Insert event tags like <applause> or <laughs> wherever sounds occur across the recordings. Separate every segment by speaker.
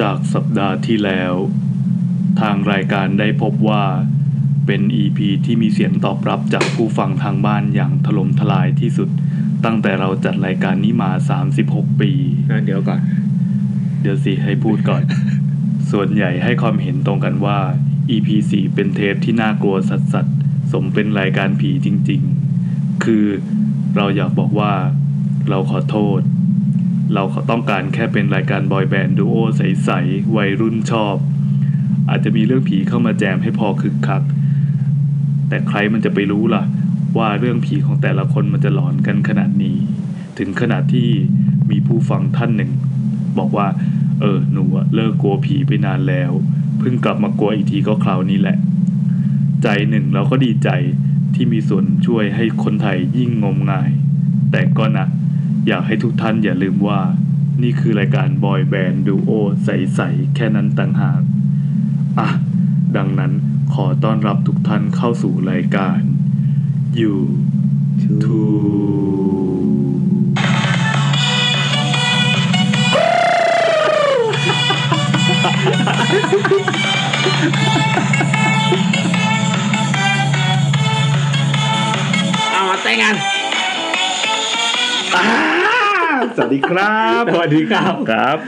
Speaker 1: จากสัปดาห์ที่แล้ว ทางรายการได้พบว่าเป็น EP ีที่มีเสียงตอบรับจากผู้ฟังทางบ้านอย่างถล่มทลายที่สุด ตั้งแต่เราจัดรายการนี้มา 36 ปี
Speaker 2: อ่ะเดี๋ยวก่อน
Speaker 1: เดี๋ยวสิให้พูดก่อน ส่วนใหญ่ให้ความเห็นตรงกันว่า EP 4เป็นเทปที่น่ากลัวสัสสัสๆสมเป็นรายการผีจริงๆ คือเราอยากบอกว่าเราขอโทษ เราขอต้องการแค่เป็นรายการบอยแบนด์ดูโอใสๆวัยรุ่นชอบ อาจจะมีเรื่องผีเข้ามาแจมให้พอคึกคัก แต่ใครมันจะไปรู้ล่ะ ว่าเรื่องผีของแต่ละคนมันจะหลอนกันขนาดนี้ ถึงขนาดที่มีผู้ฟังท่านหนึ่ง บอกว่า เออหนูอะเลิกกลัวผีไปนานแล้ว เพิ่งกลับมากลัวอีกทีก็คราวนี้แหละ ใจหนึ่งเราก็ดีใจที่มีส่วนช่วยให้คนไทยยิ่งงมงาย แต่ก็นะ อยากให้ทุกท่านอย่าลืมว่า นี่คือรายการบอยแบนด์ดูโอใสๆแค่นั้นต่างหาก อ่ะ ดังนั้นขอต้อนรับทุกท่านเข้าสู่รายการ อยู่ทู
Speaker 2: เอามาแต่งงาน <laughs> สวัสดีครับ สวัสดีครับ
Speaker 1: ครับ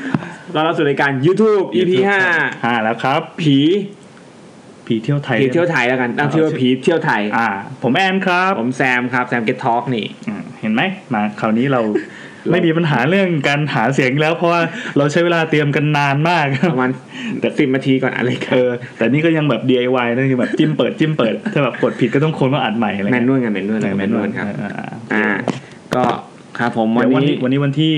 Speaker 2: เราเราสู่รายการ YouTube EP ห้า
Speaker 1: ห้าแล้วครับ
Speaker 2: ผี
Speaker 1: ผีเที่ยวไทย
Speaker 2: ผีเที่ยวไทยแล้วกันเอาเที่ยวาผีเที่ยวไทย
Speaker 1: อ่า ผมแอนครับ
Speaker 2: ผมแซมครับ แซมเก็ตทอล์กนี่
Speaker 1: อืมเห็นไหมมาคราวนี้เรา ไม่มีปัญหาเรื่องการหาเสียงแล้วเพราะว่าเราใช้เวลาเตรียมกันนาน
Speaker 2: <laughs>
Speaker 1: มาก
Speaker 2: ประมาณสิบนาทีก่อนอะไรกัน
Speaker 1: เออ แต่นี่ก็ยังแบบ DIY นะคือแบบจิ้มเปิดจิ้มเปิด ถ้าแบบกดผิดก็ต้องค้นว่าอัดใหม่อะไร
Speaker 2: แม
Speaker 1: เงี้
Speaker 2: น
Speaker 1: ย
Speaker 2: นวลกันแมนนวล
Speaker 1: เออ
Speaker 2: แมนนวลครับ
Speaker 1: เออเออ
Speaker 2: อ่า ก็ครับผม
Speaker 1: เดี๋
Speaker 2: วั
Speaker 1: ยววัน
Speaker 2: นนี้
Speaker 1: นี้วันนี้วันที่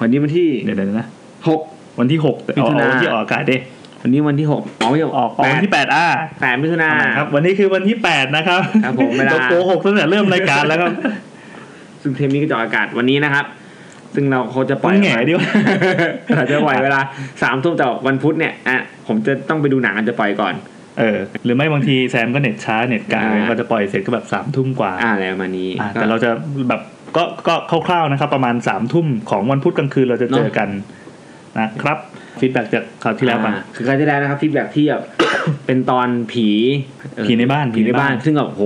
Speaker 2: วันนี้วันที่
Speaker 1: เดี๋ยวเดี๋ยวนะ
Speaker 2: หก
Speaker 1: วันที่หกแต่อ๋อ
Speaker 2: มิถุนา
Speaker 1: วันที่ออกอากาศดิ
Speaker 2: วันนี้วันที่หกอ๋อไม่ใช่
Speaker 1: ออกออก
Speaker 2: แป
Speaker 1: วั
Speaker 2: ด
Speaker 1: นที่แปดอ่า
Speaker 2: แปดมิถุนา
Speaker 1: ครับ วันนี้คือวันที่แปดนะครับ
Speaker 2: ครับผมเวลา
Speaker 1: เราโกหกตั้งแต่เริ่มรายการ
Speaker 2: <laughs>
Speaker 1: แล้วครับ
Speaker 2: ซึ่งเทปนี้ก็จะออกอากาศวันนี้นะครับ ซึ่งเราเขาจะปล่
Speaker 1: ต้
Speaker 2: อ
Speaker 1: อย งแหง่ดิวะ
Speaker 2: อาจจะปล่อยเวลาสามทุ่มแต่วันพุธเนี่ยอ่ะผมจะต้องไปดูหนังอาจจะปล่อยก่อน
Speaker 1: เออหรือไม่บางทีแซมก็เน็ตช้าเน็ตกลาง
Speaker 2: อ่า
Speaker 1: ก็จะปล่อยเสร็จก็แบบสามทุ่มกว่า
Speaker 2: อ่าอะไรประมาณนี้
Speaker 1: อ่าแต่เราจะแบบก็ก็คร่าวๆนะครับ ประมาณสามทุ่มของวันพุธกลางคืนเราจะเจอกันนะครับฟีดแบ็จากคราวที่แล้วป่ะ
Speaker 2: อ่าคือครั้งที่แล้วนะครับฟีดแบ็ที่แบบ <coughs> เป็นตอนผีเอ่อ
Speaker 1: ผีในบ้าน
Speaker 2: ผีในบ้าน
Speaker 1: ผีในบ้าน
Speaker 2: ซึ่งแบบโห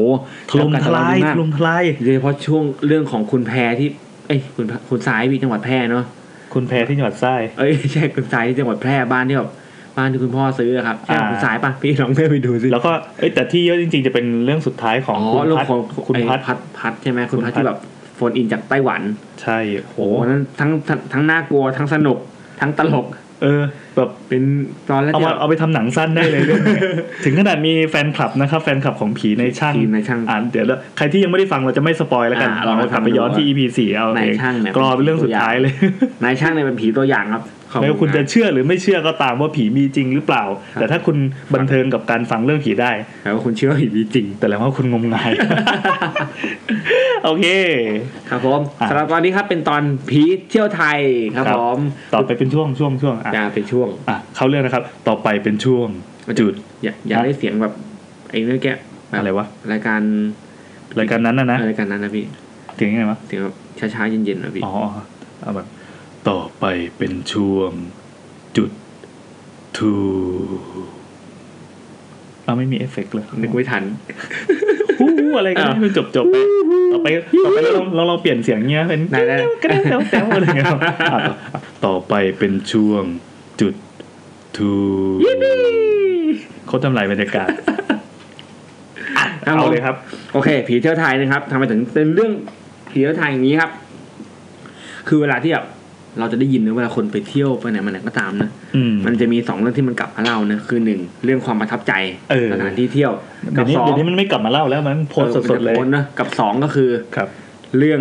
Speaker 1: ถล่มทลาย
Speaker 2: มาก
Speaker 1: ถล่มทลาย
Speaker 2: โดยเฉพาะช่วงเรื่องของคุณแพรที่ เอ้ยคุณคุณสายพี่จังหวัดแพร่เนาะ
Speaker 1: คุณแพรที่จังหวัดไส้
Speaker 2: เอ้ย <laughs> ไม่ใช่คุณสายที่จังหวัดแพร่บ้านที่แบบบ้านที่คุณพ่อซื้ออะครับใช่ของ
Speaker 1: อ่า
Speaker 2: คุณสายป่ะพี่ลองเลื่อนไปดูสิ
Speaker 1: แล้วก็เอ้ยแต่ที่เยอะจริงๆจะเป็นเรื่องสุดท้ายของ
Speaker 2: อ๋อ
Speaker 1: คุณ
Speaker 2: ลูก
Speaker 1: พัด
Speaker 2: ของ
Speaker 1: คุณ
Speaker 2: ไอ้
Speaker 1: พัด
Speaker 2: พัดพัดใช่ไหมคุณ
Speaker 1: คุณพั
Speaker 2: พั
Speaker 1: ด
Speaker 2: ดที่แบบโฟนอินจากไต้หวัน
Speaker 1: ใช่โห
Speaker 2: โอ้โหนั้นทั้งทั้งทั้งน่ากลัวทั้งสนุกทั้งตลก
Speaker 1: เออแบบ
Speaker 2: เป็นตอนแรก
Speaker 1: เอา
Speaker 2: ที่
Speaker 1: มาเอาไปทำหนังสั้นได้เลยเรื่องนี้ <laughs> ถึงขนาดมีแฟนคลับนะครับแฟนคลับของผีในช่าง
Speaker 2: ทีมในช่าง
Speaker 1: อ่านเดี๋ยวแล้วใครที่ยังไม่ได้ฟังเราจะไม่สปอยแล้วกัน
Speaker 2: อ่า
Speaker 1: เรากลับไป
Speaker 2: ลองทำดู
Speaker 1: ย้อนที่ EP 4เอาเอง
Speaker 2: นายช่างเนี่ย
Speaker 1: กรอเป็นเรื่องสุดท้ายเลย
Speaker 2: นายช่างเนี่ยเป็นผีตัวอย่างครับขอบ
Speaker 1: ไม่ว่าคุณจะ
Speaker 2: น
Speaker 1: เชื่อหรือไม่เชื่อก็ตามว่าผีมีจริงหรือเปล่า
Speaker 2: ครับ
Speaker 1: แต่ถ้าคุณบันเทิงกับการฟังเรื่องผีได้
Speaker 2: แต่ว่าคุณเชื่อว่าผีมีจริง
Speaker 1: แต่แล้วว่าคุณงมงาย <laughs> โอเค
Speaker 2: ครับผม
Speaker 1: อ่ะ
Speaker 2: สำหรับตอนนี้ครับเป็นตอนผีเที่ยวไทยครับผม
Speaker 1: ต่อไปเป็นช่วงช่วงช่วงอ่ะ
Speaker 2: อย่าเป็นช่วง
Speaker 1: อ่ะเข้าเรื่องนะครับ ต่อไปเป็นช่วงจุด
Speaker 2: อย่าอย่า
Speaker 1: ครับ
Speaker 2: ได้เสียงแบบไอ้เมื่อกี้แบบ
Speaker 1: อะไรวะ
Speaker 2: รายการ
Speaker 1: รายการนั้นนะนะ
Speaker 2: อะไรายการนั้นนะพี่
Speaker 1: เสียงยังไงวะ
Speaker 2: เสียงแบบช้าๆเย็นๆนะพี่
Speaker 1: อ๋อเอาแบบต่อไปเป็นช่วงจุดทูเอาไม่มีเอฟเฟกต์เลย
Speaker 2: นึกไม่ทัน
Speaker 1: ฮู้อะไรกัน
Speaker 2: อ่ะ
Speaker 1: ให้มันจบจบไปต่อไปต่อไปเราเราเราเปลี่ยนเสียงเงี้ยเป็น
Speaker 2: ได้ได้
Speaker 1: กระเด้งเต้าเต้าอะไรเงี้ยอ่ะต่อไปเป็นช่วงจุดทูเขาทำลายบรรยากาศอ่ะ
Speaker 2: ครับ
Speaker 1: เอา
Speaker 2: ผม
Speaker 1: เลยครับ
Speaker 2: โอเค ผีเที่ยวไทยนะครับทำไมถึงเป็นเรื่องผีเที่ยวไทยอย่างนี้ครับ คือเวลาที่แบบเราจะได้ยินนะเวลาคนไปเที่ยวไปไหนมาไหนก็ตามนะ
Speaker 1: อืม
Speaker 2: มันจะมีสองเรื่องที่มันกลับมาเล่านะคือหนึ่งเรื่องความประทับใจ
Speaker 1: เออ
Speaker 2: สถานที่เที่ยว
Speaker 1: เดี๋
Speaker 2: กั
Speaker 1: ยว
Speaker 2: บ
Speaker 1: นี้
Speaker 2: สอง
Speaker 1: เดี๋ยวนี้มันไม่กลับมาเล่าแล้วมันโพสต์สดๆเลย
Speaker 2: โพสต์นะกับสองก็คือ
Speaker 1: ครับ
Speaker 2: เรื่อง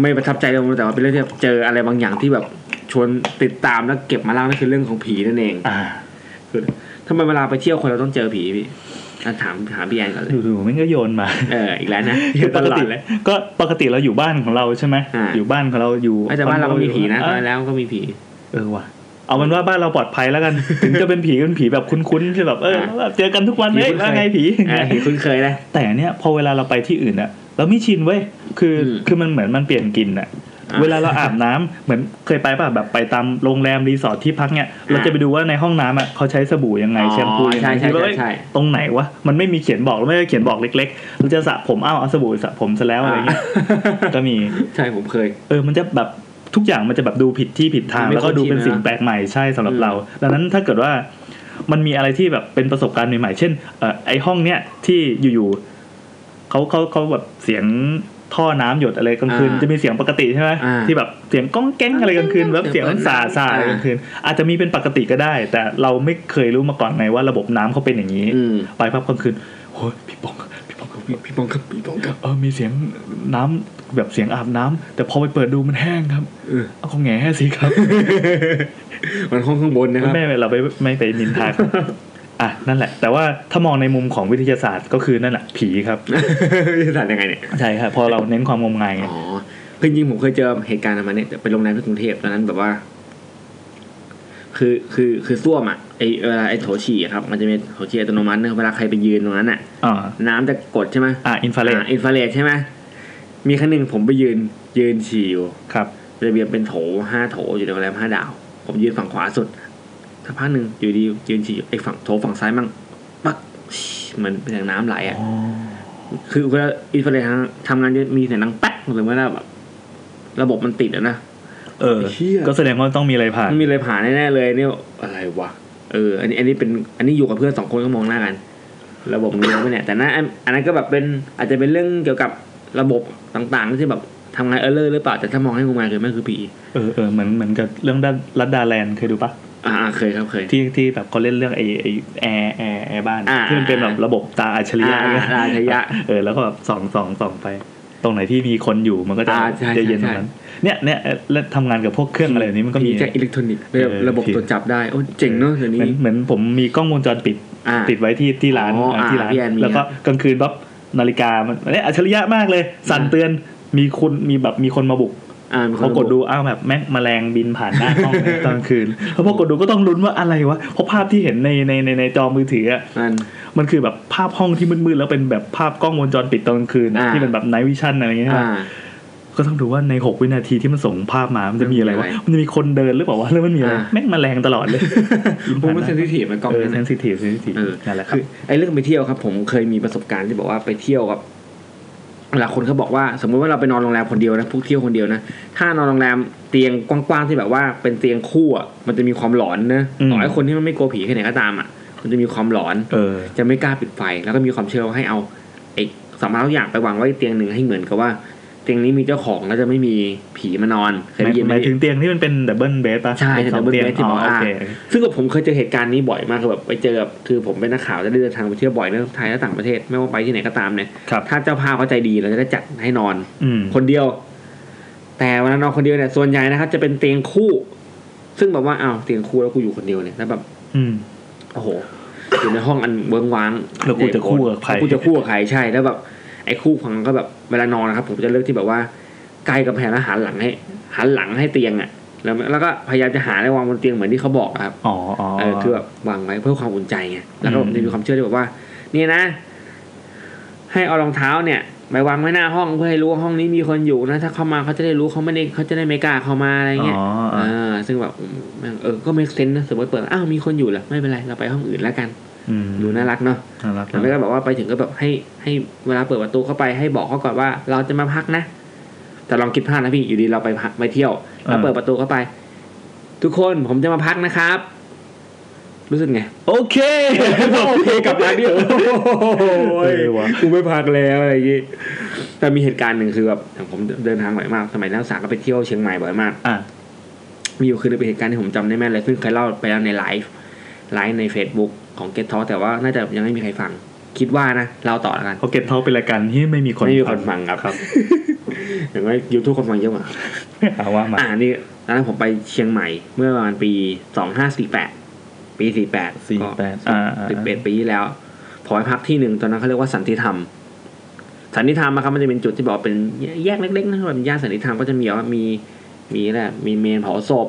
Speaker 2: ไม่ประทับใจเราแต่ว่าเป็นเรื่องที่เจออะไรบางอย่างที่แบบชวนติดตามแล้วเก็บมาเล่านั่นคือเรื่องของผีนั่นเอง
Speaker 1: อ่า
Speaker 2: คือทำไมเวลาไปเที่ยวคนเราต้องเจอผีพี่อ่ะถามถามพี่แอน
Speaker 1: <laughs>
Speaker 2: ก่อนเลย
Speaker 1: ดูๆมันก็โยนมา
Speaker 2: เอออีกแล้วนะ
Speaker 1: คือ <laughs> ป
Speaker 2: ต
Speaker 1: ก
Speaker 2: ลอ
Speaker 1: ติ
Speaker 2: ดเลย
Speaker 1: ก็ปกติเราอยู่บ้านของเราใช่ไหม
Speaker 2: อ่า
Speaker 1: อยู่บ้านของเราอยู่
Speaker 2: ไอ้แต่บ้านเราก็มีผีนะ
Speaker 1: อ่
Speaker 2: ตอนแล้วก็มีผี
Speaker 1: เออว่ะ เอามันว่าบ้านเราปลอดภัยแล้วกัน <laughs> ถึงจะเป็นผีก็เป็นผีแบบคุ้นๆที่แบบเออ
Speaker 2: อ่ะ
Speaker 1: แบบเจอกันทุกวัน
Speaker 2: ผี
Speaker 1: เฮ้ย
Speaker 2: คุ้น
Speaker 1: ว่า
Speaker 2: เคย
Speaker 1: ไงผี
Speaker 2: อ่ะผีคุ้นเคยนะ
Speaker 1: แต่เนี้ยพอเวลาเราไปที่อื่นอะเราไม่ชินเว้ย คืออ
Speaker 2: ม
Speaker 1: คือมันเหมือนมันเปลี่ยนกลิ่นอะ
Speaker 2: อ่ะ
Speaker 1: เวลาเราอาบน้ำเหมือนเคยไปป่ะแบบไปตามโรงแรมรีสอร์ทที่พักเนี่ยเราจะไปดูว่าในห้องน้ำอ่ะเขาใช้สบู่ยังไง
Speaker 2: อ๋อ
Speaker 1: แชมพูยังไง
Speaker 2: ใช่ใช่
Speaker 1: คิดว่าเอ้ย
Speaker 2: ใช่ใช่
Speaker 1: ตรงไหนวะมันไม่มีเขียนบอกแล้วไม่ได้เขียนบอกเล็กๆเราจะสระผมอ้าวเอาสบู่สระผมซะแล้วอะไรเงี้ย
Speaker 2: า
Speaker 1: ก็มี
Speaker 2: <laughs> ใช่ผมเคย
Speaker 1: เออ มันจะแบบทุกอย่างมันจะแบบดูผิดที่ผิดทาง
Speaker 2: มันไม่
Speaker 1: แล้วก็ดูเป็น
Speaker 2: คุ้นชินนะ
Speaker 1: สิ่งแปลกใหม่ใช่สำหรับ
Speaker 2: อืม
Speaker 1: เรา ดังนั้นถ้าเกิดว่ามันมีอะไรที่แบบเป็นประสบการณ์ใหม่ๆ เช่นเออไอห้องเนี้ยที่อยู่ๆเขาเขาเขาแบบเสียงท่อน้ำหยดอะไรกลางคืน
Speaker 2: อ่า
Speaker 1: จะมีเสียงปกติใช่ไหม
Speaker 2: อ่า
Speaker 1: ที่แบบเสียงก้องแก้งอะไรกลางคืนแบบ
Speaker 2: เสี
Speaker 1: เสีย
Speaker 2: ย
Speaker 1: ง
Speaker 2: งเปิด
Speaker 1: สาสาอะไร
Speaker 2: อ่า
Speaker 1: กลางคืน อาจจะมีเป็นปกติก็ได้ แต่เราไม่เคยรู้มาก่อนไงว่าระบบน้ำเขาเป็นอย่างนี้
Speaker 2: อืม
Speaker 1: ไปพับกลางคืนโอ้ยพี่ปองพี่ปอง
Speaker 2: พี่ปองครับพี่ปองครับ
Speaker 1: เออมีเสียงน้ำแบบเสียงอาบน้ำแต่พอไปเปิดดูมันแห้งครับ
Speaker 2: เออ
Speaker 1: เอาของแง่สิครับ
Speaker 2: <laughs> มันห้องข้างบนนะครับ <laughs>
Speaker 1: ไม่ไม่เราไม่ไม่ไปนินทาครับอ่ะนั่นแหละ แต่ว่าถ้ามองในมุมของวิทยาศาสตร์ก็คือนั่นแหละผี
Speaker 2: <laughs>
Speaker 1: ครับ
Speaker 2: จะสั่นยังไงเนี่ย
Speaker 1: ใช่ครับพอเราเน้นความงมงายไง
Speaker 2: อ๋อคือจริงๆผมเคยเจอเหตุการณ์ประมาณเนี้ยแต่เป็นโรงแรมที่กรุงเทพตอนนั้นแบบว่า คือคือคือส้วมอ่ะไอเวลาไอโถฉี่อะครับ มันจะมีโถฉี่อัตโนมัติเนอะเวลาใครไปยืนตรงนั้นอ่ะ
Speaker 1: อ่า
Speaker 2: น้ำจะกดใช่ไหม
Speaker 1: อ่ะอินฟาเร
Speaker 2: อินฟาเรดใช่ไหมมีครั้งหนึ่งผมไปยืน ยืนฉี่อยู่
Speaker 1: ครับ
Speaker 2: ระเบียงเป็นโถห้าโถอยู่ในโรงแรมห้าดาว ผมยืนฝั่งขวาสุดสักพักหนึ่งอยู่ดียืนฉี่อยู่ไอฝั่งโถฝั่งซ้ายมั่งปักเหมือนเป็นอย่างน้ำไหลอ่ะ
Speaker 1: อ๋อ
Speaker 2: คือเวลาอินฟลูเอนเซอร์ทำงานจะมีเสียงดังแป๊กหรือว่าแบบระบบมันติดอะนะ
Speaker 1: เออ
Speaker 2: เหี้ย
Speaker 1: ก็แสดงว่าต้องมีอะไรผ่าน
Speaker 2: มันมีอะไรผ่านแน่ๆเลยเนี่ยอะไรวะเออ อันนี้อันนี้เป็นอันนี้อยู่กับเพื่อนสองคนก็มองหน้ากัน ระบบนี้ไม่เนี่ยแต่นั้นอันอันนั้นก็แบบเป็นอาจจะเป็นเรื่องเกี่ยวกับระบบต่างๆที่แบบทำงานเออร์เลอร์หรือเปล่าแต่ถ้ามองให้งมงายคือไม่คือผี
Speaker 1: เออเออเหมือนเหมือนกับเรื่องด้านรัดดาแลนด์เคยดูปะ
Speaker 2: อ่าอ่าเคยครับเคย
Speaker 1: ที่ที่แบบเขาเล่นเรื่องไอไอแอร์แอร์แอร์บ้าน
Speaker 2: อ่า
Speaker 1: ที่มันเป็นแบบระบบตาอัจฉริยะ
Speaker 2: อ่า
Speaker 1: เนี่ย
Speaker 2: ตาอัจฉริยะ
Speaker 1: เออแล้วก็แบบส่องส่องส่องไป ตรงไหนที่มีคนอยู่มันก็จะ
Speaker 2: อ่าใช่ใช่
Speaker 1: จะเย็นตร
Speaker 2: ใช่
Speaker 1: งนั้นเนี่ยเนี่ยเอ่อแล้วทำงานกับพวกเครื่องอะไรแบบนี้มันก็มี
Speaker 2: ผีจากอิเล็กทรอนิกส์แบบ
Speaker 1: เออ
Speaker 2: ระบบ
Speaker 1: ผี
Speaker 2: ตรวจจับได้โอ้เจ๋งเนอะเดี๋ยว
Speaker 1: เหมือ
Speaker 2: นี้
Speaker 1: นเหมือนผมมีกล้องวงจรปิด
Speaker 2: อ่า
Speaker 1: ติดไว้ที่ที่ร้าน
Speaker 2: อ๋ออ่า
Speaker 1: ที่ร้าน
Speaker 2: พี่แอนมี
Speaker 1: แล้วก็กลางคืนปั๊บนาฬิกามันเนี่ยอัจฉริยะมากเลย สั่น
Speaker 2: อ่า
Speaker 1: เตือนมีคนมีแบบมีคนมาบุก
Speaker 2: อ่ามีคน
Speaker 1: พอกดดู
Speaker 2: ระบุ
Speaker 1: อ้าวแบบแม่งแมลงบินผ่านหน้ากล้อง <laughs> เลยตอนกลางคืนแล้วพอกดดูก็ต้องลุ้นว่าอะไรวะเพราะภาพที่เห็นในในในในจอมือถืออะ
Speaker 2: นั่น
Speaker 1: มันคือแบบภาพห้องที่มืดๆแล้วเป็นแบบภาพกล้องวงจรปิดตอนกลางคืน
Speaker 2: อ่า
Speaker 1: ที่เป็นแบบไนท์วิชั่นอะไรอย่างเงี้ย
Speaker 2: อ่า
Speaker 1: ก็ต้องดูว่าใน 6 วินาทีที่มันส่งภาพมา มันจะมีอะไรวะ
Speaker 2: มัน
Speaker 1: มัน
Speaker 2: มีอะไร
Speaker 1: จะมีคนเดินหรือเปล่าวะหรือมันมีอะไร
Speaker 2: อ่า
Speaker 1: แม่งแมาแรงตลอดเลย
Speaker 2: ผมว่าเซนซิทีฟมันกล้อง
Speaker 1: เออ
Speaker 2: นั้น
Speaker 1: เซ
Speaker 2: อะ
Speaker 1: นซิทีฟเซนซิทีฟ
Speaker 2: เออ
Speaker 1: นั่นแหละครั
Speaker 2: คื
Speaker 1: บ
Speaker 2: อไอ้เรื่องไปเที่ยวครับ ผมเคยมีประสบการณ์ที่บอกว่าไปเที่ยวกับเวลาคนเขาบอกว่า สมมติว่าเราไปนอนโรงแรมคนเดียวนะพวกเที่ยวคนเดียวนะถ้านอนโรงแรมเตียงกว้างๆที่แบบว่าเป็นเตียงคู่อ่ะมันจะมีความหลอนนะ
Speaker 1: อืม
Speaker 2: ต่อให้คนที่มันไม่กลัวผีแค่ไหนก็ตามอ่ะ มันจะมีความหลอน
Speaker 1: เออ
Speaker 2: จะไม่กล้าปิดไฟ แล้วก็มีความเชื่อว่าให้เอาไอ้สัมภาระทุกอย่างไปวางไว้เตียงหนึ่งให้เหมือนกับว่า เตียงนี้มีเจ้าของแล้วจะไม่มีผีมานอนเคยได้ยิ
Speaker 1: ห
Speaker 2: นไหม
Speaker 1: มายถึงเตียงที่มันเป็นดับเบิลเบสป่ะ
Speaker 2: ใช่
Speaker 1: ป็นสอง
Speaker 2: double
Speaker 1: เตียง
Speaker 2: bed ที่
Speaker 1: อ๋
Speaker 2: บ
Speaker 1: อ
Speaker 2: อก
Speaker 1: โอ
Speaker 2: อ่า
Speaker 1: เค
Speaker 2: ซึ่งกับผมเคยเจอเหตุการณ์นี้บ่อยมากคือแบบไปเจอแบบคือผมเป็นนักข่าวจะได้เดินทางไปเที่ยวบ่อยเนอะไทยและต่างประเทศไม่ว่าไปที่ไหนก็ตามเนี่ย
Speaker 1: ครับ
Speaker 2: ถ้าเจ้าภาพเขาใจดีเราจะได้จัดให้นอน
Speaker 1: อืม
Speaker 2: คนเดียว แต่เวลานอนคนเดียวเนี่ยส่วนใหญ่นะครับจะเป็นเตียงคู่ ซึ่งแบบว่าอ้าวเตียงคู่แล้วกูอยู่คนเดียวเนี่ยแล้วแบบ
Speaker 1: อืม
Speaker 2: โอ้โหอยู่ในห้องอันเวิ้งว้าง
Speaker 1: แล้วกูจะคู่กับใคร
Speaker 2: แล้วกูจะคู่กับใครใช่แล้วแบบ ไอ้คู่ของก็แบบเวลานอนนะครับ ผมจะเลือกที่แบบว่าใกล้กับแผงแล้วหันหลังให้หันหลังให้เตียงอ่ะ แล้วแล้วก็พยายามจะหาอะไรวางบนเตียงเหมือนที่เขาบอกอะครับ
Speaker 1: อ๋ออ๋อ
Speaker 2: เออคือแบบวางไว้เพื่อความอุ่นใจไงแล้วก็
Speaker 1: อืม
Speaker 2: จะมีความเชื่อที่แบบว่า เนี่ยนะ ให้เอารองเท้าเนี่ยไปวางไว้หน้าห้องเพื่อให้รู้ว่าห้องนี้มีคนอยู่นะ ถ้าเข้ามาเขาจะได้รู้เขาไม่ได้เขาจะได้ไม่กล้าเข้ามาอะไรเงี้ย
Speaker 1: อ๋ออ่ะ
Speaker 2: เออซึ่งแบบอืมแม่งเออก็ไม่เซนนะสมมติเปิดอ้าวมีคนอยู่เหรอไม่เป็นไรเราไปห้องอื่นแล้วกัน
Speaker 1: อืม
Speaker 2: ดูน่ารักเนาะ
Speaker 1: น่ารัก
Speaker 2: แล้วก็แบบว่าไปถึงก็แบบให้ให้เวลาเปิดประตูเข้าไปให้บอกเขาก่อนว่า เราจะมาพักนะแต่ลองคิดภาพนะพี่อยู่ดีเราไปพักไปเที่ยวแล้วเปิดประตูเข้าไป ทุกคนผมจะมาพักนะครับ รู้สึกไง
Speaker 1: โอเค
Speaker 2: โอเคกลับร้านเดียว
Speaker 1: เออวะ
Speaker 2: กูไม่พักแล้วอะไรอย่างงี้แต่มีเหตุการณ์หนึ่งคือแบบอย่างผมเดินทางบ่อยมาก สมัยนักศึกษาก็ไปเที่ยวเชียงใหม่บ่อยมาก
Speaker 1: อ่ะ
Speaker 2: มีอยู่คืนหนึงเป็นเหตุการณ์ที่ผมจำได้แม่นเลยซึ่งเคยเล่าไปแล้วในไลฟ์ไลฟ์ใน Facebook ของ Get Talk แต่ว่าน่าจะยังไม่มีใครฟัง คิดว่านะเล่าต่อแล้วกัน
Speaker 1: เขาเก็บเท่าเป็นรายการที่ไม่มีคน
Speaker 2: ไม่มีคนฟังครับ <laughs> อย่างไรยูทูบคนฟังเยอะกว่า
Speaker 1: อ่ะว่ามา
Speaker 2: อ่านี่ตอนนั้นผมไปเชียงใหม่ เมื่อประมาณปีสองห้าสี่แปดปีสี่แปด
Speaker 1: สี่แปดอ่าอ่า
Speaker 2: สิบเอ็ดปีที่แล้วผมไปพักที่หนึ่งตอนนั้นเขาเรียกว่าสันติธรรม สันติธรรมอะครับมันจะเป็นจุดที่บอกว่าเป็นแยกเล็กๆนะครับเป็นย่านสันติธรรมก็จะมีแบบว่ามีมีแหละมีเมนเผาศพ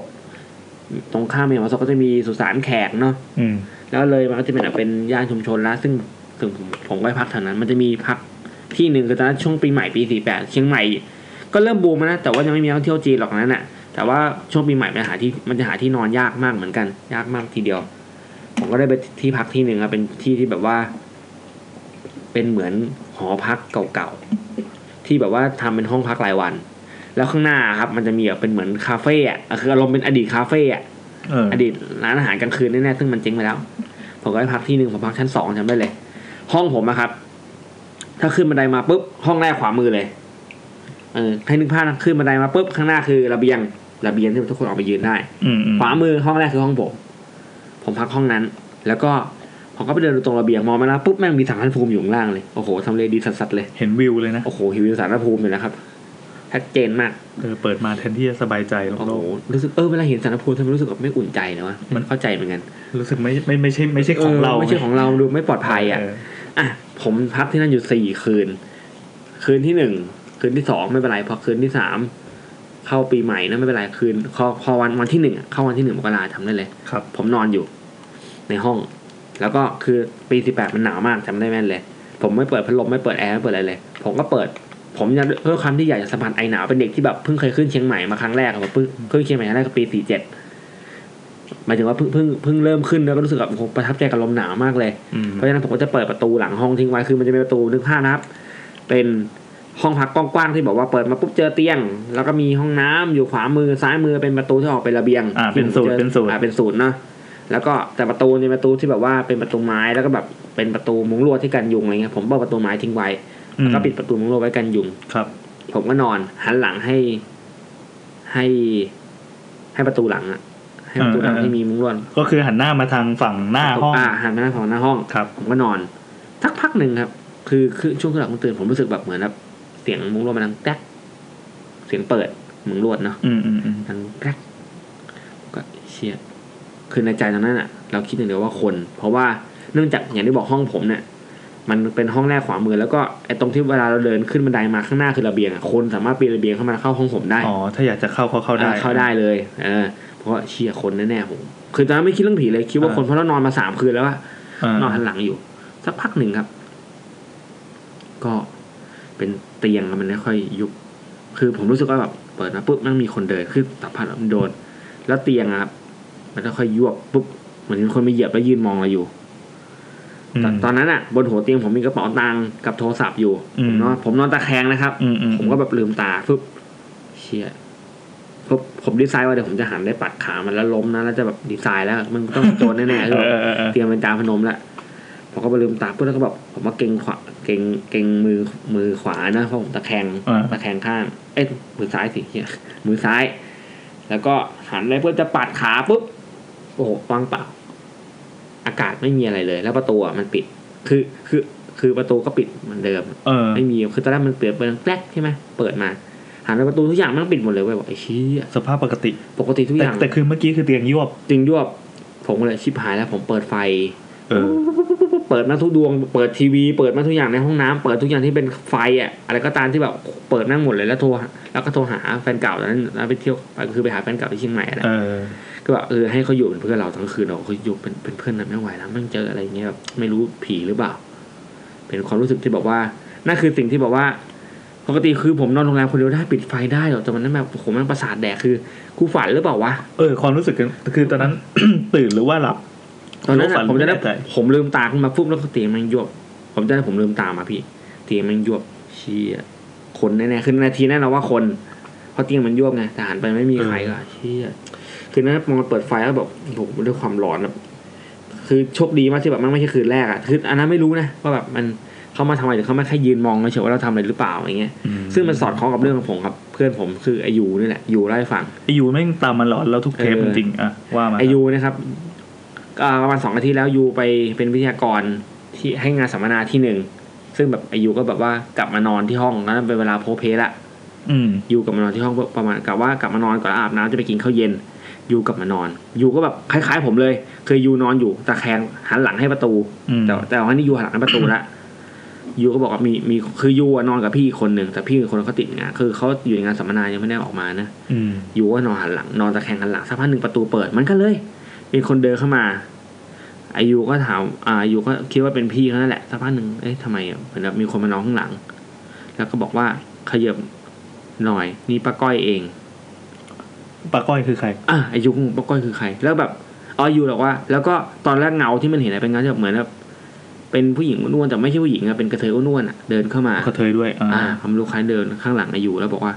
Speaker 2: ตรงข้ามเมนเผาศพก็จะมีสุสานแขกเนาะ
Speaker 1: อืม
Speaker 2: แล้วเลยมันก็จะเป็นแบบเป็นย่านชุมชนละซึ่งซึ่งผมผมก็ไปพักแถวนั้น มันจะมีพักที่หนึ่งคือตอนนั้นช่วงปีใหม่ปีสี่แปดเชียงใหม่ ก็เริ่มบูมมานะแต่ว่ายังไม่มีนักท่องเที่ยวจีนหรอกนั้นแหละแต่ว่าช่วงปีใหม่มันหาที่มันจะหาที่นอนยากมากเหมือนกัน ยากมากทีเดียว ผมก็ได้ไปที่พักที่หนึ่งครับเป็นที่ที่แบบว่า เป็นเหมือนหอพักเก่าๆที่แบบว่าทำเป็นห้องพักรายวัน แล้วข้างหน้าครับ มันจะมีแบบเป็นเหมือนคาเฟ่อะคืออารมณ์เป็นอดีตคาเฟ่อะ
Speaker 3: เออ
Speaker 2: อดีตร้านอาหารกลางคืนแน่ๆซึ่งมันเจ๊งไปแล้ว ผมก็ไปพักที่หนึ่งผมพักชั้นสองจำได้เลย ห้องผมนะครับ ถ้าขึ้นบันไดมาปุ๊บห้องแรกขวามือเลยเออให้นึกภาพนะขึ้นบันไดมาปุ๊บข้างหน้าคือระเบียงระเบียงที่ทุกคนออกไปยืนได้
Speaker 3: อืมอืม
Speaker 2: ขวามือห้องแรกคือห้องผมผมพักห้องนั้น แล้วก็ผมก็ไปเดินดูตรงระเบียงมองมาแล้วปุ๊บแม่งมีสังขารภูมิอยู่ข้างล่างเลยโอ้โหทำเลดีสัสๆเลย
Speaker 3: เห็นวิวเลยนะ
Speaker 2: โอ้โหหิวสังขารภูมิเลยนะครับชัดเจนมาก
Speaker 3: เออเปิดมาแทนที่จะสบายใจ
Speaker 2: โอ้
Speaker 3: โล่
Speaker 2: โห
Speaker 3: ง
Speaker 2: รู้สึกเออเวลาเห็นสังขารภูมิทำไมรู้สึกแบบไม่อุ่นใจนะวะ
Speaker 3: มั
Speaker 2: มัน นเข้าใจเหมือนกัน
Speaker 3: ๆรู้สึกไม่ไม่ไม่ใช่ไม่ใช่ของเรา
Speaker 2: ไม่ใช่ของเราดูไม่ปลอดภัยอ่ะ
Speaker 3: เออ
Speaker 2: อ่ะผมพักที่นั่นอยู่สี่คืน คืนที่หนึ่งคืนที่สองไม่เป็นไรพอคืนที่สามเข้าปีใหม่นะไม่เป็นไรคืนพอพอวันวันที่หนึ่งอะเข้าวันที่หนึ่งมกราทำได้เลย
Speaker 3: ครับ
Speaker 2: ผมนอนอยู่ในห้อง แล้วก็คือปีสิบแปดมันหนาวมากจำได้แม่นเลย ผมไม่เปิดพัดลมไม่เปิดแอร์ไม่เปิดอะไรเลย ผมก็เปิด ผมจะเพื่อความที่อยากจะสัมผัสไอหนาวเป็นเด็กที่แบบเพิ่งเคยขึ้นเชียงใหม่มาครั้งแรกอะแบบเพิ่งเพิ่งเชียงใหม่ครั้งแรกก็ปีสี่เจ็ดหมายถึงว่าเพิ่งเพิ่งเพิ่งเริ่มขึ้นแล้วก็รู้สึกแบบโอ้โหประทับใจกับลมหนาวมากเลย
Speaker 3: อืม
Speaker 2: เพราะฉะนั้นผมก็จะเปิดประตูหลังห้องทิ้งไว้คือมันจะเป็นประตูนึกภาพนะครับ เป็นห้องพักกว้างๆที่บอกว่าเปิดมาปุ๊บเจอเตียง แล้วก็มีห้องน้ำอยู่ขวามือซ้ายมือเป็นประตูที่ออกไประเบียง
Speaker 3: อ่าเป็นสูตรเป็นสูตร
Speaker 2: อ่าเป็นสูตรเนาะแล้วก็แต่ประตูเนี่ยประตูที่แบบว่าเป็นประตูไม้แล้วก็แบบเป็นประตูมุ้งลวดที่กันยุงอะไรเงี้ยผมเปิดประตูไม้ทิ้งไว้
Speaker 3: อืม
Speaker 2: แล้วก็ปิดประตูมุ้งลวดไว้กันยุง
Speaker 3: ครับ
Speaker 2: ผมก็นอนหันหลังให้ให้ให้ประตูหลังอะให้ประตูหลัง
Speaker 3: เออเออ
Speaker 2: ที่มีมุ้งลวด
Speaker 3: ก็คือหันหน้ามาทางฝั่งหน้าห้อง
Speaker 2: อ่าหันไปหน้าของหน้าห้อง
Speaker 3: ครับ
Speaker 2: ผมก็นอนสักพักหนึ่งครับ คือคือช่วงขณะผมตื่นผมรู้สึกแบบเหมือนแบบเสียงมุ้งลวดมันดังแกรกเสียงเปิดมุ้งลวดเนาะ
Speaker 3: อืมอืมอืม
Speaker 2: ดังแกรกก็เชียคือในใจตอนนั้นอะเราคิดอย่างเดียวว่าคน เพราะว่าเนื่องจากอย่างที่บอกห้องผมเนี่ย มันเป็นห้องแรกขวามือแล้วก็ไอ้ตรงที่เวลาเราเดินขึ้นบันไดมาข้างหน้าคือระเบียงอะคนสามารถปีนระเบียงเข้ามาเข้าห้องผมได้
Speaker 3: อ๋อถ้าอยากจะเข้าก็เข้าได้
Speaker 2: อ่เข้าได้เลยเออเพราะว่าเชียคนแน่ๆผมคือตอนนั้นไม่คิดเรื่องผีเลยคิดว่า
Speaker 3: อ่า
Speaker 2: คนเพราะเรานอนมาสามคืนแล้วอะ
Speaker 3: อ่าน
Speaker 2: อนหันหลังอยู่ สักพักหนึ่งครับ ก็เป็นเตียงอะมันไม่ค่อยยุบคือผมรู้สึกว่าแบบเปิดมาปุ๊บมันมีคนเดินคือสัมผัสมันโดน แล้วเตียงอะครับมันก็ค่อยยวบปุ๊บเหมือนมีคนมาเหยียบแล้วยืนมองเราอยู่
Speaker 3: อืม
Speaker 2: ตอนตอนนั้นอะบนหัวเตียงผมมีกระเป๋าตังค์กับโทรศัพท์อยู่
Speaker 3: อื
Speaker 2: ผม มนอนผมนอนตะแคงนะครับ
Speaker 3: อืมอืม
Speaker 2: ผมก็แบบลืมตาปุ๊บเชี่ยปุ๊บผมดีไซน์ว่าเดี๋ยวผมจะหันได้ปัดขามันแล้วล้มนะแล้วจะแบบดีไซน์แล้วมันต้องโดน
Speaker 3: <laughs>
Speaker 2: แน่ๆ
Speaker 3: เอ
Speaker 2: คือ
Speaker 3: อ
Speaker 2: แบบ
Speaker 3: เออเออ
Speaker 2: เตรียมเป็นตาพนมแล้วผมก็ไปลืมตาปุ๊บแล้วก็แบบผมมาเกรงขวาเกรงเกรงมือมือขวานะเพราะผมตะแคง
Speaker 3: อ่า
Speaker 2: ตะแคงข้าง เอ้ยมือซ้ายสิเหียมือซ้าย แล้วก็หันไปเพื่อจะปัดขาปุ๊บโอ้โหว่างเปล่า อากาศไม่มีอะไรเลย แล้วประตูอ่ะมันปิด คือคือคือประตูก็ปิดเหมือนเดิม
Speaker 3: เออ
Speaker 2: ไม่มีคือตอนแรกมันเปิดเป็นแกลกใช่ไหมเปิดมาหันไปประตูทุกอย่างมันปิดหมดเลยเว้ยบอกไอ้เชี้ย
Speaker 3: สภาพปกติ
Speaker 2: ปกติทุกอ
Speaker 3: แต่
Speaker 2: ย่าง
Speaker 3: แต่คือเมื่อกี้คือเตียงยวบ
Speaker 2: จริงด้วยผมก็เลยชิบหายแล้ว ผมเปิดไฟ
Speaker 3: เออ
Speaker 2: เปิดมาทุกดวง เปิดทีวี เปิดมาทุกอย่างในห้องน้ำเปิดทุกอย่างที่เป็นไฟอะอะไรก็ตามที่แบบเปิดนั่งหมดเลยแล้วโทรหาแล้วก็โทรหาแฟนเก่าตอนนั้นแล้วไปเที่ยวคือไปหาแฟนเก่าที่เชียงใหม่อะไร
Speaker 3: เออ
Speaker 2: ก็แบบเออให้เขาอยู่เป็นเพื่อนเราทั้งคืนเราเขาอยู่เป็นเป็นเพื่อนนะไม่ไหวแล้วมันเจออะไรอย่างเงี้ยแบบไม่รู้ผีหรือเปล่า เป็นความรู้สึกที่บอกว่านั่นคือสิ่งที่บอกว่าปกติคือผมนอนโรงแรมคนเดียวได้ปิดไฟได้หรอกแต่มันนั่นแบบโอ้โหมันประสาทแดกคือกูฝันหรือเปล่าวะ
Speaker 3: เออ ความรู้สึกคือคือตอน <coughs> นั้น ตื่นหรือว่าหลับ
Speaker 2: ตอนนั้น
Speaker 3: รู้ฝั
Speaker 2: อะ
Speaker 3: น
Speaker 2: ผมจะได้
Speaker 3: ไม่แน่ใจ
Speaker 2: ผมลืมตาขึ้นมาปุ๊บแล้วก็เตียงมันยวบผมจะได้ผมลืมตามาพี่ เตียงมันยวบเชี่ยคนแน่ๆคือนาทีแน่นอนว่าคนเพราะเตียงมันยวบไงแต่หันไปไม่มีใครก็เชี่ยคือนั้นมองเปิดไฟแล้วแบบผมด้วยความร้อนแบบคือโชคดีมากที่แบบมันไม่ใช่คืนแรกอะคืออันนั้นไม่รู้นะว่าแบบมันเขามาทำอะไรหรือเขามาแค่ยืนมองเฉยๆว่าเราทำอะไรหรือเปล่าอย่างเงี้ยซึ่งมันสอดคล้องกับเรื่องของผมครับ เพื่อนผมคือไอยูนี่แหละยูไล่าให้ฟัง
Speaker 3: ไอยูแม่งตามมันหลอนแล้วทุกเทป
Speaker 2: เอ
Speaker 3: จ
Speaker 2: อ
Speaker 3: ริงๆอ่ะว่ามา
Speaker 2: ไอยูนะครับอ่าประมาณสองอาทิตย์แล้วยูไปเป็นวิทยากรที่ให้งานสัมมนาที่หนึ่งซึ่งแบบไอยูก็แบบว่ากลับมานอนที่ห้องนั้นเป็นเวลาโพลเพลละ
Speaker 3: อืม
Speaker 2: ยูกลับมานอนที่ห้องประมาณกะว่ากลับมานอนก่อนแล้วอาบน้ำจะไปกินข้าวเย็นยูกลับมานอนยูก็แบบคล้าย ๆ ผมเลยคือยูนอนอยู่ตะแคงหันหลังให้ประตู
Speaker 3: อืม
Speaker 2: แต่แต่ว่านี่ยูหันหลังให้ประตูละยูก็บอกว่ามีมีคือยูอะนอนกับพี่อีกคนหนึ่งแต่พี่อีกคนเขาติดงานคือเขาอยู่ในงานสัมมนายังไม่ได้ออกมานะ
Speaker 3: อืม
Speaker 2: ยูก็นอนหันหลังนอนตะแคงหันหลังสักพักหนึ่งประตูเปิดมันก็เลย มีคนเดินเข้ามาอายุก็ถามอายุก็คิดว่าเป็นพี่เขานั่นแหละสักพักหนึ่งเอ๊ะทำไมเหมือนแบบมีคนมานอนข้างหลัง แล้วก็บอกว่าขยับ หน่อย นี่ป้าก้อยเอง
Speaker 1: ปาก้อยคือใคร
Speaker 2: อ่ะไอายุงป้าก้อยคือใคร แล้วแบบอ๋ออยู่หรอกว่า แล้วก็ตอนแรกเงาที่มันเห็นอะเป็นเงาที่แบบเหมือนแบบเป็นผู้หญิงอ้วนๆแต่ไม่ใช่ผู้หญิงอะเป็นกระเทยอ้วนๆอะเดินเข้ามา
Speaker 1: กระเทยด้วยอ่า
Speaker 2: อ่าทำลูกค้าเดินข้างหลังอายุแล้วบอกว่า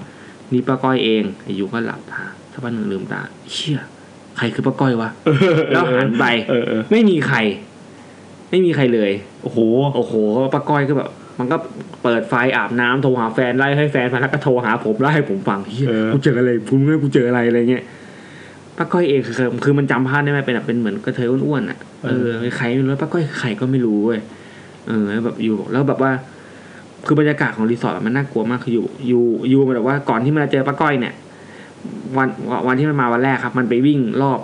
Speaker 2: นี่ป้าก้อยเองอายุก็หลับตาสักพักหนึ่งลืมตาเชี่ยใครคือป้าก้อยวะ แล้วหันไป
Speaker 1: เออเออ
Speaker 2: ไม่มีใคร ไม่มีใครเลย
Speaker 1: โอ้โห
Speaker 2: โอ้โหป้าก้อยก็แบบ มันก็เปิดไฟอาบน้ำโทรหาแฟนไล่ให้แฟนมาแล้วก็โทรหาผมไล่ให้ผมฟังเฮีย
Speaker 1: เออ
Speaker 2: กูเจออะไรกูไม่รู้กูเจออะไรอะไรเงี้ยป้าก้อยเองคือคือมันจำภาพได้ไหมเป็นแบบเป็นเหมือนกระเทยอ้วนๆอ่ะเออใครไม่รู้ป้าก้อยคือใครก็ไม่รู้เว้ยเออแล้วแบบอยู่บอกแล้วแบบว่า คือบรรยากาศของรีสอร์ทมันน่ากลัวมากคืออยู่อยู่อยู่มันแบบว่าก่อนที่มันจะเจอป้าก้อยเนี่ย วันวันที่มันมาวันแรกครับ มันไปวิ่งรอบ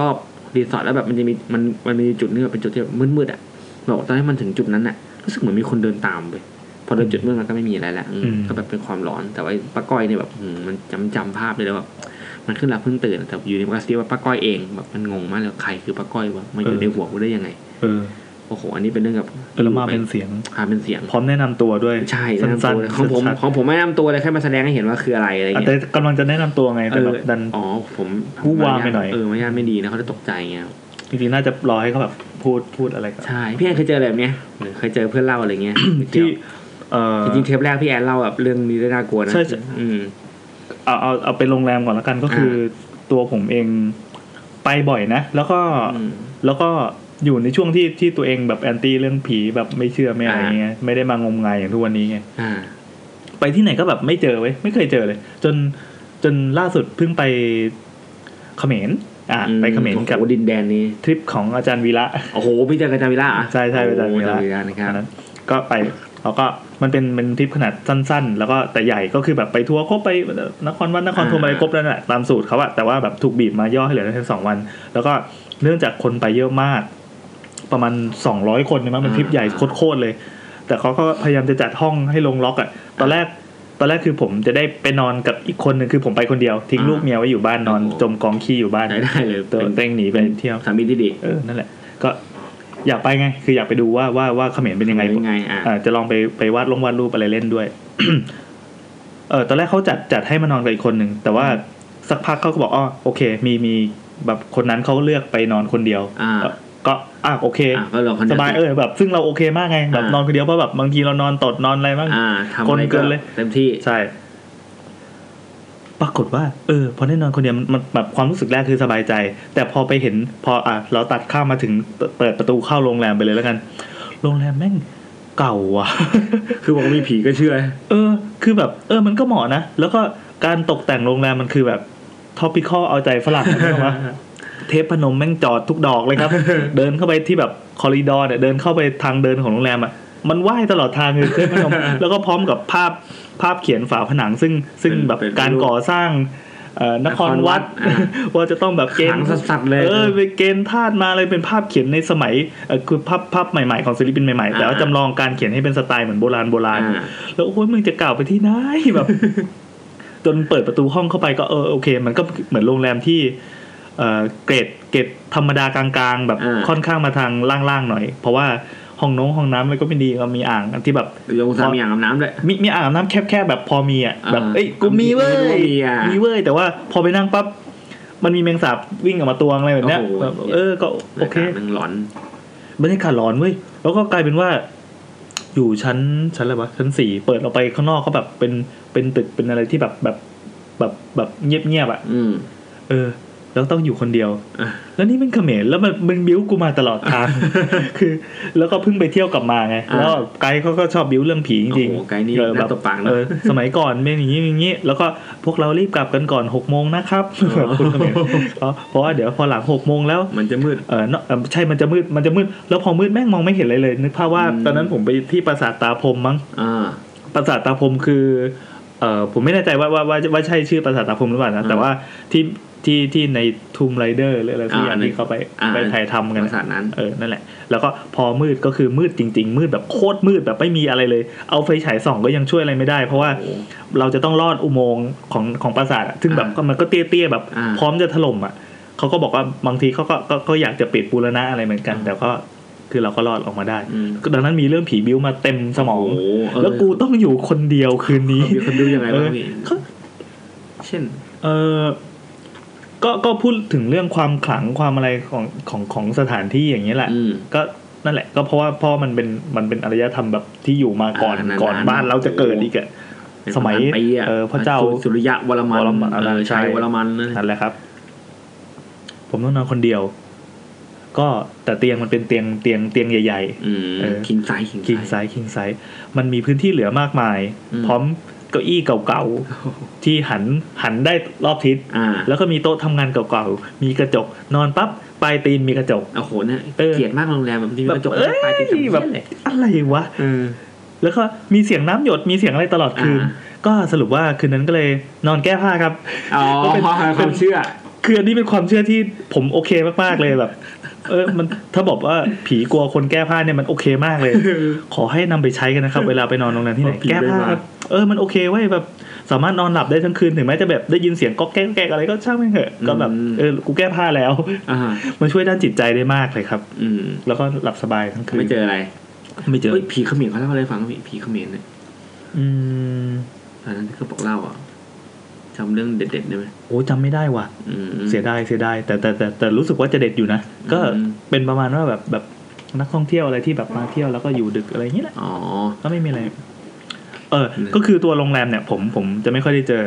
Speaker 2: รอบรีสอร์ทแล้วแบบมันจะมีมันมันมีจุดนึงแบบเป็นจุดที่แบบมืดๆอ่ะ บอกตอนที่มันถึงจุดนั้นน่ะรู้สึกเหมือนมีคนเดินตามไปพอเดินจุดเมื่อมันก็ไม่มีอะไรละอืม
Speaker 1: อืม
Speaker 2: ก็แบบเป็นความร้อน แต่ว่าป้าก้อยเนี่ยแบบอืมมันจำจำภาพเลยแล้วแบบมันขึ้นหลับเพิ่งตื่นแต่อยู่ในมันก็ซีว่าป้าก้อยเองแบบมันงงมากเลยใครคือป้าก้อยวะมาอยู่ในหัวกูได้ยังไง
Speaker 1: เออ
Speaker 2: โอ้โหอันนี้เป็นเรื่องกับ
Speaker 1: เออแล้วมาเป็นเสียง
Speaker 2: อ่าเป็นเสียง
Speaker 1: พร้อมแนะนำตัวด้วย
Speaker 2: ใช่แนะนำ
Speaker 1: สั้น
Speaker 2: ตัว
Speaker 1: ๆ
Speaker 2: ของผม
Speaker 1: ชัด
Speaker 2: ของผมไม่แนะนำตัวเลยแค่มาแสดงให้เห็นว่าคืออะไรอะไร
Speaker 1: ๆอ่ะ
Speaker 2: เงี้
Speaker 1: แต่
Speaker 2: ย
Speaker 1: กำลังจะแนะนำตัวไงแต่แบบดัน
Speaker 2: อ๋อผม
Speaker 1: วู่วามไปหน่อย
Speaker 2: เออไม่ยากไม่ดีนะเขาจะตกใจไงครับ
Speaker 1: จริงๆน่าจะรอให้เขาแบบพูดพูดอะไรกัน
Speaker 2: ใช่พี่แอนเคยเจออะไรแบบเนี้ยหรือเคยเจอเพื่อนเล่าอะไร
Speaker 1: <coughs>
Speaker 2: เงี้ย
Speaker 1: ที่เออ
Speaker 2: จริงๆเทปแรกพี่แอนเล่าแบบเรื่องนี้ได้น่ากลัวนะ
Speaker 1: ใช่ใช่
Speaker 2: อืม
Speaker 1: เอาเอาเอาไปโรงแรมก่อนละกันก็คืออตัวผมเองไปบ่อยนะ แล้วก็
Speaker 2: อืม
Speaker 1: แล้วก็อยู่ในช่วงที่ที่ตัวเองแบบแอนตี้เรื่องผีแบบไม่เชื่อไม่อะไร
Speaker 2: อ่า
Speaker 1: เงี้ยไม่ได้มางมงายอย่างทุกวันนี้ไง
Speaker 2: อ่า
Speaker 1: ไปที่ไหนก็แบบไม่เจอเว้ยไม่เคยเจอเลย จนจนล่าสุดเพิ่งไปเขมรอ่ะ
Speaker 2: อื
Speaker 1: ไปเขมรกับ
Speaker 2: โอ้โหดินแดนนี้
Speaker 1: ทริปของอาจารย์วีระ
Speaker 2: โอ้โหพี่เจอกาจาวิล่า
Speaker 1: ใช่ใช่ไป
Speaker 2: กา
Speaker 1: จาน
Speaker 2: จา
Speaker 1: เวลา
Speaker 2: วิล่านะครับ
Speaker 1: อันนั้นก็ไปแล้วก็มันเป็นเป็นทริปขนาดสั้น ๆ แล้วก็แต่ใหญ่ก็คือแบบไปทัวร์ครบไปนครวัดนครพนม
Speaker 2: อ่า
Speaker 1: อะไรครบแล้วนั่นแหละตามสูตรเขาอะแต่ว่าแบบถูกบีบมาย่อให้เหลือแค่สองวัน แล้วก็เนื่องจากคนไปเยอะมาก ประมาณสองร้อยคนเนี่ยมั้งเป็นทริปใหญ่โคตรๆเลย แต่เขาก็พยายามจะจัดห้องให้ลงล็อกอะตอนแรกตอนแรกคือผมจะได้ไปนอนกับอีกคนหนึ่งคือผมไปคนเดียวทิ้งลูกเมียไว้อยู่บ้านนอน จมกองขี้อยู่บ้าน
Speaker 2: ได้ได้เลย
Speaker 1: ตัว
Speaker 2: เป็น
Speaker 1: เต้งหนีไปเที่ยว
Speaker 2: สามีที่ดี
Speaker 1: เออ นั่นแหละ ก็อยากไปไง คืออยากไปดูว่าว่าว่าเขมรเป็นยังไง
Speaker 2: เป็นไงอ่ะ
Speaker 1: อ่าจะลองไปไปวาดลงวาดรูปอะไรเล่นด้วย <coughs> เออตอนแรกเขาจัดจัดให้มานอนกับอีกคนหนึ่ง แต่ว่าสักพักเขาก็บอกอ๋อโอเค มีมีแบบคนนั้นเขาเลือกไปนอนคนเดียว
Speaker 2: อ่า
Speaker 1: เออก็อ่ะโอเค
Speaker 2: อ่ะก็ลองคอน
Speaker 1: ส
Speaker 2: เสิร์ต
Speaker 1: บายเออแบบ ซึ่งเราโอเคมากไงแบบ
Speaker 2: อ่าน
Speaker 1: นอนคนเดียวเพราะแบบบางทีเรานอนตดนอนอะไรบ้าง
Speaker 2: อ่าทำอะไร
Speaker 1: คนเกินเลย
Speaker 2: เต็มที่
Speaker 1: ใช่ ปรากฏว่า เออ พอได้นอนคนเดียวมันมันแบบความรู้สึกแรกคือสบายใจ แต่พอไปเห็น พออ่ะเราตัดข้ามมาถึงเปิดเปิดประตูเข้าโรงแรมไปเลยแล้วกัน โรงแรมแม่งเก่าอ่ะ <laughs>
Speaker 2: คือบอกว่ามีผีก็เชื่อ
Speaker 1: เออ คือแบบ เออ มันก็เหมาะนะ แล้วก็การตกแต่งโรงแรมมันคือแบบท็อปิคอเอาใจฝรั่งนะ <laughs> ใช่ไหม เทพพนมแม่งจอดทุกดอก
Speaker 2: <laughs>
Speaker 1: เลยครับ เดินเข้าไปที่แบบคอริดอร์เนี่ยเดินเข้าไปทางเดินของโรงแรมอ่ะมันไหว้ตลอดทางเลยเทพพน
Speaker 2: <laughs>
Speaker 1: ม แล้วก็พร้อมกับภาพภาพเขียนฝาผนัง ซึ่งซึ่ง
Speaker 2: เป็น
Speaker 1: แบบ
Speaker 2: เป็น
Speaker 1: การ
Speaker 2: รูป
Speaker 1: ก่อสร้างเอ่อนคร
Speaker 2: นครวั
Speaker 1: วัด
Speaker 2: ดอ่า
Speaker 1: <laughs> ว่าจะต้องแบบเกณ
Speaker 2: ขัง
Speaker 1: ฑ์
Speaker 2: สัตว์เลย
Speaker 1: เออไปเกณฑ์ทาสมาเลยเป็นภาพเขียนในสมัยเอ่อคือภาพภาพใหม่ๆของศิลปินใหม่ๆแต่ว่า
Speaker 2: อ่า
Speaker 1: จำลองการเขียนให้เป็นสไตล์เหมือนโบราณโบราณ
Speaker 2: อ่า
Speaker 1: แล้วโอ้ยมึงจะกล่าวไปที่ไหนแบบ
Speaker 2: <laughs>
Speaker 1: จนเปิดประตูห้องเข้าไปก็เออโอเค มันก็เหมือนโรงแรมที่ เอ่อเกรดเกรดธรรมดากลางๆ แบบ
Speaker 2: อ่า
Speaker 1: ค่อนข้างมาทางล่างๆหน่อย เพราะว่าห้องน้องห้องน้ำอะไรก็ไม่ดีก็มีอ่างที่แบบ
Speaker 2: ลงสามอย่างอาบน้ำเลย
Speaker 1: มีมีอ่างอาบน้ำแคบๆแบบพอมีอ่ะ
Speaker 2: อ่า
Speaker 1: แบบเอ้ยกูมีเว้
Speaker 2: ไม่รู้
Speaker 1: ย
Speaker 2: ว่ามีอ่ะ
Speaker 1: เว้ยแต่ว่าพอไปนั่งปั๊บมันมีแมงสาบวิ่งออกมาตวงอะไรแบบเนี้ย
Speaker 2: โอ้โห
Speaker 1: แบบเออก็โอเค
Speaker 2: หนังหลอน
Speaker 1: บรรยากาศร้อนเว้ย แล้วก็กลายเป็นว่า อยู่ชั้นชั้นอะไรวะชั้นสี่เปิดออกไปข้างนอกก็แบบเป็นเป็นตึกเป็นอะไรที่แบบแบบแบบแบบเงียบเงียบๆอะ
Speaker 2: อืม
Speaker 1: เออ แล้วต้องอยู่คนเดียว
Speaker 2: อ่ะ
Speaker 1: แล้วนี่เป็นเขมรแล้วมันมึงบิ้วกูมาตลอดทาง <laughs> คือ แล้วก็เพิ่งไปเที่ยวกลับมาไง แล้วไกด์เขาก็ชอบบิ้วเรื่องผีจ
Speaker 2: โอ้
Speaker 1: ริง
Speaker 2: โหไกด์นี่
Speaker 1: เออแบ
Speaker 2: น่า
Speaker 1: บ
Speaker 2: ตบปากเล
Speaker 1: เอย อสมัยก่อนเป็นอย่างนี้อย่างนี้ แล้วก็พวกเรารีบกลับกันก่อนหกโมงนะครับ
Speaker 2: อ๋อ
Speaker 1: <laughs> คุณเขมรอ๋อเพราะว่าเดี๋ยวพอหลังหกโมงแล้ว
Speaker 2: มันจะมืด
Speaker 1: เออเนอะเอ่อใช่มันจะมืด มันจะมืด แล้วพอมืดแม่งมองไม่เห็นอะไรเลย นึกภาพว่า
Speaker 2: อืม
Speaker 1: ตอนนั้นผมไปที่ปราสาทตาพรหมมั้ง
Speaker 2: อ่า
Speaker 1: ปราสาทตาพรหมคือ เออผมไม่แน่ใจว่าว่าว่าว่าใช่ชื่อปราสาทตาพรหมหรือเปล่านะ
Speaker 2: อ่า
Speaker 1: แต่ว่าที่ที่ที่ในทูมไรเดอร์หรืออะไรสักอย่าง
Speaker 2: อ่า
Speaker 1: ที่เขาไป
Speaker 2: อ่า
Speaker 1: ไปถ่ายทำกัน
Speaker 2: ประสาทนั้น
Speaker 1: เออ นั่นแหละ แล้วก็พอมืดก็คือมืดจริง ๆ มืดแบบโคตรมืดแบบไม่มีอะไรเลย เอาไฟฉายส่องก็ยังช่วยอะไรไม่ได้ เพราะว่า เราจะต้องลอดอุโมงค์ของของปราสาทอะซึ่งแบบ
Speaker 2: อ่ามั
Speaker 1: มันก็เตี้ยๆแบบ
Speaker 2: อ่า
Speaker 1: พร้อมจะถล่มอ่ะเขาก็บอกว่าบางทีเขาก็ก็ก็อยากจะปิดบูรณะอะไรเหมือนกัน
Speaker 2: อ่า
Speaker 1: แต่ก็คือเราก็รอดออกมาได้
Speaker 2: อืม
Speaker 1: ดังนั้นมีเรื่องผีบิ้วมาเต็มสมอง
Speaker 2: โโหเ
Speaker 1: แล้วกูต้องอยู่คนเดียวคืนนี้
Speaker 2: มีคนดูยังไง
Speaker 1: เอ
Speaker 2: บ้าง
Speaker 1: อ
Speaker 2: พี่
Speaker 1: เขา
Speaker 2: เช่น
Speaker 1: เออก็ก็พูดถึงเรื่องความขลังความอะไรของของของสถานที่อย่างนี้ยแหละ
Speaker 2: อืม
Speaker 1: ก็นั่นแหละ ก็เพราะว่าพ่อมันเป็นมันเป็นอารยธรรมแบบที่อยู่มาก่อน
Speaker 2: อ่านานๆ
Speaker 1: ก่อนบ้านเราจะเกิดอีกอะ
Speaker 2: เป็น
Speaker 1: สมัย
Speaker 2: พันปีอะ
Speaker 1: เออพระเจ้า
Speaker 2: สุริยะวรมัน
Speaker 1: วรมัน
Speaker 2: เออ
Speaker 1: ใช่
Speaker 2: ชายวรมันนั่นแหละ
Speaker 1: นั่นแหละครับ ผมต้องนอนคนเดียว ก็แต่เตียงมันเป็นเตียงเตียงเตียงใหญ่
Speaker 2: อืม
Speaker 1: เออ
Speaker 2: คิงไซส์
Speaker 1: ๆ
Speaker 2: คิ
Speaker 1: คิ
Speaker 2: ง
Speaker 1: ง
Speaker 2: ไซ
Speaker 1: ไซ
Speaker 2: ส์
Speaker 1: ส์คิงไซส์มันมีพื้นที่เหลือมากมาย
Speaker 2: อืม
Speaker 1: พร้อมเก้าอี้เก่าๆ ที่หันหันได้รอบทิศ
Speaker 2: อ่า
Speaker 1: แล้วก็มีโต๊ะทำงานเก่าๆ มีกระจก นอนปั๊บปลายตีนมีกระจก
Speaker 2: โอ้โหเนี่ย
Speaker 1: เออ
Speaker 2: เกลียดมากโรงแรมแบบที่มี
Speaker 1: แบ
Speaker 2: ก
Speaker 1: บ
Speaker 2: ระจก
Speaker 1: เอ้ย
Speaker 2: ปลายติดกับ
Speaker 1: แบ
Speaker 2: เพื่
Speaker 1: บ
Speaker 2: อนเลย
Speaker 1: อะไรวะ
Speaker 2: เออ
Speaker 1: แล้วก็มีเสียงน้ำหยดมีเสียงอะไรตลอดคืน
Speaker 2: อ่า
Speaker 1: ก็สรุปว่าคืนนั้นก็เลยนอนแก้ผ้าครับ
Speaker 2: อ๋อ
Speaker 1: เป็น
Speaker 2: ความเชื่อ
Speaker 1: คืออันนี้เป็นความเชื่อที่ผมโอเคมากๆเลยแบบ เออมันถ้าบอกว่าผีกลัวคนแก้ผ้าเนี่ยมันโอเคมากเลย ขอให้นำไปใช้กันนะครับ เวลาไปนอนโรงแรมที่ไหน
Speaker 2: เอาผี
Speaker 1: แก้ผ้า
Speaker 2: ด้วยมา
Speaker 1: ครับเออมันโอเคเว้ยแบบ สามารถนอนหลับได้ทั้งคืนถึงแม้จะแบบได้ยินเสียงก๊อกแก๊กแก๊กอะไรก็ช่างมันเถอะก็แบบเออกูแก้ผ้าแล้ว
Speaker 2: อ่า
Speaker 1: มันช่วยด้านจิตใจได้มากเลยครับ
Speaker 2: อืม
Speaker 1: แล้วก็หลับสบายทั้งคืน
Speaker 2: ไม่เจออะไร
Speaker 1: ไม่เจอ
Speaker 2: เฮ้ยผีเขมรเขาเล่าอะไรให้ฟังพี่ผีเขมรเนี่ย
Speaker 1: อืม
Speaker 2: ตอนนั้นที่เขาบอกเล่าอ่ะจำเรื่องเด็ดๆได้ไหม
Speaker 1: โอ้จำไม่ได้ว่ะ
Speaker 2: อืม
Speaker 1: เสียดายเสียดายแต่แต่แต่แต่รู้สึกว่าจะเด็ดอยู่นะก็
Speaker 2: อืม
Speaker 1: เป็นประมาณว่าแบบแบบนักท่องเที่ยวอะไรที่แบบมาเที่ยวแล้วก็อยู่ดึกอะไรอย่างนี้แหละ
Speaker 2: อ๋อ
Speaker 1: ก็ไม่มีอะไร เออ
Speaker 2: อืม
Speaker 1: ก็คือตัวโรงแรมเนี่ย ผมผมจะไม่ค่อยได้เจอ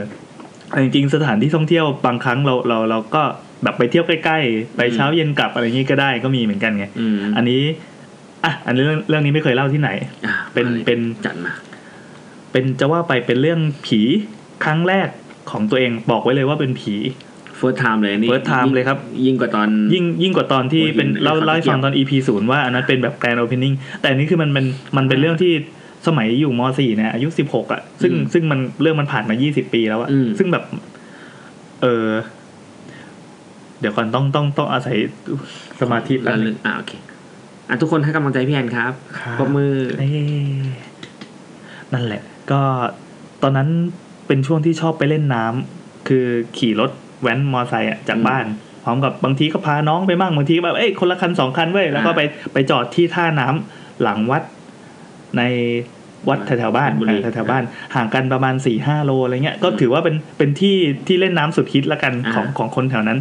Speaker 1: แต่จริงๆสถานที่ท่องเที่ยวบางครั้งเราเราเราก็แบบไปเที่ยวใกล้ ๆ ไปเช้าเย็นกลับอะไรอย่างนี้ก็ได้ก็มีเหมือนกันไง
Speaker 2: อืม
Speaker 1: อันนี้อ่ะอันนี้เรื่องเรื่องนี้ไม่เคยเล่าที่ไหน
Speaker 2: อ่ะ
Speaker 1: เป็น
Speaker 2: อะไร
Speaker 1: เป็น
Speaker 2: จัดมา
Speaker 1: เป็นจะว่าไปเป็นเรื่องผีครั้งแรกของตัวเองบอกไว้เลยว่าเป็นผี
Speaker 2: เฟิร์สไทม์เลยนี่
Speaker 1: First time
Speaker 2: ง
Speaker 1: เลยครับ
Speaker 2: ยิ่งกว่าตอน
Speaker 1: ยิ่งยิ่งกว่าตอนที่
Speaker 2: โอ้ย
Speaker 1: เป็น
Speaker 2: ยิ่ง
Speaker 1: เล่า
Speaker 2: เลยครับ
Speaker 1: เล่าให้ฟังตอน EP ศูนย์ว่าอันนั้นเป็นแบบแ r ลนโอเพนนิ่งแต่อันนี้คือมันเป็นมันเป็นเรื่องที่สมัยอยู่มสี่เนี่ยอายุสิบหกอ่ะ ซึ่ง
Speaker 2: อืม
Speaker 1: ซึ่งมันเรื่องมันผ่านมายี่สิบปีแล้วอ่ะ
Speaker 2: อืม
Speaker 1: ซึ่งแบบ เออ เดี๋ยวก่อนต้องต้องต้องอาศัยสมาธิแป๊
Speaker 2: ระ
Speaker 1: บนึ
Speaker 2: ลึ
Speaker 1: ง
Speaker 2: กอ่ะโอเคอ่ะทุกคนให้กำลังใจพี่แอนครับ
Speaker 1: ครับ
Speaker 2: ปรบมือ
Speaker 1: เอ้ยนั่นแหละ ก็ตอนนั้นเป็นช่วงที่ชอบไปเล่นน้ำคือขี่รถแว้นมอไซค์อะจาก
Speaker 2: อืม
Speaker 1: บ้าน พร้อมกับบางทีก็พาน้องไปบ้างบางทีก็แบบเอ้ยคนละคันสองคันเว้ยแล้วก็
Speaker 2: อ่า
Speaker 1: ไปไปจอดที่ท่าน้ำหลังวัดในวัดแถวๆบ้าน
Speaker 2: บุรี
Speaker 1: แถวๆบ้าน ห่างกันประมาณสี่ห้าโลอะไรเงี้ยก็ถือว่าเป็นเป็นที่ที่เล่นน้ำสุดฮิตละกันของของคนแถวนั้น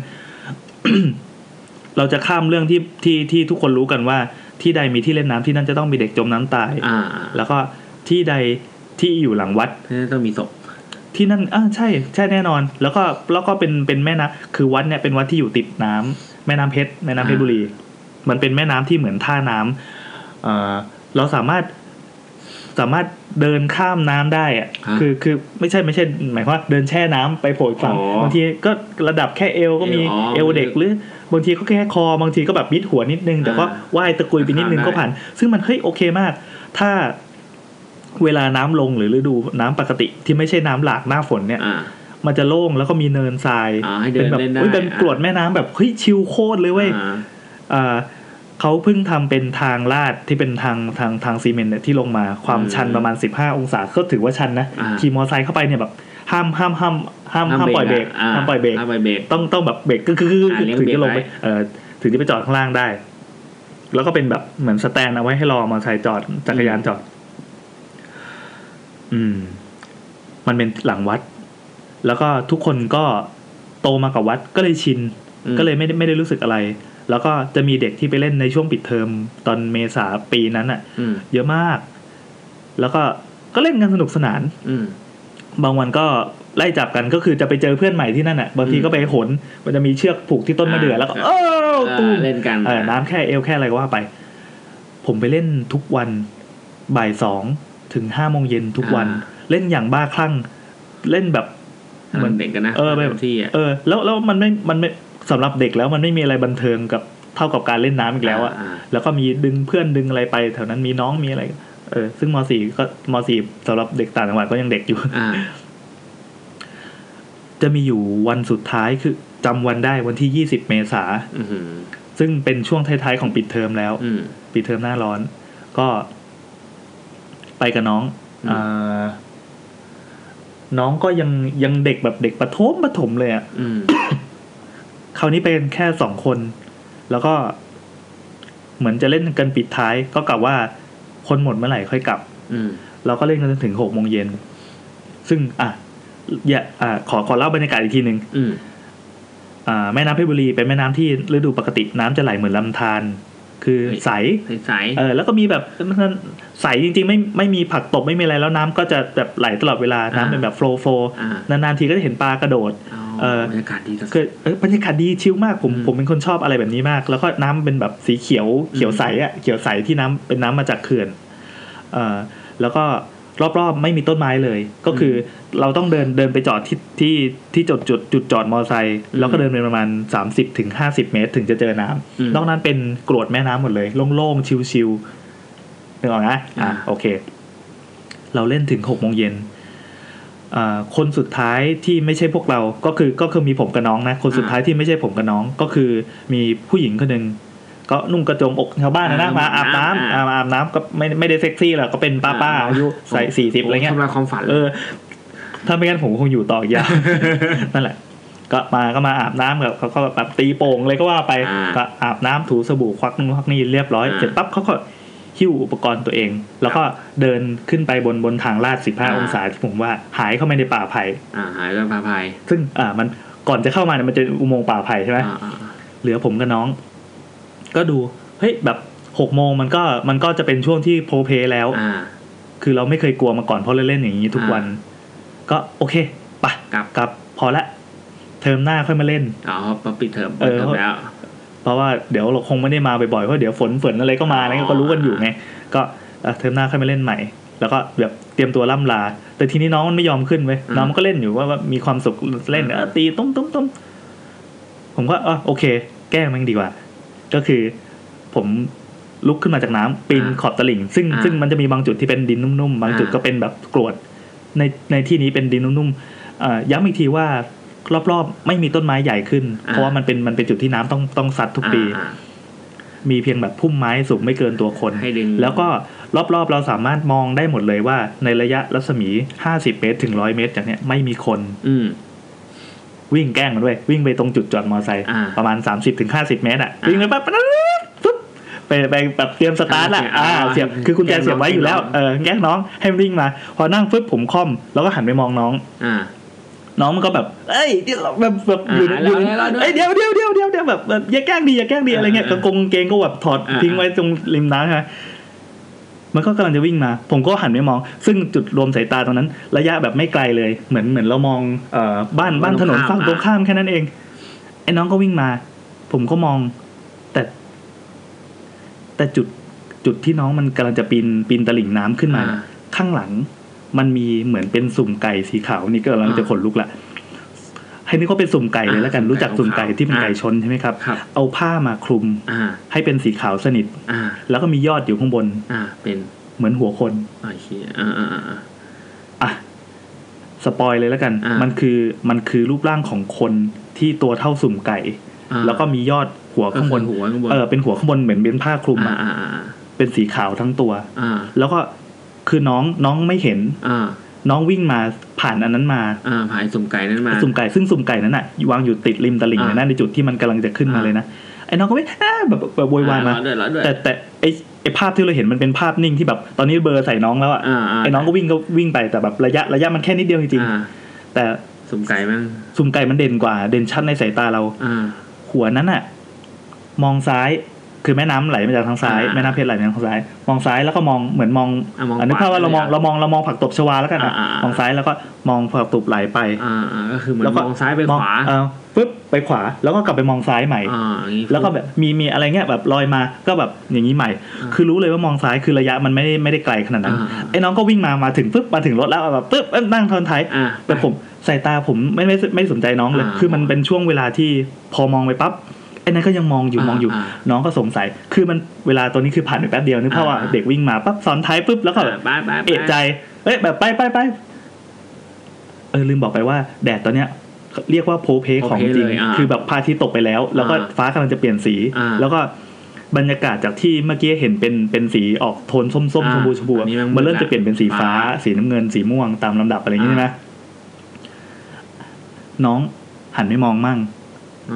Speaker 1: <clears throat> เราจะข้ามเรื่องที่ที่ที่ทุกคนรู้กันว่า ที่ใดมีที่เล่นน้ำที่นั่นจะต้องมีเด็กจมน้ำตาย
Speaker 2: อ่า
Speaker 1: แล้วก็ที่ใดที่อยู่หลังวัด
Speaker 2: เพื่อนต้องมีศพ
Speaker 1: ที่นั่นอ่าใช่ ใช่แน่นอน แล้วก็แล้วก็เป็นเป็นแม่น้ำคือวัดเนี่ยเป็นวัดที่อยู่ติดน้ำแม่น้ำเพชรแม่น้ำเพชรบุรี มันเป็นแม่น้ำที่เหมือนท่าน้ำเออเราสามารถสามารถเดินข้ามน้ำได้อะ
Speaker 2: ะ
Speaker 1: คือคือไม่ใช่ไม่ใช่หมายความว่าเดินแช่น้ำไปโผล่อีกฝั่ง
Speaker 2: อ๋อบ
Speaker 1: างทีก็ระดับแค่เอวก็มี
Speaker 2: เอวอ๋อ
Speaker 1: เอวเด็กหรือ บางทีก็แค่คอบางทีก็แบบมิดหัวนิดนึง แต่ก็
Speaker 2: อ่า
Speaker 1: ว่ายตะกุยไปนิดนึงก็ผ่าน ซึ่งมันเฮ้ยโอเคมาก ถ้า เวลาน้ำลงหรือฤดูน้ำปกติที่ไม่ใช่น้ำหลากหน้าฝนเนี่ย
Speaker 2: อ่า
Speaker 1: มันจะโล่งแล้วก็มีเนินทราย
Speaker 2: อ่าให้เดิน
Speaker 1: นแบบ
Speaker 2: เล่นได้
Speaker 1: อุ๊ยเป็น
Speaker 2: อ่า
Speaker 1: กรวดแม่น้ำแบบเฮ้ยชิลโคตรเลยเว้ย
Speaker 2: อ่า
Speaker 1: อ่าเขาเพิ่งทำเป็นทางลาดที่เป็นทางทางทางซีเมนต์เนี่ยที่ลงมาความชันประมาณ 15 องศาก็ถือว่าชันนะ
Speaker 2: อ่า
Speaker 1: ขี่มอไซค์เข้าไปเนี่ยแบบห้ามห้ามห้ามห้ามห้ามปล่อยเบรก
Speaker 2: ะ
Speaker 1: ห้ามปล่อยเบรก
Speaker 2: ห้ามปล่อยเบรก
Speaker 1: ต้องต้องแบบเบรกกึกกึกกึก
Speaker 2: อ่าเลี้ยง
Speaker 1: ถึงจะลง
Speaker 2: เบร
Speaker 1: ไป
Speaker 2: กไว้
Speaker 1: เอ่อถึงจะไปจอดข้างล่างได้ แล้วก็เป็นแบบเหมือนสแตนเอาไว้ให้รอมอเตอร์ไซค์จอดจักรยานจอด อืม มันเป็นหลังวัด แล้วก็ทุกคนก็โตมากับวัดก็เลยชิน
Speaker 2: อืม
Speaker 1: ก็เลยไม่ได้ไม่ได้รู้สึกอะไร แล้วก็จะมีเด็กที่ไปเล่นในช่วงปิดเทอมตอนเมษาปีนั้นอะ่ะ
Speaker 2: อืม
Speaker 1: เยอะมาก แล้วก็ก็เล่นกันสนุกสนาน
Speaker 2: อืม
Speaker 1: บางวันก็ไล่จับกันก็คือจะไปเจอเพื่อนใหม่ที่นั่นอ่ะบางทีก็ไปหนมันจะมีเชือกผูกที่ต้นมะเดื่อแล้วก็
Speaker 2: อ่า
Speaker 1: เอ้าตูม
Speaker 2: อ่าเล่นกัน
Speaker 1: เออน้ำแค่เอวแค่อะไรก็ว่าไป ผมไปเล่นทุกวันบ่ายสองถึงห้าโมงเย็นทุกวัน เล่นอย่างบ้าคลั่ง เล่นแบบ
Speaker 2: เหมือนเด็กกันนะ
Speaker 1: เออแบบ
Speaker 2: ที่อ่ะ
Speaker 1: เออ แล้วแล้วมันไม่มันไม่สำหรับเด็กแล้วมันไม่มีอะไรบันเทิงกับเท่ากับการเล่นน้ำอีกแล้วอ่ะ
Speaker 2: า
Speaker 1: แล้วก็มีดึงเพื่อนดึงอะไรไปแถวนั้นมีน้องมีอะไรเออซึ่งมสี่ก็มสี่สำหรับเด็กต่างจังหวัดก็ยังเด็กอยู่
Speaker 2: อ่า
Speaker 1: จะมีอยู่วันสุดท้ายคือจำวันได้วันที่ 20 เมษา
Speaker 2: อือหือ
Speaker 1: ซึ่งเป็นช่วงท้ายๆของปิดเทอมแล้ว
Speaker 2: อืม
Speaker 1: ปิดเทอมหน้าร้อน ก็ไปกับน้อง
Speaker 2: อืม
Speaker 1: เออน้องก็ยังยังเด็กแบบเด็กประถมประถมเลยอะ่ะ
Speaker 2: อืม
Speaker 1: คราวนี้เป็นแค่สองคน แล้วก็ เหมือนจะเล่นกันปิดท้าย ก็กลับว่าคนหมดเมื่อไหร่ค่อยกลับ
Speaker 2: อืม
Speaker 1: เราก็เล่นกันจนถึงหกโมงเย็น ซึ่งอ่ะ อย่าอ่าขอขอเล่าบรรยากาศอีกทีหนึ่ง
Speaker 2: อืม
Speaker 1: อ่าแม่น้ำเพชรบุรีเป็นแม่น้ำที่ฤดูปกติน้ำจะไหลเหมือนลำธารคือ
Speaker 2: เฮ้ย
Speaker 1: ใส
Speaker 2: ใส
Speaker 1: เออแล้วก็มีแบบมันใสจริงๆ ไม่ไม่มีผักตบไม่มีอะไรแล้วน้ำก็จะแบบไหลตลอดเวลาน้ำเป็นแบบโฟล์โฟล์
Speaker 2: ๆอ่าน
Speaker 1: านๆทีก็จะเห็นปลากระโดด เอ
Speaker 2: เอ
Speaker 1: อ
Speaker 2: อ บรรยากาศดีจัง
Speaker 1: คือเออบรรยากาศดีชิลมากผม
Speaker 2: อืม
Speaker 1: ผมเป็นคนชอบอะไรแบบนี้มาก แล้วก็น้ำเป็นแบบสีเขียวเขียวใสอ่ะเขียวใสที่น้ำเป็นน้ำมาจากเขื่อนเออแล้วก็รอบๆไม่มีต้นไม้เลย ก็คือเราต้องเดินเดินไปจอดที่ที่ที่จุดจุดจุดจอดมอไซค์
Speaker 2: อืม
Speaker 1: แล้วก็เดินไปประมาณ 30-50ถึง50 เมตร ถึงจะเจอน้ำ
Speaker 2: อืม
Speaker 1: นอกนั้นเป็นกรวดแม่น้ำหมดเลย โล่งๆชิลๆนึกออกนะ
Speaker 2: อ่า
Speaker 1: อ่ะโอเค เราเล่นถึงหกโมงเย็น อ่าคนสุดท้ายที่ไม่ใช่พวกเราก็คือก็คือมีผมกับน้องนะ คนสุดท้ายที่ไม่ใช่ผมกับน้องก็คือมีผู้หญิงคนหนึ่งก็นุ่งกระโจมอกชาวบ้านนะนะ
Speaker 2: อ่าม
Speaker 1: มาอาบน้ำ
Speaker 2: อ่า
Speaker 1: มาอาบน้ำก็ไม่ไม่ได้เซ็กซี่หรอกก็เป็นป้าป้าอายุใส่สี่สิบอะไรเงี้ย
Speaker 2: โทำลายความฝัน
Speaker 1: เออ ถ้าไม่งั้นผมก็คงอยู่ต่ออีก
Speaker 2: <laughs>
Speaker 1: ยาว นั่นแหละ ก็มาก็มาอาบน้ำกับเขาก็แบบตีโป่งเลยก็ว่าไป
Speaker 2: า
Speaker 1: ก็อาบน้ำถูสบู่ควักนู่นควักนี่เรียบร้อย
Speaker 2: อ่า
Speaker 1: เสร็จปั๊บเขาก็หิ้วอุปกรณ์ตัวเอง แล้วก็เดินขึ้นไปบนบนทางลาด
Speaker 2: า
Speaker 1: 15 องศาที่ผมว่า หายเข้าไปในป่าไผ่
Speaker 2: อ่า หายเรื่องพาภัย
Speaker 1: ซึ่งอ่ามันก่อนจะเข้ามาเนี่ยมันจะอุโมงค์ป่าไผ่ใช่ไหม
Speaker 2: อ่าอ่าอ่า
Speaker 1: เหลือผมกับน้อง ก็ดู เฮ้ยแบบหกโมงมันก็มันก็จะเป็นช่วงที่โพลเพลย์แล้ว
Speaker 2: อ่า
Speaker 1: คือเราไม่เคยกลัวมาก่อนเพราะเราเล่นอย่างนี้ทุกวัน ก็โอเคไปะ
Speaker 2: กลับ
Speaker 1: กลับพอละ เทอมหน้าค่อยมาเล่น
Speaker 2: อ๋อเพราะปิดเทอมเปิดเทอม
Speaker 1: เออ
Speaker 2: แล้ว
Speaker 1: เพราะว่าเดี๋ยวเราคงไม่ได้มาบ่อยๆเพราะเดี๋ยวฝนฝนอะไรก็มานะ
Speaker 2: อ๋อ
Speaker 1: ก็รู้กันอยู่ไงก็เอ่อเทอมหน้าค่อยมาเล่นใหม่ แล้วก็แบบเตรียมตัวล่ำลา แต่ทีนี้น้องมันไม่ยอมขึ้นเว้ยน้องมันก็เล่นอยู่ว่าว่ามีความสุขเล่นเออตีตุ้มตุ้มตุ้มผมก็อ่ะโอเค แกล้งมันดีกว่า ก็คือ ผมลุกขึ้นมาจากน้ำปีน
Speaker 2: อ่า
Speaker 1: ขอบตลิ่ง ซึ่ง
Speaker 2: อ่า
Speaker 1: ซึ่งมันจะมีบางจุดที่เป็นดินนุ่มๆบางจุด
Speaker 2: อ่า
Speaker 1: ก็เป็นแบบกรวด ในในที่นี้เป็นดินนุ่มๆเอ่อย้ำอีกทีว่ารอบๆ ไม่มีต้นไม้ใหญ่ขึ้น เพราะว่ามันเป็นมันเป็นจุดที่น้ำต้องต้องซัดทุกปี
Speaker 2: อ่า
Speaker 1: มีเพียงแบบพุ่มไม้สูงไม่เกินตัวคน
Speaker 2: อ่าให้ดึง
Speaker 1: แล้วก็รอบๆ เราสามารถมองได้หมดเลยว่า ในระยะรัศมี 50 เมตร ถึง 100 เมตร จากเนี้ยไม่มีคน
Speaker 2: อืม
Speaker 1: วิ่งแกล้งมันด้วย วิ่งไปตรงจุดจอดมอไซค์
Speaker 2: อ่า
Speaker 1: ประมาณ 30-50ถึง50 เมตรอ่ะ
Speaker 2: อ่า
Speaker 1: วิ่งไปแบบปะปุ๊บไปไปแบบเตรียมสตาร์ทละ
Speaker 2: อ่า
Speaker 1: อ่าเสียบคือคุณแจ
Speaker 2: แกล้งน้
Speaker 1: เสีย
Speaker 2: อง
Speaker 1: บไว้อยู่แล้วเออแกล้งน้องให้มันวิ่งมา พอนั่งปุ๊บผมค่อมแล้วก็หันไปมองน้อง
Speaker 2: อ่า
Speaker 1: น้องมันก็แบบ เอ้ยเดี๋ยวแบบแบบอยู่ใน
Speaker 2: อ่า
Speaker 1: อยู่ใน
Speaker 2: แล้วแล้วแล้ว
Speaker 1: เอ้ยเดี๋ยวเดี๋ยวเดี๋ยวเดี๋ยวเดี๋ยวแบบแบบอย่าแกล้งดีอย่าแกล้งดีอะไรเงี้ยก
Speaker 2: อ่า
Speaker 1: ระกงเกงก็แบบถอด
Speaker 2: อ่า
Speaker 1: ทิ้งไว้ตรงริมน้ำฮะมันก็กำลังจะวิ่งมา ผมก็หันไปมอง ซึ่งจุดรวมสายตาตรงนั้น ระยะแบบไม่ไกลเลย เหมือนเหมือนเรามองเอ่อบ้านบ้านถนนฝั่งตรงข้ามแค่นั้นเอง ไอ้น้องก็วิ่งมา ผมก็มอง แต่ แต่จุดจุดที่น้องมันกำลังจะปีนปีนตลิ่งน้ำขึ้นมา
Speaker 2: อ่า
Speaker 1: เนี่ยข้างหลัง มันมีเหมือนเป็นสุ่มไก่สีขาวนี่ก็กำลัง
Speaker 2: อ่า
Speaker 1: จะขนลุกละให้นึกว่าเป็นสุ่มไก่เลยแล้วกัน
Speaker 2: อ่า
Speaker 1: รู้จักสุ่มไก่ที่เป็น
Speaker 2: อ่า
Speaker 1: ไก่ชนใช่ไหมครับ
Speaker 2: ครับ
Speaker 1: เอาผ้ามาคลุม
Speaker 2: อ่า
Speaker 1: ให้เป็นสีขาวสนิท
Speaker 2: อ่า
Speaker 1: แล้วก็มียอดอยู่ข้างบน
Speaker 2: อ่า เป็น
Speaker 1: เหมือนหัวคน
Speaker 2: ไอ้เหี้ยอ่าอ่าอ่าอ่า
Speaker 1: อ่ะสปอยเลยแล้วกัน
Speaker 2: อ่ามั
Speaker 1: มันคือมันคือรูปร่างของคนที่ตัวเท่าสุ่มไก่
Speaker 2: อ่า
Speaker 1: แล้วก็มียอดหัว
Speaker 2: ข้า
Speaker 1: ข้างง
Speaker 2: บบ น
Speaker 1: น
Speaker 2: หัวข้างบน
Speaker 1: เออเป็นหัวข้างบนเหมือนเป็นผ้าคลุม
Speaker 2: อ่า
Speaker 1: อะ
Speaker 2: อ่าอ่า
Speaker 1: เป็นสีขาวทั้งตัว
Speaker 2: อ่า
Speaker 1: แล้วก็คือน้องน้องไม่เห็น
Speaker 2: อ่า
Speaker 1: น้องวิ่งมาผ่านอันนั้นมา
Speaker 2: อ่าผายสุ่มไก่นั้นมา
Speaker 1: สุ่มไก่ซึ่งสุ่มไก่นั้นน่ะวางอยู่ติดริมตลิ่งเลยนะในจุดที่มันกำลังจะขึ้นมา
Speaker 2: อ่า
Speaker 1: เลยนะไอ้น้องก็ไม่อ้าแบบแบบแบบโวยวายมา
Speaker 2: อ่ด้วยเหรอด้วย
Speaker 1: แต่แต่ไอ้ไอ้ภาพที่เราเห็นมันเป็นภาพนิ่งที่แบบ ตอนนี้เบลอร์ใส่น้องแล้วอ่ะ
Speaker 2: อ่าา
Speaker 1: ไอ้น้องก็วิ่งก็วิ่งไปแต่แบบระยะระยะมันแค่นิดเดียวจริง
Speaker 2: อ่า
Speaker 1: ๆแต่
Speaker 2: สุ่มไก่มั้ง
Speaker 1: สุ่มไก่มันเด่นกว่าเด่นชัดในสายตาเรา
Speaker 2: อ่า
Speaker 1: หัวนั้นน่ะ มองซ้ายคือแม่น้ำไหลมาจากทางซ้าย
Speaker 2: อ่า
Speaker 1: แม่น้ำเพชรไหลมาจากทางซ้าย มองซ้ายแล้วก็มองเหมือนมอง
Speaker 2: อ่ะมอง
Speaker 1: ะนึกภาพว่าเรามองเรามองเรามองผักตบชวาแล้วกันอ่ะ
Speaker 2: อ่าอ่า
Speaker 1: มองซ้ายแล้วก็มองผักตบไหลไป
Speaker 2: อ่าอ่าก็คือเหมือ
Speaker 1: แล้ว
Speaker 2: น
Speaker 1: ก็
Speaker 2: มองซ้ายไปขวาม
Speaker 1: องเออปึ๊บไปขวาแล้วก็กลับไปมองซ้ายใหม่
Speaker 2: อ่าอย่างงี้
Speaker 1: แล้วก็แบบมีมีอะไรเงี้ยแบบลอยมาก็แบบอย่างนี้ใหม่
Speaker 2: อ่า
Speaker 1: คือรู้เลยว่ามองซ้ายคือระยะมันไม่ได้ไม่ได้ไกลขนาดนั้น
Speaker 2: อ่า
Speaker 1: ไอ้น้องก็วิ่งมามาถึงปึ๊บมาถึงรถแล้วแบบปึ๊บเอ้ยนั่งทอนท้าย
Speaker 2: อ่า
Speaker 1: แต่ผมสายตาผมไม่ไม่ไม่สนใจน้องเลย
Speaker 2: อ่า
Speaker 1: คือมันเป็นช่วงเวลาที่พอมองไปปั๊บไอ้นั่นก็ยังมองอยู่
Speaker 2: อ่าม
Speaker 1: องอยู่
Speaker 2: อ่า
Speaker 1: น้องก็สงสัยคือมันเวลาตัวนี้คือผ่านไปแป๊บเดียวนึกภาพว่า
Speaker 2: อ่า
Speaker 1: เด็กวิ่งมาปั๊บซ้อนท้ายปึ๊บแล้วก็แบบ
Speaker 2: ไปไปไป
Speaker 1: เอะใจ เอ้ยแบบไปไปไปเออลืมบอกไปว่าแดดตอนเนี้ย เรียกว่าโพเพ
Speaker 2: โพเพ
Speaker 1: ของจริง
Speaker 2: เลยอ่า
Speaker 1: คือแบบพระอาทิตย์ตกไปแล้ว แล้วก็
Speaker 2: อ่า
Speaker 1: ฟ้ากำลังจะเปลี่ยนสี
Speaker 2: อ่า
Speaker 1: แล้วก็บรรยากาศจากที่เมื่อกี้เห็นเป็นเป็นสีออกโทนส้มๆชมพูชมพู
Speaker 2: อันนี้
Speaker 1: มันเริ่มจะเปลี่ยนเป็นสีฟ้า
Speaker 2: อ่
Speaker 1: สีน้ำเงินสีม่วงตามลำดับอะไรอย่างงี้ใช่ไหมน้องหันไม่มองมั่ง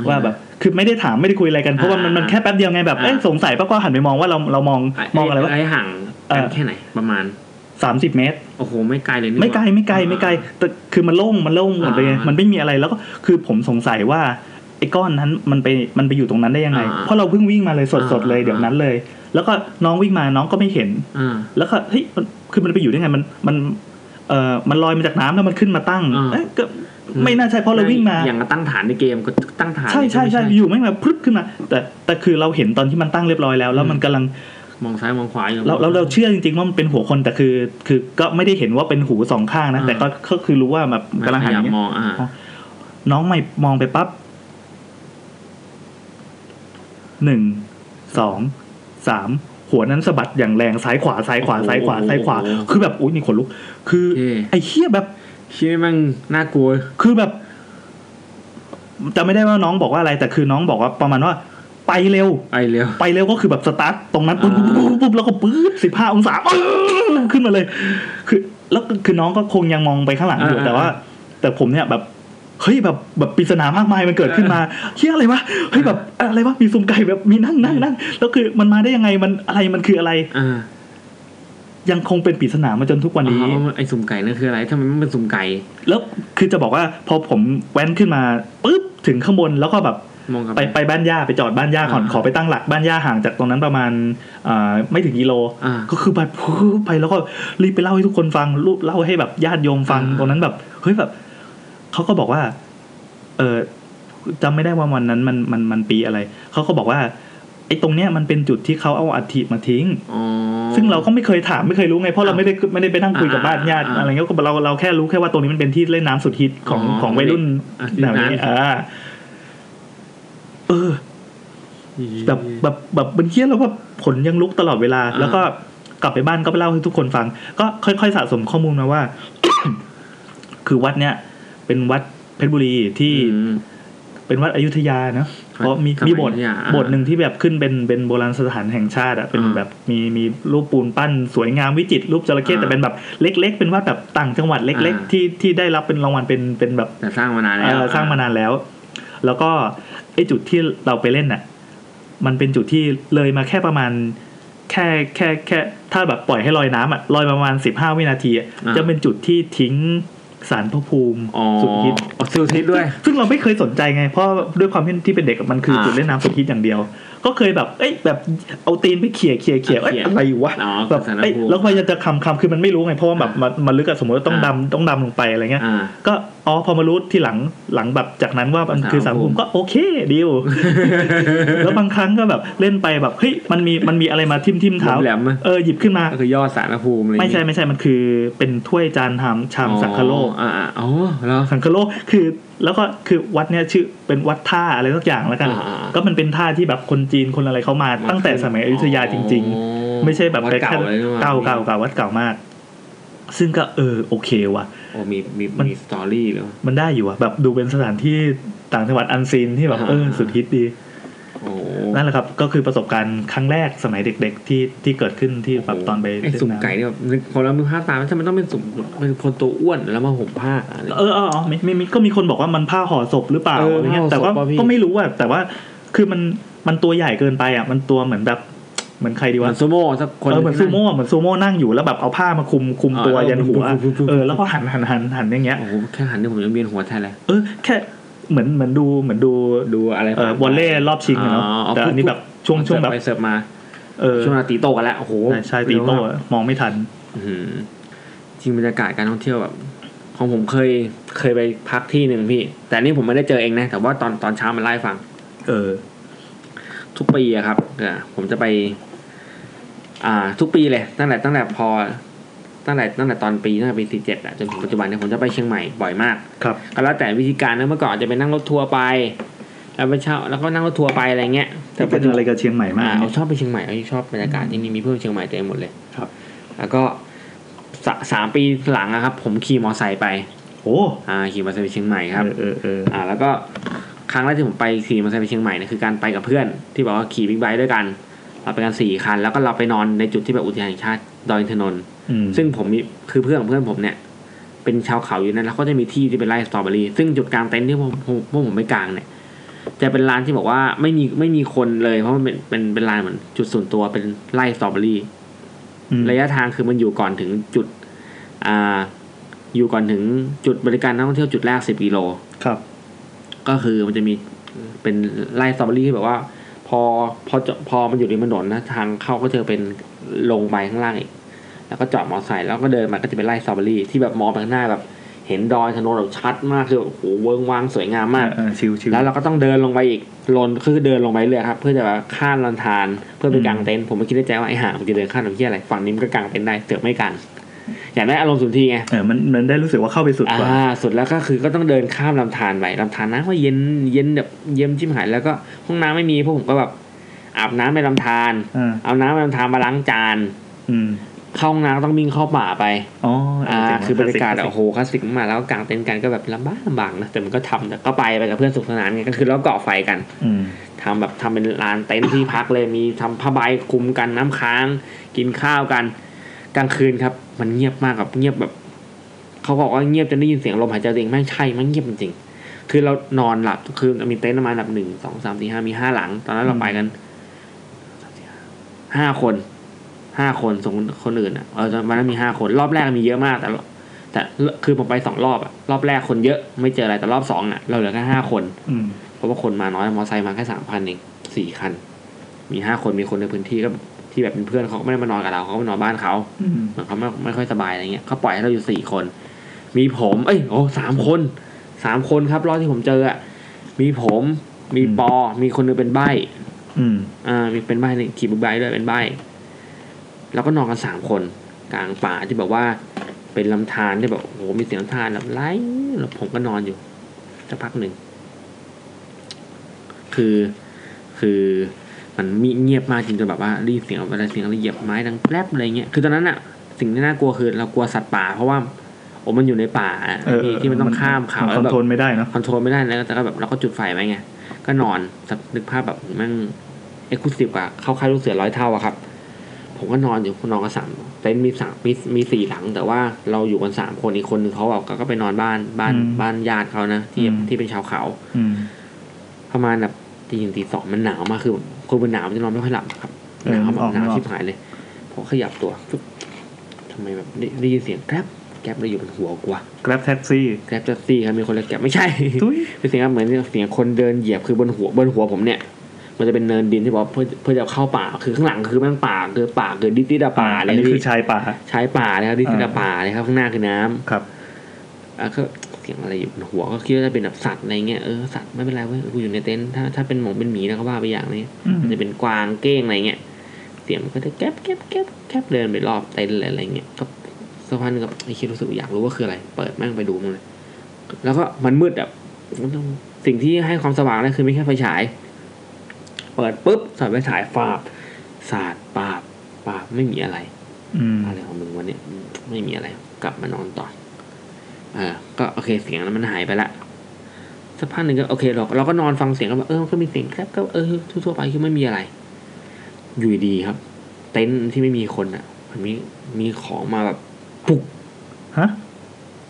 Speaker 1: ว่าแบบคือไม่ได้ถามไม่ได้คุยอะไรกันเพราะว่ามันมันแค่แป๊บเดียวไงแบบเอ้ย
Speaker 2: อ่า
Speaker 1: สงสัยป้าก็หันไปมองว่าเราเรามองมองอะไรวะ
Speaker 2: ไอ้ห่าง
Speaker 1: เออ
Speaker 2: กันแค่ไหนประมาณ
Speaker 1: สามสิบเมตร
Speaker 2: โอ้โหไม่ไกลเลยนี่
Speaker 1: ไม่ไกลไม่ไกลไม่ไกลแต่คือมันโล่งมันโล่งหมดเลยไงมันไม่มีอะไรแล้วก็คือผมสงสัยว่าไอ้ก้อนนั้นมันไปมันไปอยู่ตรงนั้นได้ยังไง เพราะเราเพิ่งวิ่งมาเลยสดๆเลยเดี๋ยวนั้นเลย แล้วก็น้องวิ่งมาน้องก็ไม่เห็น
Speaker 2: อ่า
Speaker 1: แล้วก็เฮ้ยมันคือมันไปอยู่ได้ไงมันมันเอ่อมันลอยมาจากน้ำแล้วมันขึ้นมาตั้งเอ๊ะก็ไม่น่าใช่เพราะเราวิ่งมา
Speaker 2: อย่างกับตั้งฐานในเกมก็ตั้งฐาน
Speaker 1: ใช่ใช่ใช่
Speaker 2: ไม่
Speaker 1: อยู่ไม่งมาพรึบขึ้นมา แต่แต่คือเราเห็นตอนที่มันตั้งเรียบร้อยแล้ว แล้วมันกำลัง
Speaker 2: มองซ้ายมองขวาอยู่
Speaker 1: เราเราเราเชื่อจริงๆว่ามันเป็นหัวคนแต่คือคือก็ไม่ได้เห็นว่าเป็นหูสองข้างนะ
Speaker 2: อ่า
Speaker 1: แต่ก็ก็คือรู้ว่าแบบกำลังหันอย
Speaker 2: พายา
Speaker 1: ย่าง
Speaker 2: ม
Speaker 1: เงี้ย
Speaker 2: มองอ่า
Speaker 1: น้องไม่มองไปปั๊บหนึ่งสองสามหัวนั้นสะบัดอย่างแรงซ้ายขวาซ้ายขวาซ้ายขวาซ้ายขวา คือแบบอุ้ยนี่ขนลุก คือไอ้เหี้ยแบบ
Speaker 2: คิดว่ามันน่ากลัว
Speaker 1: คือแบบจำไม่ได้ว่าน้องบอกว่าอะไร แต่คือน้องบอกว่าประมาณว่า ไปเร็ว
Speaker 2: ไปเร็ว
Speaker 1: ไปเร็วก็คือแบบสตาร์ทตรงนั้นปุ๊บปุ๊บปุ๊บปุ๊บแล้วก็ปื๊ดสิบห้าองศาอื้อขึ้นมาเลย คือ แล้วก็คือน้องก็คงยังมองไปข้างหลังอยู่
Speaker 2: อ่า
Speaker 1: แต่ว่า แต่ผมเนี่ยแบบเฮ้ยแบบแบบปริศนามากมายมันเกิดขึ้นมาเฮียอะไรวะเฮ้ยแบบอะไรวะมีซุ่มไก่แบบมีนั่งนั่งนั่งแล้วคือมันมาได้ยังไงมันอะไรมันคืออะไร
Speaker 2: อ่า
Speaker 1: ยังคงเป็นปริศนามาจนทุกวันนี้
Speaker 2: อ๋อไอ้สุ่มไก่นั่นคืออะไรทำไมมันเป็นสุ่มไก่
Speaker 1: แล้วคือจะบอกว่าพอผมแว้นขึ้นมาปุ๊บถึงข้างบนแล้วก็แบบ
Speaker 2: มองกลับ
Speaker 1: ไปไปบ้านย่าไปจอดบ้านย่าก่อน
Speaker 2: อ่า
Speaker 1: ขอไปตั้งหลักบ้านย่าห่างจากตรงนั้นประมาณเอ่อไม่ถึงกิโล
Speaker 2: อ่า
Speaker 1: ก็คือแบบพูไปแล้วก็รีบไปเล่าให้ทุกคนฟังรูปเล่าให้แบบญาติโยมฟัง
Speaker 2: อ่า
Speaker 1: ตรงนั้นแบบเฮ้ยแบบเขาก็บอกว่า เออจำไม่ได้ว่าวันนั้นมันมันมันปีอะไรเขาก็บอกว่าไอ้ตรงเนี้ยมันเป็นจุดที่เขาเอาอัฐิมาทิ้ง
Speaker 2: อ๋อ
Speaker 1: ซึ่งเราก็ไม่เคยถามไม่เคยรู้ไงเพราะเรา
Speaker 2: อ่า
Speaker 1: ไม่ได้ไม่ได้ไปนั่งคุยกับ
Speaker 2: อ่า
Speaker 1: บ้านญาติ
Speaker 2: อ่า
Speaker 1: อะไรเงี้ยก็เราเราแค่รู้แค่ว่าตรงนี้มันเป็นที่เล่นน้ำสุดฮิตของ
Speaker 2: อ๋อ
Speaker 1: ของวัยรุ่น
Speaker 2: อ่ะ
Speaker 1: แนวนี้
Speaker 2: ที่ร้าน
Speaker 1: อ่าเออ แบบแบบแบบมันเครียดแล้วแบบผลยังลุกตลอดเวลา
Speaker 2: อ่า
Speaker 1: แล้วก็กลับไปบ้านก็ไปเล่าให้ทุกคนฟัง ก็ค่อยๆสะสมข้อมูลมาว่า <coughs> คือวัดเนี้ยเป็นวัดเพชรบุรีที่
Speaker 2: อืม
Speaker 1: เป็นวัดอยุธยาเนอะเพราะมี
Speaker 2: สมัย
Speaker 1: มีโบสถ์
Speaker 2: อยุธยาอ่า
Speaker 1: โบสถ์หนึ่งที่แบบขึ้นเป็นเป็นโบราณสถานแห่งชาติอะเป็น
Speaker 2: อ่า
Speaker 1: แบบมีมีรูปปูนปั้น สวยงามวิจิตรรูปจระเข้
Speaker 2: อ่า
Speaker 1: แต่เป็นแบบเล็ก ๆ เป็นวัดแบบต่างจังหวัดเล็ก
Speaker 2: อ่า
Speaker 1: ๆ ที่ที่ได้รับเป็นรางวัลเป็นเป็นแบบ
Speaker 2: แต่สร้างมานานแล้ว
Speaker 1: เออสร้างมานานแล้ว แล้วก็ไอ้จุดที่เราไปเล่นน่ะ มันเป็นจุดที่เลยมาแค่ประมาณ แค่แค่แค่ ถ้าแบบปล่อยให้ลอยน้ำอ่ะลอยประมาณสิบห้าวินาทีอะ
Speaker 2: อ่า
Speaker 1: จะเป็นจุดที่ทิ้งสารพระภูมิ
Speaker 2: อ๋อ
Speaker 1: สุดฮิต
Speaker 2: อ๋อสุดฮิตด้วย
Speaker 1: ซึ่งเราไม่เคยสนใจไง เพราะด้วยความที่ที่เป็นเด็กอะมันคืออา จุดเล่นน้ำสุดฮิตอย่างเดียว ก็เคยแบบเอ้ยแบบเอาตีนไปเขี่ยเขี่ยเขี่ยเอ้ย
Speaker 2: เขี่ย
Speaker 1: อะไรวะ
Speaker 2: อ๋อ
Speaker 1: แบบ
Speaker 2: สารพระภูมิ
Speaker 1: เอ้ยแล้วพยายามจะคำคำคือมันไม่รู้ไงเพราะว่าแบบมันมันลึกอะสมมติว่าต้อง
Speaker 2: อ่า
Speaker 1: ดำต้องดำลงไปอะไรเงี้ย
Speaker 2: อ่า
Speaker 1: ก็อ๋อพอมารู้ที่หลังหลังแบบจากนั้นว่ามันคือสังคมก็โอเคดี
Speaker 2: <laughs>
Speaker 1: ว แล้วบางครั้งก็แบบเล่นไปแบบเฮ้ยมันมีมันมีอะไรมาทิ่มทิ่มๆเท้า
Speaker 2: แหลมๆอะ
Speaker 1: เออหยิบขึ้นมา
Speaker 2: ก็คือยอดสารภูมิอะไรอย่าง
Speaker 1: ไม่ใช่ไม่ใช่มันคือเป็นถ้วยจานทำชามสังคโลก
Speaker 2: อ๋ออ่าๆอ๋อแล้ว
Speaker 1: สังคโลกคือแล้วก็คือวัดเนี้ยชื่อเป็นวัดท่าอะไรสักอย่างแล้วกัน
Speaker 2: อ่าๆ
Speaker 1: ก็มันเป็นท่าที่แบบคนจีนคนอะไรเขามาตั้งแต่สมัยอยุธยาจริง ๆ
Speaker 2: อ๋อ
Speaker 1: ไม่ใช่แบบ
Speaker 2: วัด
Speaker 1: ไป
Speaker 2: เก่าเลยใช่ไหม
Speaker 1: เก่าเก่าเก่าวัดเก่ามาก ซึ่งก็เออโอเคว่ะ
Speaker 2: โอ้มีมี
Speaker 1: มัน
Speaker 2: มีสตอรี่แล้ว
Speaker 1: มันได้อยู่อะแบบดูเป็นสถานที่ต่างจังหวัดอันซีนที่แบบ
Speaker 2: อ่า
Speaker 1: เออสุดฮิตดี
Speaker 2: โอ้
Speaker 1: นั่นแหละครับ ก็คือประสบการณ์ครั้งแรกสมัยเด็ก ๆ ที่ที่เกิดขึ้นที่แบบตอนไป
Speaker 2: ไอ้
Speaker 1: เล่นน้ำ
Speaker 2: สุ่มไก่เนี่ยแบบนึกพอเรามือผ้าพตามแล้วทำไมต้องเป็นสุ่มเป็นคนตัวอ้วนแล้วมาห่มผ้าอะไร
Speaker 1: เออเออเออมีมีมีก็มีคนบอกว่ามันผ้าห่อศพหรือเปล่า
Speaker 2: เออ
Speaker 1: อะไรเงี้ย
Speaker 2: ผ้าห่อศพ
Speaker 1: แต่ว่า
Speaker 2: ป่ะพี่
Speaker 1: ก็ไม่รู้อะแต่ว่าคือมันมันตัวใหญ่เกินไปอะมันตัวเหมือนแบบเหมือนใครดี
Speaker 2: เหมื
Speaker 1: วะ
Speaker 2: อนซูโม่สักคน
Speaker 1: เออเหมือนซูโม่เหมือนซูโม่นั่งอยู่แล้วแบบเอาผ้ามาคุมคุม
Speaker 2: อ๋อ
Speaker 1: ตัวยันหัว
Speaker 2: ปุ๊บปุ๊บปุ๊บปุ๊บ
Speaker 1: เออแล้วก็หันหันหันหันอย่างเงี้ย
Speaker 2: โอ้โหแค่หันนี่ผมยังเวียนหัวแทนเลย
Speaker 1: เออแค่เหมือนเหมือนดูเหมือนดู
Speaker 2: ดูอะไร
Speaker 1: เออบอลเล่รอบชิงอะเนาะแต่อันนี้แบบช่วงช่วงแบบ
Speaker 2: ไปเสิร์ฟมา
Speaker 1: เออ
Speaker 2: ช่วงเวลาตีโต้กันแล้วโอ้โห
Speaker 1: ใช่ใช่ตีโต้อะมองไม่ทัน
Speaker 2: อื้อหือจริงบรรยากาศการท่องเที่ยวแบบ ของผมเคยเคยไปพักที่หนึ่งพี่ แต่อันนี่ผมไม่ได้เจอเองนะ แต่ว่าตอนตอนเช้ามันไล่าให้ฟัง
Speaker 1: เออ
Speaker 2: ทุกปีอะครับเออผมจะไป อ่า ทุกปีเลยตั้งแต่ตั้งแต่พอ ตั้งแต่ตั้งแต่ตอนปีตั้งแต่ปีสี่เจ็ดอะจนถึงปัจจุบันเนี่ยผมจะไปเชียงใหม่บ่อยมาก
Speaker 1: ครับ
Speaker 2: ก็แล้วแต่วิธีการนะเมื่อก่อนอาจจะไปนั่งรถทัวร์ไป แล้วไปเช่าแล้วก็นั่งรถทัวร์ไปอะไรเงี้ย
Speaker 1: แต่เป็นอะไรกับเชียงใหม่มา
Speaker 2: อ่าก เราชอบไปเชียงใหม่เราชอบบรรยากาศที่นี่มีเพื่อนเชียงใหม่เต็มหมดเลย
Speaker 1: ครับ
Speaker 2: แล้วก็สะสามปีหลังนะครับ ผมขี่มอเตอร์ไซค์ไป
Speaker 1: โอ้
Speaker 2: อ่าขี่มอเตอร์ไซค์ไปเชียงใหม่ครับ
Speaker 1: เออเออเออ
Speaker 2: อ่า แล้วก็ครั้งแรกที่ผมไปขี่มอเตอร์ไซค์ไปเชียงใหม่เนี่ยคือการไปกับเพื่อน ที่บอกว่าขี่บิ๊กไบค์ด้วยกัน เราไปกันสี่คัน แล้วก็เราไปนอนในจุดที่แบบอุทยานแห่งชาติดอยอินทนนท์
Speaker 1: อืม
Speaker 2: ซึ่งผมมีคือเพื่อนของเพื่อนผมเนี่ย เป็นชาวเขาอยู่นั้นแล้วก็จะมีที่ที่เป็นไร่สตรอเบอรี่ซึ่งจุดกลางเต็นท์ที่ผมผมพวกผมไปกลางเนี่ย จะเป็นร้านที่บอกว่าไม่มีไม่มีคนเลยเพราะมันเป็นเป็นเป็นร้านเหมือนจุดส่วนตัวเป็นไร่สตรอเบอรี่
Speaker 1: อืม
Speaker 2: ระยะทางคือมันอยู่ก่อนถึงจุด อ่า อยู่ก่อนถึงจุดบริการนักท่องเที่ยวจุดแรกสิบกิโล
Speaker 1: ครับ
Speaker 2: ก็คือมันจะมีเป็นไร่สตรอเบอรี่ที่แบบว่า พอพอจะพอมันอยู่ริมถนนนะทางเข้าก็เจอเป็นลงไปข้างล่างอีก แล้วก็จอดมอเตอร์ไซค์แล้วก็เดินมาก็จะเป็นไร่สตรอเบอรี่ที่แบบมองไปข้างหน้าแบบ เห็นดอยถนนแบบชัดมากคือแบบโอ้โหเวิงวางสวยงามมาก
Speaker 1: เออชิวชิว
Speaker 2: แล้วเราก็ต้องเดินลงไปอีกลนคือเดินลงไปเรื่อยครับ เพื่อจะแบบข้ามลำธารเพื่อไปกางเต็นท์ผมไม่คิดในใจว่าไอ้ห่ามันจะเดินข้ามลำเที่ยอะไรฝั่งนี้มันก็กางเต็นท์ได้เตือกไม่กางอยากได้อารมณ์สุนทรีไง
Speaker 1: เออมันมันได้รู้สึกว่าเข้าไปสุดกว่า
Speaker 2: อ่าสุดแล้วก็คือก็ต้องเดินข้ามลำธารไปลำธารน้ำก็เย็นเย็นแบบเยี่ยมชิมหายแล้วก็ห้องน้ำไม่มีพวกผมก็แบบอาบน้ำในลำธาร
Speaker 1: อ่า
Speaker 2: เอาน้ำในลำธารมาล้างจาน
Speaker 1: อืม
Speaker 2: เข้าห้องน้ำก็ต้องวิ่งเข้าป่าไป
Speaker 1: อ๋อ
Speaker 2: อ่า
Speaker 1: เจ๋งว่ะ
Speaker 2: คือบรรยากาศอะ
Speaker 1: คล
Speaker 2: โอ้
Speaker 1: สิ
Speaker 2: โหคลาสสิกมากแล้วก็กางเต็นท์กันก็แบบลำบากลำบากนะแต่มันก็ทำแต่ก็ไปไปกับเพื่อนสนุขสนานไงก็คือเราเกาะไฟกัน
Speaker 1: อืม
Speaker 2: ทำแบบทำเป็นลานเต็นท์ที่พักเลยมีทำผ้าใบคลุมกันน้ำค้าง กินข้าวกัน กลางคืนครับ มันเงียบมากกับเงียบแบบ เขาบอกว่าเงียบจนได้ยินเสียงลมหายใจตัวเองแม่งใช่มันเงียบจริงๆคือเรานอนหลับคือมีเต็นท์ประมาณแบบหนึ่งสองสามสี่ห้ามีห้าหลัง ตอนนั้นเราไปกันห้าคนห้าคนส่งคนอื่นอ่ะเออวันนั้นมีห้าคนรอบแรกมีเยอะมากแต่ละแต่คือผมไปสองรอบอ่ะรอบแรกคนเยอะไม่เจออะไรแต่รอบสองอ่ะ เราเหลือแค่ห้าคน
Speaker 1: อืม
Speaker 2: เพราะว่าคนมาน้อยมอไซค์มาแค่สามพันเองสี่คัน มีห้าคนมีคนในพื้นที่ก็ที่แบบเป็นเพื่อนเขาก็ไม่ได้มานอนกับเราเขาก็มานอนบ้านเขา
Speaker 1: อืม
Speaker 2: เหมือนเขาไม่ไม่ค่อยสบายอะไรเงี้ยเขาปล่อยให้เราอยู่สี่คน มีผม เอ้ยโอ้สามคนสามคนครับรอบที่ผมเจออ่ะมีผม มีปอ มีคนหนึงเป็นใบ
Speaker 1: อืม
Speaker 2: อ่ามีเป็นใบนี่ขี่บิ๊กไบค์ด้วยเป็นใบแล้วก็นอนกันสามคน กลางป่าที่แบบว่า เป็นลำธารที่แบบโอ้โหมีเสียงลำธารแบบไหลแล้วผมก็นอนอยู่สักพักหนึ่งคือคือ มันมีเงียบมากจริงจนแบบว่ารีเสียงอะไรเสียงอะไรเหยียบไม้ดังแป๊บอะไรเงี้ยคือตอนนั้นอะสิ่งที่น่ากลัวคือเรากลัวสัตว์ป่า เพราะว่าโอ้มันอยู่ในป่าอะ
Speaker 1: เออ
Speaker 2: ที่ที่มันต้องข้ามเขา
Speaker 1: นคอ
Speaker 2: แล้วน แบบ
Speaker 1: โทรลไม่ได้เนาะ
Speaker 2: คอนโทรลไม่ได้แล้วแต่ก็แบบเราก็จุดไฟไว้ไงก็นอนสักนึกภาพแบบแมั่งเอ็กซ์คลูซีฟกว่าเข้าค่ายลูกเสือร้อยเท่าอะครับ ผมก็นอนอยู่นอนกันสามเต็นท์มีสามมีมีสี่หลัง แต่ว่าเราอยู่กันสามคนอีกคนนึงเขาแบบก็ไปนอนบ้านบ้านบ้านญาติเขานะที่ที่เป็นชาวเขา
Speaker 1: อืม
Speaker 2: ประมาณแบบตีหนึ่งตีสองมันหนาวมากคือคนมันหนาวมันจะนอนไม่ค่อยหลับครับ
Speaker 1: เออน
Speaker 2: หาวแบ
Speaker 1: ออบ ก
Speaker 2: หนาว
Speaker 1: ออก
Speaker 2: ชิบหายเลยพอขยับตัวฟึบทำไมแบบได้ได้ยินเสียงแกร็บแกร็บเลยอยู่บนหัวกูวะ
Speaker 1: grab taxi
Speaker 2: แกร็บจะซี่ครับมีคนเรียกแกร็บไม่ใช่ <laughs>
Speaker 1: ตุ้ย
Speaker 2: เป็นเสียงแบบเหมือนเสียงคนเดินเหยียบคือบนหัวบนหัวผมเนี่ย มันจะเป็นเนินดินที่บอกว่าเพื่อเพื่อจะเข้าป่าคือข้างหลังคือแม่งป่าคือป่าคือดิสติดาป่าเล
Speaker 1: อัน
Speaker 2: ย
Speaker 1: นี้คือ
Speaker 2: พี่
Speaker 1: ชายป่า
Speaker 2: ใช้ป่านะครับดิสติดา
Speaker 1: อ่า
Speaker 2: ป่าเลยครับข้างหน้าคือน้ำ
Speaker 1: ครับ
Speaker 2: อ่ะก็เสียงอะไรอยู่บนหัวก็คิดว่าจะเป็นแบบสัตว์อะไรเงี้ยเออสัตว์ไม่เป็นไรเว้ยกูอยู่ในเต็นท์ถ้าถ้าเป็นหมงเป็นหมีแล้วก็ว่าไปอย่างนี้
Speaker 1: อืม
Speaker 2: มันจะเป็นกวางเก้งอะไรเงี้ยเสียงมันก็จะแก๊บแก๊บแก๊บแก๊บเดินไปรอบเต็นท์เลยอะไรเงี้ยก็สักพักหนึงก็ไอ้คิดรู้สึกอยากรู้ว่าคืออะไร เปิดแม่งไปดูมันเลยแล้วก็มันมืดแบบสิ่งที่ให้ความสว่างได้คือไม่แค่ไฟฉาย เปิดปุ๊บสอดไฟฉายฟาบสาดปาบปาบไม่มีอะไร
Speaker 1: อืม
Speaker 2: อะไรของมึงวะเนี่ยอืมไม่มีอะไร กลับมานอนต่อเออก็โอเคเสียงนั้นมันหายไปละสักพักหนึ่งก็โอเคเราเราก็นอนฟังเสียงก็แบบเออมันก็มีเสียงแครบก็เออทั่วๆไปคือไม่มีอะไร อยู่ดีๆครับ เต็นท์ที่ไม่มีคนอ่ะ มันมีมีของมาแบบปุก
Speaker 1: ฮะ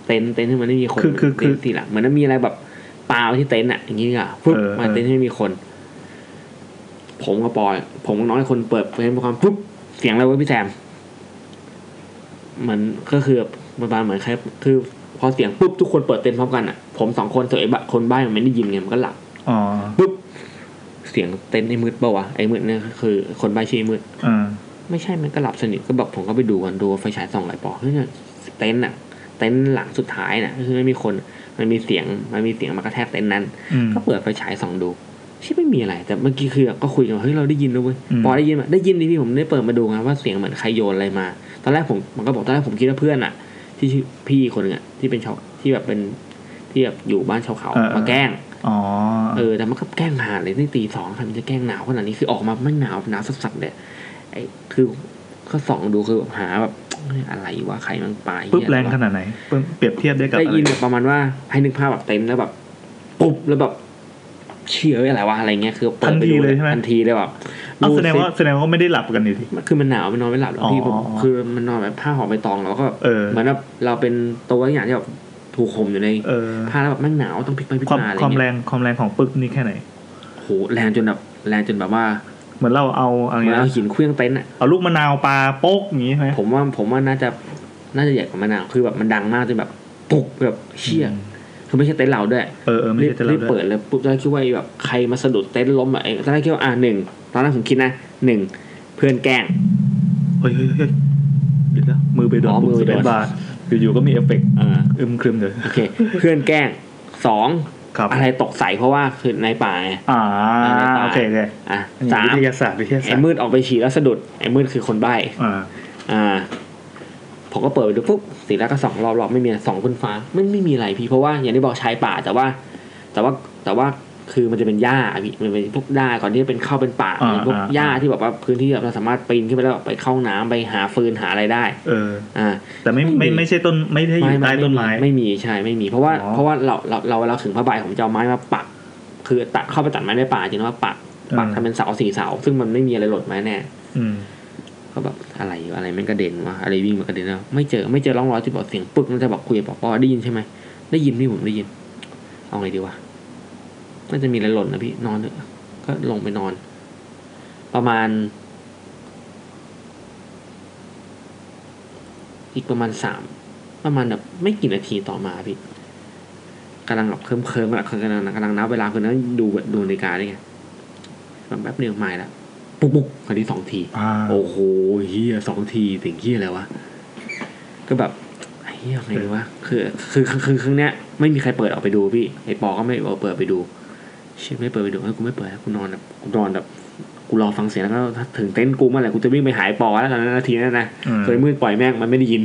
Speaker 2: เต็นท์เต็นท์ที่มันไม่มีคน
Speaker 1: คือคือ
Speaker 2: เต็นท์สี่หลังเหมือนมันมีอะไรแบบปาไว้ที่เต็นท์อ่ะอย่างงี้ดีกว่าปุ๊บ
Speaker 1: เออเออ
Speaker 2: มาเต็นท์ที่ไม่มีคน ผมกับปอย ผมกับน้องอีกคนเปิดเพลงประความปุ๊บเสียงอะไรวะพี่แซม มันก็คือประมาณเหมือนแค่คือพอเสียงปุ๊บทุกคนเปิดเต้นพร้อมกันอ่ะ ผมสองคนส่วนไอ้บะคนใบ้มันไม่ได้ยินไงมันก็หลับ
Speaker 1: อ๋อ
Speaker 2: ปุ๊บเสียงเต้นไอ้มืดเปล่าวะไอ้มืดเนี่ยคือ คนใบ้ชื่อไอ้มืด
Speaker 1: อ่า
Speaker 2: ไม่ใช่มันก็หลับสนิทก็แบบผมก็ไปดูกันดูไฟฉายส่องไหลปอเฮ้ยเนี่ยเต็นท์อ่ะเต็นท์หลังสุดท้ายน่ะคือไม่มีคนมันมีเสียงมันมีเสียงมากระแทกเต็นท์นั้น
Speaker 1: อืม
Speaker 2: ก็เปิดไฟฉายส่องดูชิบไม่มีอะไร แต่เมื่อกี้คือก็คุยกันว่าเฮ้ยเราได้ยินด้วยเว้ย
Speaker 1: อืม
Speaker 2: ปอได้ยินไหมได้ยินดิพี่ผมได้เปิดมาดูไงว่าเสียงเหมือนใครโยนอะไรมา ตอนแรกผมมันก็บอกตอนแรกผมคิดว่าเพื่อนอะที่ชื่อพี่คนหนึงอะที่เป็นชาวที่แบบเป็นที่แบบอยู่บ้านชาวเขา
Speaker 1: เออเออ
Speaker 2: มาแกล้ง
Speaker 1: อ๋อ
Speaker 2: เออแต่มันก็แกล้งหาเลยนี่ตีสองใครมันจะแกล้งหนาวขนาดนี้คือออกมาไม่งหนาวหนาวสัสๆเลยไอ้คือก็ส่องดูคือแบบหาแบบเอ้ยอะไรวะใครมันปลาเหี้ย
Speaker 1: ปุ๊บแรง
Speaker 2: อะไรวะ
Speaker 1: ขนาดไหนปุ๊บเปรียบเทียบได้กับ
Speaker 2: ได้
Speaker 1: อะไร
Speaker 2: ยินแบบประมาณว่าให้นึกภาพแบบเต็นท์แล้วแบบปุ๊บแล้วแบบเชี่ยอะไรวะอะไรเงี้ยคือเปิดไปดูทันทีเลยแบบ
Speaker 1: เอาแสดงว่าแสดงว่าไม่ได้หลับกันอยู่ดิ
Speaker 2: คือมันหนาวมันนอนไม่หลับแล้วพี่ผมคือมันนอนแบบผ้าห่อใบตองแล้วก็แบบ
Speaker 1: เออ
Speaker 2: เหมือนแบบเราเป็นตัวอย่างที่แบบถูกข่มอยู่ใน
Speaker 1: เออ
Speaker 2: ผ้าแล้วแบบมันหนาวต้องพลิกไปพลิก
Speaker 1: ความ
Speaker 2: มาอะไร
Speaker 1: ความแร
Speaker 2: เงี้ย
Speaker 1: งความแรงของปึ๊กนี่แค่ไหน
Speaker 2: โหแรงจนแบบแรงจนแบบว่า
Speaker 1: เหมือนเราเอาอะไร
Speaker 2: เหมือน
Speaker 1: นะ
Speaker 2: เอาหินเครื่องเต็นท์อ่ะ
Speaker 1: เอาลูกมะนาวปลาโป๊กอย่างงี้ใช่ไหม
Speaker 2: ผมว่าผมว่าน่าจะ น่าจะใหญ่กว่ามะนาวคือแบบมันดังมากจนแบบปุกแบบเชี่ยคือไม่ใช่เต็นท์เราด้วย
Speaker 1: เออเออไม่
Speaker 2: รีบ
Speaker 1: ใช่แต่เรา
Speaker 2: รีบ
Speaker 1: ด้ว
Speaker 2: เปิ
Speaker 1: ย
Speaker 2: ดเลยปุ๊บตอนแรกคิดว่าแบบใครมาสะดุดเต็นท์ล้มอะไอ้ตอนแรกคิดว่าอ่าหนึ่งตอนแรกผมคิดนะหนึ่งเพื่อนแกล้ง
Speaker 1: เฮ้ยเฮ้ยเฮ้ยเดี๋ยวนะมือไปโดน
Speaker 2: อ๋อ
Speaker 1: ปุ่
Speaker 2: มื
Speaker 1: มส
Speaker 2: อ
Speaker 1: เป
Speaker 2: ไปโดน
Speaker 1: ซบาร์อยู่ๆก็มีเอฟเฟกต์
Speaker 2: อ่า
Speaker 1: อึมครึมเลย
Speaker 2: โอเค เพื่อนแกล้งสอง
Speaker 1: ครับ
Speaker 2: อะไรตกใส่เพราะว่าคือในป่าไง
Speaker 1: อ่า
Speaker 2: ในป่า
Speaker 1: โอเคโอเค
Speaker 2: อ่ะ
Speaker 1: อันนี้
Speaker 2: สา
Speaker 1: วิ
Speaker 2: ม
Speaker 1: ทยาศาสตร์วิทยาศาสตร์
Speaker 2: ไอ้มืดออกไปฉี่แล้วสะดุดไอ้มืดคือคนใบ้
Speaker 1: อ่า
Speaker 2: อ่าผมก็เปิดไปดูปุ๊บสีแล้วก็สองรอบรอบไม่มีอะไรสองบนฟ้ามันไม่มีอะไรพี่เพราะว่าอย่างที่บอกชายป่าแต่ว่า แต่ว่าแต่ว่าคือมันจะเป็นหญ้าอะพี่มันเป็นพวกหญ้าก่อนที่จะเป็นเข้าเป็นป่าเป็นพวกหญ้าที่แบบว่าพื้นที่แบบเราสามารถปีนขึ้นไปแล้วแบบไปเข้าน้ำไปหาฟืนหาอะไรได้
Speaker 1: เออ
Speaker 2: อ่า
Speaker 1: แต่ไม่
Speaker 2: ไม่
Speaker 1: ไม่
Speaker 2: มี
Speaker 1: ไม่ใช่ต้นไม่ได้อยู่ใต้ต้นไม้
Speaker 2: ไม่มีใช่ไม่มีเพราะว่า
Speaker 1: อ๋อ
Speaker 2: เพราะว่าเราเราเราเราถึงผ้าใบผมจะเอาไม้มาปัก คือตัดเข้าไปตัดไม้ในป่าจริงๆว่าปักปักทำเป็นเสาสี่เสา ซึ่งมันไม่มีอะไรหล่นมาแน่
Speaker 1: อืม
Speaker 2: ก็แบบอะไรอยู่อะไรแม่งกระเด็นวะอะไรวิ่งมากระเด็นแล้วไม่เจอไม่เจอร่องรอยที่บอกเสียงปึ๊กมันจะบอกคุยกับบอกว่าได้ยินใช่ไหมได้ยินพี่ผมได้ยิน เอาไงดีวะน่าจะมีอะไรหล่นนะพี่นอนเถอะก็ลงไปนอน ประมาณ อีกประมาณสามประมาณแบบไม่กี่นาทีต่อมาพี่กำลังแบบเคิมเคิมกำลังกำลังกำลังนับเวลาคือนั้นดูแบบดูนาฬิกาได้ไงแบบแป๊บเดียวไม่ละปุ๊บปุ๊บคราวนี้สองที
Speaker 1: อ่า
Speaker 2: โอ้โหเฮียสองทีถึงเฮียอะไรวะ ก็แบบเฮียไงวะคือคือคือคือครั้งเนี้ยไม่มีใครเปิดออกไปดูพี่ไอปอก็ไม่เปิดไปดูเชี่ยไม่เปิดไปดูเฮ้ยกูไม่เปิดแล้วกูนอนแบบกูนอนแบบกูรอฟังเสียงแล้วก็ถ้าถึงเต็นท์กูเมื่อไหร่กูจะวิ่งไปหายปอแล้วตอนนั้นนาทีนั้นนะ
Speaker 1: อืม
Speaker 2: เคยมืดปล่อยแม่งมันไม่ได้ยิน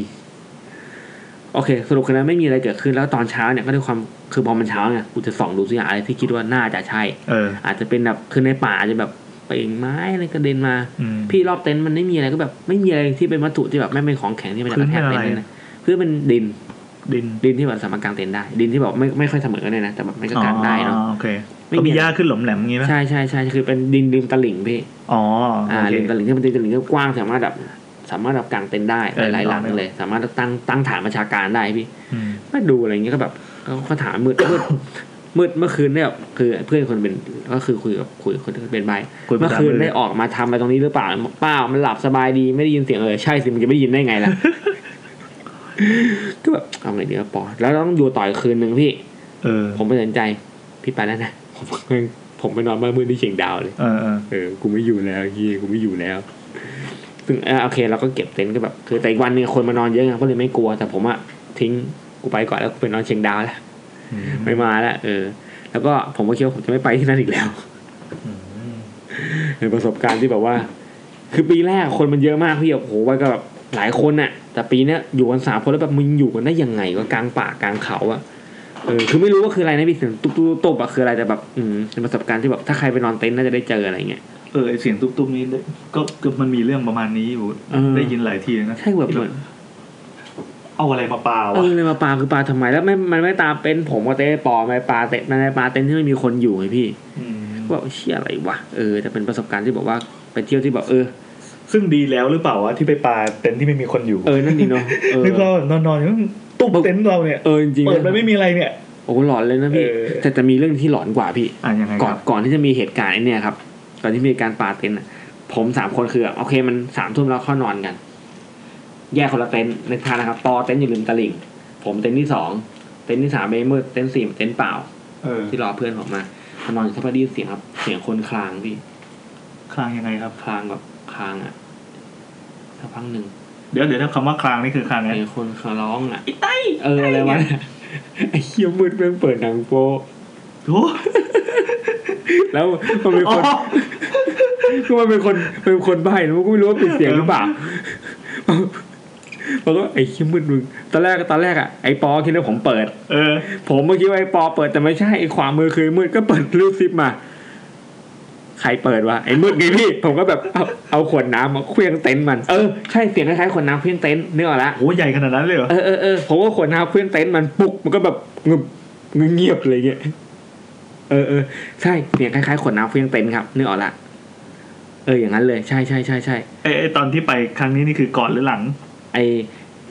Speaker 2: โอเค สรุปคือนั้นไม่มีอะไรเกิดขึ้นแล้วตอนเช้าเนี่ยก็ด้วยความคือพอมันเช้าเนี่ยกูจะส่องดูสิอะไรที่คิดว่าน่าจะใช่
Speaker 1: เออ
Speaker 2: อาจจะเป็นแบบคือในป่าอาจจะแบบเปงไม้อะไรกระเด็นมา
Speaker 1: อืม
Speaker 2: พี่รอบเต็นท์มันไม่มีอะไรก็แบบไม่มีอะไรที่เป็นวัตถุที่แบบไม่เป็นของแข็งที่มันจะกระแทกเต็นท์เลยนะเพื่อเป็นดิน
Speaker 1: ดิน
Speaker 2: ดินที่แบบสามารถกางเต็นท์ได้ ดินที่แบบไม่ไม่ค่อยเสมอกันเลยนะแต่แบบมันก็กางได้เนาะ
Speaker 1: อ๋อโอเค
Speaker 2: ไม่
Speaker 1: ก็
Speaker 2: มี
Speaker 1: มีหญ้าขึ้นหลอมแหลมงี้ไหม
Speaker 2: ใช่ใช่ใช่คือเป็นดินริมตลิ่งพี่
Speaker 1: อ๋อ
Speaker 2: อ่า
Speaker 1: โอเค
Speaker 2: ริมตลิ่งที่มันเป็นตลิ่งที่กว้างสามารถแบบสามารถแบบกางเต็นท์ได้
Speaker 1: เออ
Speaker 2: หลายๆหลัง
Speaker 1: เออ
Speaker 2: เลย สามารถตั้งตั้งฐานประชาการได้พี่
Speaker 1: อืม
Speaker 2: มาดูอะไรเงี้ยก็แบบก็ก็ถามมืด มืดมืดเมื่อคืนเนี่ยแบบคือเพื่อนคนเป็นก็คือคุยกับคุยกับคนที่เป็นใบ
Speaker 1: คุยภา
Speaker 2: เมื่อ
Speaker 1: ษา
Speaker 2: คืน
Speaker 1: เล
Speaker 2: ได้
Speaker 1: ย
Speaker 2: ออกมาทำอะไรตรงนี้หรือเปล่าบอกเปล่ามันหลับสบายดีไม่ได้ยินเสียงเลยใช่สิมันจะไม่ได้ยินได้ไงล่ะ ก็แบบเอาไงดีวะปอแล้วต้องอยู่ต่ออีกคืนหนึ่งพี่
Speaker 1: เออ
Speaker 2: ผมไม่สนใจพี่ไปแล้วนะผมผมไปนอนบ้านมืดที่เชียงดาวเลย
Speaker 1: เออเออ
Speaker 2: เออ กูไม่อยู่แล้วเฮียกูไม่อยู่แล้ว ซึ่งเออโอเคเราก็เก็บเต็นท์ก็แบบ คือแต่อีกวันหนึงคนมานอนเยอะไงก็เลยไม่กลัว แต่ผมอะทิ้งกูไปก่อนแล้วกูไปนอนเชียงดาวแล้ว
Speaker 1: อืม
Speaker 2: ไม่มาแล้ว เออ แล้วก็ผมก็คิดว่าผมจะไม่ไปที่นั่นอีกแล้ว
Speaker 1: อืม
Speaker 2: เป็นประสบการณ์ที่แบบว่า คือปีแรกคนมันเยอะมากพี่แบบโหว่าก็แบบหลายคนน่ะ แต่ปีเนี้ยอยู่กันสามคนแล้วแบบมึงอยู่กันได้ยังไงวะกลางป่ากลางเขาอะเออคือไม่รู้ว่าคืออะไรนะพี่เสียงตุ๊บตุ๊บตุ๊บอะคืออะไรแต่แบบอืมเป็นประสบการณ์ที่แบบถ้าใครไปนอนเต็นท์น่าจะได้เจออะไรเงี้ย
Speaker 1: เออไอเสียงตุ๊บๆนี้ได้ก็ก็มันมีเรื่องประมาณนี้อยู่
Speaker 2: เออ
Speaker 1: ได้ยินหลายทีเลยนะ
Speaker 2: ใช่แบบเหมือน
Speaker 1: เอาอะไรมาปา
Speaker 2: เอ
Speaker 1: วะ
Speaker 2: อเลยมาปลาคือปลาทำไมแล้วไม่มันไม่ตามเป็นผมกับเต้ปอไม่ปลาเต้มันไม่ปลาเต้นที่ไม่มีคนอยู่ไงพี่
Speaker 1: ม
Speaker 2: ก็แบบเชี่ยอะไรวะเออแต่เป็นประสบการณ์ที่บอกว่าไปเที่ยวที่แบบเออ
Speaker 1: ซึ่งดีแล้วหรือเปล่าวะที่ไปปาเต็นท์ที่ไม่มีคนอยู่
Speaker 2: เออนั่นดีเนาะเออ
Speaker 1: นึกเรานอนนอนๆอยู่ตุ๊บเต็นท์เราเนี่ย
Speaker 2: เออจริงๆ
Speaker 1: เปิดไปไม่มีอะไรเนี่ย
Speaker 2: โอ้หลอนเลยนะพี่
Speaker 1: เออ
Speaker 2: แต่แต่มีเรื่องที่หลอนกว่าพี่
Speaker 1: อ่ะยังไงค
Speaker 2: ก่อน
Speaker 1: รับ
Speaker 2: ก่อนที่จะมีเหตุการณ์ไอ้เนี่ยครับก่อนที่มีการปาเต็นท์น่ะผมสามคนคือโอเคมันสามทุ่มแล้วเข้านอนกัน แยกคนละเต็นท์ในทางนะครับปอเต็นท์อยู่ริมตลิ่งผมเต็นท์ที่สองเต็นท์ที่สามเบมืดเต็นท์สี่เต็นท์เปล่า
Speaker 1: เออ
Speaker 2: ที่รอเพื่อนผมมาพอนอนอยู่สักพักได้ยินเสียงครับ เสียงคนคลางพี่
Speaker 1: คลางยังไงครับ
Speaker 2: คลางแบบคลางอ่ะสักพักหนึ่ง
Speaker 1: เดี๋ยวเดี๋ยวนะคำว่าคลางนี่คือคลางไง
Speaker 2: เสียงคนคลางร้องอ่ะไอ้ไตเอออะไรวะเนี่ยไอ้เฮียมืดเพิ่งเปิดหนังโป๊ะ
Speaker 1: โอ้
Speaker 2: แล้วมันเป็น
Speaker 1: อ๋
Speaker 2: ค
Speaker 1: อน
Speaker 2: ก็มันเป็นคนมันเป็นคนใบ้นะมันก็ไม่รู้ว่าปิดเสียงหรือเปล่ามันก็ไอ้เฮียมืดมึงตอนแรกตอนแรกอ่ะไอ้ปอคิดว่าผมเปิด
Speaker 1: เออ
Speaker 2: ผมเมื่อกี้ว่าไอ้ปอเปิดแต่ไม่ใช่ไอ้ขวามือคือมืดก็เปิดรูปซิปมา ใครเปิดวะไอ้มืดไงพี่ ผมก็แบบเอาเอาขวดน้ำมาเคลื่องเต็นท์มันเออใช่เสียงคล้ายๆขวดน้ำเคลื่องเต็นท์นึกออกละ
Speaker 1: โหใหญ่ขนาดนั้นเลยเหรอ
Speaker 2: เออเออเออผมก็ขวดน้ำเคลื่องเต็นท์มันปุ๊กมันก็แบบงึบงึบเงียบเลยเงี้ยเออเออใช่เสียงคล้ายๆขวดน้ำเคลื่องเต็นท์ครับนึกออกละเอออย่างนั้นเลยใช่ใช่ใช่ใช่
Speaker 1: ไอไอตอนที่ไปครั้งนี้นี่คือก่อนหรือหลัง
Speaker 2: ไอ้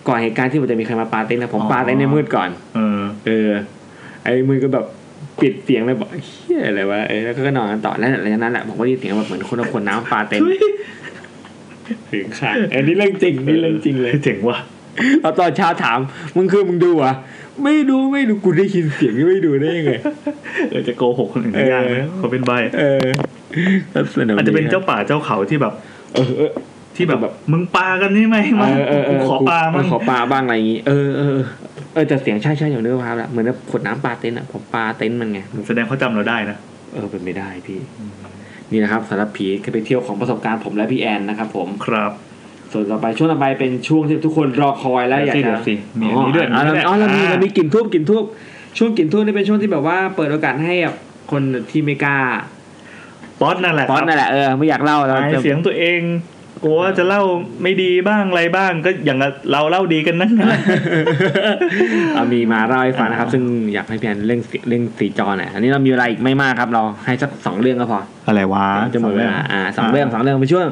Speaker 2: ก่อนเหตุการณ์ที่มันจะมีใครมาปาเต็นท์นะผม
Speaker 1: อ๋อ
Speaker 2: ปาเต็นท์ในมืดก่อน
Speaker 1: เออ
Speaker 2: เออ ไอ้มือก็แบบปิดเสียงเลยบอกเฮียอะไรวะเออแล้วก็นอนกันต่อแล้วหลังจากนั้นแหละผมก็ได้ยินเสียงแบบเหมือนคนเอาขวดน้ำปลาเต็มถึงขาดอันนี้เรื่องจริงนี่เรื่องจริงเลย
Speaker 1: เจ๋งว่ะ
Speaker 2: เราตอนเช้าถามมึงคือมึงดูเหรอ่ะไม่ดูไม่ดูกูได้ยินเสียงไม่ดูได้ยังไง
Speaker 1: เออจะโกหกคนอื่นได้ยากนะ
Speaker 2: เออ
Speaker 1: เขาเป็นใบ
Speaker 2: เออแล้วสกดี
Speaker 1: อาจจะเป็นเจ้าป่าเจ้าเขาที่แบบ
Speaker 2: เออเออ
Speaker 1: ที่แบบ
Speaker 2: แบบ
Speaker 1: มึงปลากันใช่ไหมมา
Speaker 2: เออเอ
Speaker 1: กู
Speaker 2: อเ
Speaker 1: ขอปลามัน
Speaker 2: ขอปลาบ้างอะไรอย่างงี้เออเออเออเออแต่เสียงใช่ใช่อย่างนึกภาพละเหมือนแบบขวดน้ำปลาเต็นท์อะผมปลาเต็นท์มันไง
Speaker 1: แสดงเขาจำเราได้นะ
Speaker 2: เออเป็นไม่ได้พี่ นี่นะครับสำหรับผีคือไปเที่ยวของประสบการณ์ผมและพี่แอนนะครับผม
Speaker 1: ครับ
Speaker 2: ส่วนต่อไปช่วงต่อไปเป็นช่วงที่ทุกคนรอคอยและอยาก
Speaker 1: สิ
Speaker 2: จะ
Speaker 1: เดี๋ยวสิมีอั
Speaker 2: อ๋
Speaker 1: น
Speaker 2: อ
Speaker 1: นี้ด้วย
Speaker 2: อ่ะ
Speaker 1: นนี้
Speaker 2: อ๋อเรามีเรามี
Speaker 1: อ่
Speaker 2: กลิ่นทูบกลิ่นทูบช่วงกลิ่นทูบนี่เป็นช่วงที่แบบว่าเปิดโอกาสให้แบบคนที่ไม่กล้า
Speaker 1: ป๊อตนั่นแหละ
Speaker 2: ตอ
Speaker 1: ค
Speaker 2: น
Speaker 1: รับ
Speaker 2: นั่นแหละเออไม่อยากเล่าเรา
Speaker 1: อาย
Speaker 2: จะ
Speaker 1: เสียงตัวเองกลัวว่าจะเล่าไม่ดีบ้างอะไรบ้างก็อย่างกับเราเล่าดีกันนั่นแหละ
Speaker 2: <laughs> เอามีมาเล่าให้ฟังนะครับ ซึ่งอยากให้พี่แอนเร่งเสียเร่งสีจอหน่อยอันนี้เรามีเวลาอีกไม่มากครับ เราให้สักสองเรื่องก็พอ
Speaker 1: <laughs> อะไรวะ
Speaker 2: จะหมดเวลาอ่าสองเรื่องสองเรื่องเป็นช่วง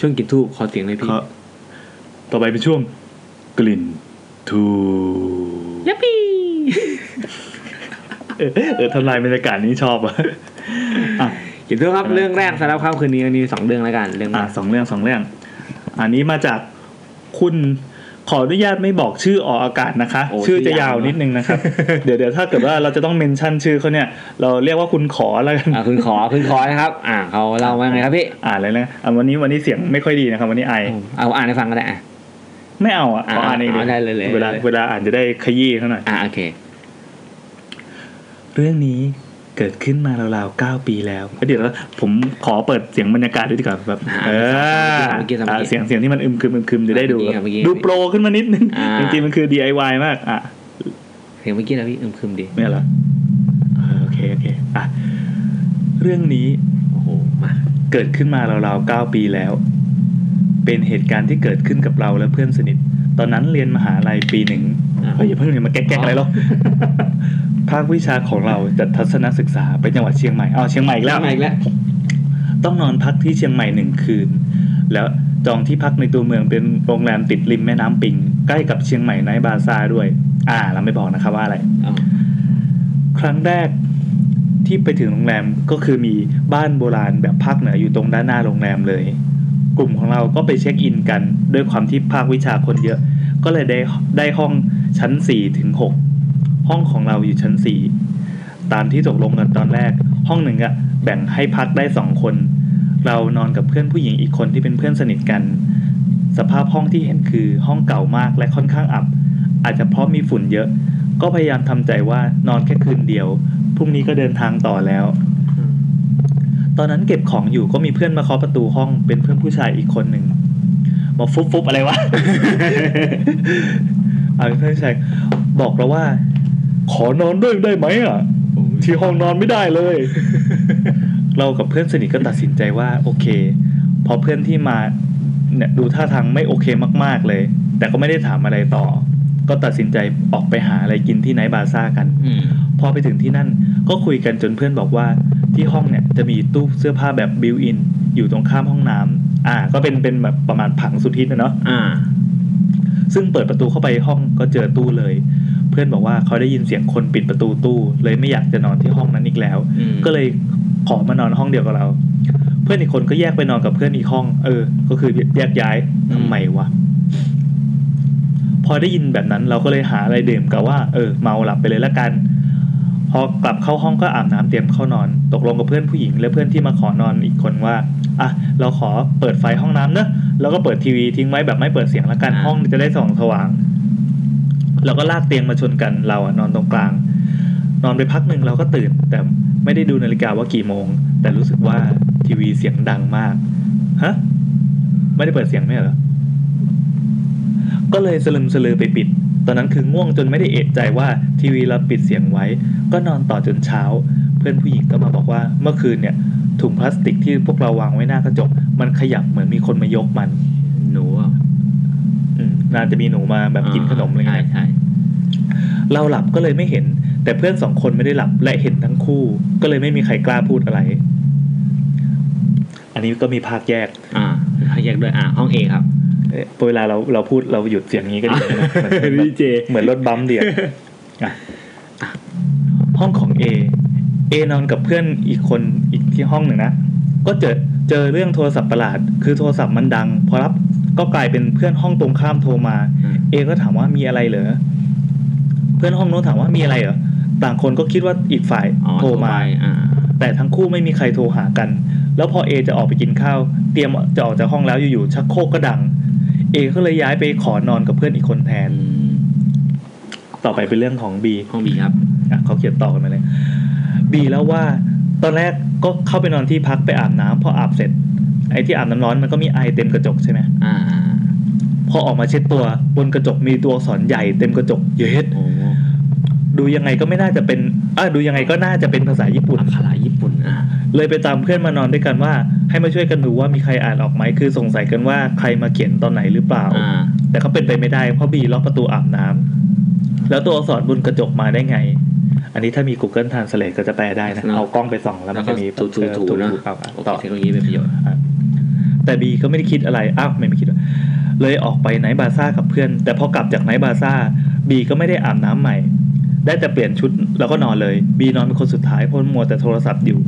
Speaker 2: ช่วงกลิ่นทูบขอเสียงเลยพี่
Speaker 1: ครับต่อไปเป็นช่วงกลิ่นทู
Speaker 2: ยัปปี้
Speaker 1: เออเออทำลายบรรยากาศนี้ชอบอะ <laughs> อ่ะ
Speaker 2: หยิบด้วยครับเรื่องแรกสำหรับค่ำคืนนี้มีสองเรื่องแล้วกันเรื่องแร
Speaker 1: อ่ะ
Speaker 2: ก
Speaker 1: สองเรื่องสองเรื่อง อันนี้มาจากคุณขออนุญาตไม่บอกชื่อออกอากาศนะคะ
Speaker 2: โ
Speaker 1: ชื่อจะยาวนิดนึงนะครับ เดี๋ยวเดี๋ยวถ้าเกิดว่าเราจะต้องเมนชั่นชื่อเขาเนี่ย เราเรียกว่าคุณขอแล้วกัน
Speaker 2: อ่ะคุณขอคุณขอนะครับ อ่าเขาเล่าว่าไงครับพี่
Speaker 1: อ่านเลยนะอ่ะวันนี้วันนี้เสียงไม่ค่อยดีนะครับ วันนี้ไอ
Speaker 2: เอาอ่านให้ฟังก็ได้อ่ะ
Speaker 1: ไม่เอาอ่ะขออ่านเอง
Speaker 2: อ่าได้เลยเลย
Speaker 1: เวลาเวลาอ่านจะได้ขยี้เขาหน่อย
Speaker 2: อ่าโอเค
Speaker 1: เรื่องนี้เกิดขึ้นมาราวๆเก้าปีแล้วเดี๋ยวผมขอเปิดเสียงบรรยากาศด้วยดีกว่าแบบเอออ่ะเสียงเสียงที่มันอึมครึมอึมครึมจะได้ดู ดูโปรขึ้นมานิดนึงจริงๆมันคือ DIY มากอ่ะ
Speaker 2: เสียงเมื่อกี้นะพี่อึมครึมดี
Speaker 1: เนี่ยเหรอเออโอเค โอเค อ่ะ เรื่องนี้
Speaker 2: โอ้โหมา
Speaker 1: เกิดขึ้นมาราวๆเก้าปีแล้ว เป็นเหตุการณ์ที่เกิดขึ้นกับเราและเพื่อนสนิท ตอนนั้นเรียนมหาลัยปีหนึ่ง
Speaker 2: อ่ะ
Speaker 1: เฮ้ยอย่าเพิ่งเรียนมาแก๊กๆอะไร <laughs> หรอก ภาควิชาของเราจัดทัศนศึกษาไปจังหวัดเชียงใหม่อ้าวเชียงใหม่อีกแล้ว
Speaker 2: ทำมาอีกแล้ว
Speaker 1: ต้องนอนพักที่เชียงใหม่หนึ่งคืน แล้วจองที่พักในตัวเมืองเป็นโรงแรมติดริมแม่น้ำปิง ใกล้กับเชียงใหม่ไนท์บาซาร์ด้วย อ่า เราไม่บอกนะครับว่าอะไร
Speaker 2: เอา
Speaker 1: ครั้งแรกที่ไปถึงโรงแรมก็คือมีบ้านโบราณแบบภาคเหนืออยู่ตรงด้านหน้าโรงแรมเลย กลุ่มของเราก็ไปเช็คอินกัน ด้วยความที่ภาควิชาคนเยอะ ก็เลยได้ได้ห้องชั้น4ถึง6ห้องของเราอยู่ชั้น 4 ตามที่ตกลงกันตอนแรก ห้องหนึ่งอะแบ่งให้พักได้ 2 คน เรานอนกับเพื่อนผู้หญิงอีกคนที่เป็นเพื่อนสนิทกัน สภาพห้องที่เห็นคือห้องเก่ามากและค่อนข้างอับ อาจจะเพราะมีฝุ่นเยอะ ก็พยายามทำใจว่านอนแค่คืนเดียว พรุ่งนี้ก็เดินทางต่อแล้ว ตอนนั้นเก็บของอยู่ก็มีเพื่อนมาเคาะประตูห้องเป็นเพื่อนผู้ชายอีกคนหนึ่งบอกฟุบฟุบอะไรวะ <laughs> เอาเพื่อนผู้ชายบอกเราว่า ขอนอนด้วยได้ไหมอ่ะ ที่ห้องนอนไม่ได้เลย <laughs> เรากับเพื่อนสนิทก็ตัดสินใจว่าโอเค พอเพื่อนที่มาเนี่ยดูท่าทางไม่โอเคมาก ๆเลย แต่ก็ไม่ได้ถามอะไรต่อ ก็ตัดสินใจออกไปหาอะไรกินที่ไนท์บาซ่ากัน
Speaker 2: อืม
Speaker 1: พอไปถึงที่นั่นก็คุยกันจนเพื่อนบอกว่าที่ห้องเนี่ยจะมีตู้เสื้อผ้าแบบบิวอิน อยู่ตรงข้ามห้องน้ำอ่า ก็เป็นเป็นแบบประมาณผังสุดทิศนะเนาะ
Speaker 2: อ่า
Speaker 1: ซึ่งเปิดประตูเข้าไปห้องก็เจอตู้เลย เพื่อนบอกว่าเขาได้ยินเสียงคนปิดประตูตู้ เลยไม่อยากจะนอนที่ห้องนั้นอีกแล้ว
Speaker 2: อืม
Speaker 1: ก็เลยขอมานอนห้องเดียวกับเรา เพื่อนอีกคนก็แยกไปนอนกับเพื่อนอีกห้อง เออ ก็คือแยกย้ายทำไมวะ พอได้ยินแบบนั้นเราก็เลยหาอะไรดื่มกับว่า เออ เมาหลับไปเลยละกัน พอกลับเข้าห้องก็อาบน้ำเตรียมเข้านอน ตกลงกับเพื่อนผู้หญิง และเพื่อนที่มาขอนอนอีกคนว่า อ่ะ เราขอเปิดไฟห้องน้ำเนอะแล้วก็เปิดทีวีทิ้งไว้แบบไม่เปิดเสียงละกัน ห้องจะได้ส่องสว่าง เราก็ลากเตียงมาชนกัน เราอะนอนตรงกลาง นอนไปพักหนึ่งเราก็ตื่น แต่ไม่ได้ดูนาฬิกาว่ากี่โมง แต่รู้สึกว่าทีวีเสียงดังมาก ฮะ ไม่ได้เปิดเสียงไหมเหรอ ก็เลยสลึมสลือไปปิด ตอนนั้นคือง่วงจนไม่ได้เอะใจว่าทีวีเราปิดเสียงไว้ ก็นอนต่อจนเช้า เพื่อนผู้หญิงก็มาบอกว่า เมื่อคืนเนี่ย ถุงพลาสติกที่พวกเราวางไว้หน้ากระจก มันขยับเหมือนมีคนมายกมัน
Speaker 2: หนูอ่ะ
Speaker 1: อืมน่าจะมีหนูมาแบบกินขนมอะไรอย่าง
Speaker 2: ใช่
Speaker 1: เงี้ย
Speaker 2: ใช่
Speaker 1: เราหลับก็เลยไม่เห็น แต่เพื่อนสองคนไม่ได้หลับและเห็นทั้งคู่ ก็เลยไม่มีใครกล้าพูดอะไร อันนี้ก็มีภาคแยก
Speaker 2: อ่าแยกด้วยอ่าห้องเอครับ
Speaker 1: เอ๊ะเวลาเราเราพูดเราหยุดเสียงนี้ก็ดีนะ <laughs> เหมือนเหมือน
Speaker 2: <laughs> ดีเจ
Speaker 1: เหมือนรถบัมป์เดียวอ่ะห้องของเอเอนอนกับเพื่อนอีกคนอีกที่ห้องหนึ่งนะ ก็เจอเจอเรื่องโทรศัพท์ประหลาด คือโทรศัพท์มันดัง พอรับ ก็กลายเป็นเพื่อนห้องตรงข้ามโทรมา
Speaker 2: อืม
Speaker 1: เอก็ถามว่ามีอะไรเหรอเพื่อนห้องโน้นถามว่ามีอะไรเหรอต่างคนก็คิดว่าอีกฝ่าย
Speaker 2: อ๋อ
Speaker 1: โทรมา
Speaker 2: อ่า
Speaker 1: แต่ทั้งคู่ไม่มีใครโทรหากัน แล้วพอเอจะออกไปกินข้าว เตรียมจะออกจากห้องแล้วอยู่ๆชักโครกก็ดัง เอก็เลยย้ายไปขอนอนกับเพื่อนอีกคนแทน ต่อไปเป็นเรื่องของบี
Speaker 2: ห้องบีครับ
Speaker 1: อ่ะเขาเขียนต่อกันมาเลยบีแล้วว่าตอนแรกก็เข้าไปนอนที่พักไปอาบน้ำพออาบเสร็จ ไอ้ที่อาบน้ำร้อนมันก็มีไอเต็มกระจกใช่ไหม
Speaker 2: อ่า
Speaker 1: พอออกมาเช็ดตัวบนกระจกมีตัวอักษรใหญ่เต็มกระจกเยอะ
Speaker 2: โอ้
Speaker 1: ดูยังไงก็ไม่น่าจะเป็นอ่ะดูยังไงก็น่าจะเป็นภาษาญี่ปุ่น
Speaker 2: อักขระญี่ปุ่นอ่า
Speaker 1: เลยไปตามเพื่อนมานอนด้วยกันว่า ให้มาช่วยกันดูว่ามีใครอ่านออกไหมคือสงสัยกันว่าใครมาเขียนตอนไหนหรือเปล่า
Speaker 2: อ่า
Speaker 1: แต่ก็เป็นไปไม่ได้เพราะบีล็อกประตูอาบน้ำแล้วตัวอักษรบนกระจกมาได้ไง อันนี้ถ้ามี Google Translate ก็จะแปลได้นะ เอากล้องไปส่องแล้ว
Speaker 2: แล้
Speaker 1: มั
Speaker 2: วน ก็
Speaker 1: จะมี
Speaker 2: ถูถูถูๆๆนะ
Speaker 1: เอา
Speaker 2: โอเค
Speaker 1: ต่อ
Speaker 2: เทคโนโลยีเป็นประโยชน์
Speaker 1: แต่บีก็ไม่ได้คิดอะไรอ้าวไม่ได้คิดอะไรเลยออกไปไนท์บาซ่ากับเพื่อน แต่พอกลับจากไนท์บาซ่าบีก็ไม่ได้อาบน้ำใหม่ ได้แต่เปลี่ยนชุดแล้วก็นอนเลยบีนอนเป็นคนสุดท้ายเพราะมัวแต่โทรศัพท์อยู่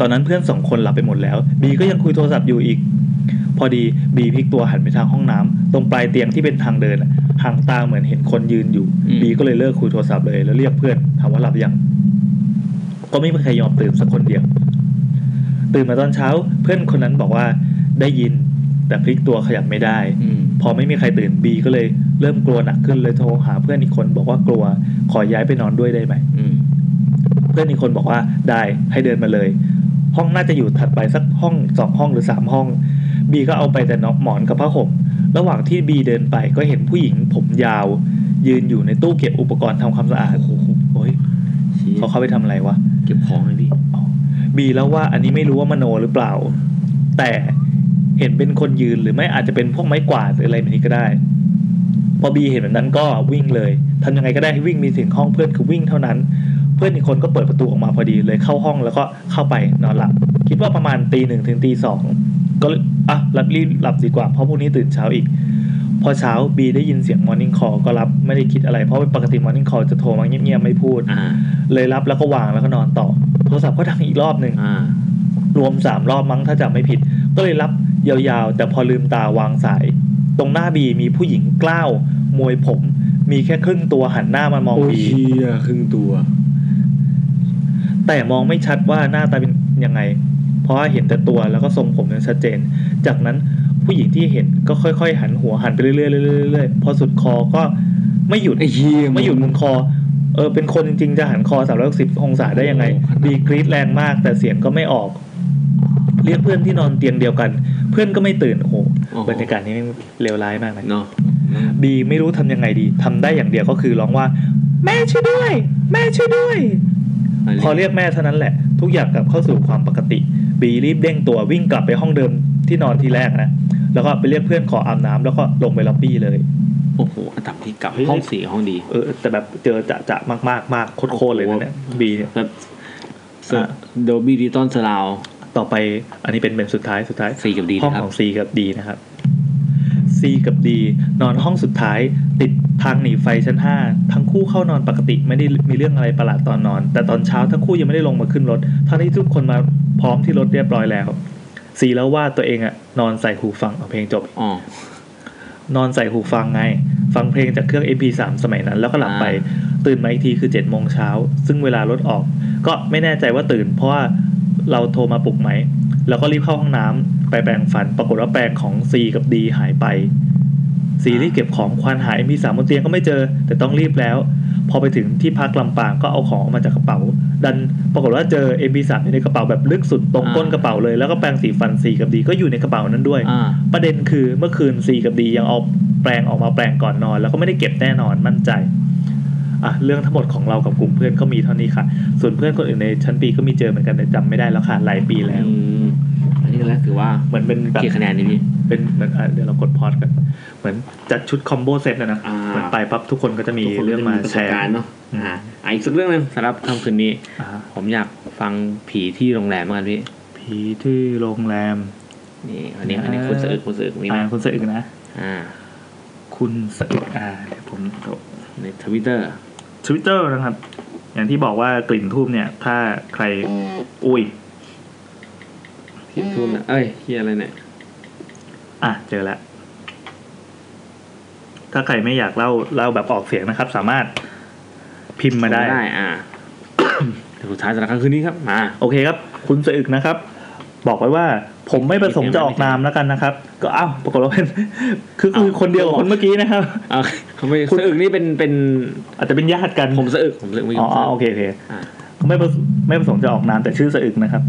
Speaker 1: ตอนนั้นเพื่อนสองคนหลับไปหมดแล้วบีก็ยังคุยโทรศัพท์อยู่อีก พอดีบีพลิกตัวหันไปทางห้องน้ำตรงปลายเตียงที่เป็นทางเดินอะห่างตาเหมือนเห็นคนยืนอยู่ บีก็เลยเลิกคุยโทรศัพท์เลยแล้วเรียกเพื่อนถามว่าหลับยัง ก็ไม่มีใครยอมตื่นสักคนเดียว ตื่นมาตอนเช้า เพื่อนคนนั้นบอกว่าได้ยินแต่พลิกตัวขยับไม่ได้
Speaker 2: อืม
Speaker 1: พอไม่มีใครตื่นบีก็เลยเริ่มกลัวหนักขึ้นเลยโทรหาเพื่อนอีกคนบอกว่ากลัว ขอย้ายไปนอนด้วยได้ไหม
Speaker 2: อืม
Speaker 1: เพื่อนอีกคนบอกว่าได้ให้เดินมาเลย ห้องน่าจะอยู่ถัดไปสักห้องสองห้องหรือสามห้องบีก็เอาไปแต่นอนหมอนกับผ้าห่มระหว่างที่บีเดินไปก็เห็นผู้หญิงผมยาว ยืนอยู่ในตู้เก็บอุปกรณ์ทำความสะอาดโอ้โหโอ้ย
Speaker 2: ชี้
Speaker 1: เขาเข้าไปทำอะไรวะ
Speaker 2: เก็บของเลยพี่
Speaker 1: บีแล้วว่าอันนี้ไม่รู้ว่ามโนหรือเปล่า แต่เห็นเป็นคนยืนหรือไม่อาจจะเป็นพวกไม้กวาดหรืออะไรแบบนี้ก็ได้ พอบีเห็นแบบนั้นก็วิ่งเลยทำยังไงก็ได้ให้วิ่งมีถึงห้องเพื่อนคือวิ่งเท่านั้น เพื่อนอีกคนก็เปิดประตูออกมาพอดีเลยเข้าห้องแล้วก็เข้าไปนอนหลับ คิดว่าประมาณตีหนึ่งถึงตีสองก็เลยอ่ะหลับรีบหลับดีกว่าเพราะพรุ่งนี้ตื่นเช้าอีก พอเช้าบีได้ยินเสียงมอร์นิ่งคอก็รับไม่ได้คิดอะไรเพราะปกติมอร์นิ่งคอจะโทรมาเงียบๆไม่พูด
Speaker 2: อ่า
Speaker 1: เลยรับแล้วก็วางแล้วก็นอนต่อ โทรศัพท์ก็ดังอีกรอบหนึ่ง
Speaker 2: อ่าร
Speaker 1: วมสามรอบมั้งถ้าจำไม่ผิด ก็เลยรับยาวๆ แต่พอลืมตาวางสาย ตรงหน้าบีมีผู้หญิงกล้าว มวยผม มีแค่ครึ่งตัวหันหน้ามามอง
Speaker 3: โอ้ย
Speaker 1: บี
Speaker 3: เหี้ยครึ่งตัว
Speaker 1: แต่มองไม่ชัดว่าหน้าตาเป็นยังไง เพราะว่าเห็นแต่ตัวแล้วก็ทรงผมเนี่ยชัดเจน จากนั้นผู้หญิงที่เห็นก็ค่อยๆ หันหัวหันไปเรื่อยๆเรื่อยๆเรื่อยๆพอสุดคอก็ไม่หยุด
Speaker 3: ไอ้เหี้ย
Speaker 1: ไม่หยุดมุมคอ เออ เป็นคนจริงๆ จะหันคอสามร้อยสิบองศาได้ยังไง บีกรีดแรงมาก แต่เสียงก็ไม่ออก เรียกเพื่อนที่นอนเตียงเดียวกัน เพื่อนก็ไม่ตื่น โอ้โห
Speaker 2: โอ้โห
Speaker 1: บรรยากาศนี้แม่งเลวร้ายมากนะ
Speaker 2: เนาะ
Speaker 1: บีไม่รู้ทำยังไงดี ทำได้อย่างเดียวก็คือร้องว่า แม่ช่วยด้วย แม่ช่วยด้วย พอเรียกแม่เท่านั้นแหละ ทุกอย่างกลับเข้าสู่ความปกติ บีรีบเด้งตัววิ่งกลับไปห้องเดิมที่นอนที่แรกนะ แล้วก็ไปเรียกเพื่อนขออาบน้ำแล้วก็ลงไปล็อบบี้เลย
Speaker 2: โอ้โหอันดับที่กลับห้องสี่ห้องดี
Speaker 1: เออ แต่แบบเจอจะจะมากมากมากโคตรๆเลยนะเนี่ยบีเนี่ย
Speaker 2: แบบ
Speaker 1: อ่ะ
Speaker 2: โดบี้ดิจิตอลสลาว
Speaker 1: ต่อไปอันนี้เป็นเป็นสุดท้ายสุดท้าย
Speaker 2: สี่กับดี
Speaker 1: ห้อ
Speaker 2: นะ
Speaker 1: ง
Speaker 2: ครั
Speaker 1: ข
Speaker 2: บ
Speaker 1: อง C กับ D นะครับ C กับ D นอนห้องสุดท้าย ติดทางหนีไฟชั้น 5 ทั้งคู่เข้านอนปกติไม่ได้มีเรื่องอะไรประหลาดตอนนอน แต่ตอนเช้าทั้งคู่ยังไม่ได้ลงมาขึ้นรถทั้งที่ทุกคนมาพร้อมที่รถเรียบร้อยแล้ว C แล้วว่าตัวเองอะนอนใส่หูฟังเอาเพลงจบ
Speaker 2: อ๋อ
Speaker 1: นอนใส่หูฟังไง ฟังเพลงจากเครื่อง MP3 สมัยนั้น แล้วก็หลับไป
Speaker 2: อ่
Speaker 1: ตื่นมาอีกทีคือ7จ็ดโมงเช้า ซึ่งเวลารถออก ก็ไม่แน่ใจว่าตื่น เพราะว่าเราโทรมาปลุกไหม แล้วก็รีบเข้าห้องน้ำไปแปรงฟัน ปรากฏว่าแปรงของ C กับ D หายไป C รีบเก็บของควานหา MP3 บนเตียงก็ไม่เจอ แต่ต้องรีบแล้ว พอไปถึงที่พักลำปางก็เอาของออกมาจากกระเป๋า ดันปรากฏว่าเจอ MP3 อยู่ในกระเป๋าแบบลึกสุดตรงก้นกระเป๋าเลย แล้วก็แปรงสีฟัน C กับ D ก็อยู่ในกระเป๋านั้นด้วย
Speaker 2: อ่า
Speaker 1: ประเด็นคือเมื่อคืน C กับดียังเอาแปลงออกมาแปลงก่อนนอน แล้วก็ไม่ได้เก็บแน่นอนมั่นใจ อ่ะเรื่องทั้งหมดของเรากับกลุ่มเพื่อนก็มีเท่านี้ค่ะ ส่วนเพื่อนคนอื่นในชั้นปีก็มีเจอเหมือนกันแต่จำไม่ได้แล้วค่ะหลายปีแล้ว
Speaker 2: อืมอันนี้ก็แล้วคือว่า
Speaker 1: เหมือนเป็นแบบ
Speaker 2: เกียร์คะแนนนี่พี่
Speaker 1: เป็นเหมือนอ่ะเดี๋ยวเรากดพอดกันเหมือนจัดชุดคอมโบเซตนะนะ
Speaker 2: อ่า
Speaker 1: เหมือนไปปั๊บทุกคนก็จะมีเรื่องมา
Speaker 2: ประ
Speaker 1: แช
Speaker 2: สบ
Speaker 1: ร์
Speaker 2: การณ์เนาะ
Speaker 1: อืม
Speaker 2: อ่าอ่ะอีกสักเรื่องหนึงสำหรับค่ำคืนนี้
Speaker 1: อ่า
Speaker 2: ผมอยากฟังผีที่โรงแรมเหมือนกันพี่
Speaker 1: ผีที่โรงแรม
Speaker 2: นี่อันนี้
Speaker 1: อ่า
Speaker 2: อันนี้คุณสะอึกคุณสะอึกนี่
Speaker 1: อ่า
Speaker 2: นะ
Speaker 1: คุณสะอึกนะ
Speaker 2: อ่า
Speaker 1: คุณสะอึกอ่าเดี๋ยวผม
Speaker 2: ในทวิตเตอร์
Speaker 1: ทวิตเตอร์นะครับ อย่างที่บอกว่ากลิ่นทูบเนี่ย ถ้าใคร อุ้ย
Speaker 2: เขียนทูมนะเอ้ยเขียนอะไรเนี่ย
Speaker 1: อ่ะ เจอแล้ว ถ้าใครไม่อยากเล่าเล่าแบบออกเสียงนะครับ สามารถพิมพ์มาได้
Speaker 2: ได้
Speaker 1: <coughs>
Speaker 2: อ่า แต่สุดท้ายสำหรับค่ำคืนนี้ครับมา
Speaker 1: โอเคครับ คุณสะอึกนะครับ บอกไว้ว่าผมไม่ประสงค์จะออกนามแล้วกันนะครับ ก็อ้าวปรากฏว่าเป็น <laughs> คือคือ
Speaker 2: อ้าว
Speaker 1: คนเดียวกับคนเมื่อกี้นะครับ
Speaker 2: เอาเขาไม่สะอึกนี่เป็นเป็น
Speaker 1: อาจจะเป็นญาติกัน
Speaker 2: ผมสะอึกผมสะอึกไม่
Speaker 1: อ๋ออ๋อ
Speaker 2: สะ
Speaker 1: โอ
Speaker 2: อึก
Speaker 1: เคโอเค
Speaker 2: อ่า
Speaker 1: ไม่ประไม่ประสงค์จะออกนามแต่ชื่อสะอึกนะครับ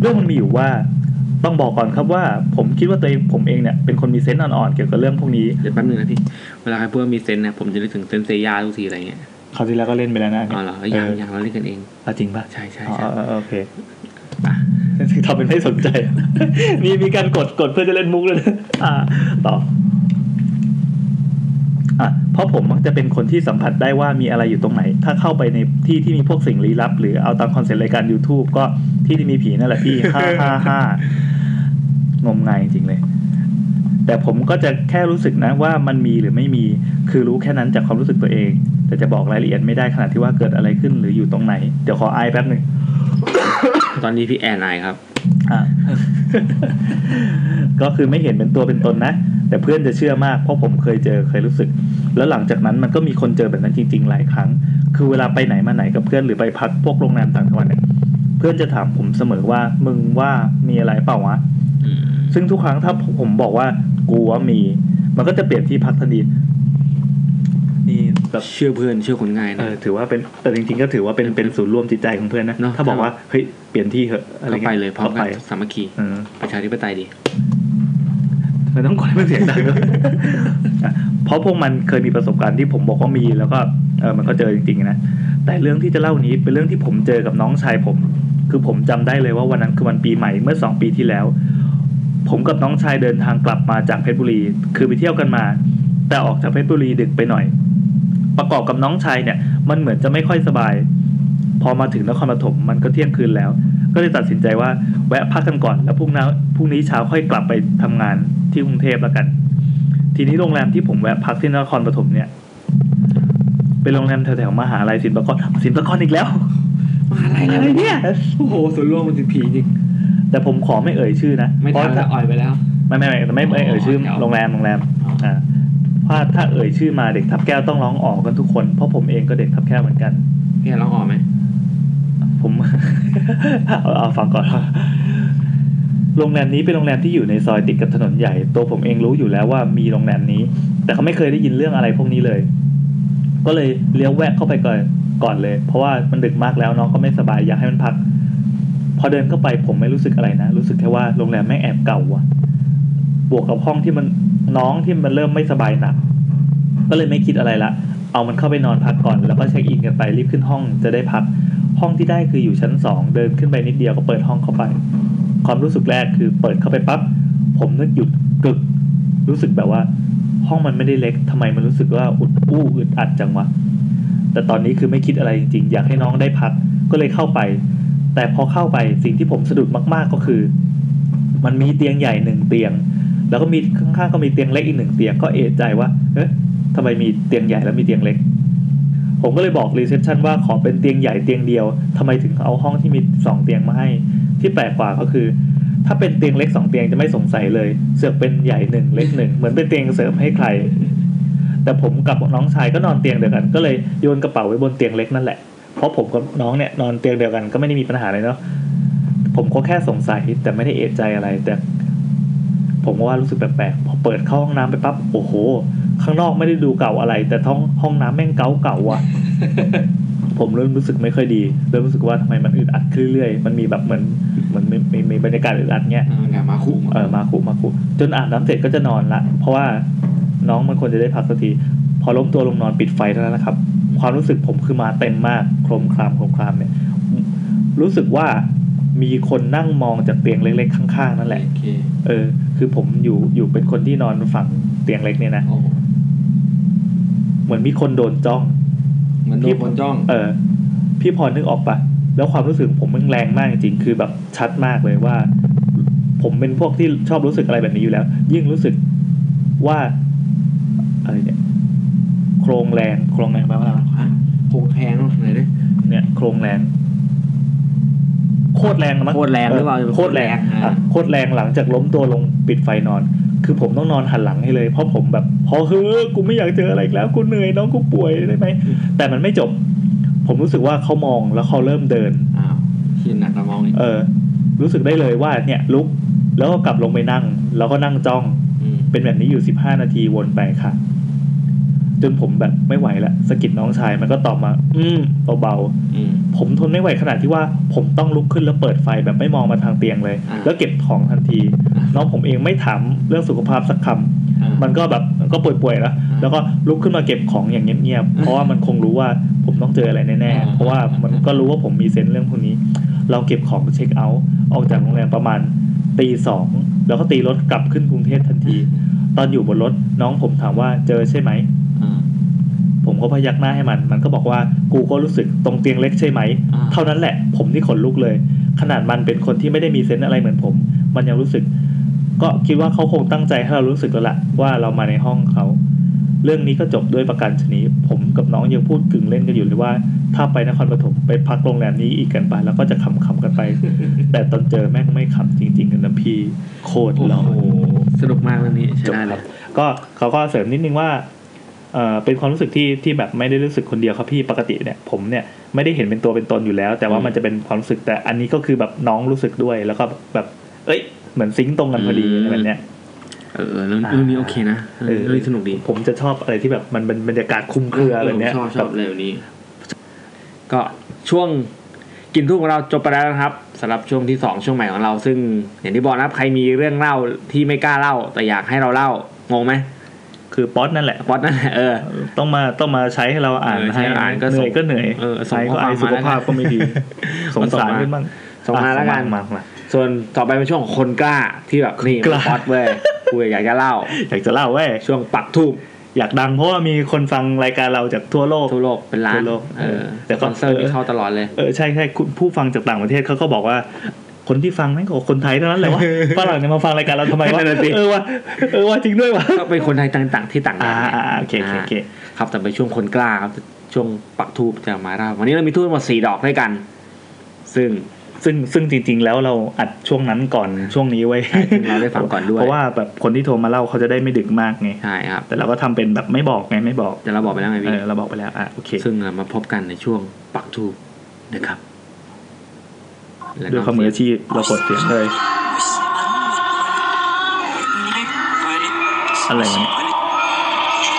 Speaker 1: เรื่องมันมีอยู่ว่าต้องบอกก่อนครับว่า ผมคิดว่าตัวเองผมเองเนี่ยเป็นคนมีเซนส์อ่อนๆเกี่ยวกับเรื่องพวกนี้
Speaker 2: เดี๋ยวแป๊บนึงนะพี่ เวลาใครพูดว่ามีเซนส์นะผมจะนึกถึงเซนเซยาทุกทีอะไรเงี้ย
Speaker 1: คราวที่แล้วก็เล่นไปแล้วนะนนี้
Speaker 2: อ๋อเหรอเอายัง
Speaker 1: เออ
Speaker 2: ยังเราเล่นกันเอง
Speaker 1: อ่ะจริงป่ะ
Speaker 2: ใช่ใช่
Speaker 1: อ๋อ
Speaker 2: ใช่
Speaker 1: เออเออโอเค <laughs> ทำเป็นไม่สนใจ นี่ <laughs> มีการกดกดเพื่อจะเล่นมุกเลยนะ <laughs> อ่าต่ออ่ะเพราะผมมักจะเป็นคนที่สัมผัสได้ว่ามีอะไรอยู่ตรงไหน ถ้าเข้าไปในที่ที่มีพวกสิ่งลี้ลับ หรือเอาตามคอนเซ็ปต์รายการ YouTube ก็ที่ที่มีผีนั่นแหละพี่ <laughs> ห้าห้าห้างมงายจริงๆเลย แต่ผมก็จะแค่รู้สึกนะว่ามันมีหรือไม่มี คือรู้แค่นั้นจากความรู้สึกตัวเอง แต่จะบอกรายละเอียดไม่ได้ขนาดที่ว่าเกิดอะไรขึ้นหรืออยู่ตรงไหน เดี๋ยวขอไอายแป๊บหนึ่ง
Speaker 2: ตอนนี้พี่แอนไอครับ
Speaker 1: อ่ะ <laughs> ก็คือไม่เห็นเป็นตัวเป็นตนนะ แต่เพื่อนจะเชื่อมากเพราะผมเคยเจอเคยรู้สึก แล้วหลังจากนั้นมันก็มีคนเจอแบบนั้นจริง ๆ หลายครั้ง คือเวลาไปไหนมาไหนกับเพื่อนหรือไปพักพวกโรงแรมต่างจังหวัดเนี่ยเพื่อนจะถามผมเสมอว่ามึงว่ามีอะไรเปล่าวะ
Speaker 2: อืม
Speaker 1: ซึ่งทุกครั้งถ้าผมบอกว่ากูว่ามี มันก็จะเปลี่ยนที่พักทันทีนี่แบบ
Speaker 2: เชื่อเพื่อนเชื่อคนง่าย
Speaker 1: เอ
Speaker 2: นะ
Speaker 1: อถือว่าเป็นแต่จริงๆก็ถือว่าเป็นเป็นศูนย์รวมจิตใจของเพื่อนนะ
Speaker 2: เนอะ
Speaker 1: ถ้าบอกว่าเฮ้ยเปลี่ยนที่เหอะอะไร
Speaker 2: เข้า
Speaker 1: งี้
Speaker 2: ไปเลยพร้อมกั
Speaker 1: ข้าน ไป
Speaker 2: สามัคคี
Speaker 1: อืม
Speaker 2: ประชาธิปไตยดี
Speaker 1: ไม่ต้องกดให้มันเสียงดังด้วย อ่ะ <laughs> เพราะพวกมันเคยมีประสบการณ์ที่ผมบอกว่ามีแล้วก็เออมันก็เจอจริงๆนะ แต่เรื่องที่จะเล่านี้เป็นเรื่องที่ผมเจอกับน้องชายผม คือผมจำได้เลยว่าวันนั้นคือวันปีใหม่เมื่อสองปีที่แล้ว ผมกับน้องชายเดินทางกลับมาจากเพชรบุรี คือไปเที่ยวกันมา แต่ออกจากเพชรบุรีดึกไปหน่อย ประกอบกับน้องชายเนี่ย มันเหมือนจะไม่ค่อยสบาย พอมาถึงนครปฐมมันก็เที่ยงคืนแล้ว ก็เลยตัดสินใจว่าแวะพักกันก่อนแล้วพรุ่งนี้พรุ่งนี้เช้าค่อยกลับไปทำงานที่กรุงเทพแล้วกัน ทีนี้โรงแรมที่ผมแวะพักที่นครปฐมเนี่ย เป็นโรงแรมแถวๆมหาลัยศิลปากรศิลปากรอีกแล้ว
Speaker 2: มาอะไร
Speaker 1: อะไรเนี่ย
Speaker 2: โอ้โหส่วนรวมมันติดผีจริง
Speaker 1: แต่ผมขอไม่เอ่ยชื่อนะ
Speaker 2: ไม่
Speaker 1: เพราะ
Speaker 2: ทำแล้ว
Speaker 1: ถ้า
Speaker 2: อ่อยไปแล้ว
Speaker 1: ไม่ไม่ไม่ไม่ไม่เอ่ยชื่อ
Speaker 2: เอา
Speaker 1: โรงแรมโรงแรมอ่าเพราะถ้าเอ่ยชื่อมาเด็กทับแก้วต้องร้องออกกันทุกคนเพราะผมเองก็เด็กทับแก้วเหมือนกัน
Speaker 2: พี่แอนร้องออกไหม
Speaker 1: ผม <laughs> เอาเอาฟังก่อน โรงแรมนี้เป็นโรงแรมที่อยู่ในซอยติดกับถนนใหญ่ ตัวผมเองรู้อยู่แล้วว่ามีโรงแรมนี้ แต่เขาไม่เคยได้ยินเรื่องอะไรพวกนี้เลย ก็เลยเลี้ยวแวะเข้าไปก่อนก่อนเลย เพราะว่ามันดึกมากแล้วน้องก็ไม่สบายอยากให้มันพัก พอเดินเข้าไปผมไม่รู้สึกอะไรนะ รู้สึกแค่ว่าโรงแรมแม่งแอบเก่าว่ะ บวกกับห้องที่มันน้องที่มันเริ่มไม่สบายหนัก ก็เลยไม่คิดอะไรละ เอามันเข้าไปนอนพักก่อน แล้วก็เช็คอินกันไปรีบขึ้นห้องจะได้พัก ห้องที่ได้คืออยู่ชั้นสองเดินขึ้นไปนิดเดียวก็เปิดห้องเข้าไป ความรู้สึกแรกคือเปิดเข้าไปปั๊บผมนึกหยุดกึก รู้สึกแบบว่า ห้องมันไม่ได้เล็กทำไมมันรู้สึกว่าอุดอู้อึดอัดจังวะแต่ตอนนี้คือไม่คิดอะไรจริงๆอยากให้น้องได้พักก็เลยเข้าไป แต่พอเข้าไปสิ่งที่ผมสะดุดมากๆก็คือ มันมีเตียงใหญ่หนึ่งเตียง แล้วก็มีข้างๆก็มีเตียงเล็กอีกหนึ่งเตียงก็เอะใจว่าเอ๊ะทำไมมีเตียงใหญ่แล้วมีเตียงเล็ก ผมก็เลยบอกรีเซพชันว่าขอเป็นเตียงใหญ่เตียงเดียวทำไมถึงเอาห้องที่มีสองเตียงมาให้ ที่แปลกกว่าก็คือ ถ้าเป็นเตียงเล็กสองเตียงจะไม่สงสัยเลย เสือกเป็นใหญ่หนึ่งเล็กหนึ่งเหมือนเป็นเตียงเสริมให้ใคร แต่ผมกับน้องชายก็นอนเตียงเดียวกัน ก็เลยโยนกระเป๋าไว้บนเตียงเล็กนั่นแหละ เพราะผมกับน้องเนี่ยนอนเตียงเดียวกันก็ไม่ได้มีปัญหาอะไรเนาะผมก็แค่สงสัยแต่ไม่ได้เอะใจอะไร แต่ ผมก็ว่ารู้สึกแปลกๆพอเปิดเข้าห้องน้ำไปปั๊บโอ้โห ข้างนอกไม่ได้ดูเก่าอะไร แต่ท้องห้องน้ำแม่งเก่าเก่าๆว่ะ <laughs> ผมเริ่มรู้สึกไม่ค่อยดี เริ่มรู้สึกว่าทำไมมันอึดอัดขึ้นเรื่อยๆมันมีแบบเหมือนเหมือนมีมีมีบรรยากาศอึดอัดเงี้ย
Speaker 2: อ่าอย่ามาขู่
Speaker 1: เออมาคุมาคุจนอาบน้ำเสร็จก็จะนอนละ เพราะว่าน้องมันควรจะได้พักสักที พอล้มตัวลงนอนปิดไฟเท่านั้นแหละครับ ความรู้สึกผมคือมาเต็มมากโครมครามโครมครามเนี่ย รู้สึกว่ามีคนนั่งมองจากเตียงเล็กๆข้างๆนั่นแหละ
Speaker 2: โอเค
Speaker 1: เออ คือผมอยู่อยู่เป็นคนที่นอนฝั่งเตียงเล็กเนี่ยนะ
Speaker 2: โอ้โห
Speaker 1: เหมือนมีคนโดนจ้อง
Speaker 2: เหมันโดนคนจ้อง
Speaker 1: เออ พี่พรนึกออกปะแล้วความรู้สึกผมมันแรงมากจริงๆคือแบบชัดมากเลยว่า ผมเป็นพวกที่ชอบรู้สึกอะไรแบบนี้อยู่แล้ว ยิ่งรู้สึกว่าอะไรเนี่ย โครงแรงโครงแรงแปลว่าอะไรวะ
Speaker 2: ฮะโคงแทงไหนดิ
Speaker 1: เนี่ย โครงแรง โคตรแรงนะมั้ง
Speaker 2: โคตรแรงหรือเปล่า
Speaker 1: เโคตรแรง
Speaker 2: อ่า
Speaker 1: อ่ะโคตรแรงหลังจากล้มตัวลงปิดไฟนอน คือผมต้องนอนหันหลังให้เลย เพราะผมแบบพอเฮ้อกูไม่อยากเจออะไรอีกแล้วกูเหนื่อยน้องกูป่วยได้ไหมแต่มันไม่จบ ผมรู้สึกว่าเขามองแล้วเขาเริ่มเดิน
Speaker 2: อ้าวที่หนักเรามองนี่
Speaker 1: เออ รู้สึกได้เลยว่าเนี่ยลุกแล้วก็กลับลงไปนั่ง แล้วก็นั่งจ้อง
Speaker 2: อืม
Speaker 1: เป็นแบบนี้อยู่ 15 นาทีวนไปค่ะ จนผมแบบไม่ไหวละสะกิดน้องชายมันก็ตอบมา อืมเบา
Speaker 2: อืม
Speaker 1: ๆผมทนไม่ไหวขนาดที่ว่า ผมต้องลุกขึ้นแล้วเปิดไฟแบบไม่มองมาทางเตียงเลย
Speaker 2: อ่า
Speaker 1: แล้วเก็บของทันที
Speaker 2: อ่า
Speaker 1: น้องผมเองไม่ถามเรื่องสุขภาพสักคำ
Speaker 2: อ่า
Speaker 1: มันก็แบบมันก็ป่วยๆแล้ว
Speaker 2: อ่า
Speaker 1: แล้วก็ลุกขึ้นมาเก็บของอย่างเงียบๆเพราะว่ามันคงรู้ว่าผมต้องเจออะไรแน่
Speaker 2: อ่า
Speaker 1: ๆเพราะว่ามันก็รู้ว่าผมมีเซนส์เรื่องพวกนี้ เราเก็บของเช็คเอาท์ออกจากโรงแรมประมาณตีสองแล้วก็ตีรถกลับขึ้นกรุงเทพทันที ตอนอยู่บนรถน้องผมถามว่าเจอใช่ไหม
Speaker 2: อ่า
Speaker 1: ผมก็พยักหน้าให้มัน มันก็บอกว่ากูก็รู้สึกตรงเตียงเล็กใช่ไหม
Speaker 2: อ่า
Speaker 1: เท่านั้นแหละ ผมนี่ขนลุกเลย ขนาดมันเป็นคนที่ไม่ได้มีเซนส์อะไรเหมือนผม มันยังรู้สึก ก็คิดว่าเขาคงตั้งใจให้เรารู้สึกแล้วล่ะว่าเรามาในห้องเขา เรื่องนี้ก็จบด้วยประการชนีผมกับน้องยังพูดกึ่งเล่นกันอยู่เลยว่า ถ้าไปนครปฐมไปพักโรงแรมนี้อีกกันไปแล้วก็จะขำๆกันไป แต่ตอนเจอแม่งไม่ขำจริง ๆ กันนะพี่โคตร
Speaker 2: โอ้
Speaker 1: หลอน
Speaker 2: โหสนุกมากเรื่องนี้ใช่
Speaker 1: จบ
Speaker 2: ได้
Speaker 1: ค
Speaker 2: เล
Speaker 1: รั
Speaker 2: ย
Speaker 1: บก็เขาก็เสริมนิดนึงว่าเออเป็นความรู้สึกที่ที่แบบไม่ได้รู้สึกคนเดียวครับพี่ปกติเนี่ยผมเนี่ยไม่ได้เห็นเป็นตัวเป็นตนอยู่แล้ว แต่ว่ามันจะเป็นความรู้สึกแต่อันนี้ก็คือแบบน้องรู้สึกด้วยแล้วก็แบบเอ้ยเหมือนซิงค์ตรงกันพอดีอะไรแบบเนี้ย
Speaker 2: เออเออเรื่องเรื่องนี้โอเคนะเออ
Speaker 1: เออ
Speaker 2: เรื่องนี้สนุกดี
Speaker 1: ผมจะชอบอะไรที่แบบมันเป็นบรรยากาศคลุมเครืออะไรแบบเนี้ย
Speaker 2: ชอบช
Speaker 1: แบ
Speaker 2: อบบ เรื่องนี้ ก็ช่วงกินทุกของเราจบไปแล้วนะครับสำหรับช่วงที่สองช่วงใหม่ของเรา ซึ่งอย่างที่บอกนะครับใครมีเรื่องเล่าที่ไม่กล้าเล่า แต่อยากให้เราเล่างงไหม
Speaker 1: คือป๊อตนั่นแหละ
Speaker 2: ป๊อตนั่นแหละเออ
Speaker 1: ต้องมาต้องมาใช้ให้เราอ่าน
Speaker 2: เออใช้
Speaker 1: ให้
Speaker 2: อ่านก็
Speaker 1: เหนื่
Speaker 2: ส่ง
Speaker 1: อยก็เหนื่อย
Speaker 2: เออส่ง
Speaker 1: ไอ
Speaker 2: ข้
Speaker 1: ก็
Speaker 2: อค
Speaker 1: ไอ
Speaker 2: วาม
Speaker 1: สุขภาพ
Speaker 2: มาแล้วกัน
Speaker 1: ก็ไม่ดีสงสาร
Speaker 2: ส่งมา
Speaker 1: ขึ้นบ้าง
Speaker 2: ส่งมาแล้วกัน
Speaker 1: มามา
Speaker 2: ส่วนต่อไปเป็นช่วงของคนกล้าที่แบบนี่
Speaker 1: กล้า
Speaker 2: ป๊อตเว้ยกูอยากจะเล่า
Speaker 1: อยากจะเล่าเว้ย
Speaker 2: ช่วงปักทูบ
Speaker 1: อยากดังเพราะว่ามีคนฟังรายการเราจากทั่วโลก
Speaker 2: ทั่วโลกเป็นล้า
Speaker 1: ทั่
Speaker 2: น
Speaker 1: วโลก
Speaker 2: เออ
Speaker 1: แต่ก็
Speaker 2: คอนเสิร์ตที่เข้าตลอดเลย
Speaker 1: เออใช่ใช่คุณผู้ฟังจากต่างประเทศเขาก็บอกว่า คนที่ฟังแม่งก็คนไทยเท่านั้นแห
Speaker 2: <laughs>
Speaker 1: ละว่า ฝรั่งเนี่ยมาฟังรายการเราทำไมวะ
Speaker 2: นั่นน่ะสิ
Speaker 1: เออวะเออวะจริงด้วยวะ
Speaker 2: ก็เป็นคนไทยต่างๆที่ต่างแด
Speaker 1: อ่าน อ่าอ่าโอเคโอเคโอเค
Speaker 2: ครับแต่ไปช่วงคนกล้าครับช่วงปักทูบจะมาแล้ววันนี้เรามีทูบทั้งหมดสี่ดอกด้วยกัน ซึ่ง
Speaker 1: ซึ่งซึ่งจริง ๆ แล้วเราอัดช่วงนั้นก่อนช่วงนี้ไว้ย
Speaker 2: ใช่ซึ่งเราได้ฟังก่อนด้วย
Speaker 1: เพราะว่าแบบคนที่โทรมาเล่าเขาจะได้ไม่ดึกมากไง
Speaker 2: ใช่ครับ
Speaker 1: แต่เราก็ทำเป็นแบบไม่บอกไงไม่บอก
Speaker 2: แต่เราบอกไปแล้วไง
Speaker 1: เอ
Speaker 2: พี่
Speaker 1: อเราบอกไปแล้วอ่ะโอเค
Speaker 2: ซึ่งเรามาพบกันในช่วงปักทูบนะครับและ
Speaker 1: ด้วยความมืออาชีพเรากดเสียงเลย อะไรวะเนี่ย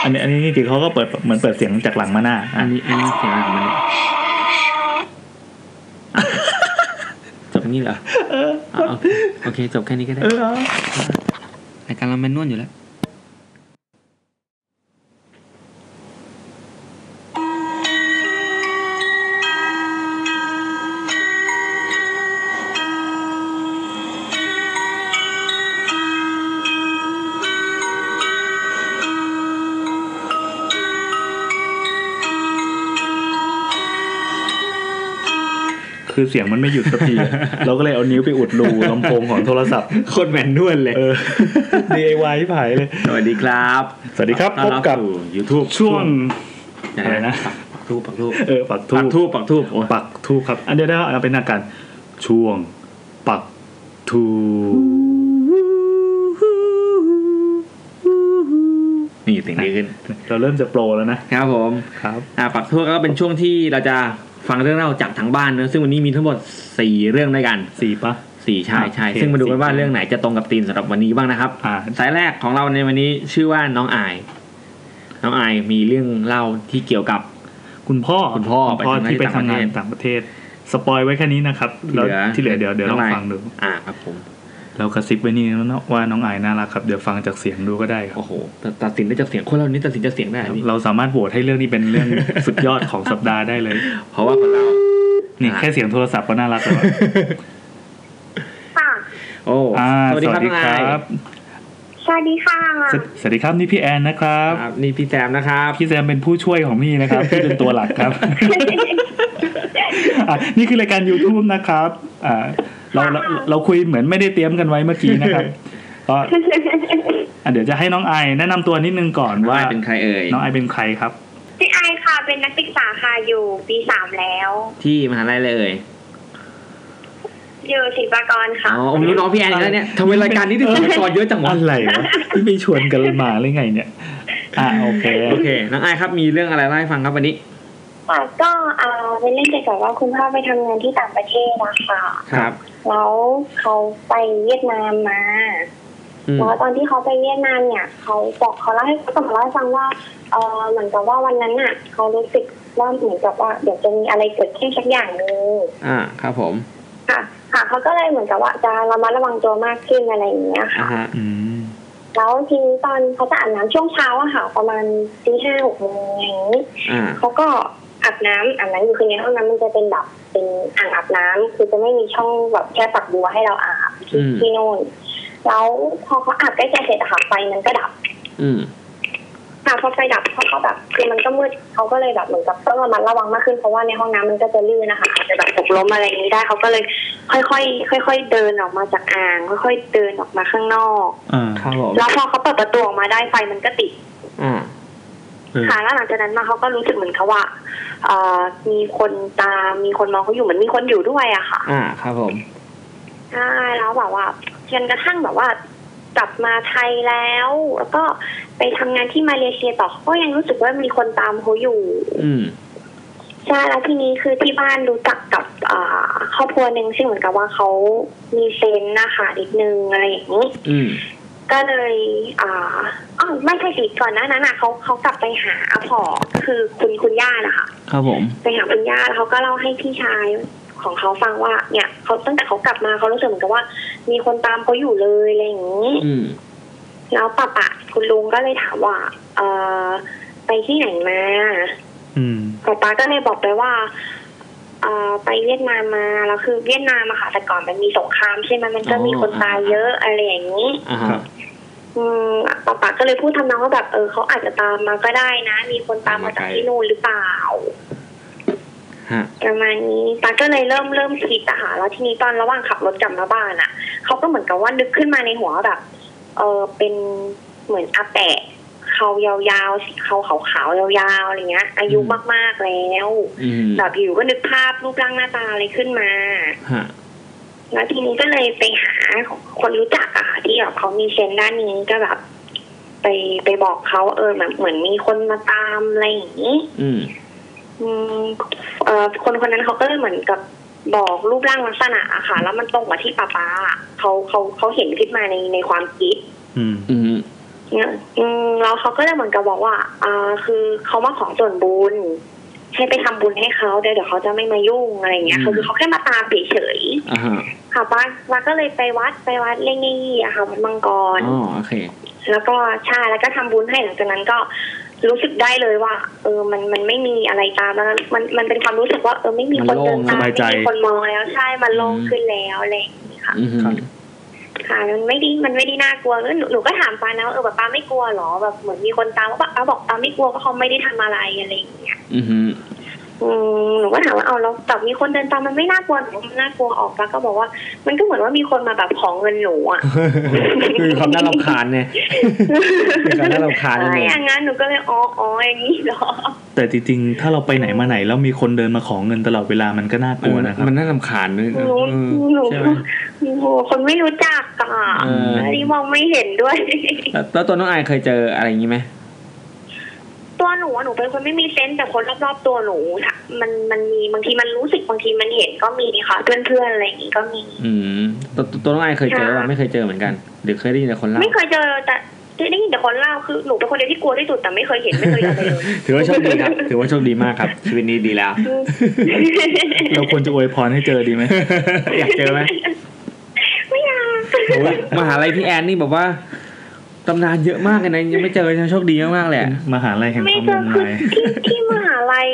Speaker 1: อันนี้อันนี้จริงๆเขาก็เปิดเหมือนเปิดเสียงจากหลังมาหน้า
Speaker 2: อั
Speaker 1: อ่ะ
Speaker 2: นนี้อันนี้เสียงอะไรของมันเนี่ยจบอย่างนี้เหรอ
Speaker 1: เออ
Speaker 2: อ่ะโอเคโอเคจบแค่นี้ก็ได้
Speaker 1: เออ
Speaker 2: รายการเราแมนนวลอยู่แล้ว
Speaker 1: คือเสียงมันไม่หยุดสักที <laughs> เราก็เลยเอานิ้วไปอุดรูลำโพงของโทรศัพท์
Speaker 2: คนแมนนวลเลย
Speaker 1: <laughs> เออ DIY ที่ผายเลย
Speaker 2: สวัสดีครับ
Speaker 1: สวัสดีครับ
Speaker 2: ต้อน
Speaker 1: พบกับ
Speaker 2: สู่ YouTube
Speaker 1: ช่วง
Speaker 2: อะไร
Speaker 1: อะไร
Speaker 2: นะ
Speaker 1: นะ
Speaker 2: ปักทูบปักทูบ
Speaker 1: เออปักทู
Speaker 2: ปักทู
Speaker 1: บบ
Speaker 2: ปักทูบโอ้ย
Speaker 1: ปักทูบครับ อันเดียวได้เอาเป็นอาการช่วง ปักทู
Speaker 2: นี่เสิ่งดีขึ้น
Speaker 1: เราเริ่มจะโปรแล้วนะครับ
Speaker 2: ผม
Speaker 1: ครับ
Speaker 2: อ่าปักทูบก็เป็นช่วงที่เราจะฟังเรื่องเล่าจากทางบ้านเนอะซึ่งวันนี้มีทั้งหมด 4 เรื่องด้วยกัน
Speaker 1: สี่ปะ
Speaker 2: สี่ใช่ใช่
Speaker 1: โอเค
Speaker 2: ซึ่งมาดูกันว่า
Speaker 1: สี่
Speaker 2: เรื่องไหนจะตรงกับธีมสำหรับวันนี้บ้างนะครับ
Speaker 1: อ่า
Speaker 2: สายแรกของเราในวันนี้ชื่อว่าน้องอาย น้องอายมีเรื่องเล่าที่เกี่ยวกับ
Speaker 1: คุณพ่อ
Speaker 2: คุณพ่อ
Speaker 1: คุณพ่อที่
Speaker 2: ไป
Speaker 1: ไป
Speaker 2: ทำงาง
Speaker 1: ทำาน น
Speaker 2: ที่
Speaker 1: ต่างประเทศ สปอยไว้แค่นี้นะครับแล้วที่เหลือเดี๋ยวเดี๋ยวลองฟังดู
Speaker 2: อ่าครับผม
Speaker 1: เรากระซิบไว้นี่นะว่าน้องอายน่ารักครับ เดี๋ยวฟังจากเสียงดูก็ได้ครับ
Speaker 2: โอ้โหแต่ตัดสินได้จากเสียงคนเรานี้ตัดสินจากเสียงได้เหรอพี่
Speaker 1: เราสามารถโหวตให้เรื่องนี้เป็นเรื่อง
Speaker 2: <laughs>
Speaker 1: สุดยอดของสัปดาห์ได้เลย
Speaker 2: เพราะว่าคน <laughs> เรา
Speaker 1: นี่
Speaker 2: อ่ะ
Speaker 1: แค่เสียงโทรศัพท์ก็น่ารักแล้วอะ
Speaker 4: ค่ะ
Speaker 2: โอ้
Speaker 1: อ่า
Speaker 2: สวัสดีครับน้องอาย
Speaker 4: สวัสดีค่ะ
Speaker 1: สวัสสวัสดีครับนี่พี่แอนนะครับ
Speaker 2: ครับนี่พี่แซมนะครับ
Speaker 1: พี่แซมเป็นผู้ช่วยของพี่นะครับ พี่เป็นตัวหลักครับ อ่ะนี่คือรายการ YouTube นะครับอ่าเราเราเราคุยเหมือนไม่ได้เตรียมกันไว้เมื่อกี้นะครับก็อ่ะเดี๋ยวจะให้น้องไอายแนะนำตัวนิดนึงก่อนว่า
Speaker 2: ว่าเป็นใครเอ่ย
Speaker 1: น้องไอายเป็นใครครับ
Speaker 4: พี่ไอค่ะ เป็นนักศึกษาค่ะอยู่ปีสามแล้ว
Speaker 2: ที่มหาลัยเลยเอ่ย
Speaker 4: อยู่ศิลปากรค่ะ
Speaker 2: อ๋อผมรู้น้องพี่แอนอีกแล้วเนี่ยทำไมรายการนี้ถึงศิลปากรเยอะจังวะ
Speaker 1: อะไรวะที่ไปชวนกันมาหรือไงเนี่ย อ่ะโอเค
Speaker 2: โอเคน้องไอายครับมีเรื่องอะไรเล่าให้ฟังครับวันนี้
Speaker 4: ค่ะก็เอ่อเป็นเรื่องเกี่ยวกับว่าคุณพ่อไปทำงานที่ต่างประเทศนะคะ
Speaker 2: ครับ
Speaker 4: แล้วเขาไปเวียดนามมา
Speaker 2: อืม
Speaker 4: แล้วตอนที่เขาไปเวียดนามเนี่ยเขาบอกเขาเล่าให้เขาบอกเล่าให้ฟังว่าเออเหมือนกับว่าวันนั้นน่ะเขารู้สึกว่าเหมือนกับว่าเดี๋ยวจะมีอะไรเกิดขึ้นสักอย่างหนึ่ง
Speaker 2: อ่าครับผม
Speaker 4: ค่ะ ค่ะเขาก็เลยเหมือนกับว่าจะระมัดระวังตัวมากขึ้นอะไรอย่างเงี้ยค่ะ
Speaker 2: อ่าฮะ
Speaker 1: อืม
Speaker 4: แล้วทีนี้ตอนเขาจะอาบน้ำช่วงเช้าอะค่ะประมาณตีห้าหกโมงอะไรอย่างนี้
Speaker 2: อ่า
Speaker 4: เขาก็อาบน้ำอาบน้ำอยู่คือในห้องน้ำมันจะเป็นแบบเป็นอ่างอาบน้ำคือจะไม่มีช่องแบบแค่ปักบัวให้เราอาบ
Speaker 2: อืม
Speaker 4: ที่นู่นแล้วพอเขาอาบใกล้ๆเสร็จอะค่ะไฟมันก็ดับ
Speaker 2: อืม
Speaker 4: ค่ะพอไฟดับเขาก็แบบคือมันก็มืดเขาก็เลยแบบเหมือนกับต้องระมัดระวังมากขึ้นเพราะว่าในห้องน้ำมันก็จะลื่นนะคะอาจจะแบบตกล้มอะไรอย่างนี้ได้เขาก็เลยค่อยๆค่อย ๆ เดินออกมาจากอ่าง ค่อยๆเดินออกมาข้างนอก
Speaker 1: อ่า
Speaker 2: ครับผม
Speaker 4: แล้วพอเขาเปิดประตูออกมาได้ไฟมันก็ติด
Speaker 2: อ่า
Speaker 1: เออ
Speaker 4: ค่ะแล้วหลังจากนั้นมาเขาก็รู้สึกเหมือนเขาว่าเอ่อมีคนตามมีคนมองเขาอยู่เหมือนมีคนอยู่ด้วยอะค่ะ
Speaker 2: อ่าครับผม
Speaker 4: ใช่แล้วแบบว่าจนกระทั่งแบบว่ากลับมาไทยแล้ว แล้วก็ไปทำงานที่มาเลเซียต่อเขาก็ยังรู้สึกว่ามีคนตามเขาอยู่
Speaker 2: อืม
Speaker 4: ใช่แล้วทีนี้คือที่บ้านรู้จักกับเอ่อครอบครัวหนึ่งซึ่งเหมือนกับว่าเขามีเซนส์นะคะนิดนึงอะไรอย่างนี้
Speaker 2: อืม
Speaker 4: ก็เลยอ่าอ๋อไม่ใช่สิก่อนหน้านั้นน่ะเขาเขากลับไปหาพอก็คือคุณคุณย่านะคะ
Speaker 2: ครับผม
Speaker 4: ไปหาคุณย่าแล้วเขาก็เล่าให้พี่ชายของเขาฟังว่า เนี่ยเขาตั้งแต่เขากลับมาเขารู้สึกเหมือนกับว่า มีคนตามเขาอยู่เลยอะไรอย่างนี้
Speaker 2: อืม
Speaker 4: แล้วป้าปะคุณลุงก็เลยถามว่า เออไปที่ไหนมา
Speaker 1: อืม
Speaker 4: ป้าปะก็เลยบอกไปว่า เออไปเวียดนามมาแล้วคือเวียดนามอะค่ะแต่ก่อนมันมีสงครามใช่ไหมมันก็มีคนตายเยอะอะไรอย่างนี้
Speaker 2: อ่าฮะ
Speaker 1: ครับ
Speaker 4: อืมป้าปะก็เลยพูดทำนองว่าแบบเออเขาอาจจะตามมาก็ได้นะ มีคนตามมาจากที่นู่นหรือเปล่า
Speaker 2: ฮะ
Speaker 4: ประมาณนี้ตาก็เลยเริ่มเริ่มคิดอะค่ะแล้วทีนี้ตอนระหว่างขับรถกลับมาบ้านอะเขาก็เหมือนกับว่านึกขึ้นมาในหัวว่าแบบ เออเป็นเหมือนอาแปะเขายาวๆสีเขาขาวๆยาวๆอะไรเงี้ย อายุมากๆแล้ว
Speaker 2: อืม
Speaker 4: แบบอยู่ก็นึกภาพรูปร่างหน้าตาอะไรขึ้นมา
Speaker 2: ฮะ
Speaker 4: แล้วทีนี้ก็เลยไปหาคนรู้จักอะค่ะที่แบบเขามีเซนส์ด้านนี้ก็แบบ ไปไปบอกเขาเออแบบเหมือนมีคนมาตามอะไรอย่างนี้
Speaker 2: อืม
Speaker 4: อืมเอ่อคนคนนั้นเขาก็เลยเหมือนกับบอกรูปร่างลักษณะอะค่ะ แล้วมันตรงกับที่ป้าป้าอะเขาเขาเขาเห็นขึ้นมาในในความคิด
Speaker 1: อืม
Speaker 2: อืม
Speaker 4: เนี่ยอืมแล้วเขาก็เลยเหมือนกับบอกว่าอ่าคือเขามาขอส่วนบุญให้ไปทำบุญให้เขาเดี๋ยวเดี๋ยวเขาจะไม่มายุ่งอะไรอย่างเงี้ยคือเขาแค่มาตามเฉย
Speaker 2: อ่าฮะ
Speaker 4: ๆค่ะป้าป้าก็เลยไปวัดไปวัดเล่งยี่อะค่ะวัดมังกร
Speaker 2: อ๋อโอเค
Speaker 4: แล้วก็ใช่แล้วก็ทำบุญให้หลังจากนั้นก็รู้สึกได้เลยว่า เออมันมันไม่มีอะไรตามแล้วมันมันเป็นความรู้สึกว่าเออไม่มีคนเดิน
Speaker 2: มันโล่ง
Speaker 4: ตาม
Speaker 1: สบายใจ
Speaker 4: ไม่มีคนมองแล้วใช่มันโล่ง
Speaker 2: อืม
Speaker 4: ขึ้นแล้วอะไรอย่างนี้ค่ะ
Speaker 2: อืม
Speaker 1: ครับ
Speaker 4: ค่ะมันไม่ไดีมันไม่ได้น่ากลัวแล้วหนูหนูก็ถามปานะว่าเออแบบปาไม่กลัวหรอแบบเหมือนมีคนตามว่าปาปาบอกปาไม่กลัวเพราะเขาไม่ได้ทำอะไรอะไรอย่างเงี้ย
Speaker 2: อืม
Speaker 4: อืมหนูก็ถามว่าเอาแล้วแต่มีคนเดินตามมันไม่น่ากลัวหรอมันน่ากลัวออกปาก็บอกว่า มันก็เหมือนว่ามีคนมาแบบของเงินหนูอะ
Speaker 2: <laughs> คือความน่ารำคาญไงคือความน่ารำคาญนั่น
Speaker 4: อะไร
Speaker 2: เอง
Speaker 4: อย่างนั้นหนูก็เลยอ๋ออ๋ออย่างนี้เหรอ
Speaker 1: แต่จริงๆ ถ้าเราไปไหนมาไหนแล้วมีคนเดินมาขอเงินตลอดเวลามันก็น่ากลัวนะครับ
Speaker 2: มันน่ารำคาญด้วยนะ
Speaker 4: หนู
Speaker 2: เออ
Speaker 4: หนู
Speaker 2: ใช่ไหม
Speaker 4: โอ้โหคนไม่รู้จักอ่ะ
Speaker 2: เออ
Speaker 4: อันนี้มองไม่เห็นด้วย
Speaker 2: แล้วแล้วตัวน้องไอายเคยเจออะไรอย่างนี้ไหม
Speaker 4: ตัวหนูอะหนูเป็นคนไม่มีเซนส์แต่คนรอบๆตัวหนูอะมันมันมีบางทีมันรู้สึกบางทีมันเห็นก็มีค่ะ เพื่อนๆอะไรอย่างงี้ก็มี
Speaker 2: อืมตัวตัวตัวน้องไอายเคยเจอป่ะ
Speaker 4: ค่ะ
Speaker 2: ไม่เคยเจอเหมือนกันหรือเคยได้ยินแต่คนเล่า
Speaker 4: ไม่เคยเจอแต่ได้ยินแต่คนเล่าคือหนูเป็นคนเดียวที่กลัวที่สุดแต่ไม่เคยเห็นไม่เคยอะไรเลย
Speaker 2: <laughs> ถือว่าโชคดี
Speaker 4: <laughs>
Speaker 2: ครับ ถือว่าโชคดีมากครับชีวิตนี้ดีแล้ว
Speaker 1: เราควรจะอวยพรให้เจอดีไหม
Speaker 2: อยากเจอไหม
Speaker 4: ไม่อยาก
Speaker 2: โอ้ยมหาลัยพี่แอนนี่แบบว่าตำนานเยอะมากเลยนะยังไม่เจอยังโชคดีมากๆแหละ
Speaker 1: มหาลัยแห่งค
Speaker 4: ไม่
Speaker 1: วาม
Speaker 4: เจ
Speaker 1: ง
Speaker 4: อ
Speaker 1: ม
Speaker 4: คือง
Speaker 1: าย
Speaker 4: ที่ที่มหาลัย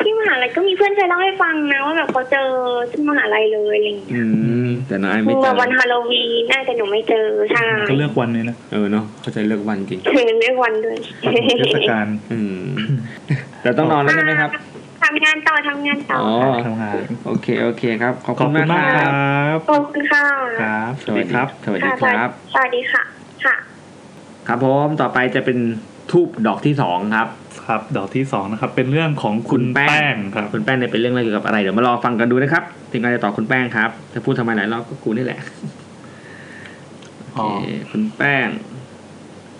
Speaker 4: ที่มหาลัยก็มีเพื่อนเคยเล่าให้ฟังนะว่าแบบเขาเจอที่มหาลัยเลยอะไรอย่างเงี้ย
Speaker 2: อืม แต่น้องไอายไม่เจ
Speaker 4: แบ
Speaker 2: อบ
Speaker 4: วันฮาโลวีนน่าจะหนูไม่เจอใช่
Speaker 1: ก็เลือกวันเลยนะ
Speaker 2: เออเนาะเข้าใจเลือกวันจริง
Speaker 4: คือเลือกวันด้วย
Speaker 1: เทศกาล
Speaker 2: อื <laughs> ม แต่ต้องนอนแล้วใช่ไหมครับ
Speaker 4: ทำงานต่อทำงานต่อ
Speaker 2: อ๋อ
Speaker 1: ทำงาน
Speaker 2: โอเคโอเคครับ ขอบ
Speaker 1: ขอ
Speaker 2: คุ
Speaker 1: บ
Speaker 2: ณ
Speaker 1: คุ
Speaker 2: มา
Speaker 1: ณ
Speaker 2: ก
Speaker 1: มาก
Speaker 2: ค
Speaker 1: ค
Speaker 2: รั
Speaker 1: รับ บ
Speaker 4: ขอบคุณค่ะ
Speaker 1: ครับ ส
Speaker 2: ส
Speaker 1: วัสด
Speaker 2: วัส
Speaker 1: ี
Speaker 2: ดี
Speaker 1: ค
Speaker 2: ค
Speaker 1: รั
Speaker 2: รับ บ สวัสดีครับ
Speaker 4: สวัสดีค่ะ ค่ะ
Speaker 2: ครับผม ต่อไปจะเป็น ทูบดอกที่สองครับ
Speaker 1: ครับดอกที่สองนะครับ เป็นเรื่องของคุณแป้งครับ
Speaker 2: คุณแป้งเนี่ยเป็นเรื่องอะไรเกี่ยวกับอะไรเดี๋ยวมารอฟังกันดูนะครับทีมงานจะต่อบคุณแป้งครับจะพูดทำไมหลายรอบก็กูนี่แหละ
Speaker 1: อ๋อ
Speaker 2: โอเคคุณแป้ง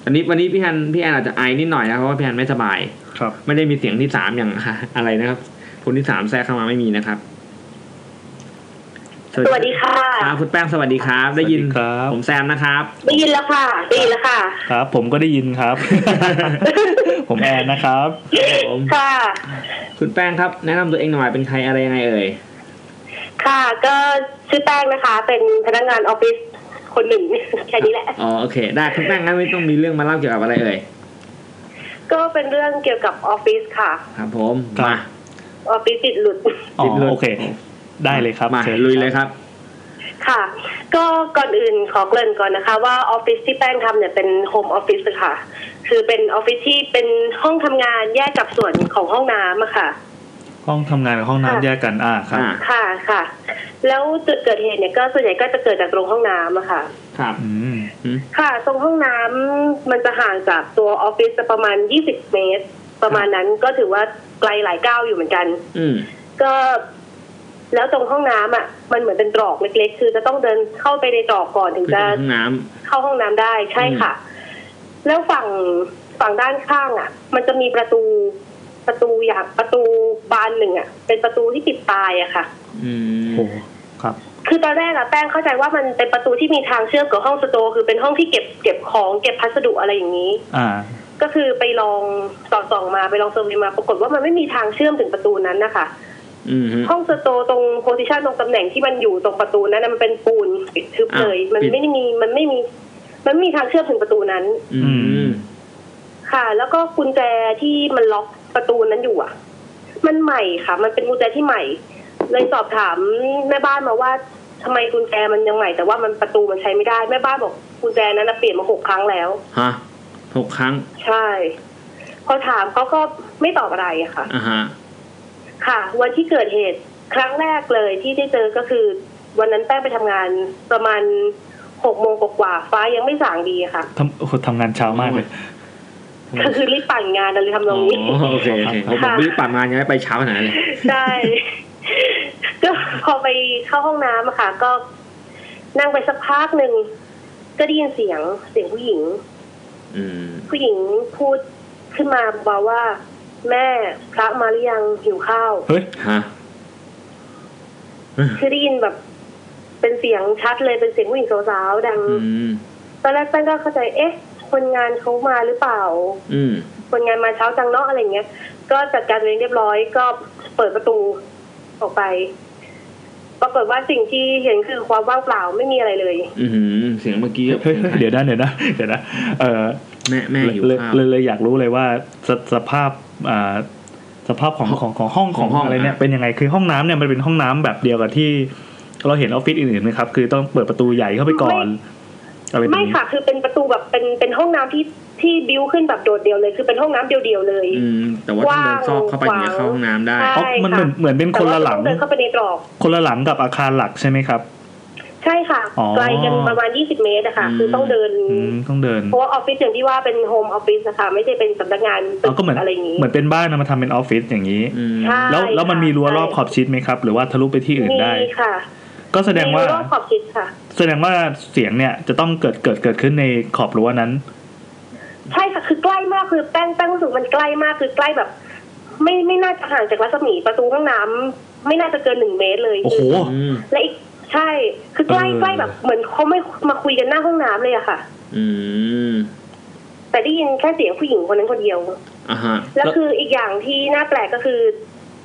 Speaker 2: อันนี้วันนี้พี่แอนพี่แอนอาจจะไอนิดหน่อยนะเพราะว่าพี่แอนไม่สบาย
Speaker 1: ครับ
Speaker 2: ไม่ได้มีเสียงที่สามอย่าง <laughs> อะไรนะครับ คนที่สามแทรกเข้ามาไม่มีนะครับ
Speaker 4: สวัสดีค่ะ
Speaker 2: ครับคุณแป้งสวัสดีครับ ได้ยิน
Speaker 1: สวัสดีครับ
Speaker 2: ผมแซมนะครับ <laughs>
Speaker 4: ได้ยินแล้วค่ะได้ยินแล้วค่ะ
Speaker 1: ครับ ผมก็ได้ยินครับ <laughs> ผมแอนนะครับ
Speaker 2: ผม
Speaker 4: ค่ะ
Speaker 2: คุณแป้งครับ แนะนำตัวเองหน่อยเป็นใครอะไรยังไงเอ่ย
Speaker 4: ค่ะ ก็ชื่อแป้งนะคะ เป็นพนักงานออฟฟิศคนหนึ่ง แค่นี้แหละ
Speaker 2: อ๋อโอเค ได้คุณแป้งงั้นไม่ต้องมีเรื่องมาเล่าเกี่ยวกับอะไรเอ่ย
Speaker 4: ก็เป็นเรื่องเกี่ยวกับออฟฟิศค่ะ
Speaker 2: ครับผม
Speaker 1: ครับ
Speaker 2: มา
Speaker 4: ออฟฟิศติดหลุด
Speaker 1: อ๋
Speaker 2: ติ
Speaker 1: อ
Speaker 2: ดรถ
Speaker 1: โอเค ได้เลยครับ
Speaker 2: มา
Speaker 1: ชิญ
Speaker 2: ลุยเลยครับ
Speaker 4: ค่ะ ก็ก่อนอื่นขอเกริ่นก่อนนะคะ ว่าออฟฟิศที่แป้งทำเนี่ยเป็นโฮมออฟฟิศค่ะ คือเป็นออฟฟิศที่เป็นห้องทำงานแยกกับส่วนของห้องน้ำอะค่ะ
Speaker 1: ห้องทำงานกับห้องน้ำแยกกันอ่าครับ
Speaker 2: อ่า
Speaker 4: ค่ะค่ะ แล้วจุดเกิดเหตุเนี่ยก็ส่วนใหญ่ก็จะเกิดจากตรงห้องน้ำอะค่ะ
Speaker 2: ครับ
Speaker 1: อืม
Speaker 2: อืม
Speaker 4: ค่ะ ตรงห้องน้ำมันจะห่างจากตัวออฟฟิศจะประมาณ 20 เมตร ประมาณนั้นก็ถือว่าไกลหลายก้าวอยู่เหมือนกัน
Speaker 2: อืม
Speaker 4: ก็ แล้วตรงห้องน้ำอ่ะ มันเหมือนเป็นตรอกเล็ก ๆ คือจะต้องเดินเข้าไปในตรอกก่อนถึง
Speaker 2: เพื่อจะ
Speaker 4: จะ
Speaker 2: ห้องน้ำ
Speaker 4: เข้าห้องน้ำได้ใช่ค่ะ แล้วฝั่งฝั่งด้านข้างอ่ะ มันจะมีประตูประตูอย่างประตูบานหนึ่งอ่ะ เป็นประตูที่ปิดตายอะค่ะ
Speaker 2: อืม
Speaker 1: โอ้ครับ
Speaker 4: คือตอนแรกอะแป้งเข้าใจว่ามันเป็นประตูที่มีทางเชื่อมกับห้องสโตร์คือเป็นห้องที่เก็บเก็บของเก็บพัสดุอะไรอย่างนี้
Speaker 1: อ่า
Speaker 4: ก็คือไปลองสอดส่องมาไปลองเซอร์เวยมา ปรากฏว่ามันไม่มีทางเชื่อมถึงประตูนั้นนะคะ
Speaker 2: อืมฮึ
Speaker 4: ห้องสโตร์ตรงโพซิชันตรงตำแหน่งที่มันอยู่ตรงประตูนั้นน่ะมันเป็นปูนปิดทึบเลย
Speaker 2: อ่ะ
Speaker 4: มัน
Speaker 2: ปิด
Speaker 4: ไม่ได้มีมันไม่มีมันไม่มีทางเชื่อมถึงประตูนั้น
Speaker 2: อืม
Speaker 4: ค่ะ แล้วก็กุญแจที่มันล็อกประตูนั้นอยู่อ่ะ มันใหม่ค่ะ มันเป็นกุญแจที่ใหม่ เลยสอบถามแม่บ้านมาว่าทำไมกุญแจมันยังใหม่ แต่ว่ามันประตูมันใช้ไม่ได้แม่บ้านบอกกุญแจนั้นนะเปลี่ยนมาหกครั้งแล้ว
Speaker 2: ฮะหกครั้ง
Speaker 4: ใช่ พอถามเขาก็ไม่ตอบอะไรอะค่ะ
Speaker 2: อ่าฮะ
Speaker 4: ค่ะ วันที่เกิดเหตุครั้งแรกเลยที่ได้เจอก็คือ วันนั้นแป้งไปทำงานประมาณหกโมงกว่าๆฟ้ายังไม่สางดีอะค่ะ
Speaker 1: ทำโอ้โหทำงานเช้ามากเลย
Speaker 4: ก็คือรีบปั่นงานอะไรทำนองนี้
Speaker 2: อ๋อโอเคโอเคผมบอกรีบปรับงานยังไม่ไปเช้าขนาดนั้นเลย
Speaker 4: ใช่ <laughs> ก็พอไปเข้าห้องน้ำอะค่ะ ก็นั่งไปสักพักหนึ่ง ก็ได้ยินเสียงเสียงผู้หญิง
Speaker 2: อืม
Speaker 4: ผู้หญิงพูดขึ้นมาบอกว่า แม่พระมาหรือยังหิวข้าว
Speaker 1: เฮ้ย
Speaker 2: ฮะ
Speaker 4: คือได้ยินแบบ เป็นเสียงชัดเลยเป็นเสียงผู้หญิงสาวๆดัง
Speaker 2: อืม
Speaker 4: ตอนแรกตั้งก็เข้าใจเอ๊ะ คนงานเขามาหรือเปล่า
Speaker 2: อืม
Speaker 4: คนงานมาเช้าจังเนาะอะไรเงี้ย ก็จัดการตัวเองเรียบร้อย ก็เปิดประตูออกไป ปรากฏว่าสิ่งที่เห็นคือความว่างเปล่าไม่มีอะไรเลย
Speaker 2: อือหือเสียงเมื่อกี้กับ
Speaker 1: เฮ้ยเฮ้ยเดี๋ยวนะเดี๋ยวนะเดี๋ยวนะ เออ
Speaker 2: แม่แม่อยู่
Speaker 1: เลย
Speaker 2: ข้าว
Speaker 1: เลยเลยอยากรู้เลยว่าสสภาพอ่าสภาพของของของห้อง
Speaker 2: ข
Speaker 1: ข
Speaker 2: อ
Speaker 1: อง ง
Speaker 2: ห้อง
Speaker 1: อะไรเนี่ย
Speaker 2: อ่ะ
Speaker 1: เป็นยังไง คือห้องน้ำเนี่ยมันเป็นห้องน้ำแบบเดียวกับที่ เราเห็นออฟฟิศอื่นๆนะครับ คือต้องเปิดประตูใหญ่เข้าไปก่อนอะไรแบบ
Speaker 4: ไม่
Speaker 1: นี้
Speaker 4: ค่ะ คือเป็นประตูแบบเป็นเป็นห้องน้ำที่ที่บิวขึ้นแบบโดดเดียวเลย คือเป็นห้องน้ำเดียวๆเลย
Speaker 2: อืม แต่ว่าต้องเดินซอกเข้าไปถึงจะเข้าห้องน้ำได้
Speaker 4: ใช่
Speaker 1: อ๋อมันเหมือน
Speaker 4: ค่ะ
Speaker 1: เหมือนเป็นคนละหลัง
Speaker 4: แต่ว่าต้องเดินเข้าไปในตรอก
Speaker 1: คนละหลังกับอาคารหลักใช่ไหมครับ
Speaker 4: ใช่ค่ะ
Speaker 1: อ๋อ
Speaker 4: ไกลกันประมาณ 20 เมตรอะค่ะ
Speaker 2: อืม
Speaker 4: คือต้องเดิน
Speaker 1: อืมต้องเดิน
Speaker 4: เพราะว่าออฟฟิศอย่างที่ว่าเป็นโฮมออฟฟิศนะคะไม่ใช่เป็นสำนักงานตึ
Speaker 1: อ๋อก็เหมือน
Speaker 4: อะไรอย่างนี้
Speaker 1: เหมือนเป็นบ้านเอามาทำเป็นออฟฟิศอย่างนี้
Speaker 2: อืม
Speaker 4: ใช่
Speaker 1: แล้วแล้วมันมีรั้วรอบขอบชิดไหมครับ หรือว่าทะลุไปที่อื่น
Speaker 4: มี
Speaker 1: ได้
Speaker 4: ค่ะ
Speaker 1: ก็แสดงว่า
Speaker 4: มีรั้ขอบชิดค่ะ
Speaker 1: แสดงว่าเสียงเนี่ยจะต้องเกิดเกิดเกิดขึ้นในขอบรั้วนั้น
Speaker 4: ใช่ค่ะ คือใกล้มากคือแป้งแป้งรู้สึกมันใกล้มากคือใกล้แบบ ไม่ไม่น่าจะห่างจากรัศมีประตูห้องน้ำไม่น่าจะเกินหนึ่งเมตรเลย
Speaker 1: โอ้โห
Speaker 2: อืม
Speaker 4: และอีกใช่ คือใกล้
Speaker 1: เออ
Speaker 4: ใกล้แบบเหมือนเขาไม่มาคุยกันหน้าห้องน้ำเลยอะค่ะ
Speaker 2: อืม
Speaker 4: แต่ได้ยินแค่เสียงผู้หญิงคนนั้นคนเดียว
Speaker 2: อ่ะฮะ
Speaker 4: แล้วคืออีกอย่างที่น่าแปลกก็คือ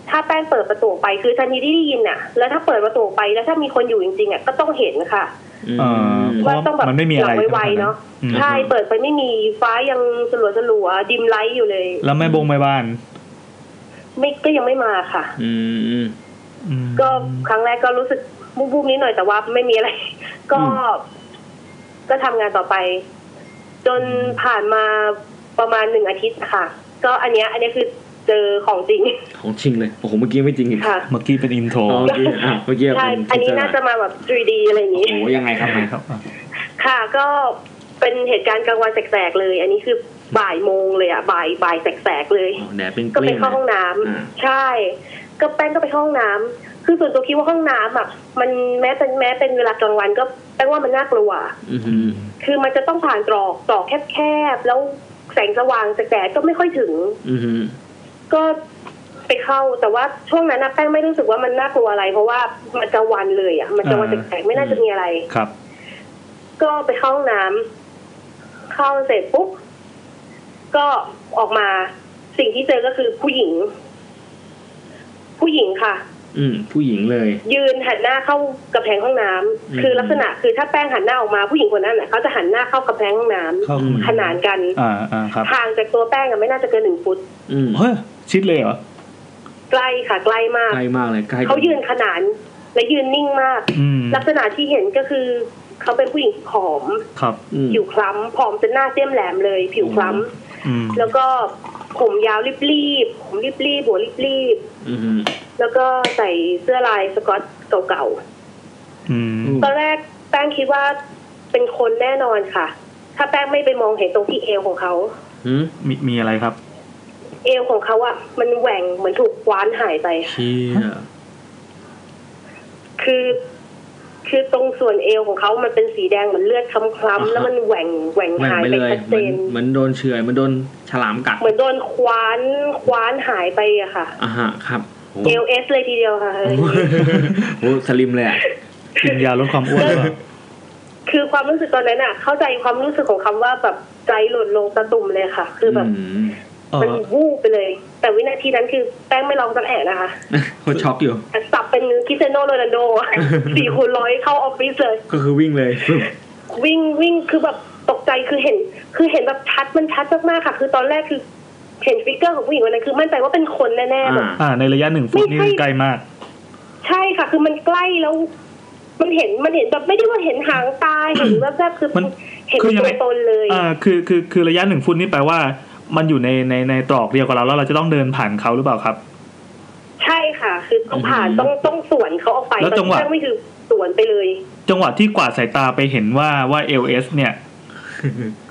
Speaker 4: ถ้าแป้งเปิดประตูออกไปคือทันทีที่ได้ยินอะแล้วถ้าเปิดประตูออกไปแล้วถ้ามีคนอยู่จริงๆอะก็ต้องเห็นค่ะ
Speaker 2: อืม
Speaker 1: เอ่อ เพ
Speaker 4: ว่า
Speaker 1: ราะ
Speaker 4: ต้องแบบ
Speaker 1: มันไม่มีอะไร
Speaker 4: หลับไวๆเนาะ
Speaker 1: อืม
Speaker 4: ใช่เปิดไปไม่มีฟ้ายังสลัวสลัวๆดิมไลท์อยู่เลย
Speaker 1: แล้วแม่บงแม่บ้าน
Speaker 4: ไม่ก็ยังไม่มาค่ะ
Speaker 2: อืมอืม
Speaker 1: อืม
Speaker 4: ก็ครั้งแรกก็รู้สึกบูบูมๆนิดหน่อยแต่ว่าไม่มีอะไร <laughs> ก็
Speaker 2: อืม
Speaker 4: ก็ทำงานต่อไป จนผ่านมาประมาณหนึ่งอาทิตย์ค่ะ ก็อันเนี้ย อันเนี้ยคือเจอของจริง <laughs>
Speaker 2: ของจริงเลย โอ้โห เมื่อกี้ไม่จริงอีก
Speaker 4: ค่ะ
Speaker 1: เมื่อกี้เป็นอินโทร
Speaker 2: อ๋อเมื่อกี้อ่ะเมื่อกี้
Speaker 4: ใช่
Speaker 2: เป็
Speaker 4: อันนี้น่าจะมาแบบ 3D อะไรอย่าง
Speaker 2: โอ้
Speaker 4: นี้
Speaker 2: โห ยังไงครับ
Speaker 1: ครับอ่ะ
Speaker 4: ค่ะ ก็เป็นเหตุการณ์กลางวันแสกๆเลย อันนี้คือ บ่ายโมงเลยอะบ่ายบ่ายแสกๆเลย
Speaker 2: อ๋อแดดเป็นเก
Speaker 4: ก็ไป
Speaker 2: ลี้ยง
Speaker 4: เข้า
Speaker 2: เล
Speaker 4: ห้อง
Speaker 2: ย
Speaker 4: น้ำ
Speaker 2: อ่า
Speaker 4: ใช่ ก็แป้งก็ไปเข้าห้องน้ำคือส่วนตัวคิดว่าห้องน้ำอ่ะ มันแม้เป็นแม้เป็นเวลากลางวันก็แป้งว่ามันน่ากลัว
Speaker 2: อือหือ
Speaker 4: คือมันจะต้องผ่านตรอกตรอกแคบๆแล้วแสงสว่างจากแดดก็ไม่ค่อยถึง
Speaker 2: อือหือ
Speaker 4: ก็ไปเข้าแต่ว่าช่วงนั้นนะแป้งไม่รู้สึกว่ามันน่ากลัวอะไร เพราะว่ามันจะวันเลยอ่ะมันจะวันแสกๆไม่น่าจะมีอะไร
Speaker 1: ครับ
Speaker 4: ก็ไปเข้าห้องน้ำเข้าเสร็จปุ๊บก็ออกมาสิ่งที่เจอก็คือผู้หญิง ผู้หญิงค่ะ
Speaker 2: อืมผู้หญิงเลย
Speaker 4: ยืนหันหน้าเข้ากระแพงห้องน้ำ
Speaker 2: อืม
Speaker 4: คือลักษณะคือถ้าแป้งหันหน้าออกมาผู้หญิงคนนั้นน่ะเขาจะหันหน้าเข้ากระแพงห้องน้ำ
Speaker 1: เข้า
Speaker 2: อืม
Speaker 4: ขนานกัน
Speaker 1: อ่าอ่าครับ
Speaker 4: ทางจากตัวแป้งอะไม่น่าจะเกินหนึ่งฟุต
Speaker 2: อืม
Speaker 1: เฮ้ยชิดเลยเหรอ
Speaker 4: ใกล้ค่ะใกล้มาก
Speaker 2: ใกล้มากเลยใกล้
Speaker 4: เขายืนขนานและยืนนิ่งมาก
Speaker 1: อืม
Speaker 4: ลักษณะที่เห็นก็คือเขาเป็นผู้หญิงผอม
Speaker 1: ครับ
Speaker 2: อืม
Speaker 4: ผิวคล้ำผอมจนหน้าเสี้ยมแหลมเลย ผิวคล้ำ
Speaker 1: อืม
Speaker 4: แล้วก็ผมยาวรีบๆ ผมรีบๆ หัวรีบ
Speaker 2: อือหือ
Speaker 4: ๆ แล้วก็ใส่เสื้อลายสกอตเก่า
Speaker 1: อืม
Speaker 4: ๆ ตอนแรกแป้งคิดว่าเป็นคนแน่นอนค่ะ ถ้าแป้งไม่ไปมองเห็นตรงที่เอวของเขา
Speaker 2: หือ
Speaker 1: มีมีอะไรครับ
Speaker 4: เอวของเขาอะมันแหว่งเหมือนถูกคว้านหายไป
Speaker 2: เชี่ย
Speaker 4: คือ คือตรงส่วนเอวของเขามันเป็นสีแดงเหมือนเลือดคล้ำๆ แล้วมันแหว่งแหว่ง
Speaker 2: แหว่ง
Speaker 4: หาย
Speaker 2: ไป
Speaker 4: ไป
Speaker 2: เลย
Speaker 4: ชัด
Speaker 2: เห
Speaker 4: เจ
Speaker 2: มือน
Speaker 4: น
Speaker 2: เหมือนโดนเฉื่อยเหมันโดนฉลามกัด
Speaker 4: เหมือนโดนคว้านคว้านหายไปอะค่ะ
Speaker 2: อ่ะฮะครับโอ้โห
Speaker 4: เอลเอสเลยทีเดียวค่ะ
Speaker 2: โอ้โหโอ้โหสลิมเลยอะ
Speaker 1: กินยาลดความอ้วนหรือเปล่า
Speaker 4: คือความรู้สึกตอนนั้นอ่ะ เข้าใจความรู้สึกของคำว่าแบบใจหล่นลงตะตุ่มเลยค่ะ คือแบบ
Speaker 2: ม <laughs>
Speaker 1: เอ
Speaker 4: มัน
Speaker 1: อ
Speaker 4: วูบไปเลย แต่วินาทีนั้นคือแป้งไม่ลองสักแอะนะคะ
Speaker 2: โคตรช็อกอยู่
Speaker 4: แต่สับเป็นคริสเซโนโรนั
Speaker 1: <laughs>
Speaker 4: ลโดอะ สี่คูณร้อยเข้าออฟฟิศเลย
Speaker 2: ก็คือวิ่งเลยปึ๊บ
Speaker 4: วิ่งวิ่งคือแบบตกใจคือเห็น คือเห็นแบบชัดมันชัดมากๆค่ะ คือตอนแรกคือเห็นฟิกเกอร์ของผู้หญิงคนนั้นคือมั่นใจว่าเป็นคนแน่
Speaker 2: อ่า
Speaker 4: ๆแบบ
Speaker 1: อ่า ในระยะหนึ่งฟุตนี่คือไกลมาก
Speaker 4: ใช่ค่ะ คือมันใกล้แล้ว มันเห็นมันเห็นแบบไม่ได้ว่าเห็นหางตาเห็นแบบแบบๆคือ
Speaker 1: มัน
Speaker 4: เห็น
Speaker 1: คือยัง
Speaker 4: ตั
Speaker 1: ไง
Speaker 4: วตนเลย
Speaker 1: อ่าคือคือคือระยะหนึ่งฟุตนี่แปลว่า มันอยู่ในในในตรอกเดียวกับเราแล้วเราจะต้องเดินผ่านเขาหรือเปล่าครับ
Speaker 4: ใช่ค่ะ คือต้องผ่านต้องต้องสวนเขาออกไป
Speaker 1: แล้วจังหวะ
Speaker 4: ตอนที่แป้ไม่คือสวนไปเลย
Speaker 1: จังหวะที่กวาดสายตาไปเห็นว่าว่าเอลเอสเนี่ย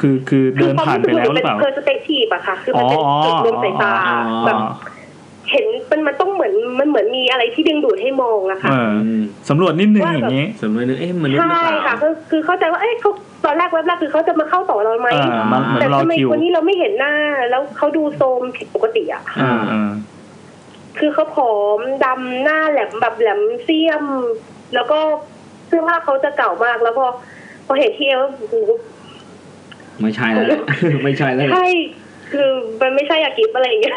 Speaker 1: คือคือ
Speaker 4: คื
Speaker 1: เดิน
Speaker 4: ความ
Speaker 1: ผ่านไปแล้
Speaker 4: รู้สึกมั
Speaker 1: วหรือน เป
Speaker 4: เป็
Speaker 1: ล่า
Speaker 4: เพอร์สเปกทีฟอะค่ะ คือมันเป็น
Speaker 1: อ๋อ
Speaker 4: จุดรวมสายตา
Speaker 1: อ๋ออ๋อ
Speaker 4: แบบเห็นมันมันต้องเหมือนมันเหมือนมีอะไรที่ดึงดูดให้มองอะค่ะ
Speaker 1: เออสำรวจนิดนึงอย่างนี้
Speaker 2: <laughs> สำนวนนึงเอ๊ะมันษย์หรือ
Speaker 4: ใช่
Speaker 2: เปล่า
Speaker 4: ค่ะคือคือเข้าใจว่าเอ้ยเขาตอนแรกแวบแรกคือเขาจะมาเข้าต่อเราไหม
Speaker 1: เออมันเหมือน
Speaker 4: แต่
Speaker 1: รอ
Speaker 4: ทำไม
Speaker 1: คิว
Speaker 4: คนนี้เราไม่เห็นหน้า แล้วเขาดูโทรมผิดปกติอะ
Speaker 2: อ่า
Speaker 1: อ่า
Speaker 4: คือเขาผอมดำหน้าแหลมแบบแหลมเสี้ยม แล้วก็เสื้อผ้าเขาจะเก่ามากแล้วพอพอเห็นที่เอวโอ้โห
Speaker 2: ไม่ใช่แล้ว <laughs> ไม่ใช่
Speaker 4: <laughs>
Speaker 2: แล้ว
Speaker 4: ใช่ คือมันไม่ใช่อากิฟอะไรอย่างเงี้ย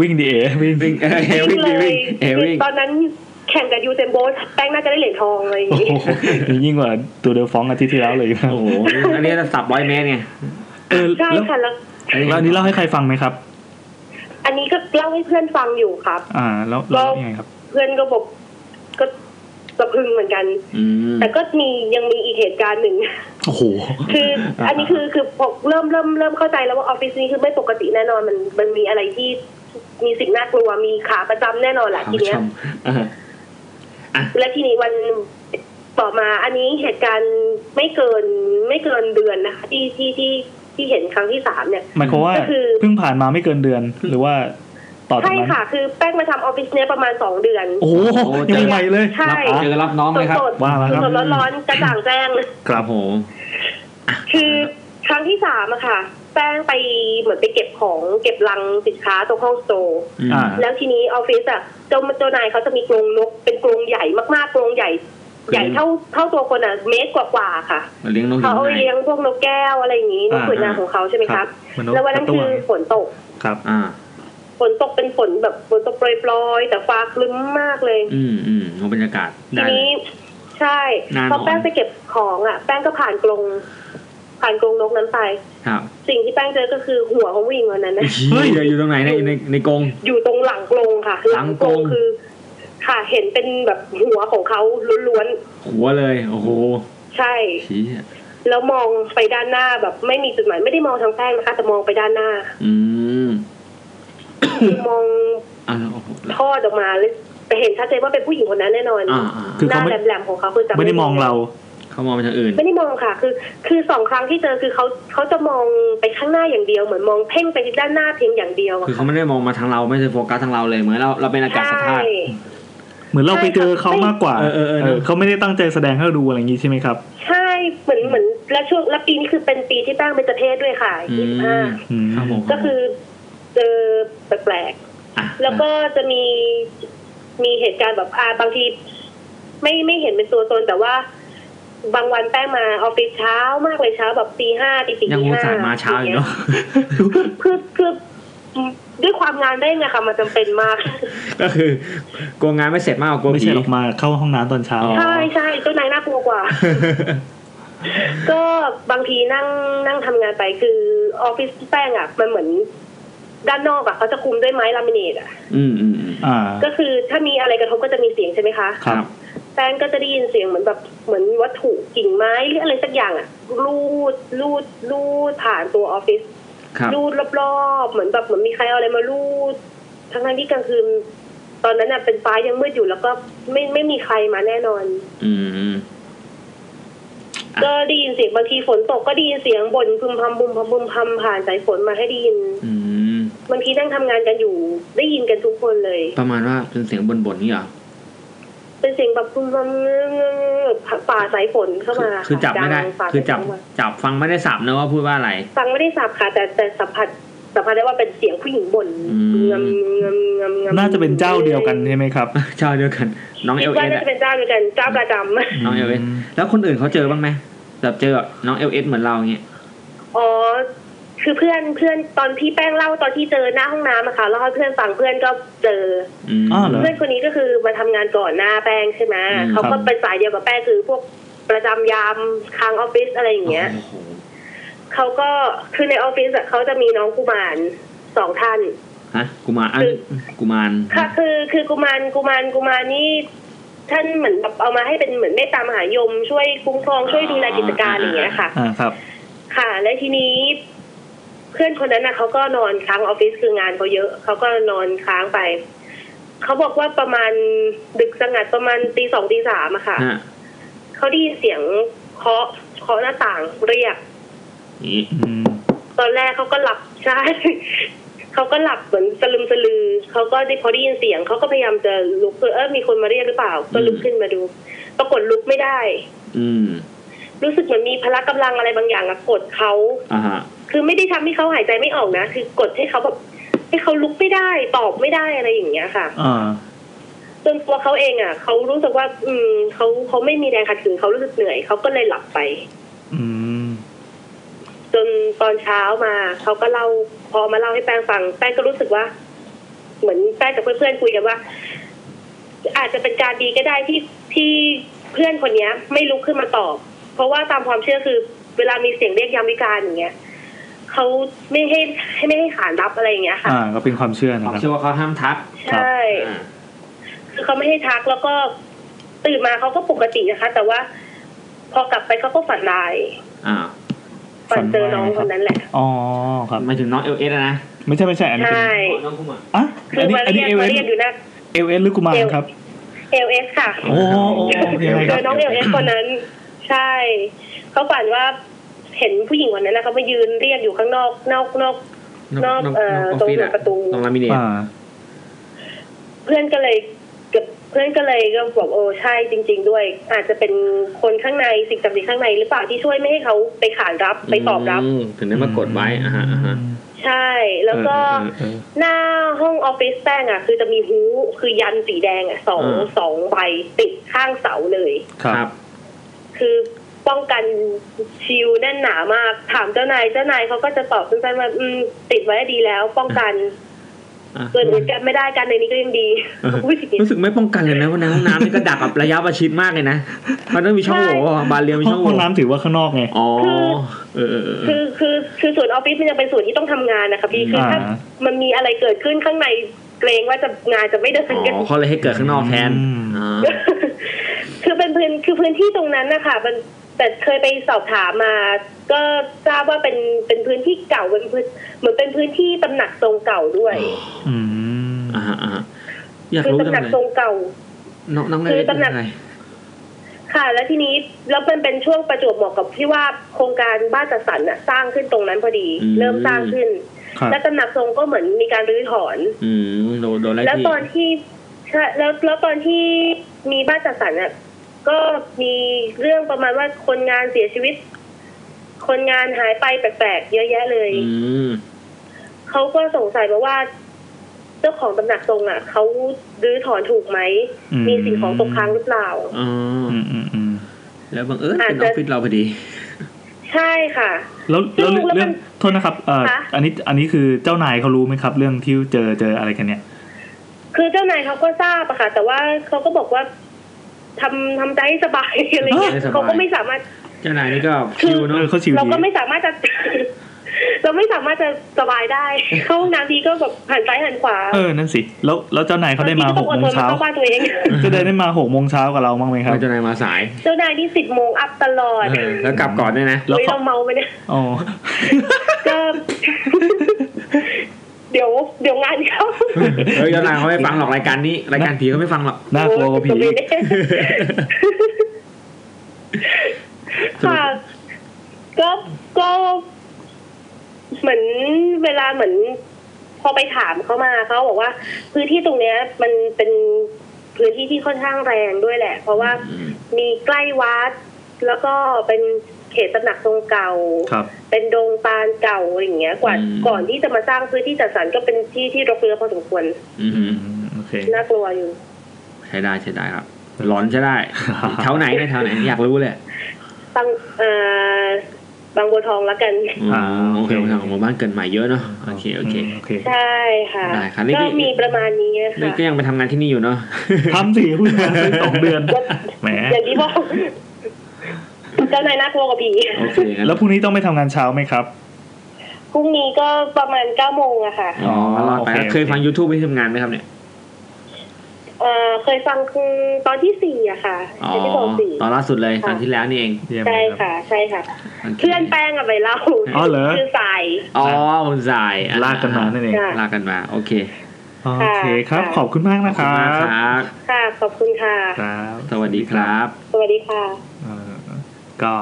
Speaker 1: วิ่งดีเอวิ่ง
Speaker 2: วิ่งเออเออวิ่ง
Speaker 4: <laughs> เล
Speaker 2: ดิวิ่
Speaker 4: ย
Speaker 2: งเออ
Speaker 4: คือ
Speaker 2: วิ่ง
Speaker 4: ตอนนั้นแข่งกับยูเซนโบสแป้งน่าจะได้เหรียญทองอะไรอย่าง
Speaker 1: โอ้
Speaker 4: งี้
Speaker 1: โหนี่ยิ่งกว่าตัวเดลฟองอาทิตย์ที่แล้วเลยนะ
Speaker 2: โอ้โหอันนี้เราสับร้อยเมตรไง
Speaker 1: เออ
Speaker 4: ใช่
Speaker 1: แล้ว
Speaker 4: ค่ะแล้ว
Speaker 1: แล้วอันนี้เล่าให้ใครฟังไหมครับ
Speaker 4: อันนี้ก็เล่าให้เพื่อนฟังอยู่ครับ
Speaker 1: อ่า แล้วแล้วยังไงครับ
Speaker 4: เพื่อนก็บอกก็สะพรึงเหมือนกัน
Speaker 2: อืม
Speaker 4: แต่ก็มียังมีอีกเหตุการณ์หนึ่ง <laughs>
Speaker 1: โอ้โห
Speaker 4: คืออันนี้คือคือผมเริ่มเริ่มเริ่มเข้าใจแล้วว่าออฟฟิศนี้คือไม่ปกติแน่นอนมันมันมีอะไรที่มีสิ่งน่ากลัวมีขาประจำแน่นอนแหละ
Speaker 2: ท่าน
Speaker 4: ที
Speaker 2: ผู้
Speaker 4: เนี้
Speaker 2: ช
Speaker 4: ย
Speaker 2: มเออ
Speaker 4: และทีนี้วันต่อมาอันนี้เหตุการณ์ไม่เกินไม่เกินเดือนนะคะที่ที่ที่ที่เห็นครั้งที่สามเนี่ย
Speaker 1: หมายความว่า
Speaker 4: ก็คือ
Speaker 1: เพิ่งผ่านมาไม่เกินเดือนหรือว่าต่อจาก
Speaker 4: ใช่
Speaker 1: นั้น
Speaker 4: ค่ะ คือแป้งมาทำออฟฟิศเนี่ยประมาณสองเดือน
Speaker 1: โอ้โหยังใหม่เลย
Speaker 4: ใช่
Speaker 2: เจอรับน้อง
Speaker 4: ส
Speaker 2: เลย
Speaker 4: ด
Speaker 2: ครับ
Speaker 4: สด
Speaker 1: ว่ามาครับ
Speaker 4: สดๆร้อนๆกระจ่างแจ้ง
Speaker 2: ครับโห
Speaker 4: คือครั้งที่สามอะค่ะ แป้งไปเหมือนไปเก็บของเก็บลังสินค้าตรงห้องสโตร์
Speaker 1: อ่า
Speaker 4: แล้วทีนี้ออฟฟิศอะเจ้าเจ้านายเขาจะมีกรงนกเป็นกรงใหญ่มากๆกรงใหญ่ ใหญ่เท่าเท่าตัวคนอะเมตรกว่าๆค่ะ
Speaker 2: มาเลี้ยงน้องอ
Speaker 4: เขา
Speaker 2: ยู่
Speaker 4: เอา
Speaker 2: ข้างใน
Speaker 4: เลี้ยงพวกนกแก้วอะไรอย่างนี้นก
Speaker 1: อ่า
Speaker 4: ขุนนางของเขาใช่ไหมครับ
Speaker 1: มั
Speaker 4: แล้ววันนั้น
Speaker 1: ตั
Speaker 4: คื
Speaker 1: ว
Speaker 4: อฝนตก
Speaker 1: ครับ
Speaker 2: อ่า
Speaker 4: ฝนตกเป็นฝนแบบฝนตกโปรยๆแต่ฟ้าคลึ้มมากเลย
Speaker 2: อืมอืมโหบรรยากาศ
Speaker 4: ที
Speaker 2: ได้
Speaker 4: นี้ใช่
Speaker 2: นาน
Speaker 4: พอแป้
Speaker 2: ห
Speaker 4: ง
Speaker 2: น่อย
Speaker 4: ไปเก็บของอ่ะ แป้งก็ผ่านกรงผ่านกรงนกนั้นไป
Speaker 2: ครับ
Speaker 4: สิ่งที่แป้งเจอก็คือหัวของผู้หญิงคนนั้นนะ
Speaker 2: เฮ้ยอยู่ตรงไหนในในในกรง
Speaker 4: อยู่ตรงหลังกรงค่ะ
Speaker 2: หลังกรง
Speaker 4: คือ ค่ะ เห็นเป็นแบบหัวของเขาล้วน
Speaker 2: หัวเลย โอ้โห
Speaker 4: ๆใช่
Speaker 2: ชี้ย
Speaker 4: แล้วมองไปด้านหน้าแบบไม่มีจุดหมายไม่ได้มองทางแป้งนะคะ แต่มองไปด้านห <coughs> น้า
Speaker 2: อืม
Speaker 4: คือมอง
Speaker 2: อ่าโอ้โห
Speaker 4: ทอดออกมาเลยแต่เห็นชัดเจนว่าเป็นผู้หญิงคนนั้นแน่นอน
Speaker 2: อ่าอ่า
Speaker 1: คือ
Speaker 4: ห
Speaker 1: เขา
Speaker 4: น้า
Speaker 1: ไม่
Speaker 4: แหลมๆของเขาคือจำ
Speaker 1: ไม่ได้มองเรา
Speaker 2: เขามองไปทางอื่น
Speaker 4: ไม่ได้มองค่ะ คือ คือสองครั้งที่เจอคือเขาเขาจะมองไปข้างหน้าอย่างเดียว เหมือนมองเพ่งไปที่ด้านหน้าเพียงอย่างเดียวอะ
Speaker 2: คือเขาไม่ได้มองมาทางเราไม่ได้โฟกัสทางเราเลยเหมือนเราเราเป็นอากาศธา
Speaker 4: ใช่
Speaker 2: ตุ
Speaker 1: เหมือนเราไปเจอเขามากกว่า
Speaker 2: เออเออเออ
Speaker 1: เขาไม่ได้ตั้งใจแสดงให้เราดูอะไรอย่างนี้ใช่ไหมครับ
Speaker 4: ใช่เหมือนเหมือนและช่วงและปีนี้คือเป็นปีที่ตั้งเป็นประเทศด้วยค่ะ
Speaker 2: อื
Speaker 4: ยี่สิบห้าม
Speaker 1: อืม
Speaker 2: ครับผม
Speaker 4: ก็คือเจอแปลก
Speaker 2: อ่ะ
Speaker 4: ๆแล้วก็จะมีมีเหตุการณ์แบบอ่าบางที ไม่ไม่เห็นเป็นตัวตนแต่ว่า บางวันแป้งมาออฟฟิศเช้ามากเลยเช้าแบบตีห้าตีสี่
Speaker 2: ยัง
Speaker 4: ตี
Speaker 2: อุต
Speaker 4: ห้า
Speaker 2: ส่าห์มาเช้าอยู่เนาะ
Speaker 4: คือคือด้วยความงานได้ไงคะมันจำเป็นมาก
Speaker 2: ก็คือกลัวงานไม่เสร็จมากกว่ากลัว
Speaker 1: ไม่
Speaker 2: ผี
Speaker 1: ใช่ออกมาเข้าห้องน้ำตอนเช้า
Speaker 2: อ๋อ
Speaker 4: ใช่ใช่เจ้านายน่ากลัว
Speaker 2: <laughs>
Speaker 4: กว่า ก็บางทีนั่งนั่งทำงานไปคือออฟฟิศแป้งอ่ะ มันเหมือน ด้านนอกอ่ะเขาจะคุมด้วยไม้ลามิเนตอ่ะ
Speaker 2: อืมอืมอืม
Speaker 1: อ่า
Speaker 4: ก็คือถ้ามีอะไรกระทบก็จะมีเสียงใช่ไหมคะ
Speaker 1: ครับ
Speaker 4: แป้งก็จะได้ยินเสียงเหมือนแบบเหมือนวัตถุกิ่งไม้หรืออะไรสักอย่างอ่ะลูดลูดลูดผ่านตัวออฟฟิศ
Speaker 2: ครับ
Speaker 4: ลูดรอบๆเหมือนแบบเหมือนมีใครเอาอะไรมาลูดทั้งๆที่กลางคืนตอนนั้นอ่ะเป็นฟ้ายังมืดอยู่แล้วก็ไม่ไม่มีใครมาแน่นอน
Speaker 2: อืม อ่ะ
Speaker 4: ก็ได้ยินเสียงบางทีฝนตกก็ได้ยินเสียงบ่นพึมพำบุมพำบุมพำผ่านสายฝนมาให้ได้ยิน
Speaker 2: อืม
Speaker 4: บางทีนั่งทำงานกันอยู่ ได้ยินกันทุกคนเลย
Speaker 2: ประมาณว่าเป็นเสียงบ่นๆนี่เหรอ
Speaker 4: เป็นเสียงแบบพึมพำเงื้อเงื้อเงื้อฝ่าสายฝนเข้า
Speaker 2: คือ
Speaker 4: มา
Speaker 2: คือจับไม่ได้
Speaker 4: ดังฝ่าสายฝน
Speaker 2: คือจับ
Speaker 4: เข้ามา
Speaker 2: จับฟังไม่ได้สับนะว่าพูดว่าอะไร <laughs>
Speaker 4: ฟังไม่ได้สับค่ะแต่แต่สัมผัสสัมผัสได้ว่าเป็นเสียงผู้หญิงบ่น
Speaker 2: อืม
Speaker 4: เงำเงำเงำเงำ
Speaker 1: น่าจะเป็นเจ้าเดียวกันใช่ไหมครับ
Speaker 2: เจ้าเดียวกัน น้องเอ
Speaker 4: คิ
Speaker 2: ล
Speaker 4: ด
Speaker 2: เอ
Speaker 4: ว่า
Speaker 2: ส
Speaker 4: น่าจะเป็นเจ้าเดียวกันเจ้าประจำ
Speaker 2: น้องเอลเอส
Speaker 1: อืม
Speaker 2: แล้วคนอื่นเขาเจอบ้างไหมแบบเจอแบบน้องเอลเอสเหมือนเราอย่างเงี้ย
Speaker 4: อ๋อคือเพื่อนเพื่อนตอนที่แป้งเล่าตอนที่เจอหน้าห้องน้ำอะค่ะแล้วให้เพื่อนฟังเพื่อนก็เจอ
Speaker 2: อืม
Speaker 1: อ้าวเหร
Speaker 4: เพื่อนคนนี้ก็คือมาทำงานก่อนหน้าแป้งใช่ไหม
Speaker 2: อืม
Speaker 4: เขา
Speaker 1: ครั
Speaker 4: ก็
Speaker 1: บ
Speaker 4: เป็นสายเดียวกับแป้งคือพวกประจำยามค้างออฟฟิศอะไรอย่างเงี้ย
Speaker 2: โอ้โห
Speaker 4: เขาก็คือในออฟฟิศอะเขาจะมีน้องกุมารสองท่าน
Speaker 2: ฮะกุมารอัน
Speaker 4: คือ
Speaker 2: กุมาร
Speaker 4: ค่ะคือคือกุมารกุมารกุมารนี่ท่านเหมือนแบบเอามาให้เป็นเหมือนเมตตามหายม ช่วยคุ้มครองช่วยดูแลกิจการอะไรอย่างเงี้ยค่ะ
Speaker 1: อ่าครับ
Speaker 4: ค่ะ และทีนี้ เพื่อนคนนั้นนะเขาก็นอนค้างออฟฟิศคืองานเขาเยอะเขาก็นอนค้างไปเขาบอกว่าประมาณดึกสงัดประมาณตีสองตีสามอะค่ะ
Speaker 2: ฮะ
Speaker 4: เขาได้ยินเสียงเคาะเคาะหน้าต่างเรียก
Speaker 2: นี่
Speaker 1: อืม
Speaker 4: ตอนแรกเขาก็หลับใช่ <laughs> เขาก็หลับเหมือนสลึมสลือเขาก็ได้พอได้ยินเสียงเขาก็พยายามจะลุกเออเออมีคนมาเรียกหรือเปล่า ก็ลุกขึ้นมาดู ปรากฏลุกไม่ได้
Speaker 2: อืม
Speaker 4: รู้สึกเหมือนมีพละกำลังอะไรบางอย่างอะกดเขา
Speaker 2: อ่าฮะ
Speaker 4: คือไม่ได้ทำให้เขาหายใจไม่ออกนะคือกดให้เขาแบบให้เขาลุกไม่ได้ตอบไม่ได้อะไรอย่างเงี้ยค่ะ
Speaker 1: อ่า
Speaker 4: จนตัวเขาเองอ่ะเขารู้สึกว่า อืมเขาเขาไม่มีแรงขัดขืนเขารู้สึกเหนื่อยเขาก็เลยหลับไป
Speaker 1: อืม
Speaker 4: จนตอนเช้ามาเขาก็เล่าพอมาเล่าให้แป้งฟัง แป้งก็รู้สึกว่า เหมือนแป้งกับเพื่อนๆคุยกันว่า อาจจะเป็นการดีก็ได้ที่ที่เพื่อนคนเนี้ย ไม่ลุกขึ้นมาตอบ เพราะว่าตามความเชื่อคือ เวลามีเสียงเรียกยามวิการอย่างเงี้ยเขาไม่ให้ให้ไม่ให้ขานรับอะไรอย่างเงี้ยค่ะ
Speaker 1: อ่า ก็เป็นความเชื่อนะ
Speaker 2: ผม
Speaker 1: ครับ
Speaker 2: เชื่อว่าเขาห้ามทัก
Speaker 4: ใช่
Speaker 2: อ่า
Speaker 4: คือเขาไม่ให้ทักแล้วก็ตื่นมาเขาก็ปกตินะคะ แต่ว่า พอกลับไปเขาก็ฝันร้าย
Speaker 2: อ่า
Speaker 4: ฝันเจอ
Speaker 1: ฝันร้าย
Speaker 4: น้องคนนั้นแหละ
Speaker 1: อ๋อครับ
Speaker 2: หมายถึงน้องเอลเอสนะ
Speaker 1: ไม่ใช่ไม่ใช่อันนี้เป็น
Speaker 4: ใช่
Speaker 2: น้องกุมาร
Speaker 1: อ่ะ
Speaker 4: คื
Speaker 1: อัน
Speaker 4: อ
Speaker 1: นี้
Speaker 4: มา
Speaker 1: อัน
Speaker 4: เรี
Speaker 1: นี้
Speaker 4: ยก
Speaker 1: เอเว
Speaker 4: มาน เรียกอยู่หน้า
Speaker 1: เอเวนหรือกุมารครับ
Speaker 4: เอลเอสค่ะ
Speaker 1: โอ้โหยังไง
Speaker 4: เจ
Speaker 1: ครั
Speaker 4: อบ น้องเอลเอสคนนั้น ใช่ เขาฝันว่าเห็นผู้หญิงคนนั้นนะเขามายืนเรียกอยู่ข้างนอกนอกนอก นอกเอ่อตรงหัวประตู
Speaker 2: ตรงลามิเนต
Speaker 1: อ่า
Speaker 4: เพื่อนก็เลยเพื่อนก็เลยก็บอกโอ้ใช่จริง ๆ ด้วย อาจจะเป็นคนข้างในสิ่งศักดิ์สิทธิ์ข้างในหรือเปล่าที่ช่วยไม่ให้เขาไปขานรับไปตอบรับ
Speaker 2: มถึงได้มากดไว้อ่าฮะอ่าฮะ
Speaker 4: ใช่ แล้วก็
Speaker 1: เออเออเออ
Speaker 4: หน้าห้องออฟฟิศแป้งอ่ะ คือจะมีฮู้คือยันสีแดงอ่ะสองสองใบติดข้างเสาเลย
Speaker 1: ครับ
Speaker 4: คือป้องกันชิลแน่นหนามาก ถามเจ้านายเจ้านายเขาก็จะตอบสั้นๆว่าอืมติดไว้ดีแล้ว ป้องกัน
Speaker 2: อ่ะ
Speaker 4: เกิดเหตุการณ์ไม่ได้กันในนี้ก็ยังดีอุ๊ย
Speaker 2: รู้สึกไม่ป้องกันเลยนะว่าในห้องน้ำนี่ก็ดักแบบระยะประชิดมากเลยนะมันต้องมีช่องโหว่ว่ะบานเรียวมี
Speaker 1: ห้อ
Speaker 2: ช่อง งโห
Speaker 1: ห้อง
Speaker 2: ว่
Speaker 1: น้ำถือว่าข้างนอกไง
Speaker 2: อ๋อเออเออเออ
Speaker 4: คือคือคือส่วนออฟฟิศมันยังเป็นส่วนที่ต้องทำงานนะคะพี่คือถ้า
Speaker 1: อ่า
Speaker 4: มันมีอะไรเกิดขึ้นข้างในเกรงว่าจะงานจะไม่เดินกัน
Speaker 2: อ๋อเขาเลยให้เกิดข้างนอกแทน
Speaker 1: อืม
Speaker 2: อ่า
Speaker 4: คือเป็นพื้นคือพื้นที่ตรงนั้นนะคะมันแต่เคยไปสอบถามมา ก็ทราบว่าเป็นเป็นพื้นที่เก่าเป็นพื้นเหมือนเป็นพื้นที่ตำหนักทรงเก่าด้วย
Speaker 1: อืม
Speaker 2: อ่าฮะอ่าฮะอยาก
Speaker 4: คือ
Speaker 2: รู้จั
Speaker 4: ตำ
Speaker 2: ง
Speaker 4: หนัก
Speaker 2: เลย
Speaker 4: ทรงเก่า
Speaker 2: น้องน้องเล
Speaker 4: คื
Speaker 2: ย
Speaker 4: อตำหนัก
Speaker 2: อะไร
Speaker 4: ค่ะ แล้วทีนี้แล้วมันเป็นช่วงประจวบเหมาะกับที่ว่าโครงการบ้านจัดสรรน่ะสร้างขึ้นตรงนั้นพอดี
Speaker 2: อืม
Speaker 4: เริ่มสร้างขึ้น
Speaker 1: ครับ
Speaker 4: และตำหนักทรงก็เหมือนมีการรื้อถอน
Speaker 2: อืมโดนโดนไล่
Speaker 4: แล้ว
Speaker 2: ที่
Speaker 4: ตอนที่ใช่แล้วแล้วตอนที่มีบ้านจัดสรรน่ะก็มีเรื่องประมาณว่าคนงานเสียชีวิต คนงานหายไปแปลกๆเยอะแยะเลย
Speaker 2: อืม
Speaker 4: เขาก็สงสัยมาว่า เจ้าของตำหนักทรงอ่ะเขารื้อถอนถูกไหม
Speaker 1: อืม
Speaker 4: มีสิ่งของตกค้างหรือเปล่า
Speaker 2: อ๋อ
Speaker 1: อืมอืมอืม
Speaker 2: แล้วบังเอิญเป็นออฟฟิศเราพอดี
Speaker 4: ใช่ค่ะ
Speaker 1: แล้วแล้วเรื่อง
Speaker 4: แล้วมัน
Speaker 1: เรื่องโทษนะครับเอ่อ
Speaker 4: คะ
Speaker 1: อันนี้อันนี้คือเจ้านายเขารู้ไหมครับ เรื่องที่เจอเจออะไรกันเนี่ย
Speaker 4: คือเจ้านายเขาก็ทราบอะค่ะ แต่ว่าเขาก็บอกว่าทำทำใจให้สบาย <laughs> อะไรอย่างเงี้ย
Speaker 2: เออสบาย
Speaker 4: เขาก็ไม่สามารถ
Speaker 2: เจ้านายนี่ก็ชิว
Speaker 1: เอ
Speaker 2: เนาะ
Speaker 1: อเขาชิว
Speaker 4: เรา
Speaker 1: ดี
Speaker 4: ก็ไม่สามารถจะ <laughs> เราไม่สามารถจะสบายได้ <laughs> เข้าห้องน้ำทีก็แบบหันซ้ายหันขวา
Speaker 1: เออนั่นสิแล้วแล้วเจ้านายเขาได้มาหกโมงเช้า
Speaker 4: บทีก็ต้องอดทนเข้าบ้านตัวเอง <laughs>
Speaker 1: จะได้ได้มาหกโมงเช้ากับเราบ้างไหมครับ
Speaker 2: เจ้านายมาสาย
Speaker 4: เจ้านายนี่สิบโมงอัพตลอด
Speaker 2: แล้วกลับก่อนด้วยนะ
Speaker 1: แล้ว
Speaker 4: เฮ้ย
Speaker 1: เขา
Speaker 4: เราเมาไปเนี่ย <laughs>
Speaker 1: อ๋อ
Speaker 4: ก็ <laughs> เดี๋ยวเดี๋ยวงาน
Speaker 1: <laughs>
Speaker 4: เข้า
Speaker 2: เฮ้ยเจ้านายเขาไม่ฟังหรอกรายการนี้ รายการผีเขาไม่ฟังหรอก
Speaker 1: น่ากลัวกว่าผี
Speaker 4: โอ้ยจะไปได้ ค่ะก็ก็เหมือนเวลาเหมือน พอไปถามเขามาเขาบอกว่า พื้นที่ตรงเนี้ย มันเป็นพื้นที่ที่ค่อนข้างแรงด้วยแหละ เพราะว่า
Speaker 2: อืม
Speaker 4: มีใกล้วัด แล้วก็เป็นเขตตำหนักทรงเก่า
Speaker 1: ครับ
Speaker 4: เป็นโดงตาลเก่าอะไรอย่างเงี้ยกว่า
Speaker 2: อืม
Speaker 4: ก่อนที่จะมาสร้างพื้นที่จัดสรรก็เป็นที่ที่รกเรือนพอสมควร
Speaker 2: อืม
Speaker 1: อืมโอเค
Speaker 4: น่ากลัวอยู่
Speaker 2: ใช้ได้ใช้ได้ครับ หลอนใช้ได้แถวไหนเนี่ยแถวไหนอยากรู้เลย
Speaker 4: บางเอ่อบางบัวทองละกัน <laughs>
Speaker 2: อ๋อ
Speaker 1: อ่า
Speaker 2: โอ
Speaker 1: โอ
Speaker 2: เค
Speaker 1: เค
Speaker 2: ทางของหมู่บ้านเกินใหม่เยอะเนาะโอเคโอเค
Speaker 1: มโอเค
Speaker 4: ใช่ค่ะ
Speaker 2: ได้ค่ะนี่
Speaker 4: ก็มีประมาณนี้
Speaker 2: นี่
Speaker 4: ค่ะ
Speaker 2: ก็ยังไปทำงานที่นี่อยู่เนาะ
Speaker 1: ทำสิพูดมาตั้งสองเดือนแหม
Speaker 4: อย่างที่บอก <laughs> เจ้านายน่ากลัวกว่าผี <laughs>
Speaker 2: โอเคงั้น
Speaker 1: แล้วพรุ่งนี้ต้องไปทำงานเช้าไหมครับ
Speaker 4: พรุ่งนี้ก็ประมาณเก้าโมงอะค่ะ
Speaker 2: อ๋อรอดไปแล้ว
Speaker 1: โอเค
Speaker 2: เคยฟัง YouTube ไปทำงานไหมครับเนี่ย
Speaker 4: เอ่อเคยฟังคือตอนที่สี่อะค่ะ
Speaker 2: อ๋อ
Speaker 4: ที่ตอนสี่
Speaker 2: ตอนล่าสุดเลย
Speaker 4: ค่ะ
Speaker 2: ตอนที่แล้วนี่เอง
Speaker 1: เยี่ยม
Speaker 4: ใช่
Speaker 1: เลยครับ
Speaker 4: ค่ะ ใช่ค่ะ
Speaker 2: โค
Speaker 4: เพื่อนแป้งอะไปเล่า
Speaker 1: <laughs> อ๋อเหรอ
Speaker 4: คือสาย
Speaker 2: อ๋อคุณสายอ่ะ
Speaker 1: ลากกันมานั่นเอง
Speaker 4: ค่ะ
Speaker 2: ลากกันมา โอเค
Speaker 1: โอเคครับ ขอบคุณมาก
Speaker 2: ขอบ
Speaker 1: นะค
Speaker 2: คุณ
Speaker 1: รั
Speaker 2: มาก
Speaker 1: บ
Speaker 2: ครับ
Speaker 4: ค่ะ ขอบคุณค่ะ
Speaker 1: ครับ
Speaker 2: สวัสดีครับ
Speaker 4: สวัสดีค่ะ
Speaker 1: เอ่อก็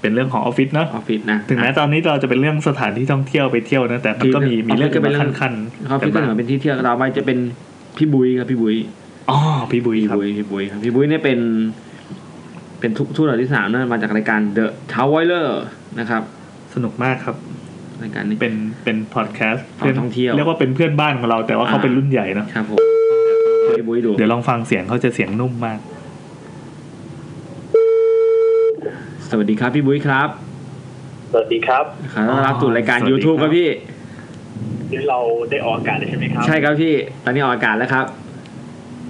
Speaker 1: เป็นเรื่องของออฟฟิศเนอะ
Speaker 2: ออฟฟิศนะ
Speaker 1: ถึงแม้ตอนนี้เราจะเป็นเรื่องสถานที่ท่องเที่ยวไปเที่ยวนะแต่มันก็มีมีเรื่องกันมาขั้นๆ
Speaker 2: เขาพี่ก็เหมือนเป็นที่เที่ยวต่อไปจะเป็นพี่บุ้ยครับพี่บุ้ย
Speaker 1: อ๋อพี่บุย
Speaker 2: พี่
Speaker 1: ครับ
Speaker 2: บุ้ยพี่บุ้ยครับพี่บุ้ยเนี่ยเป็น เป็นทุกทุกตอนที่สามนะมาจากรายการ The Towerer นะครับ
Speaker 1: สนุกมากครับ
Speaker 2: รายการนี้
Speaker 1: เป็นเป็นพอดแคสต์
Speaker 2: ตอนท่องเที่ยว
Speaker 1: เรียกว่าเป็นเพื่อนบ้านของเราแต่ว่าเขา
Speaker 2: อ่า
Speaker 1: เป็นรุ่นใหญ่เนอะ
Speaker 2: ครับผมพี่บุ้ยดู
Speaker 1: เดี๋ยวลองฟังเสียงเขาจะเสียงนุ่มมาก
Speaker 2: สวัสดีครับพี่บุ้ยครับ
Speaker 5: สวัสดีครับ
Speaker 2: ขอต้อนรับสู่รายการ
Speaker 1: สวัสดี
Speaker 2: YouTube
Speaker 1: ค
Speaker 2: ครับ รับพี่
Speaker 5: นี่เราได้ออกอากาศแล้วใช่ไหมครับ
Speaker 2: ใช่ครับพี่ ตอนนี้ออกอากาศแล้วครับ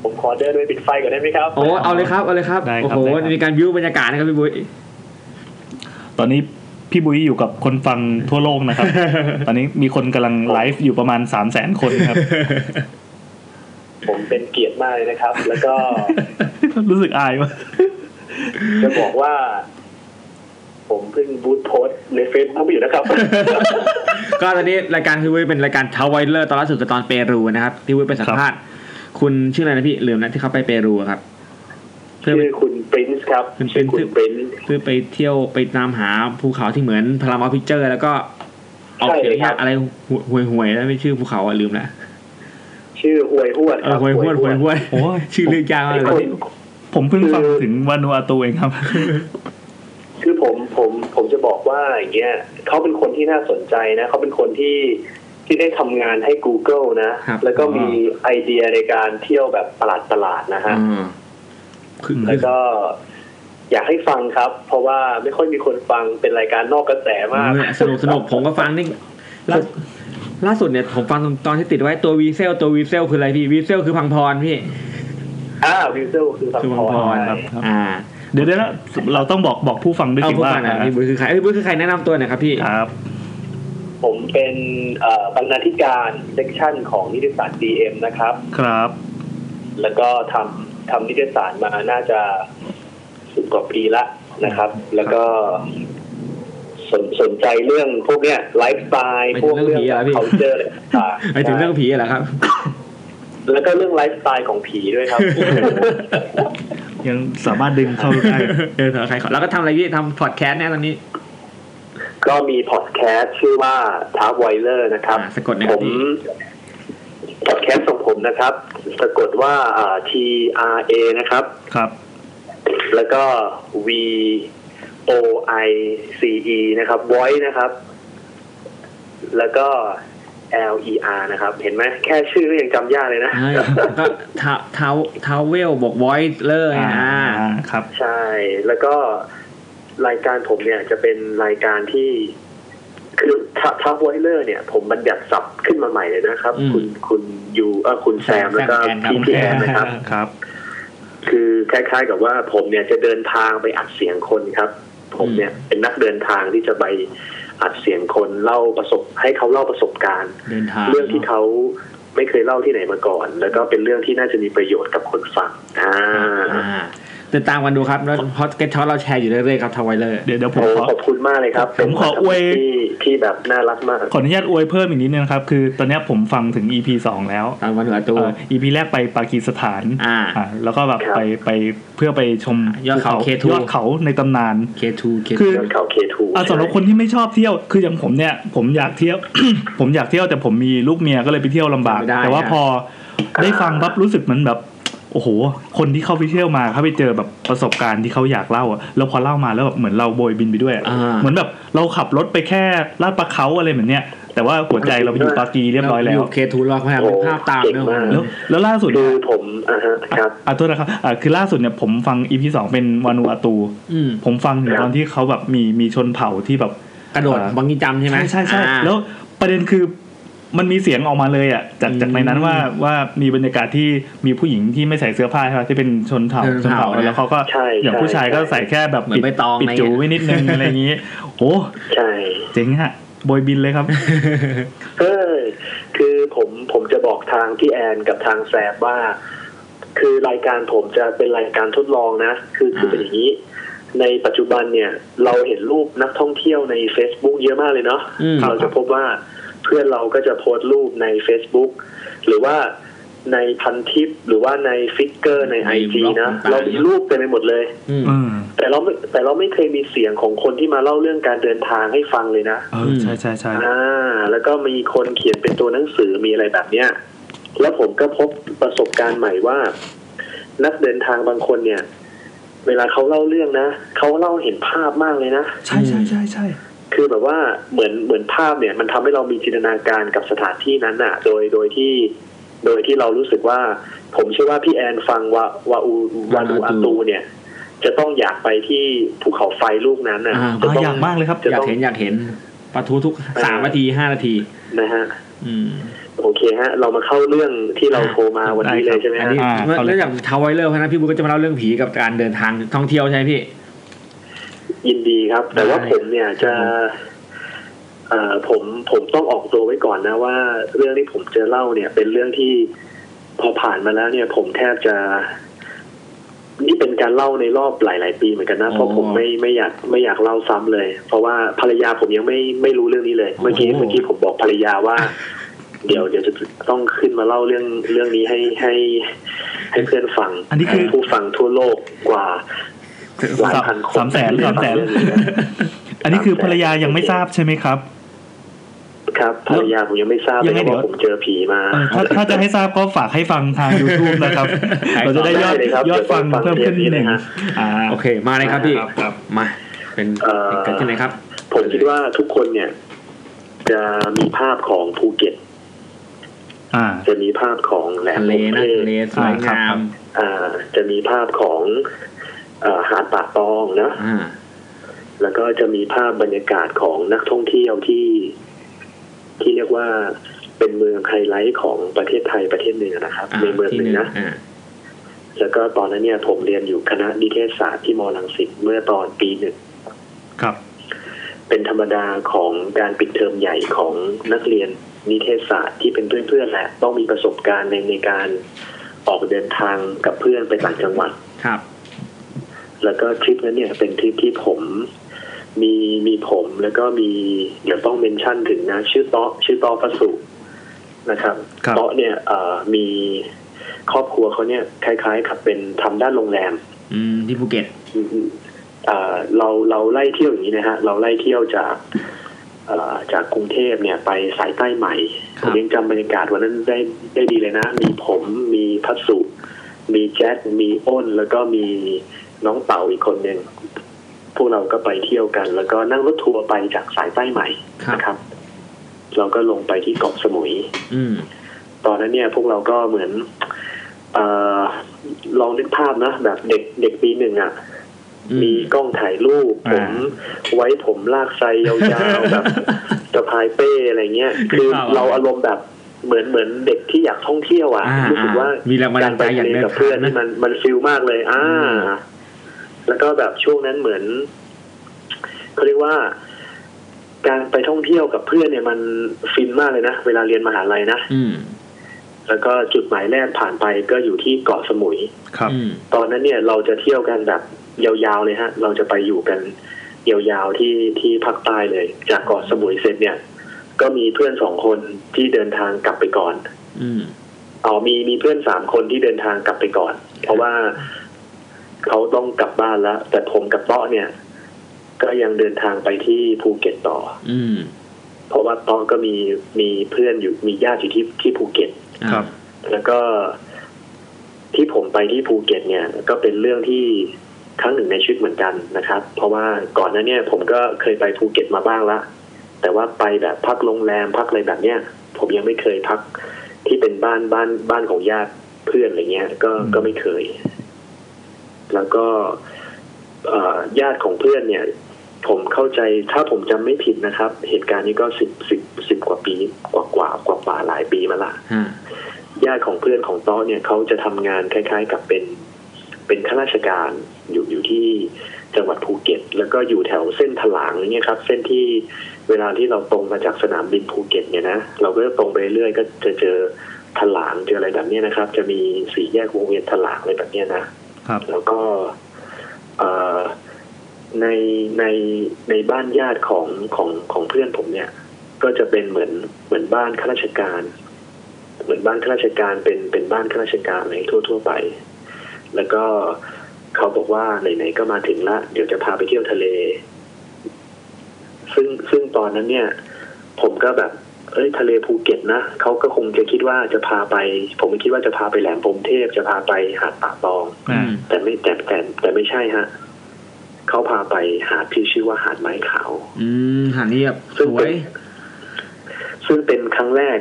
Speaker 5: ผมขอเดินด้วยปิดไฟก่อนได้ไหมครับ
Speaker 2: โอ้เอาเลยครับเอาเลยครับ
Speaker 1: ได้ครับ
Speaker 2: โอ้โห
Speaker 1: ได้ครับ
Speaker 2: มีการวิวบรรยากาศนะครับพี่บุ้ย
Speaker 1: ตอนนี้พี่บุยอยู่กับคนฟังทั่วโลก
Speaker 2: <laughs>
Speaker 1: นะครับ ตอนนี้มีคนกำลังไลฟ์อยู่ประมาณ 3 0 0แสนคนครับ <laughs>
Speaker 5: ผมเป็นเกียรติมากเลยนะครับ แล้วก็ <laughs>
Speaker 1: รู้สึกอายว่ะ
Speaker 5: จะบอกว่า ผมเพิ่งบูทโพสต์ในเฟซบุ๊กอยู่
Speaker 2: <laughs>
Speaker 5: นะครับ
Speaker 2: ก็ตอนนี้รายการพี่บุ้ยเป็นรายการ Towerer ตอนล่าสุดคือตอนเปรูนะครับที่บุ้ยไปสัมภาษณ์คุณชื่ออะไรนะพี่ลืมนะที่เขาไปเปรูอะครับ
Speaker 5: ชื่อคุณปรินซ์ครับ
Speaker 2: คุณ Prince
Speaker 5: ชื่อคุณปรินซ์
Speaker 2: คือไปเที่ยวไปตามหาภูเขาที่เหมือนพารามอพิเจอร์ แล้วก็เอา
Speaker 5: ใช่
Speaker 2: เขีย
Speaker 5: เล
Speaker 2: น
Speaker 5: ยครับ
Speaker 2: อะไรห่วยห่วยๆแล้วไม่ชื่อภูเขาอะลืมละ
Speaker 5: ชื่อหวยหวด
Speaker 2: เอ
Speaker 5: ค
Speaker 2: อ
Speaker 5: รับ
Speaker 2: ห่วยห่วยห่วยห่วย
Speaker 1: โอ้ย
Speaker 2: ชื่อเรื่องยาว
Speaker 5: ไอ้
Speaker 2: อะไร
Speaker 5: คน
Speaker 1: ผมเพิ่งฟังถึงวานูอาตูเองครับ
Speaker 5: คือผมผมผมจะบอกว่าอย่างเงี้ยเขาเป็นคนที่น่าสนใจนะเขาเป็นคนที่ที่ได้ทำงานให้ Google นะ
Speaker 2: ครับ
Speaker 5: แล้วก็มีไอเดียในการเที่ยวแบบประหลาดประหลาดๆนะฮะ
Speaker 2: อ่าคือ
Speaker 1: ม
Speaker 5: แล้วก็อยากให้ฟังครับ เพราะว่าไม่ค่อยมีคนฟังเป็นรายการนอกกระแสมาก
Speaker 2: คือสนุกสนุกผมก็ฟังนี่ล่าล่าสุดเนี่ยผมฟังตอนที่ติดไว้ตัววีเซลตัววีเซลคืออะไรพี่วีเซลคือพังพรพี่
Speaker 5: อ่าวิวเซลคือสัม
Speaker 2: คือ
Speaker 5: พ
Speaker 2: พังพร
Speaker 5: ร
Speaker 2: ครับ
Speaker 5: ใช่
Speaker 2: อ่า
Speaker 1: เดี๋ยวเดี๋ยวนะเราต้องบอกบอกผู้ฟังด้วย
Speaker 2: เอา
Speaker 1: สิ
Speaker 2: ผู้
Speaker 1: ว่า
Speaker 2: ฟังหน่อยพี่บุ้ยคือใครเอ้ยบุ้ยคือใครแนะนำตัวหน่อยครับพี่
Speaker 1: ครับ
Speaker 5: ผมเป็นเอ่อบรรณาธิการเซกชันของนิติศาสตร์ DM นะครับ
Speaker 1: ครับ
Speaker 5: แล้วก็ทำทำนิติศาสตร์มาน่าจะสิบกว่าปีละนะครับ แล้วก็สนสนใจเรื่องพวกเนี้ยไลฟ์สไตล์พวกเรื่อง culture อะไรต่างๆ
Speaker 2: ไปถึงเรื่องผีเหรอครับ <laughs>
Speaker 5: แล้วก็เรื่องไลฟ์สไตล์ของผีด้วยครับ
Speaker 1: ยังสามารถดึงเข้าได้
Speaker 2: เออเถอะใครขอแล้วก็ทำอะไรพี่ทำพอดแคสต์เนี่ยตอนนี้
Speaker 5: ก็มีพอดแคสต์ชื่อว่าทาร์ไวเลอร์นะครับ
Speaker 2: อ่าสะกดหน่อยค
Speaker 5: ผ
Speaker 2: รับ
Speaker 5: ม
Speaker 2: พี่
Speaker 5: พอดแคสต์ของผมนะครับ สะกดว่าอ่า T R A นะครับ
Speaker 1: ครับ
Speaker 5: แล้วก็ V O I C E นะครับ voice นะครับ แล้วก็ L E R นะครับ เห็นไหมแค่ชื่อก็ยังจำยากเลยนะ
Speaker 2: เฮ้ยก็เท้าเท้าเท้าเวลบอกไวท์เลย
Speaker 1: อ่า
Speaker 2: นะ
Speaker 1: ครับ
Speaker 5: ใช่ แล้วก็รายการผมเนี่ยจะเป็นรายการที่ คือทัพทัพไวเลอร์เนี่ย ผมบัญญัติศัพท์ขึ้นมาใหม่เลยนะครับ
Speaker 2: อืม
Speaker 5: คุณคุณยูเออคุณแซม
Speaker 2: แซม
Speaker 5: แล้วก็
Speaker 2: แอนครับ
Speaker 5: พี่พี่แอนนะครับ
Speaker 1: ครับ
Speaker 5: คือคล้ายๆกับว่าผมเนี่ยจะเดินทางไปอัดเสียงคนครับ ผม
Speaker 2: อืม
Speaker 5: เนี่ยเป็นนักเดินทางที่จะไปอัดเสียงคนเล่าประสบ ให้เขาเล่าประสบการณ์
Speaker 2: เดินทาง
Speaker 5: เรื่องที่เขาไม่เคยเล่าที่ไหนมาก่อน แล้วก็เป็นเรื่องที่น่าจะมีประโยชน์กับคนฟังอ่า
Speaker 2: อ่าติดตามกันดูครับแล้วพอดแคสต์เราแชร์อยู่เรื่อยๆครับทาวไวเลอร์
Speaker 1: เดี๋ยวเดี๋ยวผม
Speaker 5: โอ้
Speaker 1: ขอ
Speaker 5: ขอบคุณมากเลยครับ
Speaker 1: ผมขออวย
Speaker 5: เป็นคำที่ที่แบบน่ารักมาก
Speaker 1: ขออนุญาตอวยเพิ่มอีกนิดนึงนะครับ คือตอนเนี้ยผมฟังถึง EP สองแล้ว
Speaker 2: ตามวันเหนือตัว
Speaker 1: เอ่อ EP แรกไปปากีสถาน
Speaker 2: อ่า
Speaker 1: อ่าแล้วก็แบบ
Speaker 5: ครับ
Speaker 1: ไปไปเพื่อไปชม
Speaker 2: ยอดเขา K2
Speaker 1: ยอดเขาในตำนาน
Speaker 2: K2 K2
Speaker 1: คือ
Speaker 5: ยอดเขาเคทู
Speaker 1: อ่ะสำหรับคนที่ไม่ชอบเที่ยวคืออย่างผมเนี่ยผมอยากเที่ยว <coughs> ผมอยากเที่ยวแต่ผมมีลูกเมียก็เลยไปเที่ยวลำบาก
Speaker 2: ไม่ได้
Speaker 1: แต่ว่า
Speaker 2: ฮะ
Speaker 1: พอได้ฟังปั๊บรู้สึกเหมันแบบ โอ้โห คนที่เขาไปเที่ยวมาเขาไปเจอแบบประสบการณ์ที่เขาอยากเล่าอะแล้วพอเล่ามาแล้วแบบเหมือนเราโบยบินไปด้วยอะ
Speaker 2: อ่า
Speaker 1: เหมือนแบบเราขับรถไปแค่ลาดปะเขาอะไรเหมือนเนี้ยแต่ว่าหัวใจเราไปอยู่ปากีเรียบร้อยแล้ว
Speaker 2: ยู่ K2 รอกแพงภาพตามเนื้อหา
Speaker 1: แล้วแล้วล่าสุด
Speaker 5: ดู
Speaker 1: เนี่ย
Speaker 5: ผมอ่าฮะครับ
Speaker 1: อ่ะโทษนะครับอ่ะคือล่าสุดเนี่ยผมฟังอีพีสองเป็นวานูอาตู
Speaker 2: อืม
Speaker 1: ผมฟังถึง
Speaker 5: ครับ
Speaker 1: ตอนที่เขาแบบมีมีชนเผ่าที่แบบ
Speaker 2: กระโดดบังกีจำใช่ไหม
Speaker 1: ใช่ใช่
Speaker 2: อ่า
Speaker 1: แล้วประเด็นคือมันมีเสียงออกมาเลยอ่ะจาก
Speaker 2: อืม
Speaker 1: จากในนั้นว่าว่ามีบรรยากาศที่มีผู้หญิงที่ไม่ใส่เสื้อผ้าใช่ไหมที่เป็นชนเผ่า
Speaker 2: ชนเผ่า
Speaker 1: แล้วเขาก็
Speaker 5: ใช่
Speaker 1: อย่าง
Speaker 5: ใช่
Speaker 1: ผู้ชายก็
Speaker 5: ใช่
Speaker 1: ใส่แค่แบบ
Speaker 2: เหมือน
Speaker 1: ปิด
Speaker 2: ใบตอง
Speaker 1: ปิด
Speaker 2: อะไร
Speaker 1: จู
Speaker 2: เงี้ย
Speaker 1: ไว้นิดนึง อะไรอย่างนี้โอ้
Speaker 5: ใช่
Speaker 1: เจ๋งฮะโบยบินเลยครับ
Speaker 5: เออคือผมผมจะบอกทางพี่แอนกับทางแซบว่า คือรายการผมจะเป็นรายการทดลองนะ คือคือเป็นอย่างนี้ ในปัจจุบันเนี่ย เราเห็นรูปนักท่องเที่ยวใน Facebook เยอะมากเลยเนาะ
Speaker 2: อืม
Speaker 5: เราจะพบว่าเพื่อนเราก็จะโพสต์รูปใน Facebook หรือว่าในพันทิปหรือว่าในฟิกเกอร์ในไอจีนะ เรามีรูปเต็มไปหมดเลย
Speaker 2: อืม
Speaker 1: อืม
Speaker 5: แต่เราไม่แต่เราไม่เคยมีเสียงของคนที่มาเล่าเรื่องการเดินทางให้ฟังเลยนะ
Speaker 1: เออใช่ใช่ใช่
Speaker 5: อ่าแล้วก็มีคนเขียนเป็นตัวหนังสือมีอะไรแบบเนี้ยแล้วผมก็พบประสบการณ์ใหม่ว่า นักเดินทางบางคนเนี่ย เวลาเขาเล่าเรื่องนะเขาเล่าเห็นภาพมากเลยนะ
Speaker 1: ใช่ใช่ใช่ใช่
Speaker 5: คือแบบว่าเหมือนเหมือนภาพเนี่ย มันทำให้เรามีจินตนาการกับสถานที่นั้นน่ะ โดยโดยที่โดยที่เรารู้สึกว่า ผมเชื่อว่าพี่แอนฟังวาวาอูวานูอาตูเนี่ย จะต้องอยากไปที่ภูเขาไฟลูกนั้นน่ะ
Speaker 2: อ่า
Speaker 5: จะ
Speaker 1: อ่ะ
Speaker 5: ต้อย
Speaker 1: อาก
Speaker 5: ง
Speaker 1: มากเลยครับ
Speaker 5: จะ
Speaker 2: อยาก
Speaker 5: ต้อง
Speaker 2: เห็นอยากเห็นปะทูทุกสามนาทีห้านาที
Speaker 5: นะฮะ
Speaker 2: อืม
Speaker 5: โอเคฮะ เรามาเข้าเรื่องที่เราโทรมาวันนี้เลยใช่ไหม
Speaker 2: อัน
Speaker 5: ฮะ
Speaker 2: นี้
Speaker 1: อ่าเข้าเลย
Speaker 2: เรื่องจากทาวไวเลอร์เพราะฉะนั้นพี่บุ๊กก็จะมาเล่าเรื่องผีกับการเดินทางท่องเที่ยวใช่ไหมพี่
Speaker 5: ยินดีครับ แต่ว่า
Speaker 2: ได้
Speaker 5: ผมเนี่ยจะเอ่อผมผมต้องออกตัวไว้ก่อนนะว่า เรื่องที่ผมจะเล่าเนี่ย เป็นเรื่องที่พอผ่านมาแล้วเนี่ย ผมแทบจะ นี่เป็นการเล่าในรอบหลาย ๆ ปีเหมือนกันนะเพราะผมไม่ไม่อยากไม่อยากเล่าซ้ำเลย เพราะว่าภรรยาผมยังไม่ไม่รู้เรื่องนี้เลย เมื่อกี้
Speaker 2: โอ้โห
Speaker 5: เมื่อกี้ผมบอกภรรยาว่า เดี๋ยวเดี๋ยวจะต้องขึ้นมาเล่าเรื่องเรื่องนี้ให้ให้ ให้เพื่อนฟัง
Speaker 1: อันนี้คือ
Speaker 5: ให้ผู้ฟังทั่วโลกกว่า หลายพันคน
Speaker 1: สามแสนสามแสน อันนี้คือภรรยายังไม่ทราบใช่ไหมครับ
Speaker 5: ครับภรรยาผมยังไม่ทราบ
Speaker 1: ยั
Speaker 5: เล
Speaker 1: ง
Speaker 5: ย
Speaker 1: ไง
Speaker 5: นะ
Speaker 1: เดี๋ยว
Speaker 5: ว่าผมเจอผีมา
Speaker 1: เออถ้าถ้าจะให้ทราบก็ฝากให้ฟังทาง YouTube นะครับ
Speaker 2: ขายต่อ
Speaker 1: เราจะได้ยอด
Speaker 5: ได้เลยครับ
Speaker 1: ยอดฟัง
Speaker 5: เดี๋ยว
Speaker 1: เพิ่มขึ้น
Speaker 5: เดี๋ยว
Speaker 1: หนึ่ง
Speaker 5: นะฮะ
Speaker 1: อ่า
Speaker 2: โอเค มาเลยครับพี่
Speaker 1: ครับครับ
Speaker 2: มา เป็น
Speaker 5: เอ่อ
Speaker 2: เกิดที่ไหนครับ
Speaker 5: ผมคิดว่าทุกคนเนี่ย จะมีภาพของภูเก็ต
Speaker 1: อ่า
Speaker 5: จะมีภาพของแหลม
Speaker 2: ทะเลนะทะเลสวยงาม
Speaker 5: อ่า จะมีภาพของเอ่อหาดป่าตองนะ
Speaker 2: อ่า
Speaker 5: แล้วก็จะมีภาพบรรยากาศของนักท่องเที่ยวที่ ที่เรียกว่าเป็นเมืองไฮไลท์ของประเทศไทยประเทศหนึ่งนะครับ
Speaker 2: อ่า
Speaker 5: ในเมือง
Speaker 2: ที่
Speaker 5: หนึ่
Speaker 2: ห
Speaker 5: ง
Speaker 2: นึ่ง
Speaker 5: นะ
Speaker 2: อ่า
Speaker 5: แล้วก็ตอนนั้นเนี่ยผมเรียนอยู่คณะนิเทศศาสตร์ที่มอลังสิตเมื่อตอนปีหนึ่ง
Speaker 1: ครับ
Speaker 5: เป็นธรรมดาของการปิดเทอมใหญ่ของนักเรียนนิเทศศาสตร์ที่เป็นเพื่อนๆแหละต้องมีประสบการณ์ในในการออกเดินทางกับเพื่อนไปต่างจังหวัด
Speaker 2: ครับ
Speaker 5: แล้วก็ทริปนั้นเนี่ยเป็นทริปที่ผมมีมีผมแล้วก็มีเดี๋ยวต้องเมนชั่นถึงนะ ชื่อเตาะชื่อเตาะประสุนะครับ
Speaker 1: ครับ
Speaker 5: เตาะเนี่ยเอ่อมีครอบครัวเขาเนี่ยคล้ายๆกับเป็นทำด้านโรงแรม
Speaker 2: อืมที่ภูเก็ต
Speaker 5: อืมอ่าเราเราไล่เที่ยวอย่างนี้นะฮะ เราไล่เที่ยวจากเอ่อจากกรุงเทพเนี่ย ไปสายใต้ใหม่
Speaker 2: ค
Speaker 5: ผ
Speaker 2: รับ
Speaker 5: มยังจำบรรยากาศวันนั้นได้ได้ดีเลยนะ มีผมมีพัสสุ มีแจ็คมีอ้น แล้วก็มีน้องเต่าอีกคนหนึ่งพวกเราก็ไปเที่ยวกัน แล้วก็นั่งรถทัวร์ไปจากสายใต้ใหม่
Speaker 2: ครับ
Speaker 5: นะครับ เราก็ลงไปที่เกาะสมุย
Speaker 2: อืม
Speaker 5: ตอนนั้นเนี่ยพวกเราก็เหมือนเออลองนึกภาพนะแบบเด็กเด็กปีหนึ่งอ่ะ
Speaker 2: อืม
Speaker 5: มีกล้องถ่ายรูป ผ
Speaker 1: อ่าม
Speaker 5: ไว้ผมลากไซยาวๆ
Speaker 2: <laughs>
Speaker 5: แบบสะพายเป้อะไรเงี้ย คือ
Speaker 2: ครับ
Speaker 5: เราอารมณ์แบบเหมือนเหมือนเด็กที่อยากท่องเที่ยวอ่ะ
Speaker 2: อ่า
Speaker 5: รู้สึกว่า
Speaker 2: อ่ามีแรงบันดาลใจอยาก
Speaker 5: กรไปทะเล
Speaker 2: เดิน
Speaker 5: กับเพื่อน
Speaker 2: ทางนะ
Speaker 5: นี่มันมันฟิลมากเลย อ่า
Speaker 2: อืม
Speaker 5: แล้วก็แบบช่วงนั้นเหมือนเขาเรียกว่า การไปท่องเที่ยวกับเพื่อนเนี่ยมันฟินมากเลยนะเวลาเรียนมหาลัยนะ
Speaker 2: อืม
Speaker 5: แล้วก็จุดหมายแรกผ่านไปก็อยู่ที่เกาะสมุย
Speaker 1: ครับ
Speaker 2: อืม
Speaker 5: ตอนนั้นเนี่ยเราจะเที่ยวกันแบบยาวๆเลยฮะ เราจะไปอยู่กันยาวๆที่ที่ภาคใต้เลย จากเกาะสมุยเสร็จเนี่ย ก็มีเพื่อนสองคนที่เดินทางกลับไปก่อน
Speaker 2: อืม
Speaker 5: เอามีมีเพื่อนสามคนที่เดินทางกลับไปก่อน เพราะว่าเขาต้องกลับบ้านแล้ว แต่ผมกับเตาะเนี่ย ก็ยังเดินทางไปที่ภูเก็ตต่อ
Speaker 2: อืม
Speaker 5: เพราะว่าเตาะก็มีมีเพื่อนอยู่มีญาติอยู่ที่ที่ภูเก็ต
Speaker 2: อ่า
Speaker 1: ครับ
Speaker 5: แล้วก็ที่ผมไปที่ภูเก็ตเนี่ย ก็เป็นเรื่องที่ครั้งหนึ่งในชีวิตเหมือนกันนะครับ เพราะว่าก่อนหน้าเนี่ยผมก็เคยไปภูเก็ตมาบ้างละแต่ว่าไปแบบพักโรงแรมพักอะไรแบบเนี้ยผมยังไม่เคยพักที่เป็นบ้านบ้านบ้านของญาติเพื่อนอะไรเงี้ย ก็
Speaker 1: อืม
Speaker 5: ก็ไม่เคย แล้วก็เอ่อญาติของเพื่อนเนี่ย ผมเข้าใจถ้าผมจำไม่ผิดนะครับ เหตุการณ์นี้ก็สิบสิบสิบกว่าปีกว่ากว่ากว่ากว่าหลายปีมาละ
Speaker 2: ฮะ
Speaker 5: ญาติของเพื่อนของต้อเนี่ยเขาจะทำงานคล้าย ๆ กับเป็น เป็นข้าราชการอยู่อยู่ที่จังหวัดภูเก็ต แล้วก็อยู่แถวเส้นถลางเนี่ยครับ เส้นที่เวลาที่เราตรงมาจากสนามบินภูเก็ตเนี่ยนะเราก็จะตรงไปเรื่อยก็จะเจอถลางเจออะไรแบบเนี้ยนะครับ จะมีสี่แยกวงเวียนถลางอะไรแบบเนี้ยนะ
Speaker 1: ครับ
Speaker 5: แล้วก็เอ่อในในในบ้านญาติของของของเพื่อนผมเนี่ย ก็จะเป็นเหมือนเหมือนบ้านข้าราชการ เหมือนบ้านข้าราชการเป็นเป็นบ้านข้าราชการอะไรทั่วทั่วๆไป แล้วก็เขาบอกว่าไหนๆก็มาถึงละเดี๋ยวจะพาไปเที่ยวทะเล ซึ่งซึ่งตอนนั้นเนี่ย ผมก็แบบ เอ้ยทะเลภูเก็ตนะเขาก็คงจะคิดว่าจะพาไป ผมก็คิดว่าจะพาไปแหลมพรหมเทพจะพาไปหาดป่าตอง
Speaker 2: อืม
Speaker 5: แต่ไม่แต่แต่แต่ไม่ใช่ฮะ เขาพาไปหาดที่ชื่อว่าหาดไม้ขาว
Speaker 2: อืมหาดนี้แบบสวย
Speaker 5: ซึ่งเป็นครั้งแรก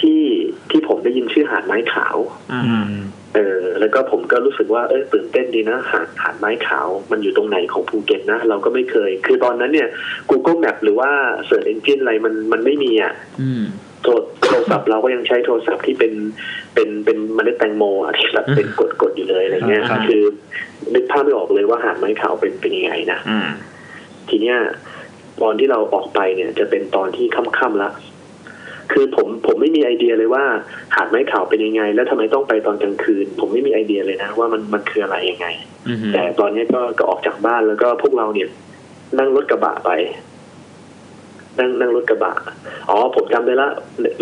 Speaker 5: ที่ที่ผมได้ยินชื่อหาดไม้ขาว
Speaker 2: อ่า
Speaker 1: อืม
Speaker 5: เออ แล้วก็ผมก็รู้สึกว่าเออตื่นเต้นดีนะหาดหาดไม้ขาว มันอยู่ตรงไหนของภูเก็ตนะ เราก็ไม่เคย คือตอนนั้นเนี่ย Google Map หรือว่า Search Engine อะไรมันมันไม่มีอ่ะ
Speaker 2: อืม
Speaker 5: โทรโทรศัพท์เราก็ยังใช้โทรศัพท์ที่เป็นเป็นเป็นเมล็ดแตงโมอะที่แบบเป็นกดกดอยู่เลยอะไรเงี้ย
Speaker 2: อ่า
Speaker 5: คือนึกภาพไม่ออกเลยว่าหาดไม้ขาวเป็นเป็นยังไงนะ
Speaker 2: อ่า
Speaker 5: ทีเนี้ยตอนที่เราออกไปเนี่ยจะเป็นตอนที่ค่ำๆละ คือผมผมไม่มีไอเดียเลยว่าหาดไม้ขาวเป็นยังไง แล้วทำไมต้องไปตอนกลางคืน ผมไม่มีไอเดียเลยนะ ว่ามันมันคืออะไรยังไง
Speaker 2: อืม
Speaker 5: แต่ตอนนี้ก็ก็ออกจากบ้านแล้วก็พวกเราเนี่ย นั่งรถกระบะไป นั่งนั่งรถกระบะ อ๋อ ผมจำได้ละ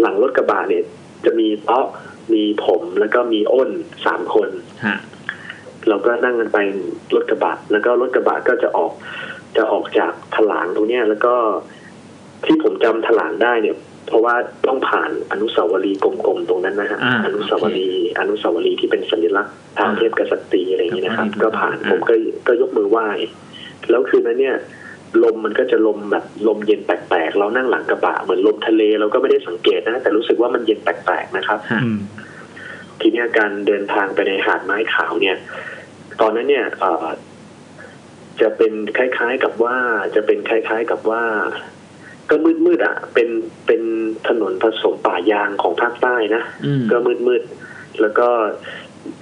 Speaker 5: หลังรถกระบะเนี่ย จะมีเตาะมีผมแล้วก็มีอ้นสามคน
Speaker 2: ฮะ
Speaker 5: เราก็นั่งกันไปรถกระบะแล้วก็รถกระบะก็จะออก จะออกจากถลางตรงเนี้ย แล้วก็ที่ผมจำถลางได้เนี่ย เพราะว่าต้องผ่านอนุสาวรีย์กลมๆตรงนั้นนะฮะ
Speaker 2: า
Speaker 5: นุสาวรีย์อนุสาวรีย์ที่เป็นสัญลักษณ์ทางเทพกษัตรีอะไรอย่างนี้นะครับ
Speaker 2: อ่า
Speaker 5: ก็ผ่านผมก็ก็ยกมือไหว้ แล้วคืนนั้นเนี่ย ลมมันก็จะลมแบบลมเย็นแปลกๆเรานั่งหลังกระบะเหมือนลมทะเลเราก็ไม่ได้สังเกตนะแต่รู้สึกว่ามันเย็นแปลกๆนะครับ
Speaker 2: ฮะ
Speaker 1: อืม
Speaker 5: ทีเนี้ยการเดินทางไปในหาดไม้ขาวเนี่ย ตอนนั้นเนี่ยเอ่อจะเป็นคล้าย ๆกับว่าจะเป็นคล้าย ๆกับว่า ก็มืดๆอ่ะ เป็นเป็นถนนผสมป่ายางของภาคใต้นะ
Speaker 2: อืม
Speaker 5: ก็มืดๆ แล้วก็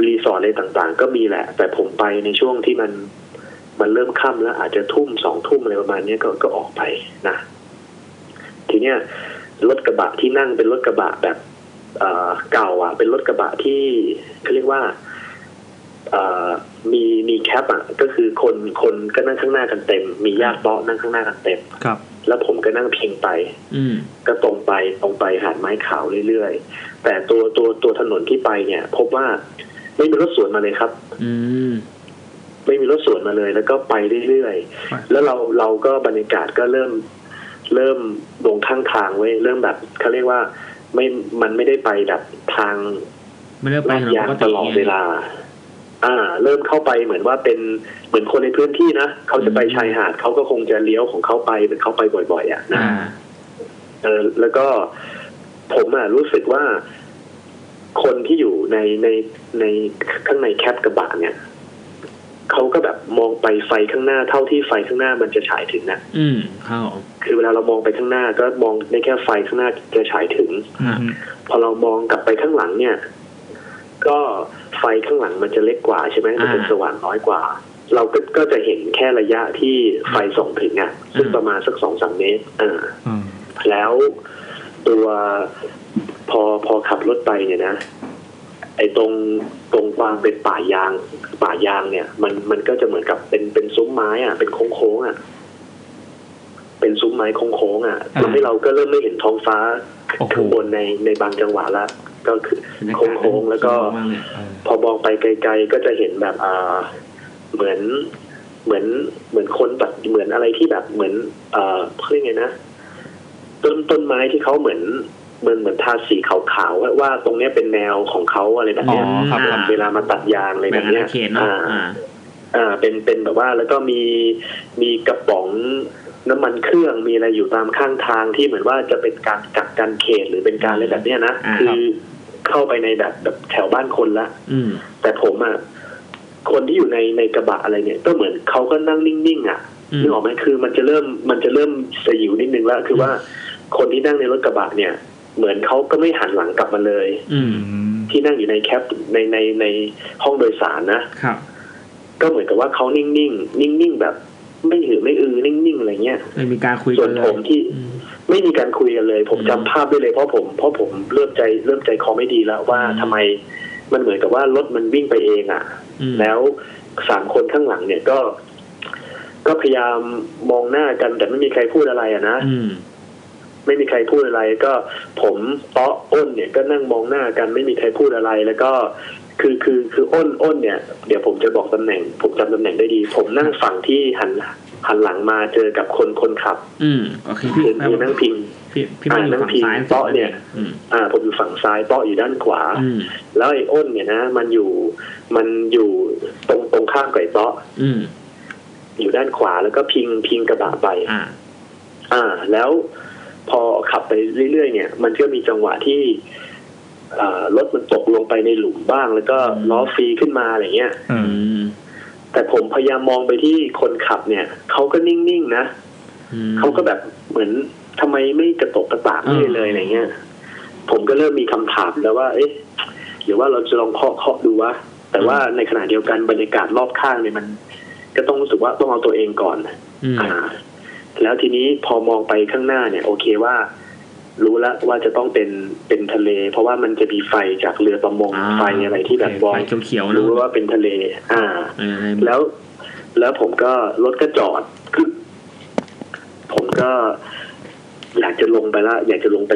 Speaker 5: รีสอร์ทอะไรต่างๆ ก็มีแหละ แต่ผมไปในช่วงที่มันมันเริ่มค่ำแล้ว อาจจะทุ่มสองทุ่มอะไรประมาณเนี้ยก็ก็ออกไปนะ ทีเนี้ยรถกระบะที่นั่งเป็นรถกระบะแบบเอ่อเก่าอ่ะ เป็นรถกระบะที่เขาเรียกว่าเอ่อมีมีแคปอ่ะ ก็คือคนคนก็นั่งข้างหน้ากันเต็ม มีญาติเบาะนั่งข้างหน้ากันเต็ม
Speaker 1: ครับ
Speaker 5: แล้วผมก็นั่งพิงไป
Speaker 2: อืม
Speaker 5: ก็ตรงไปตรงไปหาดไม้ขาวเรื่อยๆ แต่ตัวตัวตัวถนนที่ไปเนี่ย พบว่าไม่มีรถสวนมาเลยครับ
Speaker 2: อืม
Speaker 5: ไม่มีรถสวนมาเลย แล้วก็ไปเรื่อยๆแล้วเราเราก็บรรยากาศก็เริ่ม เริ่มลงข้างทางเว้ยเริ่มแบบเขาเรียกว่าไม่มันไม่ได้ไปแบบทาง
Speaker 2: ไม่ได้ไป
Speaker 5: ลาด
Speaker 2: ถนน
Speaker 5: ยาง
Speaker 2: ปก
Speaker 5: ต
Speaker 2: ติ
Speaker 5: ลอดเวลา อ่า เริ่มเข้าไปเหมือนว่าเป็นเหมือนคนในพื้นที่นะเขาจะไปชายหาดเขาก็คงจะเลี้ยวของเขาไปเหมือนเขาไปบ่อยๆอ่ะนะ
Speaker 2: อ่า
Speaker 5: เออแล้วก็ผมอ่ะรู้สึกว่า คนที่อยู่ในในในข้างในแคปกระบะเนี่ยเขาก็แบบมองไปไฟข้างหน้าเท่าที่ไฟข้างหน้ามันจะฉายถึงนะ
Speaker 2: อืมครับผม
Speaker 5: คือเวลาเรามองไปข้างหน้า ก็มองได้แค่ไฟข้างหน้าจะฉายถึง
Speaker 1: อืม
Speaker 5: พอเรามองกลับไปข้างหลังเนี่ย ก็ไฟข้างหลังมันจะเล็กกว่าใช่ไหมมันจะสว่างน้อยกว่า เราก็ก็จะเห็นแค่ระยะที่ไฟส่องถึงอ่ะซึ่งประมาณสักสองสามเมตรอ่า
Speaker 1: อืม
Speaker 5: แล้วตัวพอพอขับรถไปเนี่ยนะ ไอ้ตรงตรงความเป็นป่ายาง ป่ายางเนี่ย มันมันก็จะเหมือนกับเป็นเป็นซุ้มไม้อ่ะเป็นโค้งโค้งๆอ่ะ เป็นซุ้มไม้โค้งโค้งๆอ่ะทำให้เราก็เริ่มไม่เห็นท้องฟ้า
Speaker 1: โอ้โห
Speaker 5: ข้างบนในในบางจังหวะละก็คือ โค้งๆแล้วก็
Speaker 2: มากเลยเออ
Speaker 5: พอมองไปไกลๆก็จะเห็นแบบอ่าเหมือนเหมือนเหมือนคนตัดเหมือนอะไรที่แบบเหมือนเอ่อเรียกไงนะต้นต้นไม้ที่เขาเหมือนเหมือนเหมือนทาสีขาวๆว่าว่าตรงเนี้ยเป็นแนวของเขาอะไรแบบ
Speaker 1: อ๋อ
Speaker 5: เนี้ย
Speaker 1: ครับค
Speaker 5: อ่า
Speaker 1: รับ
Speaker 5: เวลามาตัดยางอะไร
Speaker 2: แบ่
Speaker 5: แบ
Speaker 2: ง
Speaker 5: บ
Speaker 2: อา
Speaker 5: เนี้
Speaker 2: ณายเขตเนาะ
Speaker 5: อ่า
Speaker 2: อ่า
Speaker 5: อ่าเป็นเป็นแบบว่าแล้วก็มีมีกระป๋องน้ำมันเครื่องมีอะไรอยู่ตามข้างทางที่เหมือนว่าจะเป็นการกักกันเขตหรือเป็นการอะไรแบบเนี้ยนะ
Speaker 2: อ่า
Speaker 5: คือเข้าไปในแบบแบบแถวบ้านคนละ
Speaker 2: อืม
Speaker 5: แต่ผมอ่ะคนที่อยู่ในในกระบะอะไรเนี่ย ก็เหมือนเขาก็นั่งนิ่งๆอ่ะ
Speaker 2: อืม
Speaker 5: นึกออกไหมคือมันจะเริ่มมันจะเริ่มสยิวนิดนึงแล้วคือว่าคนที่นั่งในรถกระบะเนี่ย เหมือนเขาก็ไม่หันหลังกลับมาเลย
Speaker 2: อืม
Speaker 1: อืม
Speaker 5: ที่นั่งอยู่ในแคปในในในห้องโดยสารนะ
Speaker 2: ครับ
Speaker 5: ก็เหมือนกับว่าเขานิ่งๆ นิ่งๆ แบบ ไม่หือไม่อือ นิ่งๆ อะไรเงี้ย
Speaker 2: ไม่มีการคุย
Speaker 5: ส่
Speaker 2: กั
Speaker 5: วน น
Speaker 2: เล
Speaker 5: ผ
Speaker 2: ย
Speaker 5: มที่
Speaker 2: อืม
Speaker 5: ไม่มีการคุยกันเลย ผม
Speaker 2: อืม
Speaker 5: จำภาพได้เลยเพราะผมเพราะผมเริ่มใจเริ่มใจคอไม่ดีแล้วว่า
Speaker 2: อืม
Speaker 5: ทำไมมันเหมือนกับว่ารถมันวิ่งไปเองอะ่ะ
Speaker 2: อืม
Speaker 5: แล้วสามคนข้างหลังเนี่ยก็ ก็พยายามมองหน้ากันแต่ไม่มีใครพูดอะไรอะนะ
Speaker 2: อืม
Speaker 5: ไม่มีใครพูดอะไรก็ผมเตาะอ้นเนี่ยก็นั่งมองหน้ากันไม่มีใครพูดอะไรแล้วก็คือคือคืออ้นอ้นเนี่ย เดี๋ยวผมจะบอกตำแหน่ง ผมจำตำแหน่งได้ดี ผมนั่งฝั่งที่หันหันหลังมาเจอกับคนคนขับ
Speaker 2: อืมโอเคพี่
Speaker 5: คือมีนั่งพิง
Speaker 2: พี่พี่บ้านอยู่ฝั่งซ้าย
Speaker 5: อ่านั่งพิงโต๊ะเนี่ย
Speaker 2: อืม
Speaker 5: อ่าผมอยู่ฝั่งซ้ายเตาะอยู่ด้านขวา
Speaker 2: อืม
Speaker 5: แล้วไอ้อ้นเนี่ยนะ มันอยู่มันอยู่ตรงตรงข้ามกับไอ้เตาะ
Speaker 2: อืม
Speaker 5: อยู่ด้านขวาแล้วก็พิงพิงกระบะไป
Speaker 2: อ่า
Speaker 5: อ่า แล้วพอขับไปเรื่อยๆเนี่ย มันก็มีจังหวะที่อ่ารถมันตกลงไปในหลุมบ้าง แล้วก็
Speaker 2: อืม
Speaker 5: ล้อฟรีขึ้นมาอะไรเงี้ย
Speaker 1: อื
Speaker 2: อื
Speaker 1: ม
Speaker 2: ม
Speaker 5: แต่ผมพยายามมองไปที่คนขับเนี่ยเขาก็นิ่งๆนะ
Speaker 2: อืม
Speaker 5: เขาก็แบบเหมือนทำไมไม่กระตกกระตากไม่
Speaker 2: อ่า
Speaker 5: เลยอะไรเงี้ย ผมก็เริ่มมีคำถามแล้วว่า เอ๊ะหรือว่าเราจะลองเคาะเคาะดูวะแต่ว่าในขณะเดียวกันบรรยากาศรอบข้างเนี่ยมัน ก็ต้องรู้สึกว่าต้องเอาตัวเองก่อน
Speaker 2: อืม
Speaker 5: อ่าแล้วทีนี้พอมองไปข้างหน้าเนี่ย โอเคว่า รู้แล้วว่าจะต้องเป็นเป็นทะเล เพราะว่ามันจะมีไฟจากเรือประมงไฟอะไรที่แบบบ
Speaker 2: โอ
Speaker 5: อ
Speaker 2: เค
Speaker 5: ย
Speaker 2: ไฟเขียวๆนะ
Speaker 5: รู้ว่าเป็นทะเล อ่า
Speaker 2: เออใน
Speaker 5: แล้ว แล้วผมก็รถก็จอดคือผมก็ อยากจะลงไปละอยากจะลงไป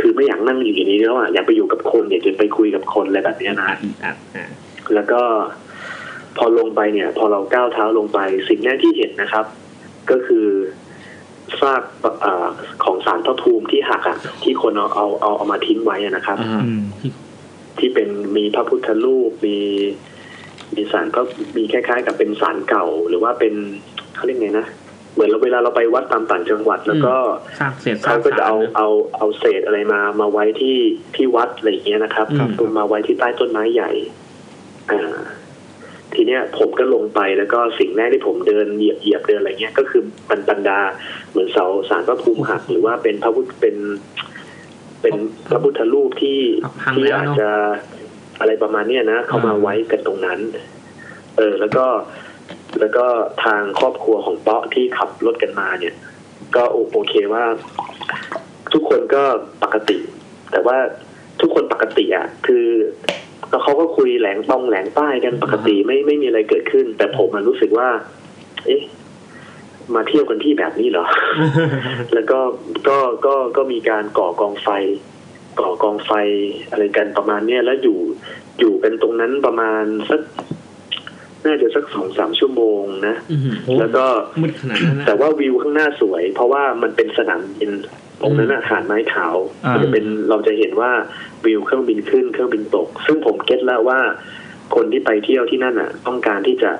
Speaker 5: คือไม่อยากนั่งอยู่อย่างนี้แล้วอ่ะอยากไปอยู่กับคนอยากจะไปคุยกับคนอะไรแบบเนี้ยนะ
Speaker 2: อัดอัดอ่า
Speaker 5: แล้วก็พอลงไปเนี่ย พอเราก้าวเท้าลงไปสิ่งแรกที่เห็นนะครับ ก็คือซากเออของสารพระภูมิที่หักอะที่คนเอาเอาเอาเอามาทิ้งไว้อะนะครับ
Speaker 2: อ่า
Speaker 1: อืม
Speaker 5: ที่เป็นมีพระพุทธรูปมี มีสารพระมีคล้ายๆ กับเป็นสารเก่า หรือว่าเป็นเขาเรียกไงนะเหมือนเราเวลาเราไปวัดตามต่างจังหวัด แล้วก็
Speaker 2: ซากเศษซา
Speaker 5: เขา
Speaker 2: ก
Speaker 5: ก็จะ
Speaker 2: สาร
Speaker 5: เอา
Speaker 2: นะ
Speaker 5: เอาเอาเศษอะไรมามาไว้ที่ที่วัดอะไรอย่างเงี้ยนะครับ
Speaker 2: อืม
Speaker 5: ตุนมาไว้ที่ใต้ต้นไม้ใหญ่ อ่า ทีเนี้ยผมก็ลงไปแล้วก็สิ่งแรกที่ผมเดินเหยียบเหยียบเดินอะไรเงี้ยก็คือบันบันดา เหมือนเสาสารพระภูมิหักหรือว่าเป็นพระพุทธเป็น เป็นพระพุทธรูปที่
Speaker 2: พัง
Speaker 5: ที่
Speaker 2: แล้ว
Speaker 5: อาจ
Speaker 2: เนาะ
Speaker 5: จะอะไรประมาณเนี้ยนะเขามาไว้กันตรงนั้น เออ แล้วก็แล้วก็ทางครอบครัวของเปาะที่ขับรถกันมาเนี่ย ก็โอโอเคว่า ทุกคนก็ปกติ แต่ว่าทุกคนปกติอ่ะคือแล้วเขาก็คุยแหลงตองแหลงใต้กันปกติไม่ไม่มีอะไรเกิดขึ้น แต่ผมมันรู้สึกว่า เอ๊ะ มาเที่ยวกันที่แบบนี้เหร <laughs> อ แล้วก็ก็ก็ก็มีการก่อกองไฟ ก่อกองไฟอะไรกันประมาณเนี้ยแล้วอยู่อยู่กันตรงนั้นประมาณสัก น่าจะสักสองสามชั่วโมงนะ
Speaker 2: อื้อหือ
Speaker 5: แล้วก็
Speaker 2: มืดขนาดนั้นนะ
Speaker 5: แต่ว่าวิวข้างหน้าสวย เพราะว่ามันเป็นสนามบินตรงนั้นอาหารไม้ขาว
Speaker 1: อ่ามั
Speaker 5: มันจะเป็นเราจะเห็นว่าวิวเครื่องบินขึ้นเครื่องบินตก ซึ่งผมเก็ตแล้วว่า คนที่ไปเที่ยวที่นั่นอ่ะ ต้องการที่จะ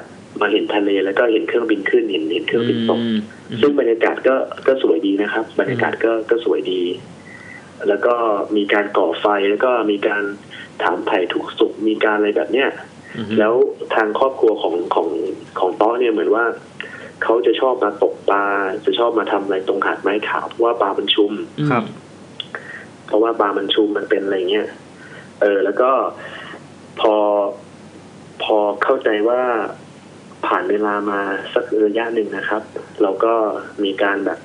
Speaker 5: มาเห็นทะเลแล้วก็เห็นเครื่องบินขึ้นเห็นเห็นเครื่องบินตก ซึ่งบรรยากาศก็ก็สวยดีนะครับ บรรยากาศก็ก็สวยดี แล้วก็มีการก่อไฟแล้วก็มีการถามไถ่ถูกสุขมีการอะไรแบบเนี้ย แล้วทางครอบครัวของของของต้อเนี่ยเหมือนว่าเขาจะชอบมาตกปลาจะชอบมาทำอะไรตรงหาดไม้ขาวเพราะว่าปลามันชุม
Speaker 1: ครับ
Speaker 5: เพราะว่าปลามันชุมมันเป็นอะไรเงี้ยเออ แล้วก็พอพอเข้าใจว่าผ่านเวลามาสักระยะหนึ่งนะครับ เราก็มีการแบบ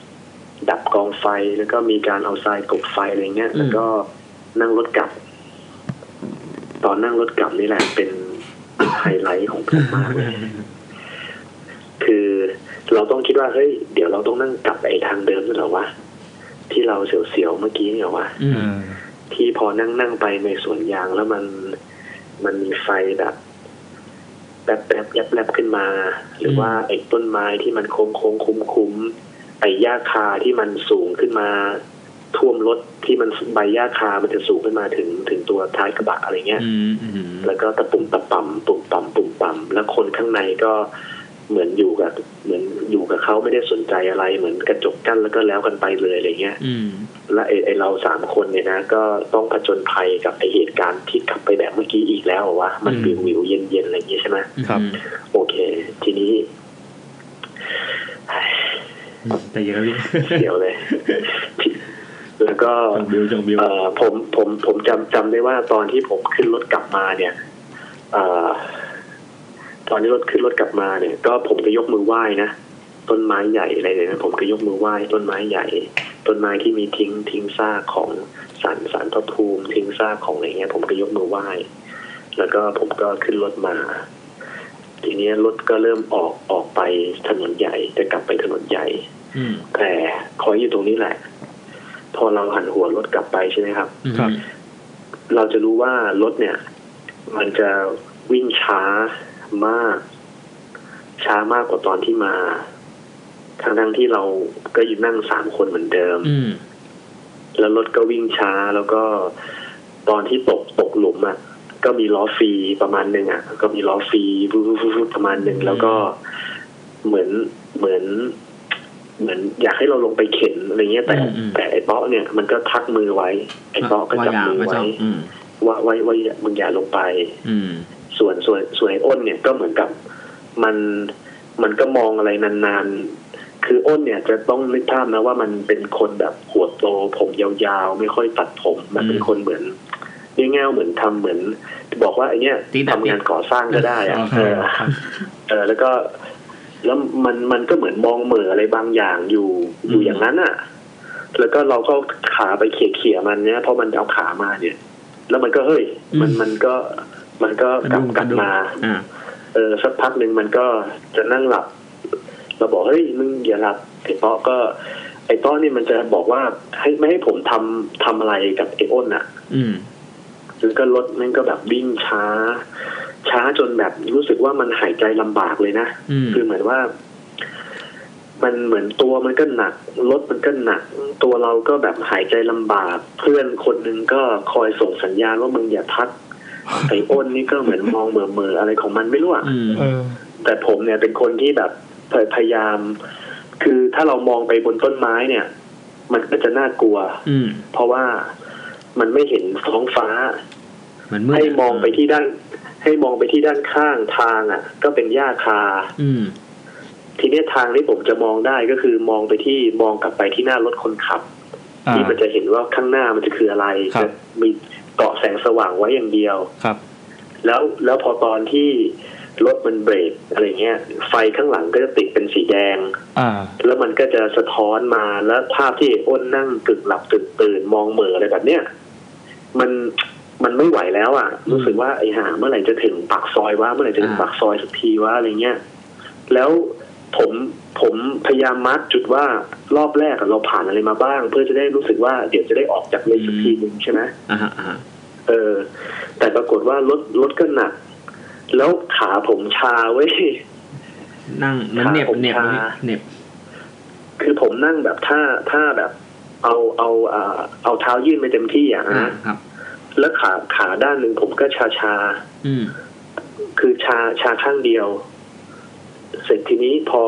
Speaker 5: ดับกองไฟแล้วก็มีการเอาทรายกลบไฟอะไรเงี้ย
Speaker 2: อืม
Speaker 5: แล้วก็นั่งรถกลับ ตอนนั่งรถกลับนี่แหละเป็นไฮไลท์ของผมมากเลย
Speaker 2: <laughs>
Speaker 5: คือเราต้องคิดว่าเฮ้ยเดี๋ยวเราต้องนั่งกลับไอ้ทางเดิมด้วยเหรอวะที่เราเสียวๆเมื่อกี้เนี่ยเหรอวะ
Speaker 2: อืม
Speaker 1: เออ
Speaker 5: ที่พอนั่งนั่งไปในสวนยางแล้วมันมันมีไฟแบบแป๊บแป๊บแยบแยบขึ้นมา หรือว่าไอ้ต้นไม้ที่มันโค้งโค้งคุ้มคุ้มไอ้หญ้าคาที่มันสูงขึ้นมา ท่วมรถที่มันใบหญ้าคามันจะสูงขึ้นมาถึงถึงตัวท้ายกระบะอะไรเงี้ย
Speaker 2: อืมอืม
Speaker 5: แล้วก็ตะปุ่มตะป่ำปุ่มป่ำปุ่มป่ำแล้วคนข้างในก็เหมือนอยู่กับ เหมือนอยู่กับเขาไม่ได้สนใจอะไร เหมือนกระจกกั้นแล้วก็แล้วกันไปเลยอะไรเงี้ย
Speaker 2: อืม
Speaker 5: และไอ้ไอเราสามคนเนี่ยนะ ก็ต้องผจญภัยกับไอเหตุการณ์ที่กลับไปแบบเมื่อกี้อีกแล้วอะวะมัน
Speaker 1: อืม
Speaker 5: วิววิวเย็นเย็นๆอะไรอย่างงี้ใช่ไหม
Speaker 1: ครับ
Speaker 5: โอเค ทีนี้
Speaker 1: แต่อย่าลืม
Speaker 5: เดี๋ยวเลย <laughs> แล้วก็
Speaker 1: จังบิวจังบิว
Speaker 5: เอ่อผมผมผมจำจำได้ว่าตอนที่ผมขึ้นรถกลับมาเนี่ยเอ่อตอนที่รถขึ้นรถกลับมาเนี่ย ก็ผมก็ยกมือไหว้นะต้นไม้ใหญ่อะไรเนี่ยนะผมก็ยกมือไหว้ต้นไม้ใหญ่ ต้นไม้ที่มีทิ้งทิ้งซากของสารสารพระภูมิทิ้งซากของอะไรเงี้ย ผมก็ยกมือไหว้แล้วก็ผมก็ขึ้นรถมา ทีเนี้ยรถก็เริ่มออกออกไปถนนใหญ่จะกลับไปถนนใหญ่
Speaker 2: อืม
Speaker 5: แต่ขออยู่ตรงนี้แหละ พอเราหันหัวรถกลับไปใช่ไหมครับ
Speaker 2: อืม
Speaker 1: ครับ
Speaker 5: เราจะรู้ว่ารถเนี่ย มันจะวิ่งช้ามาก ช้ามากกว่าตอนที่มาทั้งทั้งๆที่เราก็ยืนนั่งสามคนเหมือนเดิม
Speaker 2: อืม
Speaker 5: แล้วรถก็วิ่งช้าแล้วก็ตอนที่ตกตกหลุมอะ่ะ ก็มีล้อฟรีประมาณหนึ่งอะ่ะ ก็มีล้อฟรีวูบๆๆๆประมาณหนึ่งแล้วก็เหมือนเหมือน เหมือน อยากให้เราลงไปเข็นอะไรเงี้ยแต่ แต่ไอ้เบาะเนี่ยมันก็ทักมือไว้ไอ้เบาะก็จับมือ
Speaker 2: ว่า
Speaker 5: ไว้
Speaker 2: ยาอืม
Speaker 5: ว่าไว้ไว้อย่ามึงอย่าลงไป
Speaker 2: อืม
Speaker 5: ส่วนส่วนส่วนไอ้อ้นเนี่ยก็เหมือนกับมันมันก็มองอะไรนานๆ คืออ้นเนี่ยจะต้องนึกภาพนะว่ามันเป็นคนแบบหัวโตผมยาวๆ ไม่ค่อยตัดผม มันเป็นคนเหมือนเงี้ยๆเหมือนทำเหมือน บอกว่าไอเนี้ยทำงานก่อสร้างก็ได้อะเออ เออแล้วก็แล้วมันมันก็เหมือนมองเหม่ออะไรบางอย่างอยู่อยู่อย่างนั้นอ่ะ แล้วก็เราก็ขาไปเขี่ยเขี่ยๆมันเนี่ยเพราะมันเอาขามาเนี่ย แล้วมันก็เฮ้ย มันมันก็มันก็กลับกลับมา
Speaker 2: อ่า
Speaker 5: เออสักพักหนึ่งมันก็จะนั่งหลับ เราบอกเฮ้ยมึงอย่าหลับไอ้เป้อก็ ไอ้เป้อนี่มันจะบอกว่าให้ไม่ให้ผมทำทำอะไรกับไอ้อ้นอ่ะ
Speaker 2: อืม
Speaker 5: แล้วก็รถมันก็แบบวิ่งช้า ช้าจนแบบรู้สึกว่ามันหายใจลำบากเลยนะ
Speaker 2: อืม
Speaker 5: คือเหมือนว่า มันเหมือนตัวมันก็หนักรถมันก็หนัก ตัวเราก็แบบหายใจลำบาก เพื่อนคนหนึงก็คอยส่งสัญญาณว่ามึงอย่าทักไอ้อ้นนี่ก็เหมือนมองเหม่อเมอๆอะไรของมันไม่รู้อะ
Speaker 2: อืม
Speaker 1: เออ
Speaker 5: แต่ผมเนี่ยเป็นคนที่แบบพยายาม คือถ้าเรามองไปบนต้นไม้เนี่ย มันก็จะน่ากลัว
Speaker 2: อืม
Speaker 5: เพราะว่ามันไม่เห็นท้องฟ้า
Speaker 2: มันมืด
Speaker 5: ให้มองไปที่ด้าน ให้มองไปที่ด้านข้างทางอ่ะ ก็เป็นหญ้าคา
Speaker 2: อืม
Speaker 5: ทีเนี้ยทางที่ผมจะมองได้ก็คือมองไปที่มองกลับไปที่หน้ารถคนขับ
Speaker 1: อ่า
Speaker 5: ที่มันจะเห็นว่าข้างหน้ามันจะคืออะไร
Speaker 1: ครับ
Speaker 5: จะมีเกาะแสงสว่างไว้อย่างเดียว
Speaker 1: ครับ
Speaker 5: แล้วแล้วพอตอนที่รถมันเบรกอะไรเงี้ย ไฟข้างหลังก็จะติดเป็นสีแดง
Speaker 1: อ่า
Speaker 5: แล้วมันก็จะสะท้อนมาแล้วภาพที่อ้นนั่งกึ่งหลับตื่นตื่นมองเหม่ออะไรแบบเนี้ยมันมันไม่ไหวแล้วอ่ะ รู้สึกว่าไอ้ห่าเมื่อไหร่จะถึงปากซอยวะเมื่อไหร่จะถึงปากซอยสักทีวะอะไรเงี้ยแล้วผมผมพยายามมาร์กจุดว่ารอบแรกอะเราผ่านอะไรมาบ้าง เพื่อจะได้รู้สึกว่าเดี๋ยวจะได้ออกจากเลนสักทีนึงใช่ไหม
Speaker 2: อ่าฮะอ่าฮะ
Speaker 5: เออแต่ปรากฏว่ารถรถก็หนัก แล้วขาผมชาเว้ย
Speaker 2: นั่งเหมันเหน็บ
Speaker 5: ขาผม
Speaker 2: เหน็บ
Speaker 5: ชา
Speaker 2: เหน็บ
Speaker 5: คือผมนั่งแบบท่าท่าแบบ เอาเอาอ่าเอาเท้ายื่นไปเต็มที่อ่ะ
Speaker 2: อ่า
Speaker 5: ฮะ
Speaker 2: ครับ
Speaker 5: แล้วขาขาด้านหนึ่งผมก็ชาชา
Speaker 2: อืม
Speaker 5: ๆคือชาชาข้างเดียว เสร็จทีนี้พอ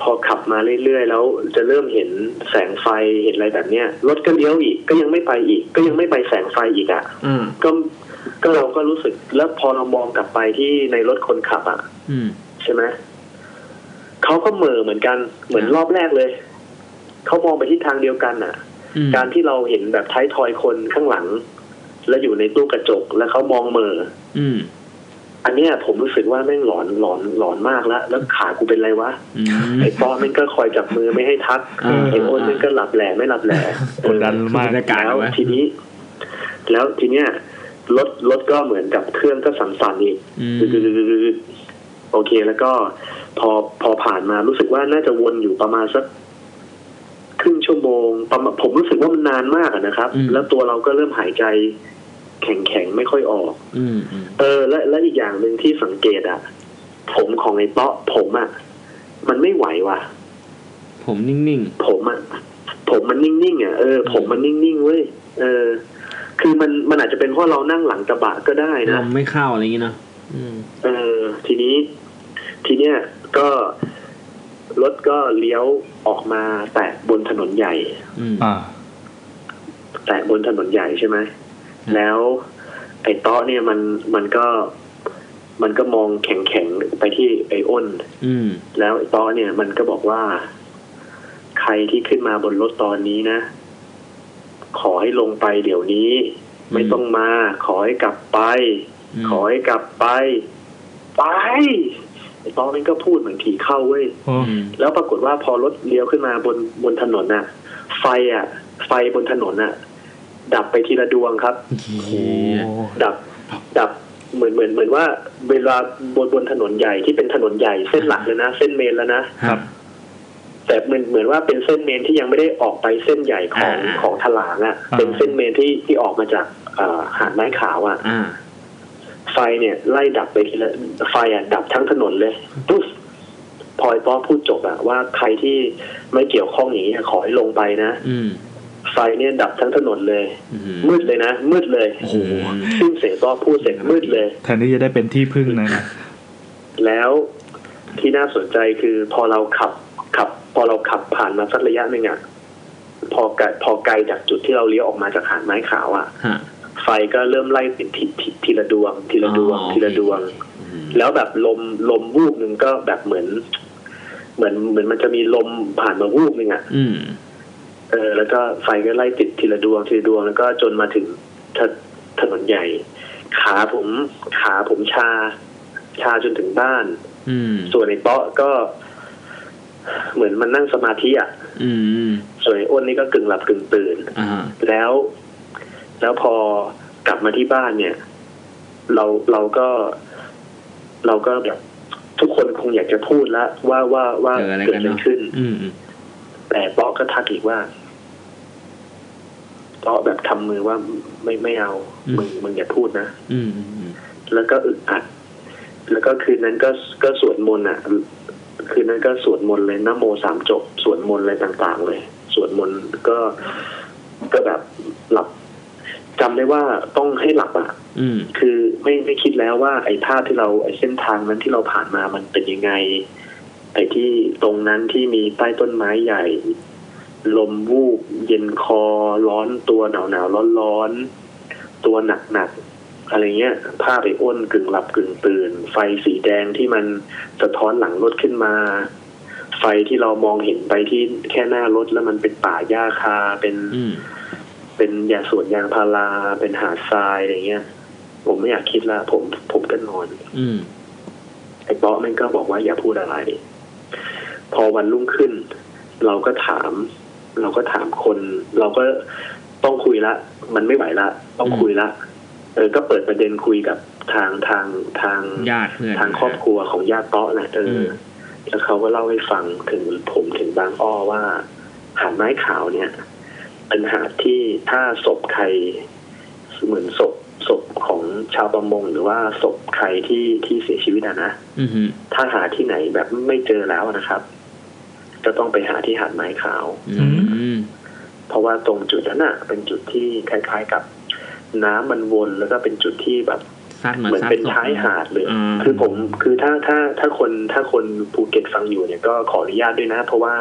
Speaker 5: พอขับมาเรื่อยๆแล้วจะเริ่มเห็นแสงไฟเห็นอะไรแบบเนี้ยรถก็เลี้ยวอีก ก็ยังไม่ไปอีก ก็ยังไม่ไปแสงไฟอีกอ่ะ
Speaker 2: อ่า
Speaker 5: ก็ก็เราก็รู้สึกแล้วพอเรามองกลับไปที่ในรถคนขับอ่ะ
Speaker 2: อืม
Speaker 5: ใช่ไหมเขาก็เหม่อเหมือนกันเหมือน
Speaker 2: อ่ะ
Speaker 5: รอบแรกเลย เขามองไปที่ทางเดียวกันน่ะ
Speaker 2: อืม
Speaker 5: การที่เราเห็นแบบท้ายทอยคนข้างหลัง แล้วอยู่ในตู้กระจกแล้วเขามองเหม่อ
Speaker 2: อืม
Speaker 5: อันเนี้ยผมรู้สึกว่าแม่งหลอนหลอนหลอนมากแล้วแล้วขากูเป็นไรวะ
Speaker 2: อืม
Speaker 5: ไอ้ป้อแม่งก็คอยจับมือไม่ให้ทัก
Speaker 2: อ่า
Speaker 5: ไอ้อ้นแม่งก็หลับแหล่ไม่หลับแหล่
Speaker 3: กดดันมาก
Speaker 2: บรรยากาศ
Speaker 5: แล้ว
Speaker 2: ไว้
Speaker 5: ทีนี้ แล้วทีเนี้ยรถรถก็เหมือนกับเครื่องก็สั่นๆอีก
Speaker 2: อืม
Speaker 5: โอเคแล้วก็พอพอผ่านมารู้สึกว่าน่าจะวนอยู่ประมาณสักครึ่งชั่วโมงประมาณผมรู้สึกว่ามันนานมากอะนะครับ แล้วตัวเราก็เริ่มหายใจแข็งแข็งๆไม่ค่อยออก
Speaker 2: อืมอืม
Speaker 5: เออ และและอีกอย่างหนึ่งที่สังเกตอะผมของไอ้เตาะผมอะมันไม่ไหวว่ะ
Speaker 2: ผมนิ่ง
Speaker 5: ผมอะผมมันนิ่งๆอะเออผมมันนิ่งๆเว้ยเออ คือมันมันอาจจะเป็นเพราะเรานั่งหลังกระบะก็ได้
Speaker 2: ๆล
Speaker 5: นะ
Speaker 2: มไม่เข้าอะไรอย่างงี้เนาะอืม
Speaker 5: เออทีนี้ทีเนี้ยก็รถก็เลี้ยวออกมาแตะบนถนนใหญ่
Speaker 2: อืม
Speaker 1: อ่า
Speaker 5: แตะบนถนนใหญ่ใช่ไหมแล้วไอ้เต้อเนี่ยมันมันก็มันก็มองแข็งแข็งๆไปที่ไอ้อ้น
Speaker 2: อืม
Speaker 5: แล้วไอ้เต้อเนี่ยมันก็บอกว่า ใครที่ขึ้นมาบนรถตอนนี้นะ ขอให้ลงไปเดี๋ยวนี้ ไม่ต้องมา ขอให้กลับไป
Speaker 2: ม
Speaker 5: ขอให้กลับไป ไปไอ้ตอนนั้นก็พูดเหมือนผีเข้าเว้ย
Speaker 1: โอ้
Speaker 2: อืม
Speaker 5: แล้วปรากฏว่าพอรถเลี้ยวขึ้นมาบนบนถนนน่ะ ไฟอ่ะ ไฟบนถนนน่ะ ดับไปทีละดวงครับ
Speaker 1: โห
Speaker 2: เหี้ย
Speaker 5: ดับ ดับเหมือนเหมือนเหมือนว่า เวลาบนบนถนนใหญ่ที่เป็นถนนใหญ่เส้นหลักเลยนะเส้นเมนแล้วนะครับ แต่เหมือนเหมือนว่าเป็นเส้นเมนที่ยังไม่ได้ออกไปเส้นใหญ่ของ
Speaker 2: อ่า
Speaker 5: ของถลางอ่ะ เป็นเส้นเมนที่ที่ออกมาจากเอ่อหาดไม้ขาวอ่ะ
Speaker 2: อ่า
Speaker 5: ไฟเนี่ยไล่ดับไปทีละไฟอ่ะดับทั้งถนนเลยปุ๊บพอยป้อพูดจบอะว่าใครที่ไม่เกี่ยวข้องอย่างนี้อะขอให้ลงไปนะ
Speaker 2: อืม
Speaker 5: ไฟเนี่ยดับทั้งถนนเลย
Speaker 2: อืม
Speaker 5: มืดเลยนะมืดเลย
Speaker 2: โอ้โห
Speaker 5: สิ้นเสียงป้อพูดเสร็จมืดเลย
Speaker 1: แทนที่จะได้เป็นที่พึ่งนะนะ
Speaker 5: แล้วที่น่าสนใจคือพอเราขับขับ พอเราขับผ่านมาสักระยะหนึ่งอะพอไกลพอไกลจากจุดที่เราเลี้ยวออกมาจากหาดไม้ขาวอะ
Speaker 2: ฮะ
Speaker 5: ไฟก็เริ่มไล่เป็นทีทีทีละดวง ทีละดวง
Speaker 2: อ๋อ
Speaker 5: ทีละดวง
Speaker 2: อืม
Speaker 5: แล้วแบบลมลมวูบหนึ่งก็แบบเหมือน เหมือนเหมือนมันจะมีลมผ่านมาวูบหนึ่งอะ่ะ
Speaker 2: อืม
Speaker 5: เออแล้วก็ไฟก็ไล่ติดทีละดวงทีละดวงแล้วก็จนมาถึงถถนนใหญ่ ขาผมขาผมชา ชาจนถึงบ้าน
Speaker 2: อืม
Speaker 5: ส่วนไอ้เปาะก็ เหมือนมันนั่งสมาธิอะ่ะ
Speaker 2: อืม
Speaker 5: ส่วนไอ้อ้นนี่ก็กึ่งหลับกึ่งตื่น
Speaker 2: อ่า
Speaker 5: แล้ว แล้วพอกลับมาที่บ้านเนี่ย เราเราก็ เราก็แบบทุกคนคงอยากจะพูดละว่าว่าว่า
Speaker 2: เจออะไร
Speaker 5: เกิด
Speaker 2: กัน
Speaker 5: อะไร
Speaker 2: เนาะ
Speaker 5: ขึ้น
Speaker 2: อืมอืม
Speaker 5: แต่เปาะก็ทักอีกว่าเปาะแบบทำมือว่าไม่ไม่เอามึงมึงอย่าพูดนะ
Speaker 2: อืมอืม
Speaker 5: แล้วก็อึดอัด แล้วก็คืนนั้นก็ก็สวดมนต์อ่ะ คืนนั้นก็สวดมนต์เลยนะโมสามจบ สวดมนต์อะไรต่างๆ เลย สวดมนต์ก็ก็แบบหลับจำได้ว่าต้องให้หลับอ่ะ
Speaker 2: อืม
Speaker 5: คือไม่ไม่คิดแล้วว่าไอ้ภาพที่เราไอ้เส้นทางนั้นที่เราผ่านมามันเป็นยังไง ไอ้ที่ตรงนั้นที่มีใต้ต้นไม้ใหญ่ ลมวูบเย็นคอร้อนตัวหนาวหนาวร้อนร้อนๆตัวหนักหนักๆอะไรเงี้ยภาพไอ้อ้นกึ่งหลับกึ่งตื่น ไฟสีแดงที่มันสะท้อนหลังรถขึ้นมา ไฟที่เรามองเห็นไปที่แค่หน้ารถแล้วมันเป็นป่าหญ้าคาเป็น
Speaker 2: อืม
Speaker 5: เป็นยาสวนยางพาราเป็นหาดทรายอะไรเงี้ย ผมไม่อยากคิดละผมผมก็นอน
Speaker 2: อืม
Speaker 5: ไอ้เบาะมันก็บอกว่าอย่าพูดอะไร พอวันรุ่งขึ้น เราก็ถาม เราก็ถามคน เราก็ต้องคุยละ มันไม่ไหวละ ต้องคุยละ เออ ก็เปิดประเด็นคุยกับทางทางทาง
Speaker 2: ญาติเพื่อน
Speaker 5: ทางครอบครัวของญาติเตาะนะเอออ
Speaker 2: ม
Speaker 5: แล้วเขาก็เล่าให้ฟังถึงผมถึงบางอ้อว่าหาดไม้ขาวเนี่ย เป็นหาดที่ถ้าศพใครเหมือนศพ ศพของชาวประมงหรือว่าศพใครที่ที่เสียชีวิตอะนะ
Speaker 2: อือฮึ
Speaker 5: ถ้าหาที่ไหนแบบไม่เจอแล้วนะครับ จะต้องไปหาที่หาดไม้ขาว
Speaker 2: อืม
Speaker 5: เพราะว่าตรงจุดนั้นอ่ะ เป็นจุดที่คล้ายๆกับ น้ำมันวนแล้วก็เป็นจุดที่แบบ
Speaker 2: ซัดมา
Speaker 5: เหมือน
Speaker 2: ซัด
Speaker 5: เป็น
Speaker 2: ศพ
Speaker 5: ท้ายหาดเลย
Speaker 2: อืม
Speaker 5: คือผมคือถ้าถ้าถ้าคนถ้าคนภูเก็ตฟังอยู่เนี่ยก็ขออนุญาตด้วยนะ เพราะว่า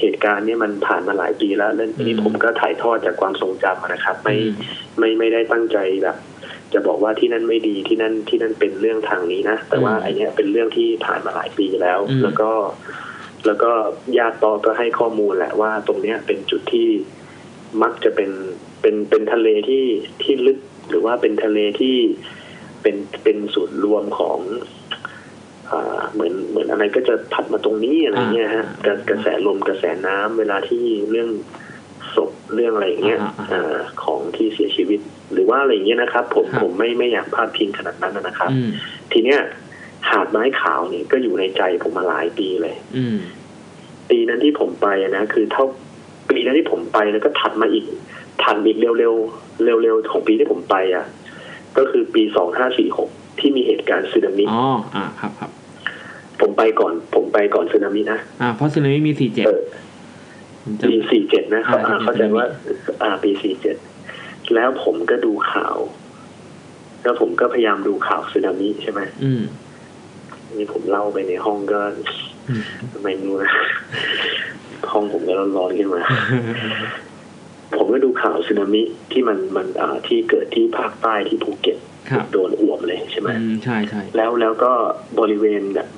Speaker 5: เหตุการณ์เนี่ยมันผ่านมาหลายปีแล้วแล้วทีนี้ผมก็ถ่ายทอดจากความทรงจำอะนะครับ ไม่
Speaker 2: อืม
Speaker 5: ไม่ไม่ได้ตั้งใจแบบ จะบอกว่าที่นั่นไม่ดีที่นั่นที่นั่นเป็นเรื่องทางนี้นะ แต่ว่าไอเนี้ยเป็นเรื่องที่ผ่านมาหลายปีแล้ว
Speaker 2: อืม
Speaker 5: แล้วก็ แล้วก็ญาติปอก็ให้ข้อมูลแหละว่าตรงเนี้ยเป็นจุดที่มักจะเป็นเป็นเป็นทะเลที่ที่ลึกหรือว่าเป็นทะเลที่เป็นเป็นศูนย์รวมของอ่าเหมือนเหมือนอะไรก็จะพัดมาตรงนี้อะไรเงี้ยฮะกระกระแสลมกระแสน้ำเวลาที่เรื่องศพเรื่องอะไรอย่างเงี้ย
Speaker 2: อ่าอ่า
Speaker 5: อ่าของที่เสียชีวิต หรือว่าอะไรอย่างเงี้ยนะครับ ผม
Speaker 2: ครับ
Speaker 5: ผมไม่ไม่อยากพาดพิงขนาดนั้นนะนะครับ
Speaker 2: อืม
Speaker 5: ทีเนี้ยหาดไม้ขาวนี่ก็อยู่ในใจผมมาหลายปีเลย
Speaker 2: อืม
Speaker 5: ปีนั้นที่ผมไปอะนะคือเท่าปีนั้นที่ผมไปแล้วก็ถัดมาอีกถัดอีกเร็วเร็วเร็วเร็วๆของปีที่ผมไปอ่ะ ก็คือปีสองห้าสี่หกที่มีเหตุการณ์สึนามิ
Speaker 2: อ๋ออ่าครับครับ
Speaker 5: ผมไปก่อน ผมไปก่อนสึนามินะ
Speaker 2: อ่าเพราะสึนามิมีสี่เจ็ด
Speaker 5: เออ
Speaker 2: จะ
Speaker 5: ปีสี่เจ็ดนะเขา
Speaker 2: อ่า
Speaker 5: อ่าเข้าใจว่า อ่าปีสี่เจ็ดแล้วผมก็ดูข่าว แล้วผมก็พยายามดูข่าวสึนามิใช่ไหม
Speaker 2: อืม
Speaker 5: นี่ผมเล่าไปในห้องก็
Speaker 2: อืม
Speaker 5: ไม่รู้นะ <laughs> ห้องผมก็ร้อนๆขึ้น
Speaker 2: <laughs>
Speaker 5: มา ผมก็ดูข่าวสึนามิที่มันมันอ่าที่เกิดที่ภาคใต้ที่ภูเก็ต
Speaker 2: ครับ
Speaker 5: โดนอ่วมเลยใช่ไหม
Speaker 2: อืมใช่ใช่
Speaker 5: แล้วแล้วก็บริเวณแบบ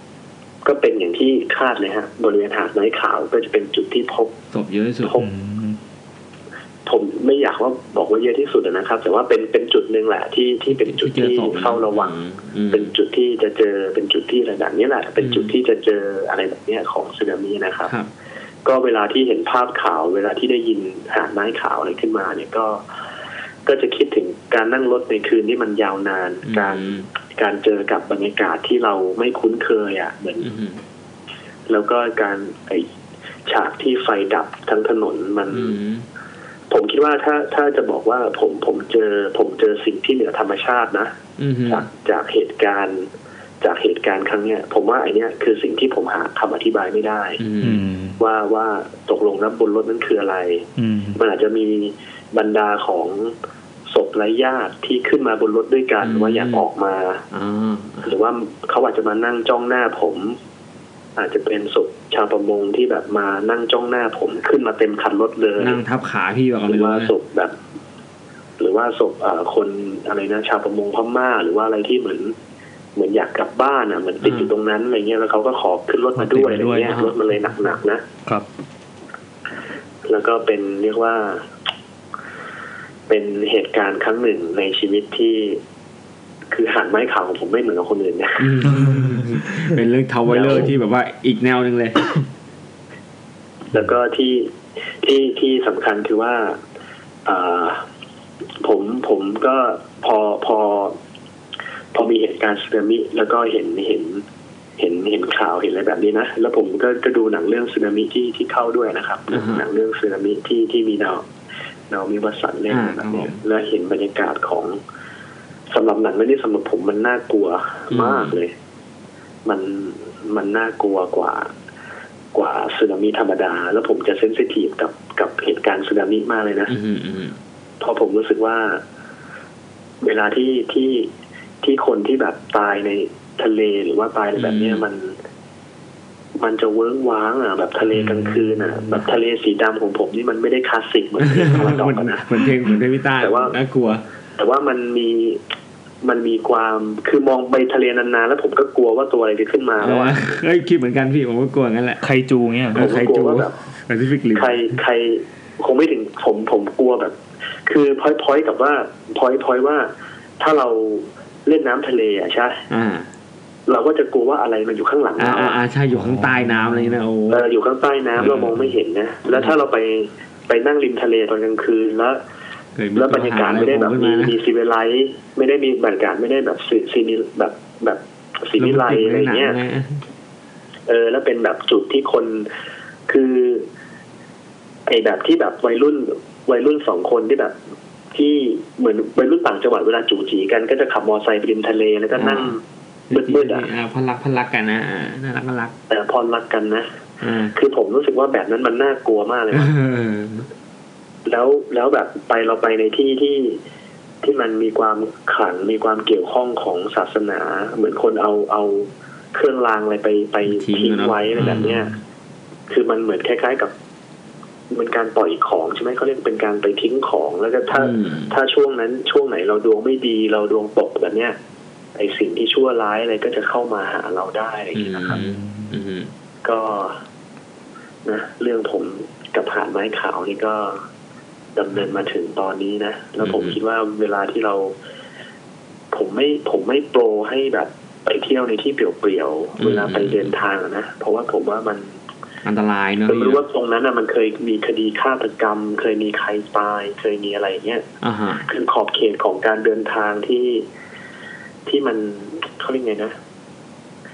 Speaker 5: ก็เป็นอย่างที่คาดเลยฮะ บริเวณหาดไม้ขาวก็จะเป็นจุดที่พบ
Speaker 2: ศพเยอะที่สุด
Speaker 5: พบ ผมไม่อยากว่าบอกว่าเยอะที่สุดนะครับ แต่ว่าเป็นเป็นจุดหนึ่งแหละที่ที่เป็นจุดที่เฝ้าระวัง
Speaker 2: อืม
Speaker 5: เป็นจุดที่จะเจอเป็นจุดที่ระดับนี้แหละ เป็นจุดที่จะเจออะไรแบบเนี้ยของสึนามินะครับ
Speaker 2: ครับ
Speaker 5: ก็เวลาที่เห็นภาพข่าว เวลาที่ได้ยินหาดไม้ข่าวอะไรขึ้นมาเนี่ยก็ ก็จะคิดถึงการนั่งรถในคืนที่มันยาวนาน การ
Speaker 2: อืม
Speaker 5: การเจอกับบรรยากาศที่เราไม่คุ้นเคยอ่ะเหมือน
Speaker 2: อืม
Speaker 5: แล้วก็การไอฉากที่ไฟดับทั้งถนนมัน
Speaker 2: อืม
Speaker 5: ผมคิดว่าถ้าถ้าจะบอกว่าผมผมเจอ ผมเจอสิ่งที่เหนือธรรมชาตินะ
Speaker 2: อืม
Speaker 5: จากจากเหตุการณ์จากเหตุการณ์ครั้งเนี้ย ผมว่าไอเนี้ยคือสิ่งที่ผมหาคำอธิบายไม่ได้
Speaker 2: อื
Speaker 1: อื
Speaker 2: ม
Speaker 1: ม
Speaker 5: ว่าว่าตกลงแล้วบนรถนั้นคืออะไร
Speaker 1: อืม
Speaker 5: มันอาจจะมีบรรดาของศพไร้ญาติที่ขึ้นมาบนรถด้วยกัน
Speaker 2: อืม
Speaker 5: ว่าอยากออกมา
Speaker 2: อ่า
Speaker 5: หรือว่าเขาอาจจะมานั่งจ้องหน้าผม อาจจะเป็นศพชาวประมงที่แบบมานั่งจ้องหน้าผมขึ้นมาเต็มคันรถเลย
Speaker 2: นั่งทับขาพี่แบบ
Speaker 5: ห
Speaker 2: ไม่
Speaker 5: รือ
Speaker 2: รู้
Speaker 5: ว่า
Speaker 2: นะ
Speaker 5: ศพแบบ หรือว่าศพเอ่อคนอะไรนะชาวประมงพม่าหรือว่าอะไรที่เหมือน เหมือนอยากกลับบ้านอ่ะเหมือนติด
Speaker 2: อ่า
Speaker 5: อยู่ตรงนั้นอะไรเงี้ยแล้วเขาก็ขอขึ้นรถมาด้วย
Speaker 2: ขอติ
Speaker 5: อะ
Speaker 2: ดมาด้
Speaker 5: ไร
Speaker 2: วย
Speaker 5: เงี้ย
Speaker 2: อ่าร ร
Speaker 5: ถมันเลยหนักๆนะครับ แล้วก็เป็นเรียกว่า เป็นเหตุการณ์ครั้งหนึ่งในชีวิตที่ คือหันไม้ข่าวของผมไม่เหมือนกับคนอื่นนะ
Speaker 2: อืมเป็นเรื่องทาวเวอร์ที่แบบว่าอีกแนวหนึ่งเลย
Speaker 5: แล้วก็ที่ที่ที่สำคัญคือว่าอ่าผมผมก็พอพอ พอมีเหตุการณ์สึนามิ แล้วก็เห็นเห็น เห็นเห็นข่าวเห็นอะไรแบบนี้นะ แล้วผมก็ก็ดูหนังเรื่องสึนามิที่ที่เข้าด้วยนะครับ
Speaker 2: อ่าฮะ
Speaker 5: หนังเรื่องสึนามิที่ที่มีดาวดาวมีวัตสันเล่น
Speaker 2: อ่า
Speaker 5: แบบ
Speaker 2: ค
Speaker 5: เนี้
Speaker 2: รับผม
Speaker 5: ยแล้วเห็นบรรยากาศของสำหรับหนังเรื่องนี้สำหรับผมมันน่ากลัว
Speaker 2: อืม
Speaker 5: มากเลย มันมันน่ากลัวกว่า กว่าสึนามิธรรมดา แล้วผมจะเซนซิทีฟกับกับเหตุการณ์สึนามิมากเลยนะ
Speaker 2: อืมอืม
Speaker 5: เพราะผมรู้สึกว่า เวลาที่ที่ที่คนที่แบบตายในทะเลหรือว่าตายในแบบเนี้ยมัน มันจะเวิ้งว้างอ่ะ แบบทะเลกลางคืนอ่ะ แบบทะเลสีดำของผมนี่มันไม่ได้คลาสสิกเหมือนทะเลตะวันออกอะนะ
Speaker 2: เหมือนเพลงเหมือนเพลงพี่ต้า
Speaker 5: แต่ว่า
Speaker 2: น่ากลัว
Speaker 5: แต่ว่ามันมีมันมีความคือมองไปทะเลนานๆแล้วผมก็กลัวว่าตัวอะไรจะขึ้นมาแล้วอ่ะ
Speaker 2: เอ้ยคิดเหมือนกันพี่ผมก็กลัวงั้นแหละ
Speaker 1: ใครจูเงี้ย
Speaker 5: ผมก็
Speaker 2: ใคร
Speaker 5: กลั
Speaker 2: จู
Speaker 5: วว่าแบบ
Speaker 2: แปซิฟิกลิม
Speaker 5: ใครใครคงไม่ถึงผมผมกลัวแบบ คือพอยพอยกับว่าพอยพอยว่า ถ้าเราเล่นน้ำทะเลอ่ะใช่
Speaker 2: อ่า
Speaker 5: เราก็จะกลัวว่าอะไรมันอยู่ข้างหลัง
Speaker 2: อ่า
Speaker 5: เรา
Speaker 2: อ่า
Speaker 5: อะ
Speaker 2: อ่าใช่อยู่ข้างใต้น้ำอะไรเงี้ยนะโอ้
Speaker 5: เอออยู่ข้างใต้น้ำ
Speaker 2: เออ
Speaker 5: เรามองไม่เห็นนะ แล้วถ้าเราไปไปนั่งริมทะเลตอนกลางคืนแล้ว
Speaker 2: เกิด
Speaker 5: แล้วบรรยากาศไม่ได้แบบ
Speaker 2: ขึ้น
Speaker 5: มี
Speaker 2: มานะ
Speaker 5: มีซีเวไลท์ไม่ได้มีบรรยากาศไม่ได้แบบซีซีนิแบบแบบซีนิไลท์อะไรเงี้ย
Speaker 2: หนังนะ
Speaker 5: เออแล้วเป็นแบบจุดที่คนคือไอแบบที่แบบวัยรุ่นวัยรุ่นสองคนที่แบบ ที่เหมือนวัยรุ่นต่างจังหวัดเวลาจูจีกันก็จะขับมอไซค์ไปริมทะเลแล้วก็นั่ง มืดมืดอะ
Speaker 2: อ่าพันรักพันรักกันนะอ่าน่ารักน่ารัก
Speaker 5: แต่พรรักกันนะ
Speaker 2: อ่า
Speaker 5: คือผมรู้สึกว่าแบบนั้นมันน่ากลัวมากเลย
Speaker 2: เอ
Speaker 5: ว่ะ
Speaker 2: อ
Speaker 5: แล้วแล้วแบบไปเราไปในที่ที่ที่มันมีความขลังมีความเกี่ยวข้องของศาสนา เหมือนคนเอาเอาเครื่องรางอะไรไปไป
Speaker 2: ทิ้ง
Speaker 5: ทิ้ง
Speaker 2: แล้
Speaker 5: ไว้อะไรแบบเนี้ย คือมันเหมือนคล้ายๆกับเป็นการปล่อยของใช่ไหมเขาเรียกเป็นการไปทิ้งของ แล้วก็ถ้า
Speaker 2: อืม
Speaker 5: ถ้าช่วงนั้นช่วงไหนเราดวงไม่ดี เราดวงตกแบบเนี้ยไอสิ่งที่ชั่วร้ายอะไรก็จะเข้ามาหาเราได้อะไรอย่าง
Speaker 2: อืม
Speaker 5: เงี้ยนะครับ
Speaker 2: อืม
Speaker 5: ก็นะเรื่องผมกับหาดไม้ขาวนี่ก็ดำเนินมาถึงตอนนี้นะ แล้วผมคิดว่าเวลาที่เรา ผมไม่ผมไม่โปรให้แบบไปเที่ยวในที่เปลี่ยวๆเวลาไปเดินทางอะนะเพราะว่าผมว่ามัน
Speaker 2: อันตรายเนอะ
Speaker 5: ผมรู้ว่าตรงนั้นน่ะมันเคยมีคดีฆาตกรรม เคยมีใครตาย เคยมีอะไรเงี้ย
Speaker 2: อ่าฮะ
Speaker 5: คือขอบเขตของการเดินทางที่ที่มันเขาเรียกไงนะ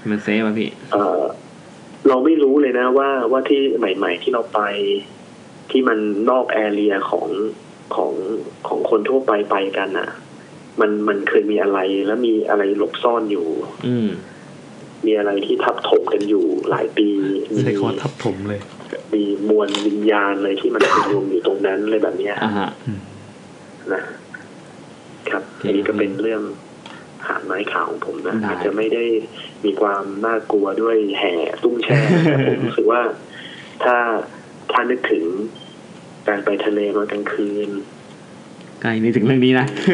Speaker 2: มันเซฟป่ะพี่
Speaker 5: เออเราไม่รู้เลยนะว่าว่าที่ใหม่ ๆ ที่เราไป ที่มันนอกแอเรียของของของคนทั่วไปไปกันน่ะ มันมันเคยมีอะไรแล้วมีอะไรหลบซ่อนอยู่
Speaker 2: อืม
Speaker 5: มีอะไรที่ทับถมกันอยู่หลายปีมี
Speaker 1: ใช้คอทับถมเลย
Speaker 5: มีมวลวิญญาณอะไรที่มันไปรวมอยู่ตรงนั้นอะไรแบบเนี้ย
Speaker 2: อ่าฮะ
Speaker 5: นะครับ
Speaker 2: โอเค
Speaker 5: อันนี้ก็เป็นเรื่องหาดไม้ขาวของผมนะ
Speaker 2: ได้
Speaker 5: อาจจะไม่ได้มีความน่ากลัวด้วยแห่ตุ้งแช่
Speaker 2: <laughs>
Speaker 5: แต่ผมรู้สึกว่าถ้าถ้านึกถึงการไปทะเลตอนกลางคืน
Speaker 2: ใกล้นี่ถึงเรื่องนี้นะ <laughs>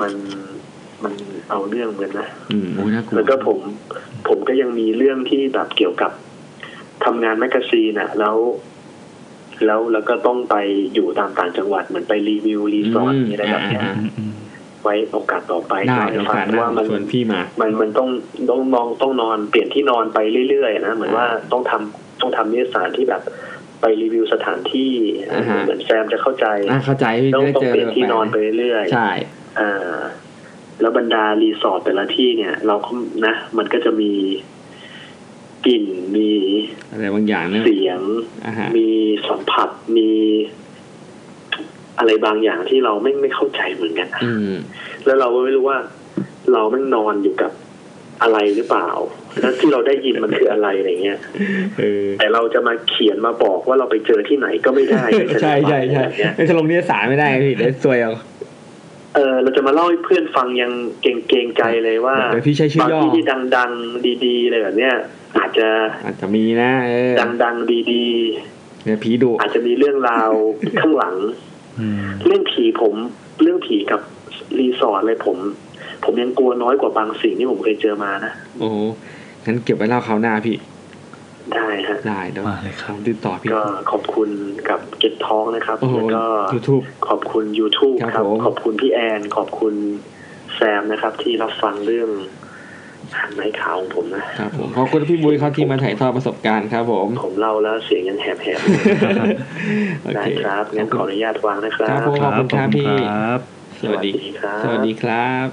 Speaker 5: มันมันเอาเรื่องเหมือนนะ
Speaker 2: อืมโอ้ยน่ากลัว
Speaker 5: แล้วก็ผมผมก็ยังมีเรื่องที่แบบเกี่ยวกับทำงานแมกกาซีนอะแล้ว แล้วแล้วก็ต้องไปอยู่ตามต่างจังหวัดเหมือนไปรีวิวรีสอร์ทอะไรแบบเนี้ย
Speaker 2: อ่า
Speaker 1: อืม
Speaker 5: ไว้โอกาสต่อไป
Speaker 2: ๆได้
Speaker 5: ก็
Speaker 2: โอ
Speaker 5: ฟั
Speaker 2: กาสห
Speaker 5: ง
Speaker 2: น้า
Speaker 5: ว่ามัน
Speaker 2: ชวนพี่มา
Speaker 5: มันมันต้องต้องนอนต้องนอนเปลี่ยนที่นอนไปเรื่อยๆนะเหมือนว่าต้องทำต้องทำนิตยสารที่แบบไปรีวิวสถานที่
Speaker 2: อ่าฮะ
Speaker 5: เหมือนแซมจะเข้าใจ
Speaker 2: อ่าเข้าใจพี่
Speaker 5: ต้อง
Speaker 2: ได้
Speaker 5: ต้อง
Speaker 2: เจอ
Speaker 5: เปลี่ยนที่นอนไปเรื่อยๆ
Speaker 2: ใช่
Speaker 5: อ่าแล้วบรรดารีสอร์ทแต่ละที่เนี่ย เราก็นะ มันก็จะมีกลิ่นมี
Speaker 2: อะไรบางอย่างเนี่ย
Speaker 5: เสียง
Speaker 2: อ่าฮะ
Speaker 5: มีสัมผัสมีอะไรบางอย่างที่เราไม่ไม่เข้าใจเหมือนกันนะ
Speaker 2: อืม
Speaker 5: แล้วเราก็ไม่รู้ว่า เรามันนอนอยู่กับอะไรหรือเปล่า แล้วที่เราได้ยินมันคืออะไรอะไรเงี้ย
Speaker 2: เออ
Speaker 5: แต่เราจะมาเขียนมาบอกว่าเราไปเจอที่ไหนก็ไม่ได้ไม่
Speaker 2: <laughs> ใช่ใช่ใช่
Speaker 5: แบบเนี้ย
Speaker 2: ไม่จะลงนิสสารไม่ได้พี่เดี๋ยวซวยเอา
Speaker 5: เออเราจะมาเล่าให้เพื่อนฟังยังเกรงเกรงใจเลยว่า
Speaker 2: เดี๋ยวพี่ใช้ชื่อย่อ
Speaker 5: บางที่ที่ดังๆ ดีๆอะไรแบบเนี้ยอาจจะ
Speaker 2: อาจจะมีนะ เออ
Speaker 5: ดังๆ ดี
Speaker 2: เนี่ยผีดุ
Speaker 5: ๆ อาจจะมีเรื่องราว <laughs> ข้างหลัง
Speaker 1: อืม
Speaker 5: เรื่องผีผม เรื่องผีกับรีสอร์ทเลยผม ผมยังกลัวน้อยกว่าบางสิ่งที่ผมเคยเจอมานะ
Speaker 2: โอ้โหงั้นเก็บไว้เล่าคราวหน้าพี่
Speaker 5: ได้ฮะ
Speaker 2: ได้เดี๋ยว
Speaker 1: มาเลยครับ
Speaker 2: ติดต่อพี่
Speaker 5: ก็ขอบคุณกับเก็ตท้องนะครับ
Speaker 2: โอ้โห
Speaker 5: แล้วก็
Speaker 2: YouTube
Speaker 5: ขอบคุณ YouTube
Speaker 2: ครับ
Speaker 5: ครับ
Speaker 2: ผม
Speaker 5: ขอบคุณพี่แอน ขอบคุณแซมนะครับ ที่รับฟังเรื่องหันไม้ขาวของผมนะ
Speaker 2: ครับผมขอบคุณพี่บุ้ยครับที่มาถ่ายทอดประสบการณ์ครับผม
Speaker 5: ผมเล่าแล้วเสียงยังแหบ
Speaker 2: โอ
Speaker 5: ๆ ได้
Speaker 2: เค
Speaker 5: ครับงั้นขออนุญาตวางนะครั
Speaker 2: ครับ บผมขอบคุณครับพี่
Speaker 1: ครับ
Speaker 2: สวัสดี สวัสดีครับ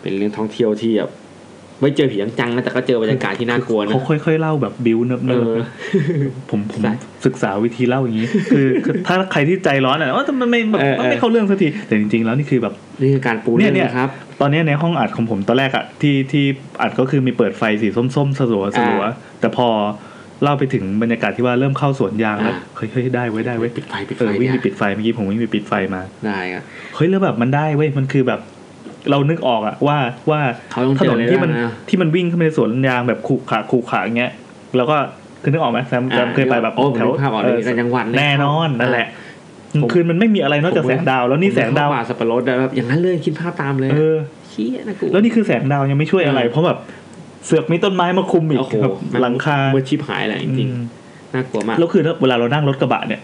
Speaker 2: เป็นเรื่องท่องเที่ยวที่แบบไม่เจอผีจังๆนะแต่ก็เจอบรรยากาศที่น่ากลัวนะ
Speaker 1: เขาค่อยๆเล่าแบบบิ้วเนิบๆ
Speaker 2: เอ
Speaker 1: นะ
Speaker 2: อ
Speaker 1: ผมผม
Speaker 2: ใช่
Speaker 1: ศึกษาวิธีเล่าอย่างนี้ <laughs> คือคือถ้าใครที่ใจร้อนอ่ะว่าทำไมไม่แบบ
Speaker 2: เออเออ
Speaker 1: ไม่เข้าเรื่องสักทีแต่จริงๆแล้วนี่คือแบบ
Speaker 2: นี่คือการปูเรื่อง
Speaker 1: เนี่ย
Speaker 2: นะครับ
Speaker 1: ตอนนี้ในห้องอัดของผมตอนแรกอะที่ที่อัดก็คือมีเปิดไฟสีส้มๆสลัวสลัว
Speaker 2: อ่า
Speaker 1: แต่พอเล่าไปถึงบรรยากาศที่ว่าเริ่มเข้าสวนยางแล้ว
Speaker 2: อ่า
Speaker 1: เฮ้ยเฮ้ยได้เว้ยได้เว้ย
Speaker 2: ปิดไฟปิดไฟ
Speaker 1: เออวิ่ง
Speaker 2: เนี่ย
Speaker 1: ไปปิดไฟเมื่อกี้ผมวิ่งไปปิดไฟมา
Speaker 2: ได้ครับ
Speaker 1: เฮ้ยแล้วแบบมันได้เว้ยมันคือแบบ เรานึกออกอะว่าว่า
Speaker 2: เขาต้อง
Speaker 1: ถ
Speaker 2: เจ
Speaker 1: น
Speaker 2: อน เลย
Speaker 1: ที่มัน
Speaker 2: นะ
Speaker 1: ที่มันวิ่งเข้าไปในสวนยางแบบขรุขระขรุขระอย่างเงี้ยแล้วก็คือนึกออกไหมแซมแซม
Speaker 2: อ่า
Speaker 1: เคยไปแบบ
Speaker 2: โอ้ผมนึกภาพออกเลย
Speaker 1: เ
Speaker 2: ในจังหวัดเลย
Speaker 1: แน่นอนนั่นแหละ
Speaker 2: ผม
Speaker 1: คืนมันไม่มีอะไรนอกจากแสงดาว แล้วนี่แสงดาว
Speaker 2: ผมเข้ป่สับปะรดอะแบบอย่างนั้นเลยคิดภาพตามเลย
Speaker 1: เออ
Speaker 2: เชี้ยนะกู
Speaker 1: แล้วนี่คือแสงดาวยังไม่ช่วยอะไร
Speaker 2: เออ
Speaker 1: เพราะแบบเสือกมีต้นไม้มาคุมอีก
Speaker 2: โอ้โห
Speaker 1: แบบหลังคา
Speaker 2: เมื่อชิบหายแหละจริง
Speaker 1: อืม
Speaker 2: ๆน่ากลัวมาก
Speaker 1: แล้วคือเวลาเรานั่งรถกระบะเนี่ย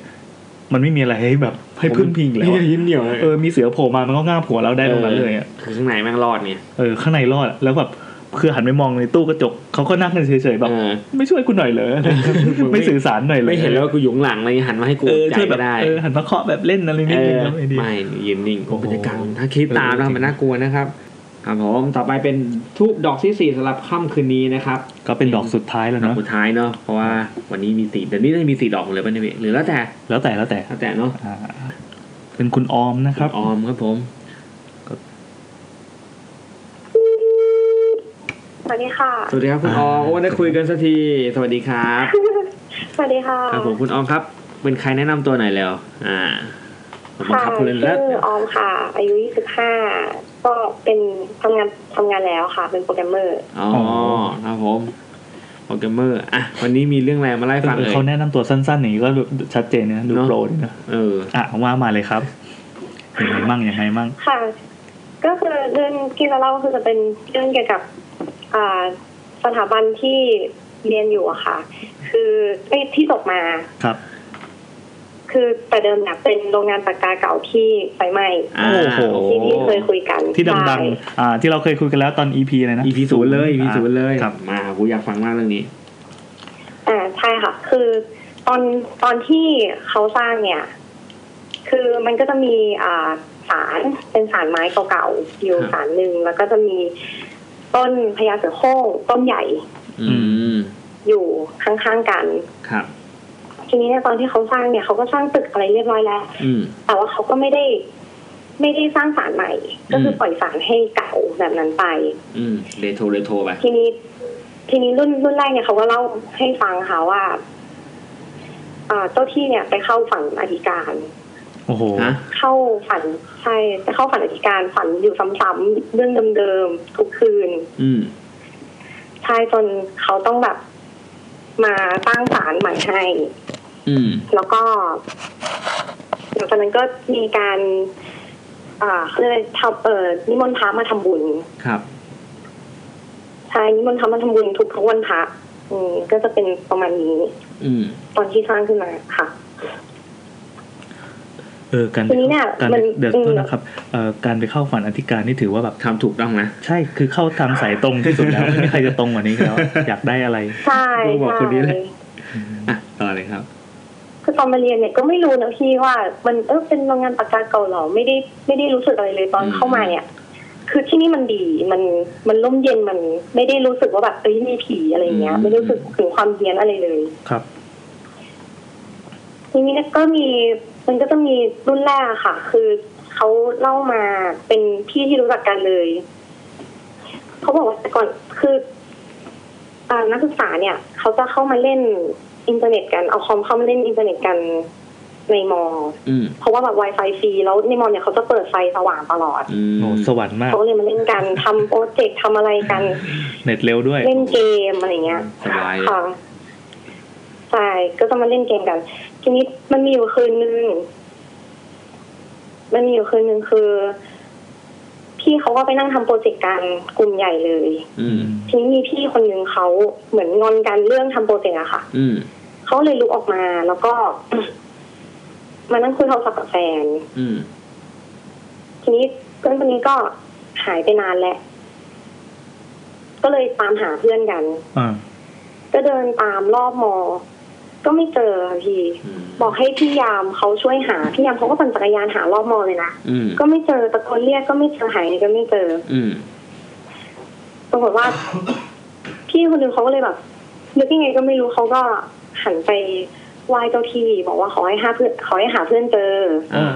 Speaker 1: มันไม่มีอะไรให้แบบ ให้พึ่งพิงแล้วอะ
Speaker 2: ยิ้มเดียวเลย
Speaker 1: เออมีเสือโผล่มามันก็ง่ามหัวเราได้ตรงนั้นเลยอะ
Speaker 2: คือข้างในแม่งรอดไง
Speaker 1: เออข้างในรอดอะแล้วแบบคือหันไปมองในตู้กระจกเขาก็นั่งกันเฉยๆแบบ
Speaker 2: เออ
Speaker 1: ไม่ช่วยกูหน่อยเหร
Speaker 2: <laughs>
Speaker 1: อ
Speaker 2: มึงไม่
Speaker 1: ไม่สื่อสารหน่อยเลย
Speaker 2: ไม่เห็นแล้วว่ากูอยู่ข้างหลังอะไรเงี้ยหันมาให้กู
Speaker 1: เออ
Speaker 2: ใจ
Speaker 1: ช่วยแบ
Speaker 2: ไม่
Speaker 1: บ
Speaker 2: ได้
Speaker 1: เออหันมาเคาะแบบเล่นอะไรนิดนึงแล้วไม่ดี
Speaker 2: ไม่ยืนนิ่ง
Speaker 1: โอ้โห
Speaker 2: บรรยากาศถ้าคิดตาม
Speaker 1: เออจริ
Speaker 2: นะ
Speaker 1: ง
Speaker 2: มันน่ากลัวนะครับ ครับผมต่อไปเป็นทูบดอกที่สี่สำหรับค่ำคืนนี้นะครับ
Speaker 1: ก็เป็นดอกสุดท้ายแล้ว
Speaker 2: ดอก
Speaker 1: เนาะ
Speaker 2: สุดท้ายเนาะเพราะว่าวันนี้มีสี่แต่นี่น่าจะมีสี่ดอกหมดเลยป่ะเนี่ยพี่หรือแล้วแต่
Speaker 1: แล้วแต่แล้วแต่
Speaker 2: แล้วแต่เนาะ
Speaker 1: อ่าเป็นคุณออมนะครับ
Speaker 2: ออมครับผม
Speaker 4: สวัสดีค่ะ
Speaker 2: สวัสดีครับคุณออมโอ้ได้คุยกันสักทีสวัสดีครับ
Speaker 4: สวัสดีค่ะ
Speaker 2: ครับผมคุณออมครับ เป็นใครแนะนำตัวหน่อยแล้ว อ่าบัง
Speaker 4: ค่ะ
Speaker 2: คับคุณเล่น
Speaker 4: ชื่
Speaker 2: แล้ว
Speaker 4: อออมค่ะ อายุ 25 ก็เป็นทำงานทำงานแล้วค่ะ เป็นโปรแกรมเมอร์
Speaker 2: อ๋อครับผมโปรแกรมเมอร์อ่ะวันนี้มีเรื่องอะไรมาไล่าให้ฟัง
Speaker 1: เออ
Speaker 2: เลย
Speaker 1: เขาแนะนำตัวสั้นๆอย่างนี้ก็ดูชัดเจนนะดู
Speaker 2: เนอะ
Speaker 1: โปรดีนะ
Speaker 2: เออ
Speaker 1: อ่ะว่ามาเลยครับยังไงมั่งยังไงมั่ง
Speaker 4: ค่ะ ก็คือเรื่องที่จะเล่าก็คือจะเป็นเรื่องเกี่ยวกับอ่าสถาบันที่เรียนอยู่อะค่ะ คือเอ้ยที่จบมา
Speaker 1: ครับ
Speaker 4: คือแต่เดิมเนี่ยเป็นโรงงานปากกาเก่าที่ไฟไหม้
Speaker 2: อ่าโอ้โห
Speaker 4: ที่ที่เคยคุยกัน
Speaker 1: ที่ดั
Speaker 4: ใช่
Speaker 1: งๆอ่าที่เราเคยคุยกันแล้วตอน EP เลยนะ
Speaker 2: EP ศูนย์เลย EP ศูนย์เลย
Speaker 1: ครับ
Speaker 2: มาผมอยากฟังมากเรื่องนี้
Speaker 4: อ่าใช่ค่ะ คือตอนตอนที่เขาสร้างเนี่ย คือมันก็จะมีอ่าสารเป็นสารไม้เก่าๆอยู่
Speaker 2: ครับ
Speaker 4: สารหนึ่งแล้วก็จะมีต้นพญาเสือโคร่งต้นใหญ่
Speaker 2: อืม
Speaker 4: อยู่ข้างๆกัน
Speaker 2: ครับ
Speaker 4: ทีนี้เนี่ยตอนที่เขาสร้างเนี่ยเขาก็สร้างตึกอะไรเรียบร้อยแล้ว
Speaker 2: อืม
Speaker 4: แต่ว่าเขาก็ไม่ได้ ไม่ได้สร้างสารใหม่ ก็คืออ
Speaker 2: ม
Speaker 4: ปล่อยสารให้เก่าแบบนั้นไป
Speaker 2: อืมเรโทรเรโทรไป
Speaker 4: ทีนี้ทีนี้รุ่นรุ่นแรกเนี่ยเขาก็เล่าให้ฟังค่ะว่าอ่าเจ้าที่เนี่ยไปเข้าฝันอธิการ
Speaker 1: โอ้โห
Speaker 2: ฮะ
Speaker 4: เข้าฝันใช่ไปเข้าฝันอธิการฝันอยู่ซ้ำๆเรื่องเดิมๆทุกคืน
Speaker 2: อืม
Speaker 4: ใช่จนเขาต้องแบบมาสร้างสารใหม่ให้
Speaker 2: อืม
Speaker 4: แล้วก็หลังจากนั้นก็มีการ อ่าเขาเรียกอะไรทำเอ่อนิมนต์พระมาทำบุญ
Speaker 2: ครับ
Speaker 4: ใช่นิมนต์พระมาทำบุญทุกทุกๆวันพระอืมก็จะเป็นประมาณนี้
Speaker 2: อืม
Speaker 4: ตอนที่สร้างขึ้นมาค่ะ
Speaker 1: เออการ
Speaker 4: ทีนี้เนี่ย
Speaker 1: การ
Speaker 4: มัน
Speaker 1: เดี๋ยว
Speaker 4: อืม
Speaker 1: โทษนะครับเอ่อการไปเข้าฝันอธิการนี่ถือว่าแบบ
Speaker 2: ทำถูกต้องนะ
Speaker 1: ใช่คือเข้าทางสายตรงที่สุดแล้ว <laughs> ไม่มีใครจะตรงกว่านี้แล้ว อยากได้อะไร
Speaker 4: ใช่
Speaker 2: ต้องบอก
Speaker 4: ใช่
Speaker 2: คนนี้เลยอ่ะต่อเลยครับ
Speaker 4: คือตอนมาเรียนเนี่ยก็ไม่รู้นะพี่ว่า มันเออเป็นโรงงานปากกาเก่าเหรอไม่ได้ไม่ได้รู้สึกอะไรเลยตอน
Speaker 2: อืม
Speaker 4: เข้ามาเนี่ย คือที่นี่มันดีมันมันร่มเย็นมันไม่ได้รู้สึกว่าแบบเอ้ยมีผีอะไรเงี้ย ไม่ได้รู้สึกถึงความเย็นอะไรเลย
Speaker 1: ครับ
Speaker 4: ทีนี้เนี่ยก็มีมันก็จะมีรุ่นแรกอะค่ะ คือเขาเล่ามาเป็นพี่ที่รู้จักกันเลยเขาบอกว่าแต่ก่อนคืออานักศึกษาเนี่ยเขาจะเข้ามาเล่นอินเทอร์เน็ตกันเอาคอมเข้ามาเล่นอินเทอร์เน็ตกันในมอ
Speaker 2: อืม
Speaker 4: เพราะว่าแบบ Wi-Fi ฟรีแล้วในมอเนี่ยเขาจะเปิดไฟสว่างตลอด
Speaker 2: อืม
Speaker 1: โอ้สวรรค์มาก
Speaker 4: เขาก็เลยมาเล่นกันทำโปรเจกต์ทำอะไรกัน
Speaker 1: เน็ตเร็วด้วย
Speaker 4: เล่นเกมอะไรเงี้ย
Speaker 2: สบายเลย
Speaker 4: ค่ะใช่ก็จะมาเล่นเกมกัน ทีนี้มันมีอยู่คืนนึง มันมีอยู่คืนนึงคือ พี่เขาก็ไปนั่งทำโปรเจกต์กันกลุ่มใหญ่เลย
Speaker 2: อืม
Speaker 4: ทีนี้มีพี่คนนึงเขาเหมือนงอนกันเรื่องทำโปรเจกต์อะค่ะ
Speaker 2: อืม
Speaker 4: เขาเลยลุกออกมาแล้วก็ <coughs> มานั่งคุยโทรศัพท์กับแฟน
Speaker 2: อืม
Speaker 4: ทีนี้เพื่อนคนนี้ก็หายไปนานแล้วก็เลยตามหาเพื่อนกัน
Speaker 1: อ่า
Speaker 4: ก็เดินตามรอบมอ ก็ไม่เจอค่ะพี่
Speaker 2: อืม
Speaker 4: บอกให้พี่ยามเขาช่วยหา พี่ยามเขาก็ปั่นจักรยานหารอบมอเลยนะ
Speaker 2: อืม
Speaker 4: ก็ไม่เจอตะโกนเรียกก็ไม่เจอหายไงก็ไม่เจอ
Speaker 2: อืม
Speaker 4: ปรากฏว่า พี่คนหนึ่งเขาก็เลยแบบนึกยังไงก็ไม่รู้เขาก็หันไปไหว้เจ้าที่ บอกว่าขอให้หาเพื่อนขอให้หาเพื่อนเจอ
Speaker 2: อ่า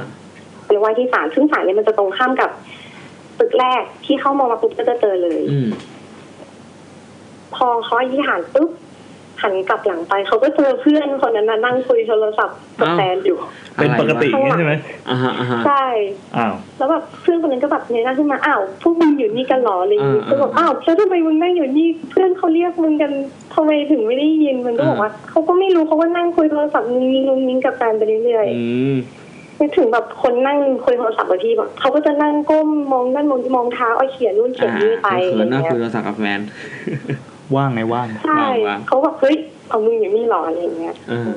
Speaker 4: ไปไหว้ที่ศาลซึ่งศาลเนี่ยมันจะตรงข้ามกับตึกแรกที่เข้ามอมาปุ๊บก็จะเจอเลย
Speaker 2: อืม
Speaker 4: พอเขาอธิษฐานปุ๊บหันกลับหลังไปเขาก็เจอเพื่อนคนนั้นน่ะนั่งคุยโทรศัพท์กับแฟนอยู่
Speaker 2: อะไร
Speaker 1: เป็น
Speaker 2: วะ
Speaker 1: ปกติอย่างนี้ใช่ไหม
Speaker 2: อ่าฮะอ่าฮะ
Speaker 4: ใช่
Speaker 1: อ้าว
Speaker 4: แล้วแบบเพื่อนคนนั้นก็แบบเงยหน้าขึ้นมาอ้าวพวกมึงอยู่นี่กันเหรออะไรอย่างงี้
Speaker 2: อ่า
Speaker 4: ก็บอกอ้าวแล้วทำไมมึงนั่งอยู่นี่เพื่อนเขาเรียกมึงกันทำไมถึงไม่ได้ยินมันก็
Speaker 2: อ่า
Speaker 4: บอกว่าเขาก็ไม่รู้เขาก็นั่งคุยโทรศัพท์งุ้งงิ้งงุ้งงิ้งกับแฟนไปเรื่อย
Speaker 2: อืม
Speaker 4: ๆไปถึงแบบคนนั่งคุยโทรศัพท์กับพี่แบบเขาก็จะนั่งก้มมองด้านมองมองเท้าเอาเขียนนู่นเขียน
Speaker 2: อ่า
Speaker 4: นี่ไป
Speaker 2: เขิ
Speaker 4: อะไร
Speaker 2: นนะ
Speaker 4: เงี้
Speaker 2: คุย
Speaker 4: ย
Speaker 2: โทรศัพท์กับแฟน
Speaker 1: ว่างไงว่าง
Speaker 4: ใช่
Speaker 2: วางๆ
Speaker 4: เขาแบบเฮ้ยเอามึงอยู่นี่เหรออะไรอย่างเงี้ย
Speaker 2: อ่า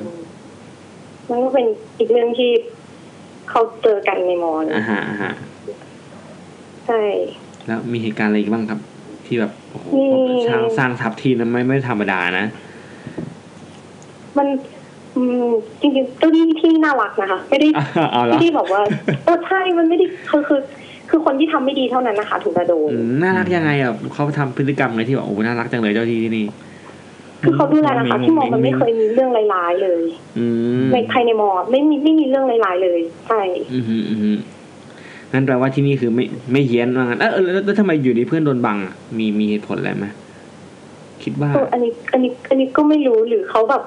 Speaker 4: มันก็เป็นอีกเรื่องที่เขาเจอกันในมอญ
Speaker 2: อ่าฮะอ่าฮะ
Speaker 4: ใช่
Speaker 2: แล้วมีเหตุการณ์อะไรอีกบ้างครับ ที่แบบโอ้โห
Speaker 4: มี
Speaker 2: สร้างสร้างทัพทีนั้นไม่ไม่ธรรมดานะ
Speaker 4: มันอืมจริงๆเจ้าหน้าที่ที่น่ารักนะคะ ไม่ได้
Speaker 2: <laughs> อ่ะเอาละ
Speaker 4: ไม่ได้บอกว่าเออใช่มันไม่ได้คือคือ คือคนที่ทำไม่ดีเท่านั้นนะคะ ถึงจะโดน
Speaker 2: อืมน่ารักยังไงอ่ะเขาทำพฤติกรรมไงที่แบบโอ้โหน่ารักจังเลยเจ้าที่ที่นี่
Speaker 4: คือเขาดูแลนะคะที่มอมันไม่เคยมีเรื่องร้ายๆเลย
Speaker 2: อืม
Speaker 4: ในภายในมอไม่มีไม่มีเรื่องร้ายๆเลยใช่
Speaker 2: อืมอืมอืมนั่นแปลว่าที่นี่คือไม่ไม่เฮี้ยนว่างั้นเออเออแล้วแล้วทำไมอยู่ดีเพื่อนโดนบังอ่ะมีมีเหตุผลอะไรไหมคิดว่า
Speaker 4: เอออันนี้อันนี้อันนี้ก็ไม่รู้หรือเขาแบบ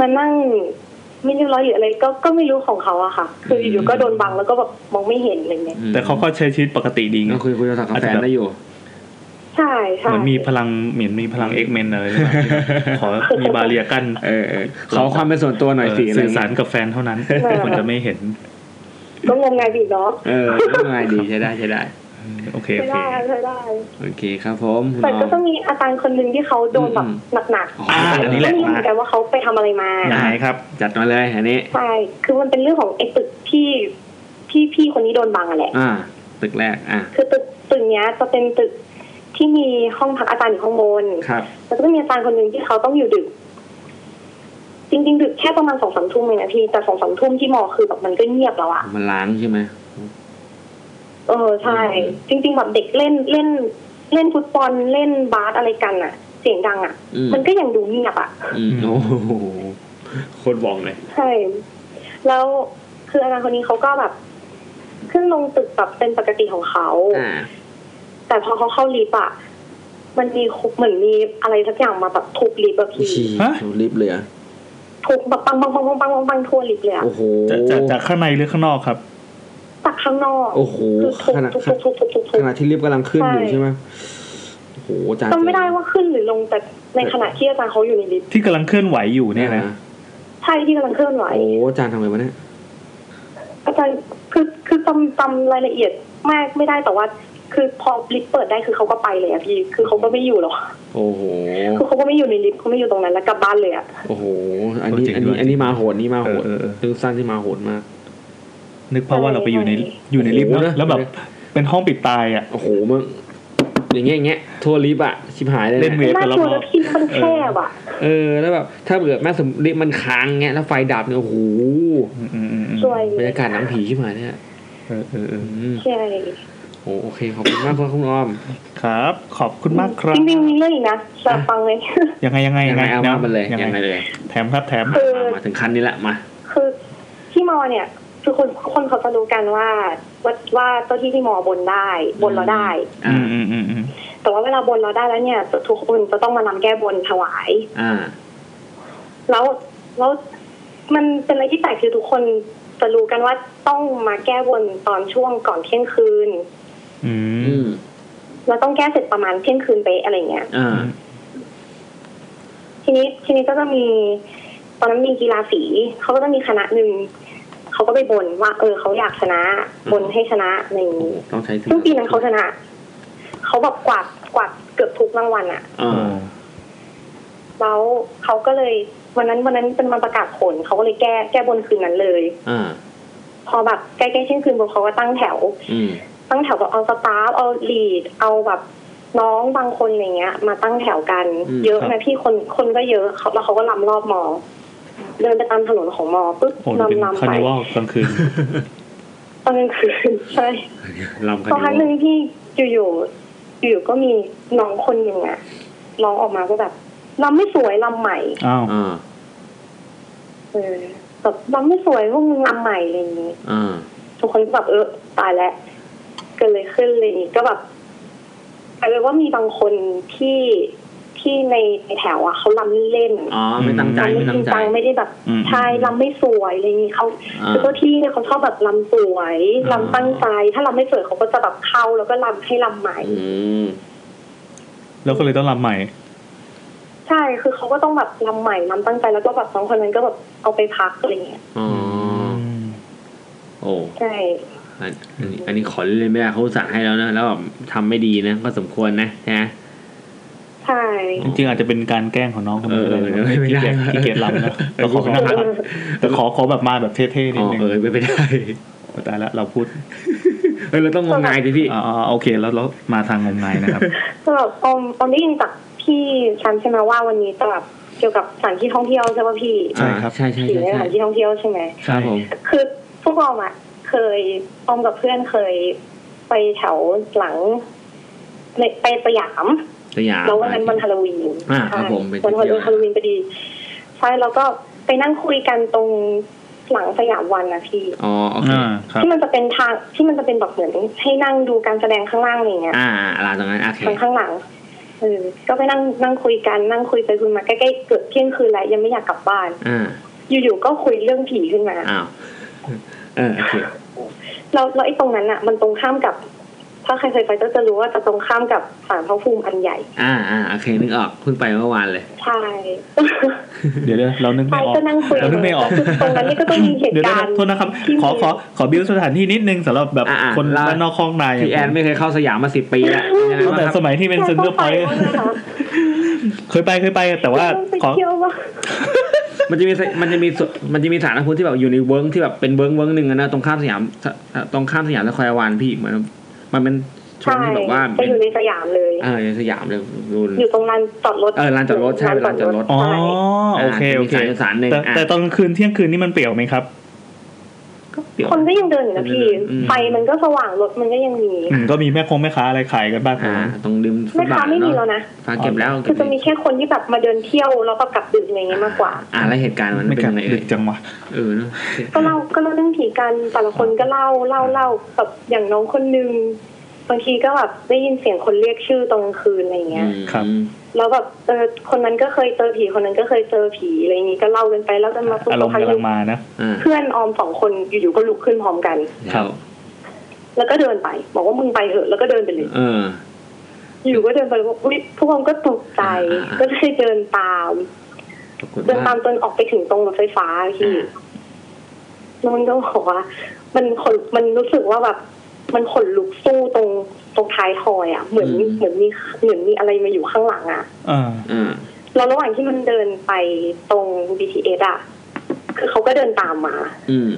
Speaker 4: มานั่งไม่เรียบร้อยหรืออะไร ก็ก็ไม่รู้ของเขาอะค่ะ คืออยู่ๆก็โดนบังแล้วก็แบบมองไม่เห็นอะไรเงี้ย
Speaker 2: อืม
Speaker 1: แต่เขาก็ใช้ชีวิตปกติดีไง
Speaker 2: ก็คุยคุยโทรศัพท์กับแฟนได้อยู่
Speaker 4: ใช่ใช่
Speaker 1: เหมือนมีพลังเหมือนมีพลังเอ็กเมนอะไรหรือเปล่าขอมีบาเรียกัน
Speaker 2: เออเออขอความเป็นส่วนตัวหน่อยสิ
Speaker 1: เออสื่อสารกับแฟนเท่านั้น
Speaker 4: เออ
Speaker 1: มันจะไม่เห็น
Speaker 4: ก็งงไงพี่เนาะ
Speaker 2: เออไม่เป็นไรดีใช้ได้ใช้ได้
Speaker 1: โอเค
Speaker 4: ใช่
Speaker 1: โอเค
Speaker 4: ได้ใช่ได้
Speaker 2: โอเคครับผมคุณ
Speaker 4: แต่
Speaker 2: อ
Speaker 4: ก็
Speaker 2: อ
Speaker 4: ต้อง
Speaker 2: ม
Speaker 4: มีอาจารย์คนหนึ่งที่เขาโดนแบบ
Speaker 2: อืม
Speaker 4: หนัก
Speaker 2: อ๋อ
Speaker 1: อ่า
Speaker 2: อั
Speaker 1: อั
Speaker 2: น
Speaker 1: น
Speaker 2: นี้
Speaker 1: นี้แหละ
Speaker 4: ๆไม่รู้เห
Speaker 1: มา
Speaker 4: มือนกันว่าเขาไปทำอะไรมา
Speaker 1: ไหนครับ
Speaker 2: จัดมาเลยอันนี้
Speaker 4: ใช่ คือมันเป็นเรื่องของไอ้ตึกที่พี่พี่คนนี้โดนบังอะแหละ
Speaker 2: อ่า ตึกแรก อ่ะ
Speaker 4: คือตึกตึกเนี้ยจะเป็นตึกที่มีห้องพักอาจารย์อยู่ข้างบน
Speaker 2: ครับ
Speaker 4: แล้วก็มีอาจารย์คนหนึ่งที่เขาต้องอยู่ดึก จริงๆดึกแค่ประมาณสองสามทุ่มเองนะพี่ แต่สองสามทุ่มที่มอคือแบบมันก็เงียบแล้วอะ
Speaker 2: มันล้างใช่ไหม
Speaker 4: เออใช่ จริง ๆ แบบเด็กเล่นเล่น เล่นฟุตบอลเล่นบาสอะไรกันอะเสียงดังอะ
Speaker 2: อืม
Speaker 4: มันก็ยังดูเงียบอะ
Speaker 2: อืมโอ้โหโคตรบองเลย
Speaker 4: ใช่ แล้วคืออาจารย์คนนี้เขาก็แบบขึ้นลงตึกแบบเป็นปกติของเขา
Speaker 2: อ่า
Speaker 4: แต่พอเขาเข้าลิฟต์อะมันมีเหมือนมีอะไรสักอย่างมาแบบทุบลิฟต์อะพี่
Speaker 2: ชี
Speaker 1: ฮะ
Speaker 2: ดูลิฟต์เลยเหรอ
Speaker 4: ทุบแบบปังปังปังปังปังปังปังทั่วลิฟต์เลยอะ
Speaker 2: โอ้โห
Speaker 1: จะจะจากข้างในหรือข้างนอกครับ
Speaker 4: จากข้างนอก
Speaker 2: โอ้โห
Speaker 4: คือทุบ
Speaker 2: ขณะ
Speaker 4: ทุบทุบทุบทุบทุบ
Speaker 2: ข
Speaker 4: ทุบ
Speaker 2: ณะที่ลิฟต์กำลังขึ้นอยู่
Speaker 4: ใช่
Speaker 2: ใช่ไหมโอ้โหจาน
Speaker 4: จำไม่ได้ว่าขึ้นหรือลงแต่ในขณะที่อาจารย์เขาอยู่ในลิฟต์
Speaker 1: ที่กำลังเคลื่อนไหวอยู่เนี่ยนะ
Speaker 4: ใช่ที่กำลังเคลื่อนไหว
Speaker 2: โอ้โหจานทำไงวะเนี่ย
Speaker 4: อาจารย์คือคือจำจำรายละเอียดมากไม่ได้แต่ว่า คือพอลิฟต์เปิดได้คือเขาก็ไปเลยอะพี่ คือเขาก็ไม่อยู่หรอก
Speaker 2: โอ้โห
Speaker 4: คือเขาก็ไม่อยู่ในลิฟต์เขาไม่อยู่ตรงนั้นแล้วกลับบ้านเลยอะ
Speaker 2: โอ้โห อันนี้ อันนี้ อันนี้มาโหด นี่มา
Speaker 1: เอ
Speaker 2: โห
Speaker 1: อ
Speaker 2: ด
Speaker 1: เออเออ
Speaker 2: เรื่องสั้นที่มาโหดมาก
Speaker 1: นึกภาพว่าเราไปอยู่ในอยู่ในลิฟต์
Speaker 2: โอ้โห
Speaker 1: นะ
Speaker 2: นะ
Speaker 1: แล้วแบบเป็นห้องปิดตายอ่ะ
Speaker 2: โอ้โหมึงอย่างเงี้ยอย่างเงี้ยทั่วลิฟต์อะชิบหายเลย
Speaker 1: เล่นเว
Speaker 2: นะ
Speaker 1: ฟ
Speaker 4: น่า
Speaker 1: ไป
Speaker 4: ก
Speaker 1: แล้ว
Speaker 4: ลัว
Speaker 1: รอบ
Speaker 4: นะพี่มันแคบอะ
Speaker 2: เออ แล้วแบบถ้าเกิดแม่สมลิฟต์มันค้างเงี้ยแล้วไฟดับเนี่ยโอ้โห
Speaker 1: อืมอืมอืมอืม
Speaker 4: สวย
Speaker 2: บรรยากาศหนังผีชิบหายเนี่ย
Speaker 1: เออเออเออ
Speaker 2: อืม
Speaker 4: ใช่
Speaker 2: โอ้โอเคขอบคุณมากครับคุณออม
Speaker 1: ครับ ขอบคุณมากครับ
Speaker 4: จริงๆมีเรื่องอีกนะจะฟัง
Speaker 1: <laughs>
Speaker 4: เลย
Speaker 1: ยังไงยังไง
Speaker 2: ยังไงเอามามันเลย
Speaker 1: ยัง
Speaker 2: ยั
Speaker 1: ไง
Speaker 2: งไงเลย
Speaker 1: แถมครับแถม
Speaker 4: คือ
Speaker 2: มามาถึงขั้นนี้ละมา
Speaker 4: คือที่มอเนี่ย คือคนคนเขาจะรู้กันว่าว่าว่าเจ้าที่ที่มอบนได้ บนเราได้
Speaker 2: อ่า
Speaker 1: อืมอืมอืมอืม
Speaker 4: แต่ว่าเวลาบนเราได้แล้วเนี่ยทุกคนจะต้องมานำแก้บนถวาย
Speaker 2: อ่า
Speaker 4: แล้วแล้วมันเป็นอะไรที่แปลกคือทุกคนจะรู้กันว่าต้องมาแก้บนตอนช่วงก่อนเที่ยงคืน
Speaker 1: อื
Speaker 2: อื
Speaker 1: ม
Speaker 2: ม
Speaker 4: เราต้องแก้เสร็จประมาณเที่ยงคืนไปะอะไรเงี้ย
Speaker 2: อ่า
Speaker 4: ทีนี้ทีนี้ก็จะมีตอนนั้นมีกีฬาสีเขาก็จะมีคณะหนึ่งเขาก็ไปบนว่าเออเขาอยากชนะบนให้ชนะใน
Speaker 2: โอ้โหต้องใช้ถึ
Speaker 4: ซึ่งปีนั้นเขาชนะเขาแบบกวาดกวาดเกือบทุกรางวัลอะ
Speaker 2: อ่า
Speaker 4: แล้วเขาก็เลยวันนั้นวันนั้นเป็นวันประกาศผลเขาก็เลยแก้แก้บนคืนนั้นเลย
Speaker 2: อ่า
Speaker 4: พอแบบใกล้ๆเที่ยงคืนบนเขาก็ตั้งแถว
Speaker 2: อืม
Speaker 4: ตั้งแถวแบบเอาสตาฟเอาลีด เอาแบบน้องบางคนอย่างเงี้ย มาตั้งแถวกัน
Speaker 2: อืม
Speaker 4: เยอะนะพี่คนคนก็เยอะเขาแล้วเขาก็ลำรอบมอ เดินไปตามถนนของมอปุ๊บ
Speaker 1: โอ้ดูเป็น
Speaker 4: ลำลำ
Speaker 1: คา
Speaker 4: ไป
Speaker 1: นิวัลกลางคืน
Speaker 4: ตอนกลางคืน <laughs> ใช่
Speaker 2: ลำค
Speaker 4: ตอนครั้งหนึ่งที่อยู่ๆอยู่ๆก็มีน้องคนหนึ่งอะร้องออกมาก็แบบลำไม่สวยลำใหม่
Speaker 1: อ้าว
Speaker 2: อ่า
Speaker 4: เออแบบลำไม่สวยพวกมึงลำใหม่อะไรอย่างงี้
Speaker 2: อ่า
Speaker 4: ทุกคนก็แบบเออตายแล้วเกิดเลยขึ้นอะไรอย่างงี้ก็แบบกลายเป็นว่ามีบางคนที่ที่ในในแถวอ่ะเขาลำเล่น
Speaker 2: อ๋อ ไม่ตั้งใจ
Speaker 4: ลำ
Speaker 2: ไม่ตั้
Speaker 4: ไม่จริ
Speaker 2: ง
Speaker 4: ง
Speaker 2: ใจ
Speaker 4: จังไม่ได้แบบ
Speaker 1: อืม
Speaker 4: ใช่ลำไม่สวยอะไรอย่างงี้เขา
Speaker 2: อ่า
Speaker 4: คือเจ้าที่เนี่ยเขาชอบแบบลำสวยลำตั้งใจ ถ้าลำไม่สวยเขาก็จะแบบเข้าแล้วก็ลำให้ลำใหม่
Speaker 2: อืม
Speaker 1: แล้วก็เลยต้องรำใหม่
Speaker 4: ใช่คือเขาก็ต้องแบบลำใหม่ลำตั้งใจแล้วก็แบบสองคนนั้นก็แบบเอาไปพักอะไรอย่างเงี้ย
Speaker 2: อ๋อ โอ้
Speaker 4: ใช่
Speaker 2: อันอันนี้อันนี้ขอเล่นไม่ได้เขาสั่งให้แล้วนะ แล้วแบบทำไม่ดีนะ ก็สมควรนะใช่ไหม
Speaker 4: ใช่
Speaker 1: จริงๆอาจจะเป็นการแกล้งของน้องคน
Speaker 2: เอ
Speaker 1: นี้
Speaker 2: อ
Speaker 1: เลย
Speaker 2: เออไม่
Speaker 1: ขี้
Speaker 2: ได้
Speaker 1: เกียจขี้เกียจรำนะแต่ขอ
Speaker 2: เออ
Speaker 1: นั่งรำแต่ขอขอแบบมาแบบเท่ๆนิ
Speaker 2: อ๋
Speaker 1: ด
Speaker 2: อ
Speaker 1: นึง
Speaker 2: เออไม่เป็นได้
Speaker 1: โอ้ตายละเราพูด
Speaker 2: เออเราต้องงมงายดิพี่
Speaker 1: อ่าๆโอเคแล้วแล้วมาทางงมงายนะครับ
Speaker 4: ก็แบบออมออมได้ยินจากพี่ชันใช่ไหมว่าวันนี้จะแบบเกี่ยวกับสถานที่ท่องเที่ยวใช่ป่ะพี่
Speaker 1: ใช่ครับ
Speaker 2: ใช่ใช่
Speaker 4: ผี
Speaker 2: ใช่
Speaker 4: ในส
Speaker 2: ใช่
Speaker 4: ถานที่ท่องเที่ยวใช่ไหม
Speaker 2: ครับผม
Speaker 4: คือพวกเราอะเคยออมกับเพื่อนเคย ไปแถวหลังในไปสยาม
Speaker 2: สยาม
Speaker 4: แล้ววันนั้นวันฮาโลวีน
Speaker 2: อ่าครับผมไป
Speaker 4: วัน
Speaker 2: เที่ยว
Speaker 4: ฮาโลวีนพอดีใช่แล้วก็ไปนั่งคุยกันตรงหลังสยามวันนะพี่
Speaker 2: อ๋อโอเค
Speaker 1: อ่าครับ
Speaker 4: ที่มันจะเป็นทางที่มันจะเป็นแบบเหมือนให้นั่งดูการแสดงข้างล่างอะไรเงี้ย
Speaker 2: อ่าอะไรตรงนั้นโอเค
Speaker 4: ทางข้างหลังเออก็ไปนั่งนั่งคุยกันนั่งคุยไปคุยมาใกล้ๆเกือบเที่ยงคืนแล้วยังไม่อยากกลับบ้าน
Speaker 2: อ่า
Speaker 4: อยู่ๆก็คุยเรื่องผีขึ้นมา
Speaker 2: อ้าวเออโอเค
Speaker 4: เราเราไอ้ตรงนั้นอะมันตรงข้ามกับ ถ้าใครเคยไปก็จะรู้ว่าจะตรงข้ามกับศาลพระภูมิอันใหญ่
Speaker 2: อ่าอ่าโอเคนึกออกเพิ่งไปเมื่อวานเลย
Speaker 4: ใช่
Speaker 1: เดี๋ยวเดี๋ยวเรานึก
Speaker 4: ใช่
Speaker 1: ไม่ออก
Speaker 4: ก็นั่งคุย
Speaker 1: เรานึกไม่ออก
Speaker 4: คือตรงนั้นนี่ก็ต้อง
Speaker 1: <laughs>
Speaker 4: มีเหตุ
Speaker 1: เดี๋ยว
Speaker 4: การ
Speaker 1: นะ
Speaker 4: ณ์
Speaker 1: โทษนะครับ
Speaker 4: ที่มี
Speaker 1: ขอขอขอบิวสถานที่นิดนึงสำหรับแบบ
Speaker 2: อ่ะๆ
Speaker 1: คน
Speaker 2: แล้ว
Speaker 1: บ้านนอกคลองนาย
Speaker 2: พี่แอนไม่เคยเข้าสยามมาสิบปี
Speaker 1: <laughs>
Speaker 2: แล้วเป็นยังไง
Speaker 1: ตั้ง
Speaker 2: บ้าง
Speaker 1: แต่
Speaker 2: ครับ
Speaker 1: สมัยที่เป็นเซนเตอร์พอยต์
Speaker 4: ใช่ก็ไปแล้วนะคะ
Speaker 1: เคยไปเคยไปแต่ว่า
Speaker 4: ต้องไป
Speaker 1: ขอ
Speaker 4: เที่ยวว่า
Speaker 2: มันจะมีมันจะมีส่วนมันจะมีสถารพระภูมิที่แบบอยู่ในเวิ้งที่แบบเป็นเวิ้งเวิ้งหนึ่งอะนะตรงข้ามสยามตรงข้ามสยามสแควร์วันพี่เหมือนมันเป็นชน
Speaker 4: ใช่
Speaker 2: ที่แบบว่า
Speaker 4: ไป
Speaker 2: เป็น
Speaker 4: อยู่ในสยามเลย
Speaker 2: เออในสยามเลยดูน
Speaker 4: อยู่ตรงลานจอดรถ
Speaker 2: เออลานจอดรถใช่เป็นลานจอดรถ
Speaker 1: อ๋อ
Speaker 4: ใช่
Speaker 1: โอเคโอเค
Speaker 2: อ่าจะมีสายสารหนึ่ง
Speaker 1: แต่
Speaker 2: อ่ะ
Speaker 1: แต่ตอนกลางคืนเที่ยงคืนนี่มันเปลี่ยวไหมครับ
Speaker 2: ก็เปรียว
Speaker 4: คนก็ยังเดินอยู่นะพี่
Speaker 2: อืม
Speaker 4: ไฟมันก็สว่างรถมันก็ยังมี
Speaker 1: อืมก็มีแม่คงแม่ค้าอะไรขายกันบ้าง
Speaker 2: อ่าตรงริมฟุ
Speaker 4: แม่
Speaker 2: ตบา
Speaker 4: ค้า
Speaker 2: ท
Speaker 4: ไม่มี
Speaker 2: เนาะ
Speaker 4: แล้วนะ
Speaker 2: ฟ้าเก็บแล้ว
Speaker 4: คื
Speaker 2: เก็
Speaker 4: อบ จะมีแค่คนที่แบบมาเดินเที่ยวแล้วก็กลับดึกอะไรอย่างเงี้ยมากกว่า
Speaker 2: อ่าแล้วเหตุการณ์มัน
Speaker 1: ไม่
Speaker 2: เป็น
Speaker 1: กลับ
Speaker 2: ยังไง
Speaker 1: ดึ
Speaker 2: เอ่ย
Speaker 1: กจังวะ
Speaker 2: เออเนาะ
Speaker 4: ก็เล่าก็เล่าเรื่องผีกันแต่ละคนก็เล่าเล่าเล่าแบบอย่างน้องคนนึงบางทีก็แบบได้ยินเสียงคนเรียกชื่อตอนกลางคืนอะไรอย่างเงี้ย
Speaker 2: อืม
Speaker 4: แล้วแบบเออคนนั้นก็เคยเจอผีคนนั้นก็เคยเจอผีอะไรอย่างงี้ก็เล่ากันไปเล่ากันมาปุ๊บ
Speaker 1: อารมณ์กำลังมานะ
Speaker 2: อ่า
Speaker 4: เพื่อนออมสองคนอยู่ๆก็ลุกขึ้นพร้อมกัน
Speaker 2: ครับ
Speaker 4: แล้วก็เดินไป บอกว่ามึงไปเถอะแล้วก็เดินไปเลย
Speaker 2: เออ
Speaker 4: อยู่ก็เดินไปบอกอุ๊ยพวกผมก็ตกใจ
Speaker 2: อ่าอ่า
Speaker 4: ก็เลยเดินตาม
Speaker 2: ปรากฏ
Speaker 4: เดิน
Speaker 2: ว่า
Speaker 4: ตามจนออกไปถึงตรงรถไฟฟ้าพี่แล้วมันก็บอกว่า มันขนมันรู้สึกว่าแบบ มันขนลุกสู้ตรงตรงท้ายทอยอ่ะเหมือนเหมือนมีเหมือนมีอะไรมาอยู่ข้างหลังอ่ะ
Speaker 1: อ่า
Speaker 2: อ่า
Speaker 4: แล้วระหว่างที่มันเดินไปตรง BTS อ่ะคือเขาก็เดินตามมา
Speaker 2: อืม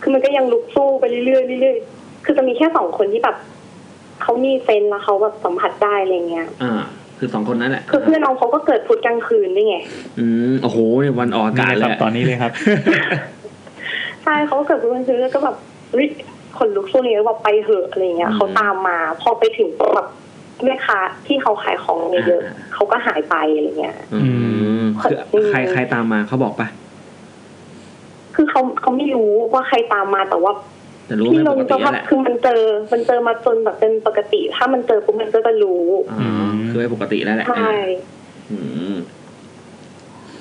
Speaker 4: คือมันก็ยังลุกสู้ไปเรื่อยๆเรื่อยๆคือจะมีแค่สองคนที่แบบเขามีเซนส์แล้วเขาแบบสัมผัสได้อะไรเงี้ย
Speaker 2: อ่าคือสองคนนั้นแหละ
Speaker 4: คือเพื่อนน้องเขาก็เกิดพุธกลางคืนด้วยไง
Speaker 2: อืมโอ้โหเนี่ยวันออกอา
Speaker 1: นี่
Speaker 2: กาศ
Speaker 1: เลยค
Speaker 2: เล
Speaker 1: รับ
Speaker 2: ย
Speaker 1: ตอนนี้
Speaker 2: <laughs>
Speaker 1: เลยครับ
Speaker 4: ใช่เขาก็เกิดพุธกลางคืนแล้วก็แบบเฮ้ยคนลุกสู้นี่แล้วแบบไปเหอะอะไรเงี้ยเขาตามมาพอไปถึงแบบแม่ค้าที่เขาขายของเยอะๆเขาก็หายไปอะไรเงี้ย
Speaker 2: อืมคือใครใครตามมาเขาบอกปะ
Speaker 4: คือเขาเขาไม่รู้ว่าใครตามมาแต่ว่า
Speaker 2: แต่รู้
Speaker 4: ที่
Speaker 2: ไม่
Speaker 4: ล
Speaker 2: ป
Speaker 4: ง
Speaker 2: ก
Speaker 4: ส
Speaker 2: ติ
Speaker 4: ภาพ
Speaker 2: แหละ
Speaker 4: คือมันเจอ มันเจอมาจนแบบเป็นปกติ ถ้ามันเจอปุ๊บมันก็จะรู้
Speaker 2: อ๋อคือไม่ปกติแล้วแหละ
Speaker 4: ใช่
Speaker 2: อืม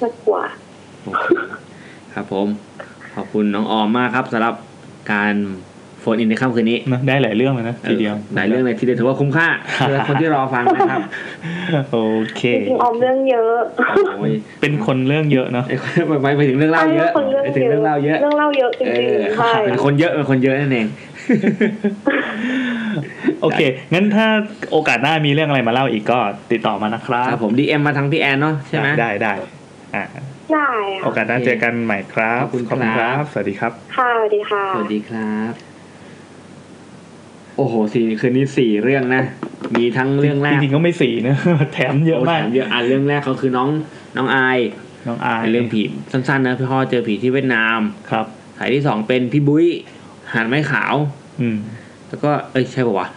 Speaker 4: น่ากลัว
Speaker 2: โอเคครับผม ขอบคุณน้องออมมากครับสำหรับการโฟนอินในค่ำคืนนี้
Speaker 1: นะได้หลายเรื่องเลยนะทีเดียว
Speaker 2: หลายเรื่องเลยทีเดียวถือว่าคุ้มค่า
Speaker 1: ครับ
Speaker 2: สำหรับคนที่รอฟังนะครับ
Speaker 1: โอเค
Speaker 4: จริงๆออมเรื่องเยอะ
Speaker 2: โอ้ย
Speaker 1: เป็นคนเรื่องเยอะเนาะ
Speaker 2: ไอ้คนไปไปถึงเรื่องเล่าเยอะ
Speaker 4: ใช่เรื่อง
Speaker 2: ไป
Speaker 4: คน
Speaker 2: ถึงเรื่องเล่าเยอะ
Speaker 4: เรื่องเล่าเยอะจ
Speaker 2: เอ
Speaker 4: ริง
Speaker 2: อ
Speaker 4: ๆใช่
Speaker 2: เป็นคนเยอะเป็นคนเยอะนั่นเอง
Speaker 1: โอเค งั้นถ้าโอกาสหน้ามีเรื่องอะไรมาเล่าอีกก็ติดต่อมานะครั
Speaker 2: ครับ บผมดีเอ็มมาทางพี่แอนเนาะใช่ไหม
Speaker 1: ได้ได้อ่ะ
Speaker 4: ได้
Speaker 1: โอ
Speaker 4: ค่ะ
Speaker 1: กาสหน้า
Speaker 2: โอเค
Speaker 1: เจอกันใหม่ครับ
Speaker 2: ขอบคุณ
Speaker 1: ขอบคุณค
Speaker 2: ครั
Speaker 1: รับ บ สวัสดีครับ
Speaker 4: ค่ะสวัสดีค่ะ
Speaker 2: สวัสดีครับ โอ้โหสี่คืนนี้สี่เรื่องนะมีทั้งเรื่องแร
Speaker 1: จ
Speaker 2: ก
Speaker 1: ริงๆก็ไม่สี่นะ <laughs> แถมเยอะมาก
Speaker 2: โแถเยอะอ่ะเรื่องแรกเขาคือน้องน้องอาย
Speaker 1: น้องอาย
Speaker 2: เรื่องผีสั้นๆนะพี่พ่อเจอผีที่เวียดนาม
Speaker 1: ครับ
Speaker 2: สายที่สองเป็นพี่บุ้ยหานไม้ขาว
Speaker 1: อืม
Speaker 2: แล้วก็เอ้ยใช่ป่าวะ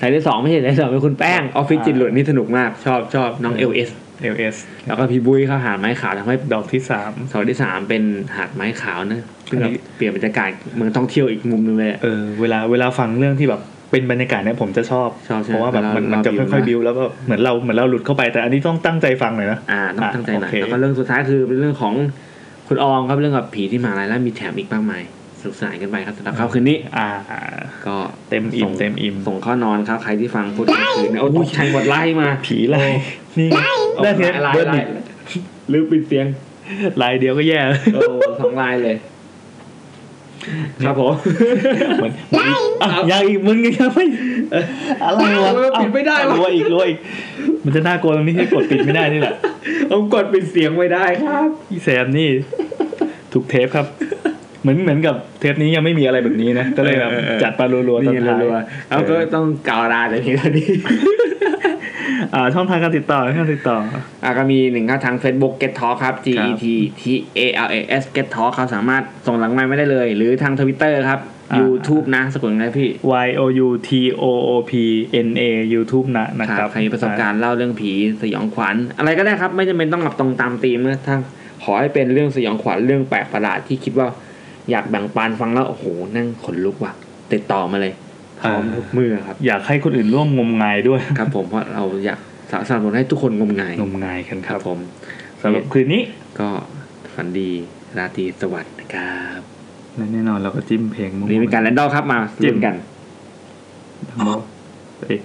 Speaker 2: สายที่สองไม่ใช่สายที่สองเป็นคุณแป้งออฟฟิศ
Speaker 1: อ่า
Speaker 2: จิตหลุดนี่สนุกมากชอบชอบน้องเอลเอส
Speaker 1: เอลเอส
Speaker 2: แล้วก็พี่บุ้ยเขาหานไม้ขาวทำให้
Speaker 1: ดอกที่สาม
Speaker 2: สายที่สามเป็นหาดไม้ขาวนะซึ่ง
Speaker 1: อั
Speaker 2: แบ
Speaker 1: น
Speaker 2: บ
Speaker 1: นี้
Speaker 2: เปลี่ยนบรรยากาศเมืองท่องเที่ยวอีกมุมหนึงเลยอะ
Speaker 1: เออเวลาเวลาฟังเรื่องที่แบบเป็นบรรยากาศเนี่ยผมจะชอบ
Speaker 2: ชอบใช่
Speaker 1: เพ
Speaker 2: ไหม
Speaker 1: ราะว่าแบบมัน
Speaker 2: เวลา
Speaker 1: มันจะ
Speaker 2: เรา
Speaker 1: ค่อยๆ
Speaker 2: บิ
Speaker 1: บิว
Speaker 2: วนะ
Speaker 1: แล้วก็เหมือนเราเหมือนเราหลุดเข้าไปแต่อันนี้ต้องตั้งใจฟังหน่อยนะ
Speaker 2: อ่าต้อง
Speaker 1: อ่ะ
Speaker 2: ตั้งใจหน่อ
Speaker 1: โอ
Speaker 2: ย
Speaker 1: เค
Speaker 2: แล้วก็เรื่องสุดท้ายคือเป็นเรื่องของคุณอองครับเรื่องกับผีที่มหาลัยแล้วมีแถมอีกมากมายสนุกสนานกันไปครับสำหรับค่ำคืนนี้
Speaker 1: อ่า
Speaker 2: ก็
Speaker 1: เต็มอิ่ม
Speaker 2: ส่ง
Speaker 1: เต็มอิ่ม
Speaker 2: ส่งข้อนอนครับใครที่ฟังพูดถึงคืนนี้โอ้ยใครกดไล่มา
Speaker 1: ผีไล่นี่ไง
Speaker 2: โอ้
Speaker 1: ได้เนี้ย
Speaker 2: ลาย
Speaker 1: เดิน
Speaker 2: ลาย
Speaker 1: อีก
Speaker 2: ลืมปิดเสียง
Speaker 1: ลายเดียวก็แย่แล้ว
Speaker 2: โอ้สองลายเลย ครับผม
Speaker 1: เหมือนอ่ะยังอีกมึงยังไม่อะไรวะ
Speaker 2: <laughs> เออปิดไม่ได้
Speaker 1: วะ
Speaker 2: วะ
Speaker 1: รัวอีกรัวอีก มันจะน่ากลัวตรงนี้ที่กดปิดไม่ได้นี่แหละ
Speaker 2: ผมกดปิดเสียงไว้ได้ครับ
Speaker 1: พี่แซมนี่ <laughs> ถูกเทปครับ เหมือนเหมือนกับเทปนี้ยังไม่มีอะไรแบบนี้
Speaker 2: <laughs>
Speaker 1: นะก็เลยแบบ
Speaker 2: เออเออ
Speaker 1: จัดปลารัวๆตอน
Speaker 2: นี่
Speaker 1: ท้าย
Speaker 2: รัวๆแล้วก็ต้องกล่าวลาแต่เพียงเท่านี้
Speaker 1: อ่าช่องทางการติดต่อช่องทางติดต่อ
Speaker 2: อ่ะก็มีหนึ่งครับทาง Facebook Get Talk ครับ G E T T A L A S Get Talk ครับสามารถส่งหลังไมค์ไม่ได้เลย หรือทาง Twitter ครับ
Speaker 1: อ่า
Speaker 2: YouTube นะสะกดยังไงพี่
Speaker 1: Y O U T O O P N A YouTube นะนะค
Speaker 2: ค
Speaker 1: รั
Speaker 2: รั
Speaker 1: บบ
Speaker 2: ใครมีประสบการณ์เล่าเรื่องผีสยองขวัญ อะไรก็ได้ครับ ไม่จำเป็นต้องหลับตรงตามธีมนะถ้าขอให้เป็นเรื่องสยองขวัญเรื่องแปลกประหลาดที่คิดว่าอยากแบ่งปันฟังแล้วโอ้โหนั่งขนลุกว่ะ ติดต่อมาเลยพร้อมทุกมือครับ
Speaker 1: อยากให้คนอื่นร่วมงมงายด้วย
Speaker 2: ครับผมเพราะเราอยากสนับสนุนให้ทุกคนงมงาย
Speaker 1: งมงายกัน
Speaker 2: ค
Speaker 1: ค
Speaker 2: รั
Speaker 1: รั
Speaker 2: บบ ผม
Speaker 1: สำหรับคืนนี้
Speaker 2: ก็ฝันดีราตรีสวัสดิ์นะครับ
Speaker 1: และแน่นอนเราก็จิ้มเพลงมั่ว
Speaker 2: นี่เป็นการแรนดอลครับมา
Speaker 1: จิ้
Speaker 2: เล่
Speaker 1: ม
Speaker 2: นกัน
Speaker 1: ทั้งหมดเอ้ย